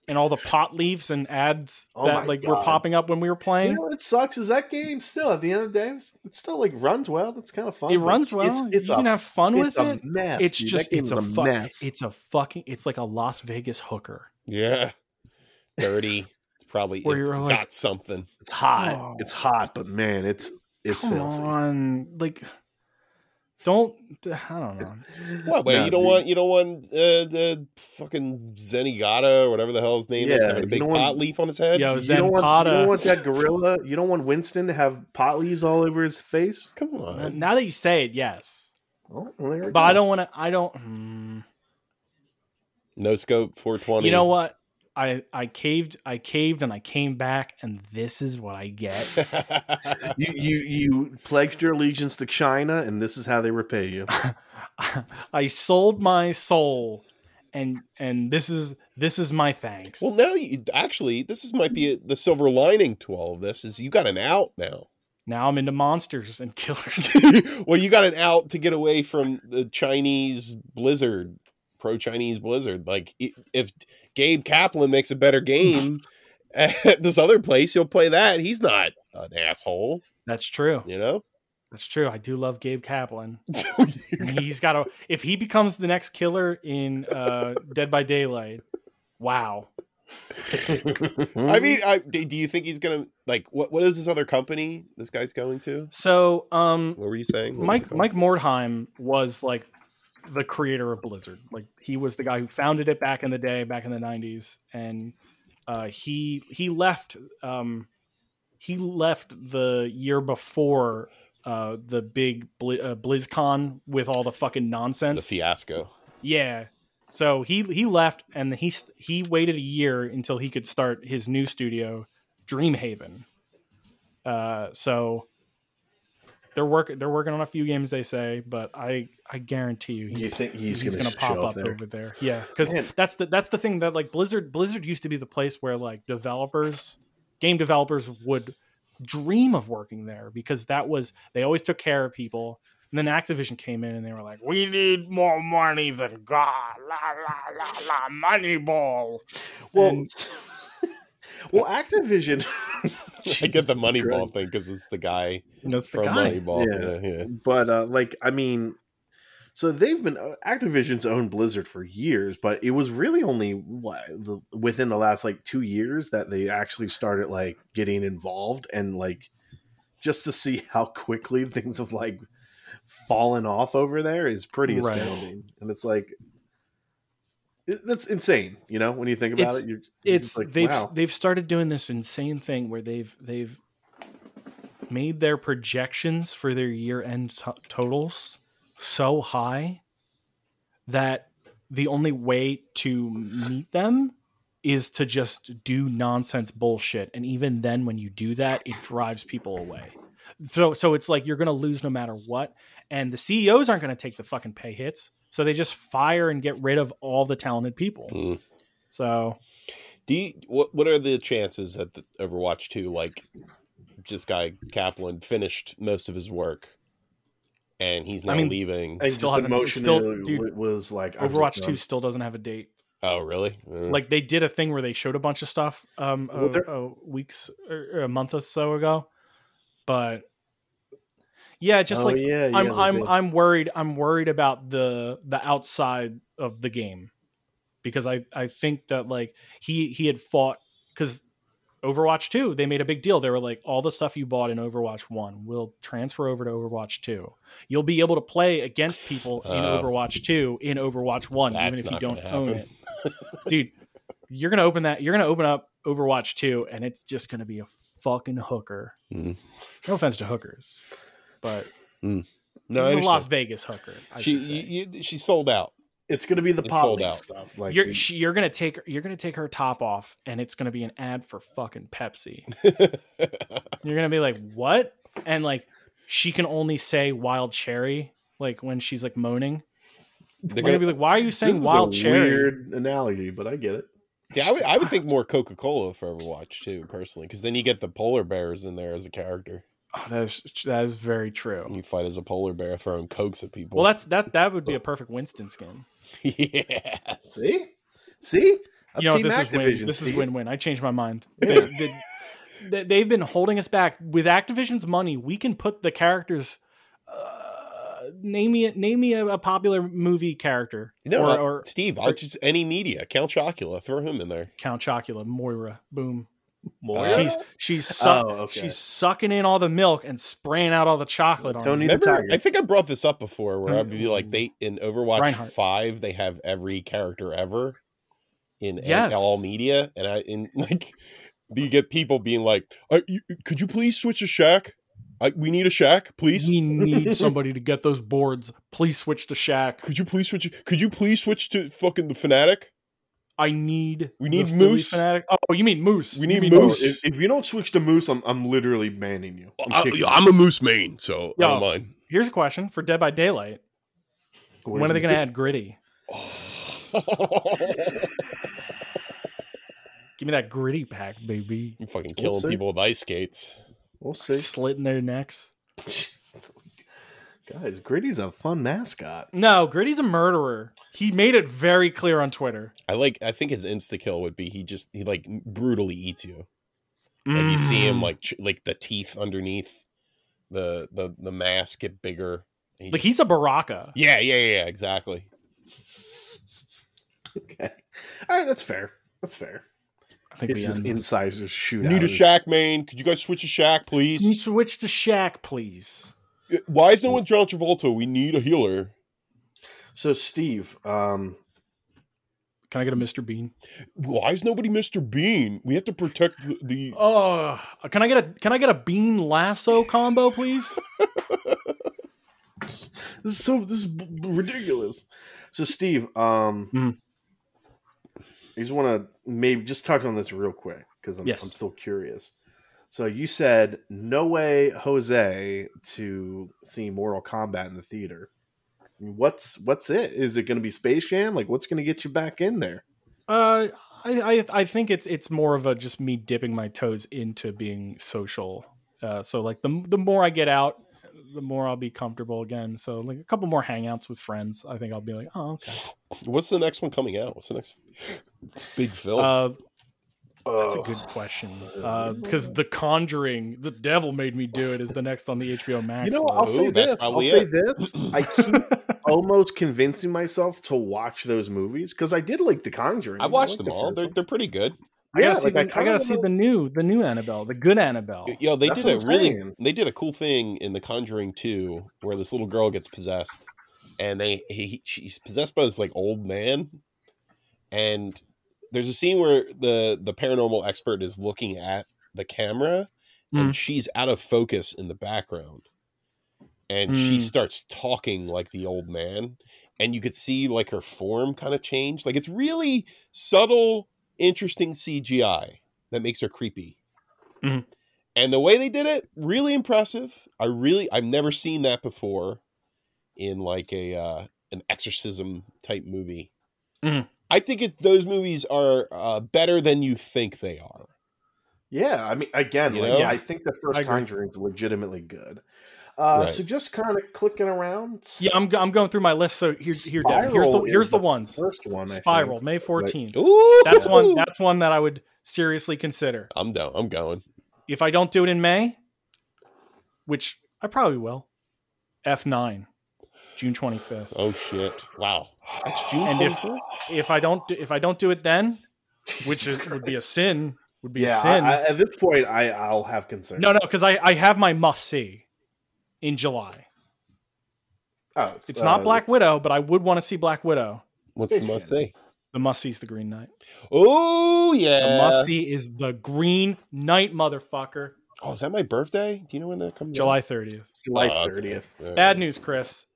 Speaker 2: and all the pot leaves and ads
Speaker 1: Oh my
Speaker 2: that like were
Speaker 1: God.
Speaker 2: popping up when we were
Speaker 1: You
Speaker 2: playing.
Speaker 1: know what sucks is that game still at the end of the day it's- it still like runs well. It's kind of fun.
Speaker 2: it
Speaker 1: but
Speaker 2: runs well.
Speaker 1: It's, it's
Speaker 2: you can
Speaker 1: a
Speaker 2: have fun
Speaker 1: it's
Speaker 2: with
Speaker 1: a
Speaker 2: it.
Speaker 1: mess.
Speaker 2: It's
Speaker 1: dude. That
Speaker 2: just
Speaker 1: game
Speaker 2: it's
Speaker 1: is
Speaker 2: a fuck,
Speaker 1: mess.
Speaker 2: it's a fucking it's like a Las Vegas hooker.
Speaker 3: Yeah.
Speaker 2: (laughs)
Speaker 3: Dirty. It's probably
Speaker 2: Where
Speaker 3: it's
Speaker 2: you're
Speaker 3: got
Speaker 2: like-
Speaker 3: something.
Speaker 1: It's hot.
Speaker 2: Oh.
Speaker 1: It's hot, but man, it's it's
Speaker 2: Come
Speaker 1: filthy.
Speaker 2: on, like don't I don't know.
Speaker 3: What? Wait,
Speaker 1: Nah,
Speaker 3: you don't
Speaker 1: dude.
Speaker 3: want you don't want uh, the fucking Zenigata or whatever the hell his name is
Speaker 1: Yeah,
Speaker 3: having a
Speaker 1: you
Speaker 3: big
Speaker 1: don't
Speaker 3: pot
Speaker 1: want-
Speaker 3: leaf on his head?
Speaker 2: Yo,
Speaker 1: You don't, want, you
Speaker 2: Zenpata.
Speaker 1: don't want that gorilla. You don't want Winston to have pot leaves all over his face.
Speaker 3: Come on.
Speaker 2: Now that you say it, yes.
Speaker 1: Oh, well, there we
Speaker 2: But I
Speaker 1: go.
Speaker 2: don't want to. I don't. hmm.
Speaker 3: No scope 420.
Speaker 2: You know what? I I caved, I caved, and I came back, and this is what I get.
Speaker 3: (laughs)
Speaker 2: (laughs)
Speaker 1: You you you pledged your allegiance to China, and this is how they repay you.
Speaker 2: I sold my soul, and and this is this is my thanks.
Speaker 3: (laughs) well, now you actually this is might be the silver lining to all of this is you got an out now. (laughs)
Speaker 2: now I'm into monsters and killers.
Speaker 3: well, you got an out to get away from the Chinese blizzard, pro Chinese blizzard. Like i- if Gabe Kaplan makes a
Speaker 1: (laughs)
Speaker 3: better game at this other place, you'll play that. He's not an asshole,
Speaker 2: That's true.
Speaker 3: you know.
Speaker 2: That's true. I do love Gabe Kaplan. And He's got a. If he becomes the next killer in uh, Dead by Daylight, wow.
Speaker 3: I mean, (laughs) I, do do you think he's gonna like what? What is this other company this guy's going to?
Speaker 2: So um,
Speaker 3: What were you saying? What was it
Speaker 2: Mike
Speaker 3: called?
Speaker 2: Mike Mordheim was like the creator of Blizzard. Like he was the guy who founded it back in the day, back in the '90s, and uh, he he left um, he left the year before uh, the big Bli- uh, BlizzCon with all the fucking
Speaker 3: the
Speaker 2: nonsense. (laughs)
Speaker 3: fiasco. (laughs)
Speaker 2: Yeah. So he he left and he st- he waited a year until he could start his new studio, Dreamhaven. Uh, so they're working they're working on a few games they say, but I I guarantee you
Speaker 1: Hmm? you
Speaker 2: he's,
Speaker 1: think he's,
Speaker 2: he's, gonna,
Speaker 1: show
Speaker 2: pop up
Speaker 1: there?
Speaker 2: over there. Yeah, because
Speaker 1: Man.
Speaker 2: that's the that's the thing that like Blizzard Blizzard used to be the place where like developers, game developers would dream of working there because that was they always took care of people. And then Activision came in and they were like, "We need more money than God, la la la la, money ball."
Speaker 1: Well,
Speaker 2: And-
Speaker 1: (laughs) well, (laughs) Activision.
Speaker 3: I get the Moneyball
Speaker 1: Christ.
Speaker 3: thing because it's the guy
Speaker 2: And that's the
Speaker 3: from
Speaker 2: guy.
Speaker 3: Moneyball.
Speaker 1: Yeah.
Speaker 3: Yeah, yeah.
Speaker 1: but uh, like I mean, so they've been uh, Activision's owned Blizzard for years, but it was really only what, the, within the last like two years that they actually started like getting involved and like just to see how quickly (laughs) things have like fallen off over there is pretty
Speaker 2: Right.
Speaker 1: astounding, and it's like. it- That's insane, you know. When you think about
Speaker 2: It's-
Speaker 1: it, you're, you're
Speaker 2: It's
Speaker 1: just like,
Speaker 2: they've
Speaker 1: wow.
Speaker 2: they've started doing this insane thing where they've they've made their projections for their year end to totals so high that the only way to meet them is to just do nonsense bullshit and even then when you do that it drives people away so so it's like you're going to lose no matter what and the CEOs aren't going to take the fucking pay
Speaker 1: Mm.
Speaker 2: hits so they just fire and get rid of all the talented people
Speaker 3: Mm.
Speaker 2: so
Speaker 3: Do you, what what are the chances that the Overwatch 2 like this guy Kaplan finished most of his work and he's
Speaker 2: I
Speaker 3: now
Speaker 2: mean,
Speaker 3: leaving?
Speaker 1: I think
Speaker 2: Still
Speaker 1: just
Speaker 2: hasn't- it's
Speaker 1: emotionally
Speaker 2: still-
Speaker 1: it
Speaker 2: dude,
Speaker 1: was like I was like,
Speaker 2: Overwatch
Speaker 1: done.
Speaker 2: 2 still doesn't have a date.
Speaker 3: oh, really? Mm.
Speaker 2: Like they did a thing where they showed a bunch of stuff um
Speaker 1: Well,
Speaker 2: uh,
Speaker 1: they're-
Speaker 2: uh, weeks or or a month or so ago. But yeah, just
Speaker 1: Oh,
Speaker 2: like
Speaker 1: yeah, yeah,
Speaker 2: I'm
Speaker 1: they
Speaker 2: I'm
Speaker 1: did.
Speaker 2: I'm worried I'm worried about the the outside of the game because I I think that like he he had fought cuz Overwatch 2 they made a big deal they were like all the stuff you bought in Overwatch 1 will transfer over to Overwatch 2. You'll be able to play against people in
Speaker 3: Oh.
Speaker 2: Overwatch 2 in Overwatch 1 even
Speaker 3: That's
Speaker 2: if you
Speaker 3: not
Speaker 2: don't
Speaker 3: gonna
Speaker 2: own it.
Speaker 3: happen.
Speaker 2: Dude, you're going to open that you're going to open up Overwatch 2 and it's just going to be a fucking hooker.
Speaker 3: Mhm.
Speaker 2: No offense to hookers, but
Speaker 3: no, I
Speaker 2: the Las
Speaker 3: understand.
Speaker 2: Vegas hooker. I
Speaker 3: she
Speaker 2: should say.
Speaker 3: you, you, she sold out. (laughs)
Speaker 1: It's gonna be the
Speaker 3: It's
Speaker 1: pop
Speaker 3: sold
Speaker 1: league
Speaker 3: out.
Speaker 1: stuff. Like
Speaker 2: you're she, you're gonna take her- you're gonna take her top off, and it's gonna be an ad for fucking
Speaker 3: (laughs)
Speaker 2: Pepsi. You're gonna be like, what? And like, she can only say wild cherry, like when she's like moaning.
Speaker 3: They're
Speaker 2: They're gonna
Speaker 3: gonna
Speaker 2: be like, why are you
Speaker 1: this
Speaker 2: saying
Speaker 1: is
Speaker 2: wild
Speaker 1: a
Speaker 2: cherry?
Speaker 1: weird analogy, but I get it.
Speaker 3: See, I would, I would think more Coca Cola for Overwatch too, personally, because then you get the polar bears in there as a character.
Speaker 2: Oh, that is that is very true.
Speaker 3: You fight as a polar bear throwing cokes at people.
Speaker 2: Well,
Speaker 3: (laughs)
Speaker 2: that's that that would be a perfect Winston skin.
Speaker 3: yeah.
Speaker 1: See, see, I'm
Speaker 2: you know,
Speaker 1: Team
Speaker 2: this is win.
Speaker 1: Activision,
Speaker 2: This is
Speaker 1: Steve.
Speaker 2: win-win. I changed my mind. They, they, they've been holding us back with Activision's money. We can put the characters. Uh, name me, name me a, a popular movie character,
Speaker 3: No,
Speaker 2: or,
Speaker 3: I-
Speaker 2: or
Speaker 3: Steve, I'll just any media. Count Chocula, throw him in there.
Speaker 2: Count Chocula, Moira. Boom.
Speaker 1: Moira?
Speaker 2: She's she's suck,
Speaker 1: Oh, okay.
Speaker 2: she's sucking in all the milk and spraying out all the chocolate on.
Speaker 1: Tony
Speaker 2: Tony,
Speaker 1: the
Speaker 3: Remember,
Speaker 1: Tiger.
Speaker 3: I think I brought this up before, where I'd be
Speaker 2: Mm.
Speaker 3: like, they in Overwatch
Speaker 2: Reinhardt.
Speaker 3: Five, they have every character ever in a-
Speaker 2: Yes.
Speaker 3: all media, and I in (laughs) like, you get people being like, "Uh, you, "Could you please switch to Shaq? I, we need a Shaq, please."
Speaker 1: (laughs)
Speaker 2: we need somebody to get those boards. Please switch to Shaq.
Speaker 3: could you please switch? Could you please switch to fucking the fanatic?
Speaker 2: I need.
Speaker 3: We
Speaker 2: the
Speaker 3: need
Speaker 2: Philly
Speaker 3: Moose.
Speaker 2: Fanatic. Oh, you mean Moose?
Speaker 3: We
Speaker 2: You
Speaker 3: need
Speaker 2: mean
Speaker 1: Oh,
Speaker 3: Moose. Uh,
Speaker 1: if, if you don't switch to Moose, I'm I'm literally banning you. I'm
Speaker 3: I,
Speaker 1: kicking
Speaker 3: am a moose main, so I
Speaker 2: Yo. (laughs)
Speaker 3: don't mind.
Speaker 2: Here's a question for Dead by Daylight.
Speaker 1: you.
Speaker 2: when are they going to add gritty? Give me that gritty pack, baby.
Speaker 3: you fucking
Speaker 1: We'll
Speaker 3: killing
Speaker 1: see.
Speaker 3: people with ice skates.
Speaker 1: We'll see,
Speaker 2: Slitting their necks.
Speaker 1: guys. Gritty's a fun mascot.
Speaker 2: No, Gritty's a murderer. He made it very clear on Twitter.
Speaker 3: I like. I think his insta kill would be he just he like brutally eats you. Like you see him
Speaker 2: Mm.
Speaker 3: like ch- like the teeth underneath the the the mask get bigger. and he
Speaker 2: like
Speaker 3: just-
Speaker 2: he's a baraka.
Speaker 3: yeah yeah yeah yeah, exactly.
Speaker 1: Okay, all right, that's fair. That's fair.
Speaker 2: I think
Speaker 1: It's
Speaker 2: we
Speaker 1: just
Speaker 2: end.
Speaker 1: incisors shoot.
Speaker 3: Need a Shaq main? Could you guys switch a Shaq,
Speaker 2: Can you
Speaker 3: please?
Speaker 2: switch to Shaq, please?
Speaker 3: Why is no one John Travolta? We need a healer.
Speaker 1: So Steve, um,
Speaker 2: Can I get a Mr. Bean?
Speaker 3: Why is nobody Mr. Bean? We have to protect the.
Speaker 1: (laughs)
Speaker 3: the
Speaker 2: Oh, can I get a can I get a Bean lasso combo, please?
Speaker 1: this is so this is b- b- ridiculous. So Steve, um,
Speaker 2: Mm.
Speaker 1: I just want to maybe just touch on this real quick because I'm,
Speaker 2: Yes.
Speaker 1: I'm still curious. So you said no way, Jose, to see Mortal Kombat in the theater. What's what's it? Is it going to be Space Jam? Like, what's going to get you back in there?
Speaker 2: (laughs) Uh, I, I I think it's it's more of a just me dipping my toes into being social. Uh, so like the the more I get out, the more I'll be comfortable again. So like a couple more hangouts with friends, I think I'll be like, oh okay.
Speaker 3: what's the next one coming out? What's the next (laughs) big film?
Speaker 2: Uh, that's a
Speaker 1: Oh.
Speaker 2: good question because The Conjuring, The Devil Made Me Do It is the next on the (laughs) HBO Max.
Speaker 1: You know, I'll
Speaker 3: Ooh,
Speaker 1: say
Speaker 3: that's
Speaker 1: this. I'll
Speaker 3: probably
Speaker 1: say
Speaker 3: it.
Speaker 1: this. I keep
Speaker 3: (laughs)
Speaker 1: almost convincing myself to watch those movies because I did like The Conjuring.
Speaker 3: I watched
Speaker 1: liked
Speaker 3: them
Speaker 1: the
Speaker 3: all.
Speaker 1: first
Speaker 3: They're
Speaker 1: one.
Speaker 3: they're pretty good.
Speaker 2: I gotta,
Speaker 1: Yeah,
Speaker 2: see,
Speaker 1: like, I
Speaker 2: the, I gotta
Speaker 1: kinda
Speaker 2: see
Speaker 1: like-
Speaker 2: the new, the new Annabelle, the good Annabelle.
Speaker 3: Yo, they
Speaker 1: That's
Speaker 3: did a
Speaker 1: what I'm
Speaker 3: really
Speaker 1: saying.
Speaker 3: they did a cool thing in The Conjuring 2 where this little girl gets possessed and they he, he- she's possessed by this like old man and there's a scene where the the paranormal expert is looking at the camera
Speaker 2: Hmm.
Speaker 3: and she's out of focus in the background and she
Speaker 2: Hmm.
Speaker 3: starts talking like the old man and you could see like her form kind of change like it's really subtle interesting CGI that makes her creepy
Speaker 2: Mhm.
Speaker 3: and the way they did it really impressive i really i've never seen that before in like a uh an exorcism type movie
Speaker 2: Mhm.
Speaker 3: I think it, those movies are uh, better than you think they are.
Speaker 1: Yeah, I mean, again,
Speaker 3: You
Speaker 1: like,
Speaker 3: know?
Speaker 1: yeah, I think the
Speaker 2: I
Speaker 1: first
Speaker 2: agree.
Speaker 1: Conjuring's legitimately good. Uh,
Speaker 3: Right.
Speaker 1: So just kind of clicking around.
Speaker 2: Yeah, I'm, go- I'm going through my list. So here, here, Devin, here's the
Speaker 1: Spiral is
Speaker 2: here's the ones.
Speaker 1: First one, I think.
Speaker 2: Spiral, May 14th.
Speaker 3: Ooh,
Speaker 2: That's one. That's one that I would seriously consider.
Speaker 3: I'm down. I'm going.
Speaker 2: If I don't do it in May, which I probably will, F9, June 25th.
Speaker 3: Oh shit! Wow, that's June
Speaker 2: And if-
Speaker 3: 25th?
Speaker 2: If I don't do, if I don't do it then,
Speaker 1: (laughs)
Speaker 2: which
Speaker 1: Jesus
Speaker 2: is, would be a sin, would be
Speaker 1: yeah,
Speaker 2: a sin.
Speaker 1: I, I- at this point, I I'll have concerns.
Speaker 2: no, no, because I, I have my must see in July.
Speaker 1: oh,
Speaker 2: It's
Speaker 1: uh,
Speaker 2: not Black
Speaker 1: it's-
Speaker 2: Widow, but I would want to see Black Widow.
Speaker 3: What's the
Speaker 1: bitch,
Speaker 3: must
Speaker 1: man.
Speaker 3: say?
Speaker 2: The must see's the Green Knight.
Speaker 3: Oh
Speaker 2: The
Speaker 3: yeah.
Speaker 2: must see is the Green Knight, motherfucker.
Speaker 3: Oh, is that my birthday? Do you know when that comes? out?
Speaker 2: July 30th.
Speaker 1: July
Speaker 3: Oh, okay.
Speaker 1: thirtieth.
Speaker 3: All
Speaker 2: Bad
Speaker 3: (laughs)
Speaker 2: news, Chris.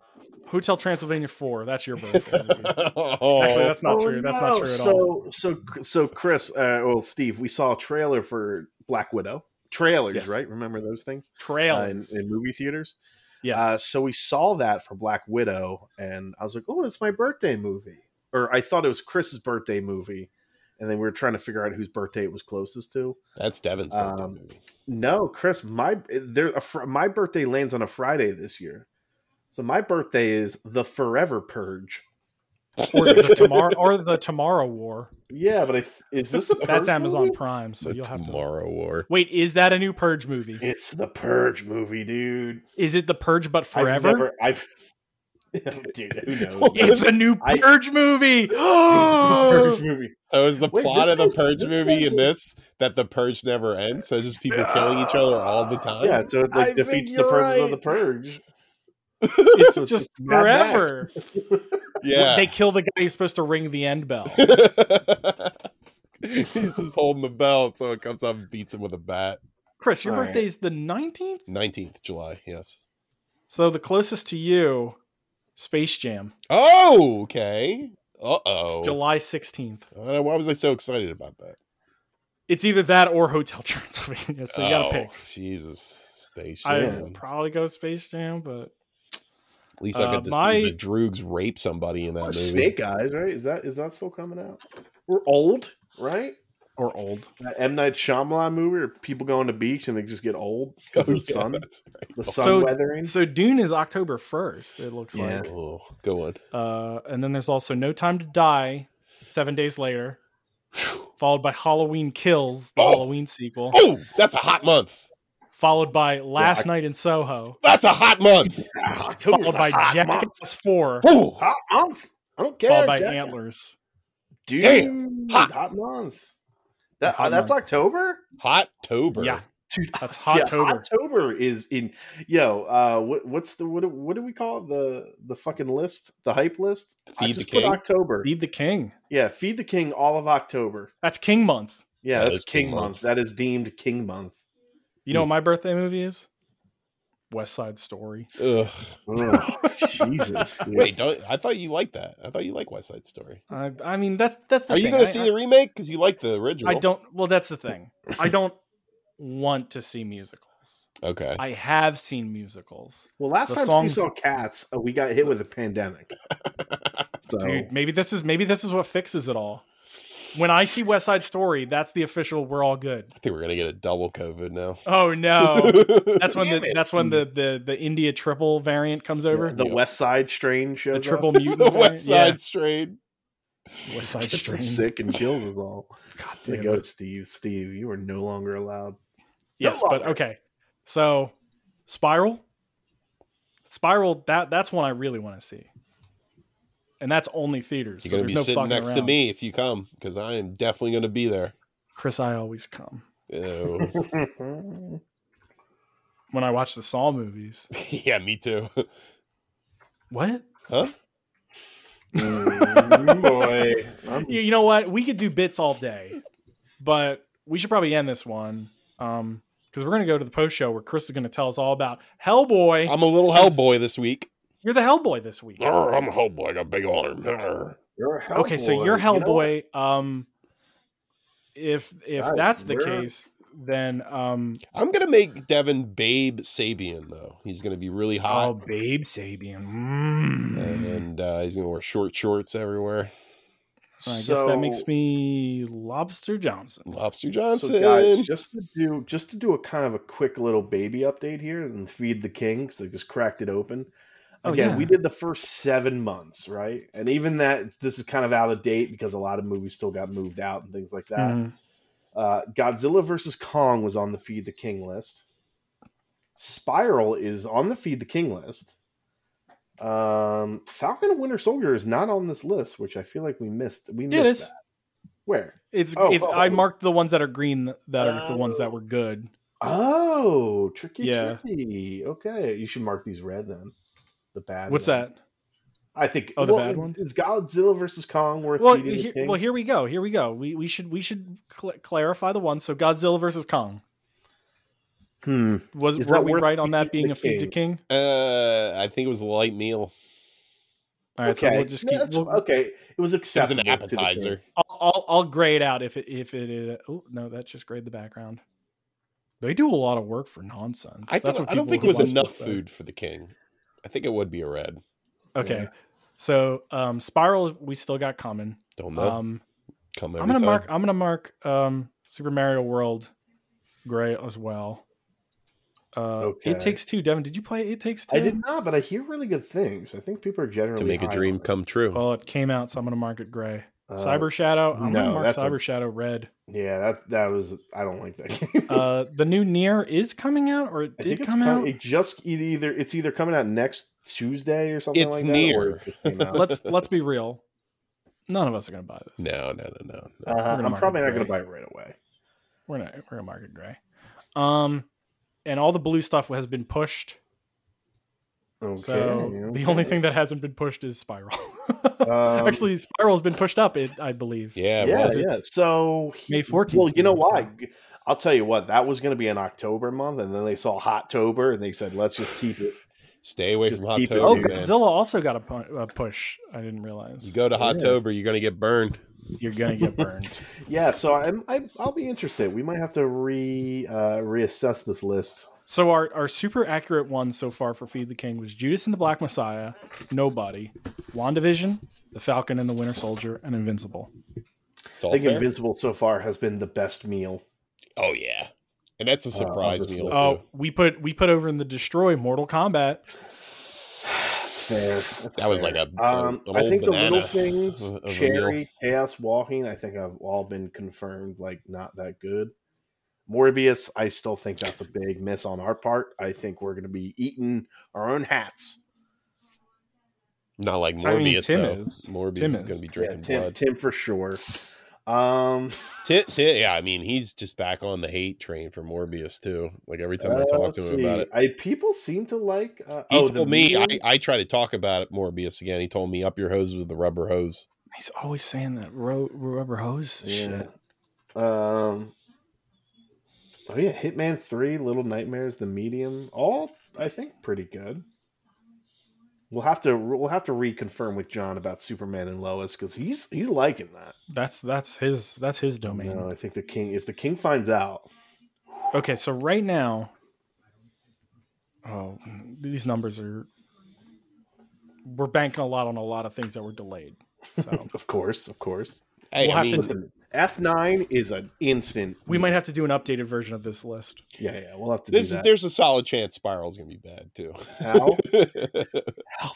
Speaker 2: Hotel Transylvania 4. That's your
Speaker 1: (laughs)
Speaker 2: birthday.
Speaker 3: right.
Speaker 2: Actually, that's not
Speaker 1: Oh,
Speaker 2: true. That's not
Speaker 1: no.
Speaker 2: true at
Speaker 1: so,
Speaker 2: all.
Speaker 1: So, so Chris, uh, well, Steve, we saw a trailer for Black Widow. Trailers,
Speaker 2: Yes.
Speaker 1: right? Remember those things
Speaker 2: Trail.
Speaker 1: Uh, in, in movie theaters.
Speaker 2: yes.
Speaker 1: Uh, so we saw that for Black Widow, and I was like, "Oh, that's my birthday movie," or I thought it was Chris's birthday movie, and then we were trying to figure out whose birthday it was closest to.
Speaker 3: that's Devin's birthday
Speaker 1: Um,
Speaker 2: (laughs)
Speaker 3: movie.
Speaker 1: No, Chris, my there, a fr- my birthday lands on a Friday this year, so my birthday is the Forever Purge.
Speaker 2: or, the
Speaker 3: (laughs)
Speaker 2: tomorrow, or the Tomorrow War.
Speaker 1: Yeah, but I th- is this a Purge
Speaker 2: (laughs) That's Amazon
Speaker 1: movie?
Speaker 2: Prime, so
Speaker 3: The
Speaker 2: you'll have to.
Speaker 3: Tomorrow War.
Speaker 2: Wait, is that a new Purge movie?
Speaker 1: It's the Purge movie, dude.
Speaker 2: Is it the Purge but
Speaker 1: I've
Speaker 2: forever?
Speaker 1: never- I've, (laughs) dude, who
Speaker 2: (laughs)
Speaker 1: knows?
Speaker 2: It's a new
Speaker 1: (laughs) I-
Speaker 2: Purge
Speaker 1: (gasps)
Speaker 2: movie. Oh.
Speaker 1: Purge movie.
Speaker 3: So is the
Speaker 1: Wait,
Speaker 3: plot
Speaker 1: this
Speaker 3: of the
Speaker 1: sounds-
Speaker 3: Purge
Speaker 1: this
Speaker 3: movie
Speaker 1: sounds-
Speaker 3: in this that the Purge never ends? So it's just people killing each other
Speaker 1: (laughs)
Speaker 3: all the time.
Speaker 1: Yeah, so it
Speaker 3: I
Speaker 1: like
Speaker 3: think
Speaker 1: defeats the
Speaker 3: you're
Speaker 1: purpose
Speaker 3: right.
Speaker 1: of the Purge.
Speaker 2: It's
Speaker 1: So (laughs) it's
Speaker 2: (gasps) just
Speaker 1: just Mad Max.
Speaker 2: forever.
Speaker 3: yeah.
Speaker 2: They kill the guy who's supposed to ring the end
Speaker 1: (laughs)
Speaker 2: bell.
Speaker 3: (laughs)
Speaker 2: (laughs)
Speaker 3: He's just holding the bell, so it comes up and beats him with a bat.
Speaker 2: Chris, your
Speaker 1: All right.
Speaker 2: birthday's the 19th?
Speaker 3: Nineteenth July, yes.
Speaker 2: So the closest to you, Space Jam.
Speaker 3: Oh, okay. Uh
Speaker 2: It's
Speaker 3: oh.
Speaker 2: July 16th.
Speaker 3: Why was I so excited about that?
Speaker 2: It's either that or Hotel (laughs) Transylvania, so you got
Speaker 3: Oh,
Speaker 2: to pick.
Speaker 3: Jesus, Space
Speaker 2: I
Speaker 1: Yeah.
Speaker 3: Jam.
Speaker 2: would probably go Space Jam, but
Speaker 3: At least I
Speaker 2: uh,
Speaker 3: got to
Speaker 2: my-
Speaker 3: see the Droogs rape somebody in that movie. (laughs)
Speaker 1: Snake Eyes, right? Is that is that still coming out? We're old, right?
Speaker 2: or old.
Speaker 1: That M Night Shyamalan movie, where people go on the beach and they just get old
Speaker 3: Oh,
Speaker 1: because of the
Speaker 3: yeah,
Speaker 1: sun,
Speaker 3: that's right.
Speaker 1: the
Speaker 3: Oh,
Speaker 1: sun
Speaker 2: So-
Speaker 1: weathering.
Speaker 2: So Dune is October 1st, it looks
Speaker 1: Yeah.
Speaker 2: like.
Speaker 3: Oh, go on.
Speaker 2: Uh, and then there's also No Time to Die, seven
Speaker 1: (sighs)
Speaker 2: days later, followed by Halloween Kills, the
Speaker 3: Oh.
Speaker 2: Halloween sequel,
Speaker 3: Oh, that's a hot month.
Speaker 2: followed by Last Night in Soho,
Speaker 3: That's a
Speaker 2: (laughs)
Speaker 3: hot month.
Speaker 1: (laughs) Ah, October's
Speaker 2: followed
Speaker 1: a
Speaker 2: by
Speaker 1: hot
Speaker 2: Jackass
Speaker 1: month.
Speaker 2: 4,
Speaker 3: Oh,
Speaker 1: Hot month. I don't care.
Speaker 2: followed by
Speaker 1: Jack.
Speaker 2: Antlers.
Speaker 1: Dude,
Speaker 3: Damn. Hot.
Speaker 1: hot. month. That,
Speaker 2: Hot
Speaker 1: that's October.
Speaker 3: hot Tober.
Speaker 2: Yeah,
Speaker 1: Dude,
Speaker 2: that's
Speaker 1: (laughs) Yeah,
Speaker 2: Hottober.
Speaker 1: October is in. Yo, uh, what, what's the what? do- What do we call it? the the fucking list? The hype list? I
Speaker 3: Feed the
Speaker 1: just
Speaker 3: king?
Speaker 1: Put October.
Speaker 2: Feed the King.
Speaker 1: yeah, feed the king all of October.
Speaker 2: That's King Month.
Speaker 1: Yeah,
Speaker 3: That is
Speaker 1: that's
Speaker 3: King
Speaker 1: King month.
Speaker 3: month.
Speaker 1: That is deemed King month.
Speaker 2: You know what my birthday movie is? West Side Story.
Speaker 3: Ugh.
Speaker 1: (laughs) Ugh, Jesus. dude.
Speaker 3: Wait, don't, I thought you liked that. I thought you liked West Side Story.
Speaker 2: I, I mean, that's that's. The
Speaker 3: Are you
Speaker 2: thing.
Speaker 3: going
Speaker 2: I-
Speaker 3: to see
Speaker 2: I-
Speaker 3: the remake? Because you like the original.
Speaker 2: I don't. Well, that's the thing. I don't want to see musicals.
Speaker 3: Okay.
Speaker 2: I have seen musicals,
Speaker 1: Well, last
Speaker 2: The
Speaker 1: time
Speaker 2: songs-
Speaker 1: Steve saw cats, uh, we got hit with a
Speaker 2: (laughs)
Speaker 1: pandemic. So
Speaker 2: dude. Maybe this is maybe this is what fixes it all. When I see West Side Story, that's the official. We're all good.
Speaker 3: I think we're going to get a double COVID now.
Speaker 2: Oh
Speaker 3: (laughs)
Speaker 2: no, that's when
Speaker 1: Damn
Speaker 2: the
Speaker 1: it,
Speaker 2: that's when the the the India triple variant comes over.
Speaker 1: the West Side strain
Speaker 2: the
Speaker 1: shows
Speaker 2: triple
Speaker 1: up.
Speaker 2: mutant.
Speaker 3: the
Speaker 2: variant?
Speaker 3: West Side Strain.
Speaker 2: Yeah, West
Speaker 1: (laughs)
Speaker 2: Side
Speaker 1: Gets us
Speaker 2: Stream.
Speaker 1: sick and kills us all. God
Speaker 2: damn
Speaker 1: go,
Speaker 2: it.
Speaker 1: Steve. Steve, you are no longer
Speaker 2: (laughs)
Speaker 1: allowed.
Speaker 2: Yes,
Speaker 1: No
Speaker 2: but
Speaker 1: longer.
Speaker 2: okay. So, Spiral. Spiral. That that's one I really want to see. And that's only theaters.
Speaker 3: You're
Speaker 2: so there's
Speaker 3: going to be
Speaker 2: no
Speaker 3: sitting
Speaker 2: fucking
Speaker 3: next to
Speaker 2: around.
Speaker 3: me if you come, because I am definitely going to be there.
Speaker 2: Chris, I always come
Speaker 1: (laughs)
Speaker 3: Ew. (laughs)
Speaker 2: when I watch the Saw movies.
Speaker 3: yeah, me too.
Speaker 2: What?
Speaker 3: Huh?
Speaker 1: Mm, boy. I'm-
Speaker 2: You, you know what? We could do bits all day, but we should probably end this one because we're going to go to the post show where Chris is going to tell us all about Hellboy.
Speaker 3: I'm a little Hellboy this week.
Speaker 2: You're the Hellboy this week.
Speaker 3: Arr, I'm a Hellboy. I got a big arm. Arr.
Speaker 1: You're a
Speaker 2: okay so
Speaker 1: Hellboy.
Speaker 2: you're
Speaker 1: You know what?
Speaker 2: hellboy um if if
Speaker 1: Guys,
Speaker 2: that's the
Speaker 1: we're-
Speaker 2: case then um
Speaker 3: I'm gonna make Devin Babe Sabian though. He's gonna be really
Speaker 2: oh (clears throat)
Speaker 3: hot,
Speaker 2: babe sabian mm.
Speaker 3: and uh, he's gonna wear short shorts everywhere.
Speaker 2: I guess that makes
Speaker 1: So-
Speaker 2: me Lobster Johnson.
Speaker 3: Lobster Johnson.
Speaker 1: So guys, just to do just to do a kind of a quick little baby update here and feed the king because I just cracked it open.
Speaker 2: Oh,
Speaker 1: Again,
Speaker 2: yeah.
Speaker 1: we did the first seven months, right? And even that this is kind of out of date because a lot of movies still got moved out and things like that.
Speaker 2: Mhm.
Speaker 1: Uh, Godzilla versus Kong was on the Feed the King list. Spiral is on the Feed the King list. Um, Falcon and Winter Soldier is not on this list, which I feel like we missed. We missed
Speaker 2: It is.
Speaker 1: that. Where?
Speaker 2: It's
Speaker 1: Oh,
Speaker 2: it's. I
Speaker 1: oh.
Speaker 2: marked the ones that are green that are the ones that were good.
Speaker 1: Oh, tricky,
Speaker 2: Yeah.
Speaker 1: tricky. Okay, you should mark these red then. The bad.
Speaker 2: What's
Speaker 1: one.
Speaker 2: that?
Speaker 1: I think.
Speaker 2: Oh, the
Speaker 1: well,
Speaker 2: bad
Speaker 1: it-
Speaker 2: one?
Speaker 1: It's Godzilla versus Kong. Worth
Speaker 2: Well,
Speaker 1: Feeding the
Speaker 2: here,
Speaker 1: King.
Speaker 2: well, here we go. Here we go. We we should we should cl- clarify the one. So Godzilla versus Kong
Speaker 1: Hmm.
Speaker 2: was
Speaker 1: Is
Speaker 2: were
Speaker 1: that
Speaker 2: we
Speaker 1: worth
Speaker 2: right on
Speaker 1: Feed the
Speaker 2: that being a feed to king?
Speaker 3: uh, I think it was a light meal.
Speaker 2: All right, so
Speaker 1: okay.
Speaker 2: we'll just
Speaker 1: No,
Speaker 2: keep.
Speaker 1: that's-
Speaker 2: we'll-
Speaker 1: okay, it was
Speaker 3: It was
Speaker 1: acceptable.
Speaker 3: an
Speaker 1: to the king.
Speaker 3: appetizer.
Speaker 2: I'll, I'll I'll grade out if it if it is. Oh no, that's just grade the background. They do a lot of work for nonsense.
Speaker 3: I,
Speaker 2: that's
Speaker 3: thought,
Speaker 2: what
Speaker 3: I don't
Speaker 2: people
Speaker 3: think it
Speaker 2: who
Speaker 3: was
Speaker 2: watch
Speaker 3: enough
Speaker 2: this uh, say.
Speaker 3: food for the king. I think it would be a red.
Speaker 2: Okay, so um, spiral we still got common.
Speaker 3: Don't know.
Speaker 2: Um,
Speaker 3: Come
Speaker 2: I'm
Speaker 3: every
Speaker 2: gonna
Speaker 3: time.
Speaker 2: mark. I'm gonna mark um, Super Mario World gray as well. Uh,
Speaker 1: Okay.
Speaker 2: It takes two. Devin, did you play It Takes Two?
Speaker 1: I did not, but I hear really good things. I think people are generally
Speaker 3: to make a
Speaker 1: high
Speaker 3: dream
Speaker 1: on it.
Speaker 3: come true.
Speaker 2: Well, it came out, so I'm gonna mark it gray.
Speaker 1: Uh,
Speaker 2: Cyber Shadow. I'm
Speaker 1: no,
Speaker 2: gonna mark
Speaker 1: that's a-
Speaker 2: Cyber Shadow red.
Speaker 1: Yeah, that that was. I don't like that (laughs) game.
Speaker 2: Uh, the new Near is coming out, or it
Speaker 1: I
Speaker 2: did
Speaker 1: think it's
Speaker 2: come
Speaker 1: com-
Speaker 2: out.
Speaker 1: It just either, either it's either coming out next Tuesday or something.
Speaker 3: It's
Speaker 1: like that, or
Speaker 3: near.
Speaker 1: it just came out.
Speaker 2: (laughs) let's let's be real. None of us are gonna buy this.
Speaker 3: no, no, no, no. no.
Speaker 1: Uh,
Speaker 2: gonna
Speaker 1: (laughs) I'm
Speaker 2: mark it
Speaker 1: probably not going to
Speaker 2: gray.
Speaker 1: buy it right away.
Speaker 2: We're not. We're gonna mark it gray. Um, and all the blue stuff has been pushed.
Speaker 1: Okay.
Speaker 2: So the only
Speaker 1: okay.
Speaker 2: thing (laughs) that hasn't been pushed is Spiral. (laughs)
Speaker 1: Um,
Speaker 2: Actually, Spiral's been pushed up, it, I believe.
Speaker 3: yeah, it
Speaker 1: yeah,
Speaker 3: was.
Speaker 1: yeah. So he-
Speaker 2: May 14th.
Speaker 1: Well, you know
Speaker 2: so-
Speaker 1: why? I'll tell you what. That was going to be an October month, and then they saw Hottober, and they said, "Let's just keep it."
Speaker 3: Stay away
Speaker 1: Just
Speaker 3: from
Speaker 1: keep it
Speaker 2: Oh,
Speaker 1: Oh,
Speaker 3: Hottober,
Speaker 1: dude,
Speaker 2: Godzilla
Speaker 3: man.
Speaker 2: also got a, pu- a push. I didn't realize.
Speaker 3: You go to
Speaker 1: Yeah.
Speaker 3: Hottober, you're gonna get burned.
Speaker 2: (laughs) You're gonna get burned.
Speaker 1: Yeah. So I'm, I, I'll be interested. We might have to re uh, reassess this list.
Speaker 2: so our, our super accurate one so far for Feed the King was Judas and the Black Messiah, Nobody, WandaVision, The Falcon and the Winter Soldier, and Invincible.
Speaker 3: It's
Speaker 1: I
Speaker 3: all
Speaker 1: think
Speaker 3: fair.
Speaker 1: Invincible so far has been the best meal.
Speaker 3: oh yeah, and that's a surprise
Speaker 1: obviously.
Speaker 3: meal.
Speaker 2: Oh,
Speaker 3: too.
Speaker 2: we put we put over in the Destroy Mortal Kombat.
Speaker 1: Fair. That's
Speaker 3: That was
Speaker 1: fair.
Speaker 3: like a,
Speaker 1: Um,
Speaker 3: a- an
Speaker 1: I
Speaker 3: old
Speaker 1: think
Speaker 3: banana.
Speaker 1: the little things,
Speaker 3: of a meal.
Speaker 1: Cherry, Chaos Walking, I think have all been confirmed like not that good. Morbius, I still think that's a big miss on our part. I think we're going to be eating our own hats.
Speaker 3: Not like Morbius
Speaker 2: I mean, Tim
Speaker 3: though.
Speaker 2: is.
Speaker 3: Morbius
Speaker 2: Tim is.
Speaker 3: is gonna be
Speaker 1: Yeah,
Speaker 3: drinking
Speaker 1: Tim,
Speaker 3: blood.
Speaker 1: Tim for sure. Um,
Speaker 3: Tim, Tim, yeah, I mean, he's just back on the hate train for Morbius too. Like every time I
Speaker 1: uh,
Speaker 3: talk
Speaker 1: let's
Speaker 3: to him
Speaker 1: see.
Speaker 3: about it,
Speaker 1: I people seem to like. Uh,
Speaker 3: he
Speaker 1: oh, the
Speaker 3: told me I,
Speaker 1: meeting?
Speaker 3: I try to talk about it, Morbius again. He told me up your hose with the rubber hose.
Speaker 2: He's always saying that ro- rubber hose
Speaker 1: Yeah.
Speaker 2: shit.
Speaker 1: Um. Oh yeah, Hitman Three, Little Nightmares, The Medium, all I think pretty good. We'll have to we'll have to reconfirm with John about Superman and Lois because he's he's liking that.
Speaker 2: That's that's his that's his domain.
Speaker 1: No, I think the king. If the king finds out,
Speaker 2: Okay, so right now, oh, these numbers are. We're banking a lot on a lot of things that were delayed.
Speaker 1: (laughs)
Speaker 2: So
Speaker 1: of course, of course.
Speaker 3: Hey,
Speaker 2: We'll
Speaker 3: I
Speaker 2: have to
Speaker 3: mean,
Speaker 1: Listen, F nine is an instant.
Speaker 2: we might have to do an updated version of this list.
Speaker 1: Yeah, yeah. We'll have to
Speaker 3: this
Speaker 1: do
Speaker 3: is
Speaker 1: that.
Speaker 3: there's a solid chance Spiral's gonna be bad too. (laughs)
Speaker 1: How?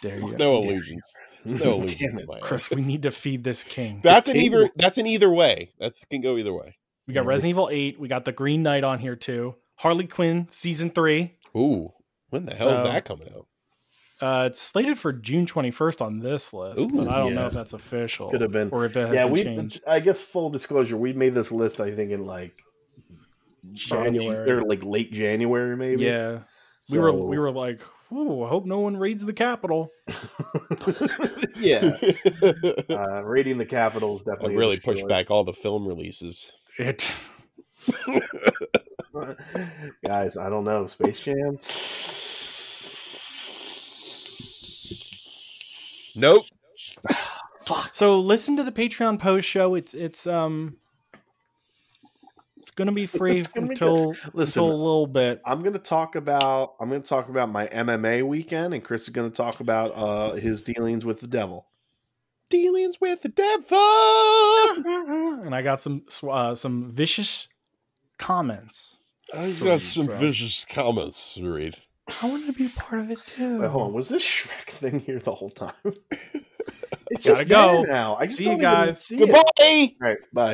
Speaker 2: Dare you, dare
Speaker 3: no
Speaker 2: you.
Speaker 3: illusions. (laughs) It's no
Speaker 1: Damn
Speaker 3: illusions.
Speaker 1: it,
Speaker 3: my ass.
Speaker 2: Chris, we need to feed this king.
Speaker 3: That's an
Speaker 1: King-
Speaker 3: either. That's an either way. That's can go either way.
Speaker 2: We got Resident Evil 8. We got the Green Knight on here too. Harley Quinn season three.
Speaker 3: Ooh, when the hell is
Speaker 2: So-
Speaker 3: that coming out?
Speaker 2: Uh, it's slated for June 21st on this list, but
Speaker 3: Ooh,
Speaker 2: I don't
Speaker 1: yeah.
Speaker 2: know if that's official.
Speaker 1: Could have been.
Speaker 2: Or if it has
Speaker 1: Yeah,
Speaker 2: been
Speaker 1: we.
Speaker 2: changed.
Speaker 1: I guess full disclosure, we made this list. I think in like
Speaker 2: January.
Speaker 1: January or like late January, maybe.
Speaker 2: Yeah. We were
Speaker 1: So-
Speaker 2: we were like, Ooh, I hope no one raids the Capitol.
Speaker 1: (laughs) yeah.
Speaker 3: (laughs)
Speaker 1: Uh, raiding the Capitol is
Speaker 3: I
Speaker 1: definitely a
Speaker 3: really pushed
Speaker 1: destroyer.
Speaker 3: back all the film releases.
Speaker 2: It
Speaker 1: (laughs) guys. I don't know Space Jam.
Speaker 3: Nope.
Speaker 2: So listen to the Patreon post show. It's it's um it's gonna be free
Speaker 1: It's gonna be
Speaker 2: until
Speaker 1: Listen.
Speaker 2: until a little bit.
Speaker 1: I'm gonna talk about I'm gonna talk about my MMA weekend, and Chris is gonna talk about uh, his dealings with the devil.
Speaker 3: dealings with the devil.
Speaker 2: and I got some sw- uh, some vicious comments.
Speaker 3: I
Speaker 2: Sorry,
Speaker 3: got some
Speaker 2: sorry.
Speaker 3: vicious comments to read.
Speaker 2: I wanted to be a part of it too.
Speaker 1: Wait, hold on. Was this Shrek (laughs) thing here the whole time? (laughs) it's
Speaker 2: Gotta
Speaker 1: just there
Speaker 2: go.
Speaker 1: now. I just
Speaker 2: See you
Speaker 1: don't even
Speaker 2: guys.
Speaker 1: see it.
Speaker 3: Goodbye.
Speaker 1: All right, bye.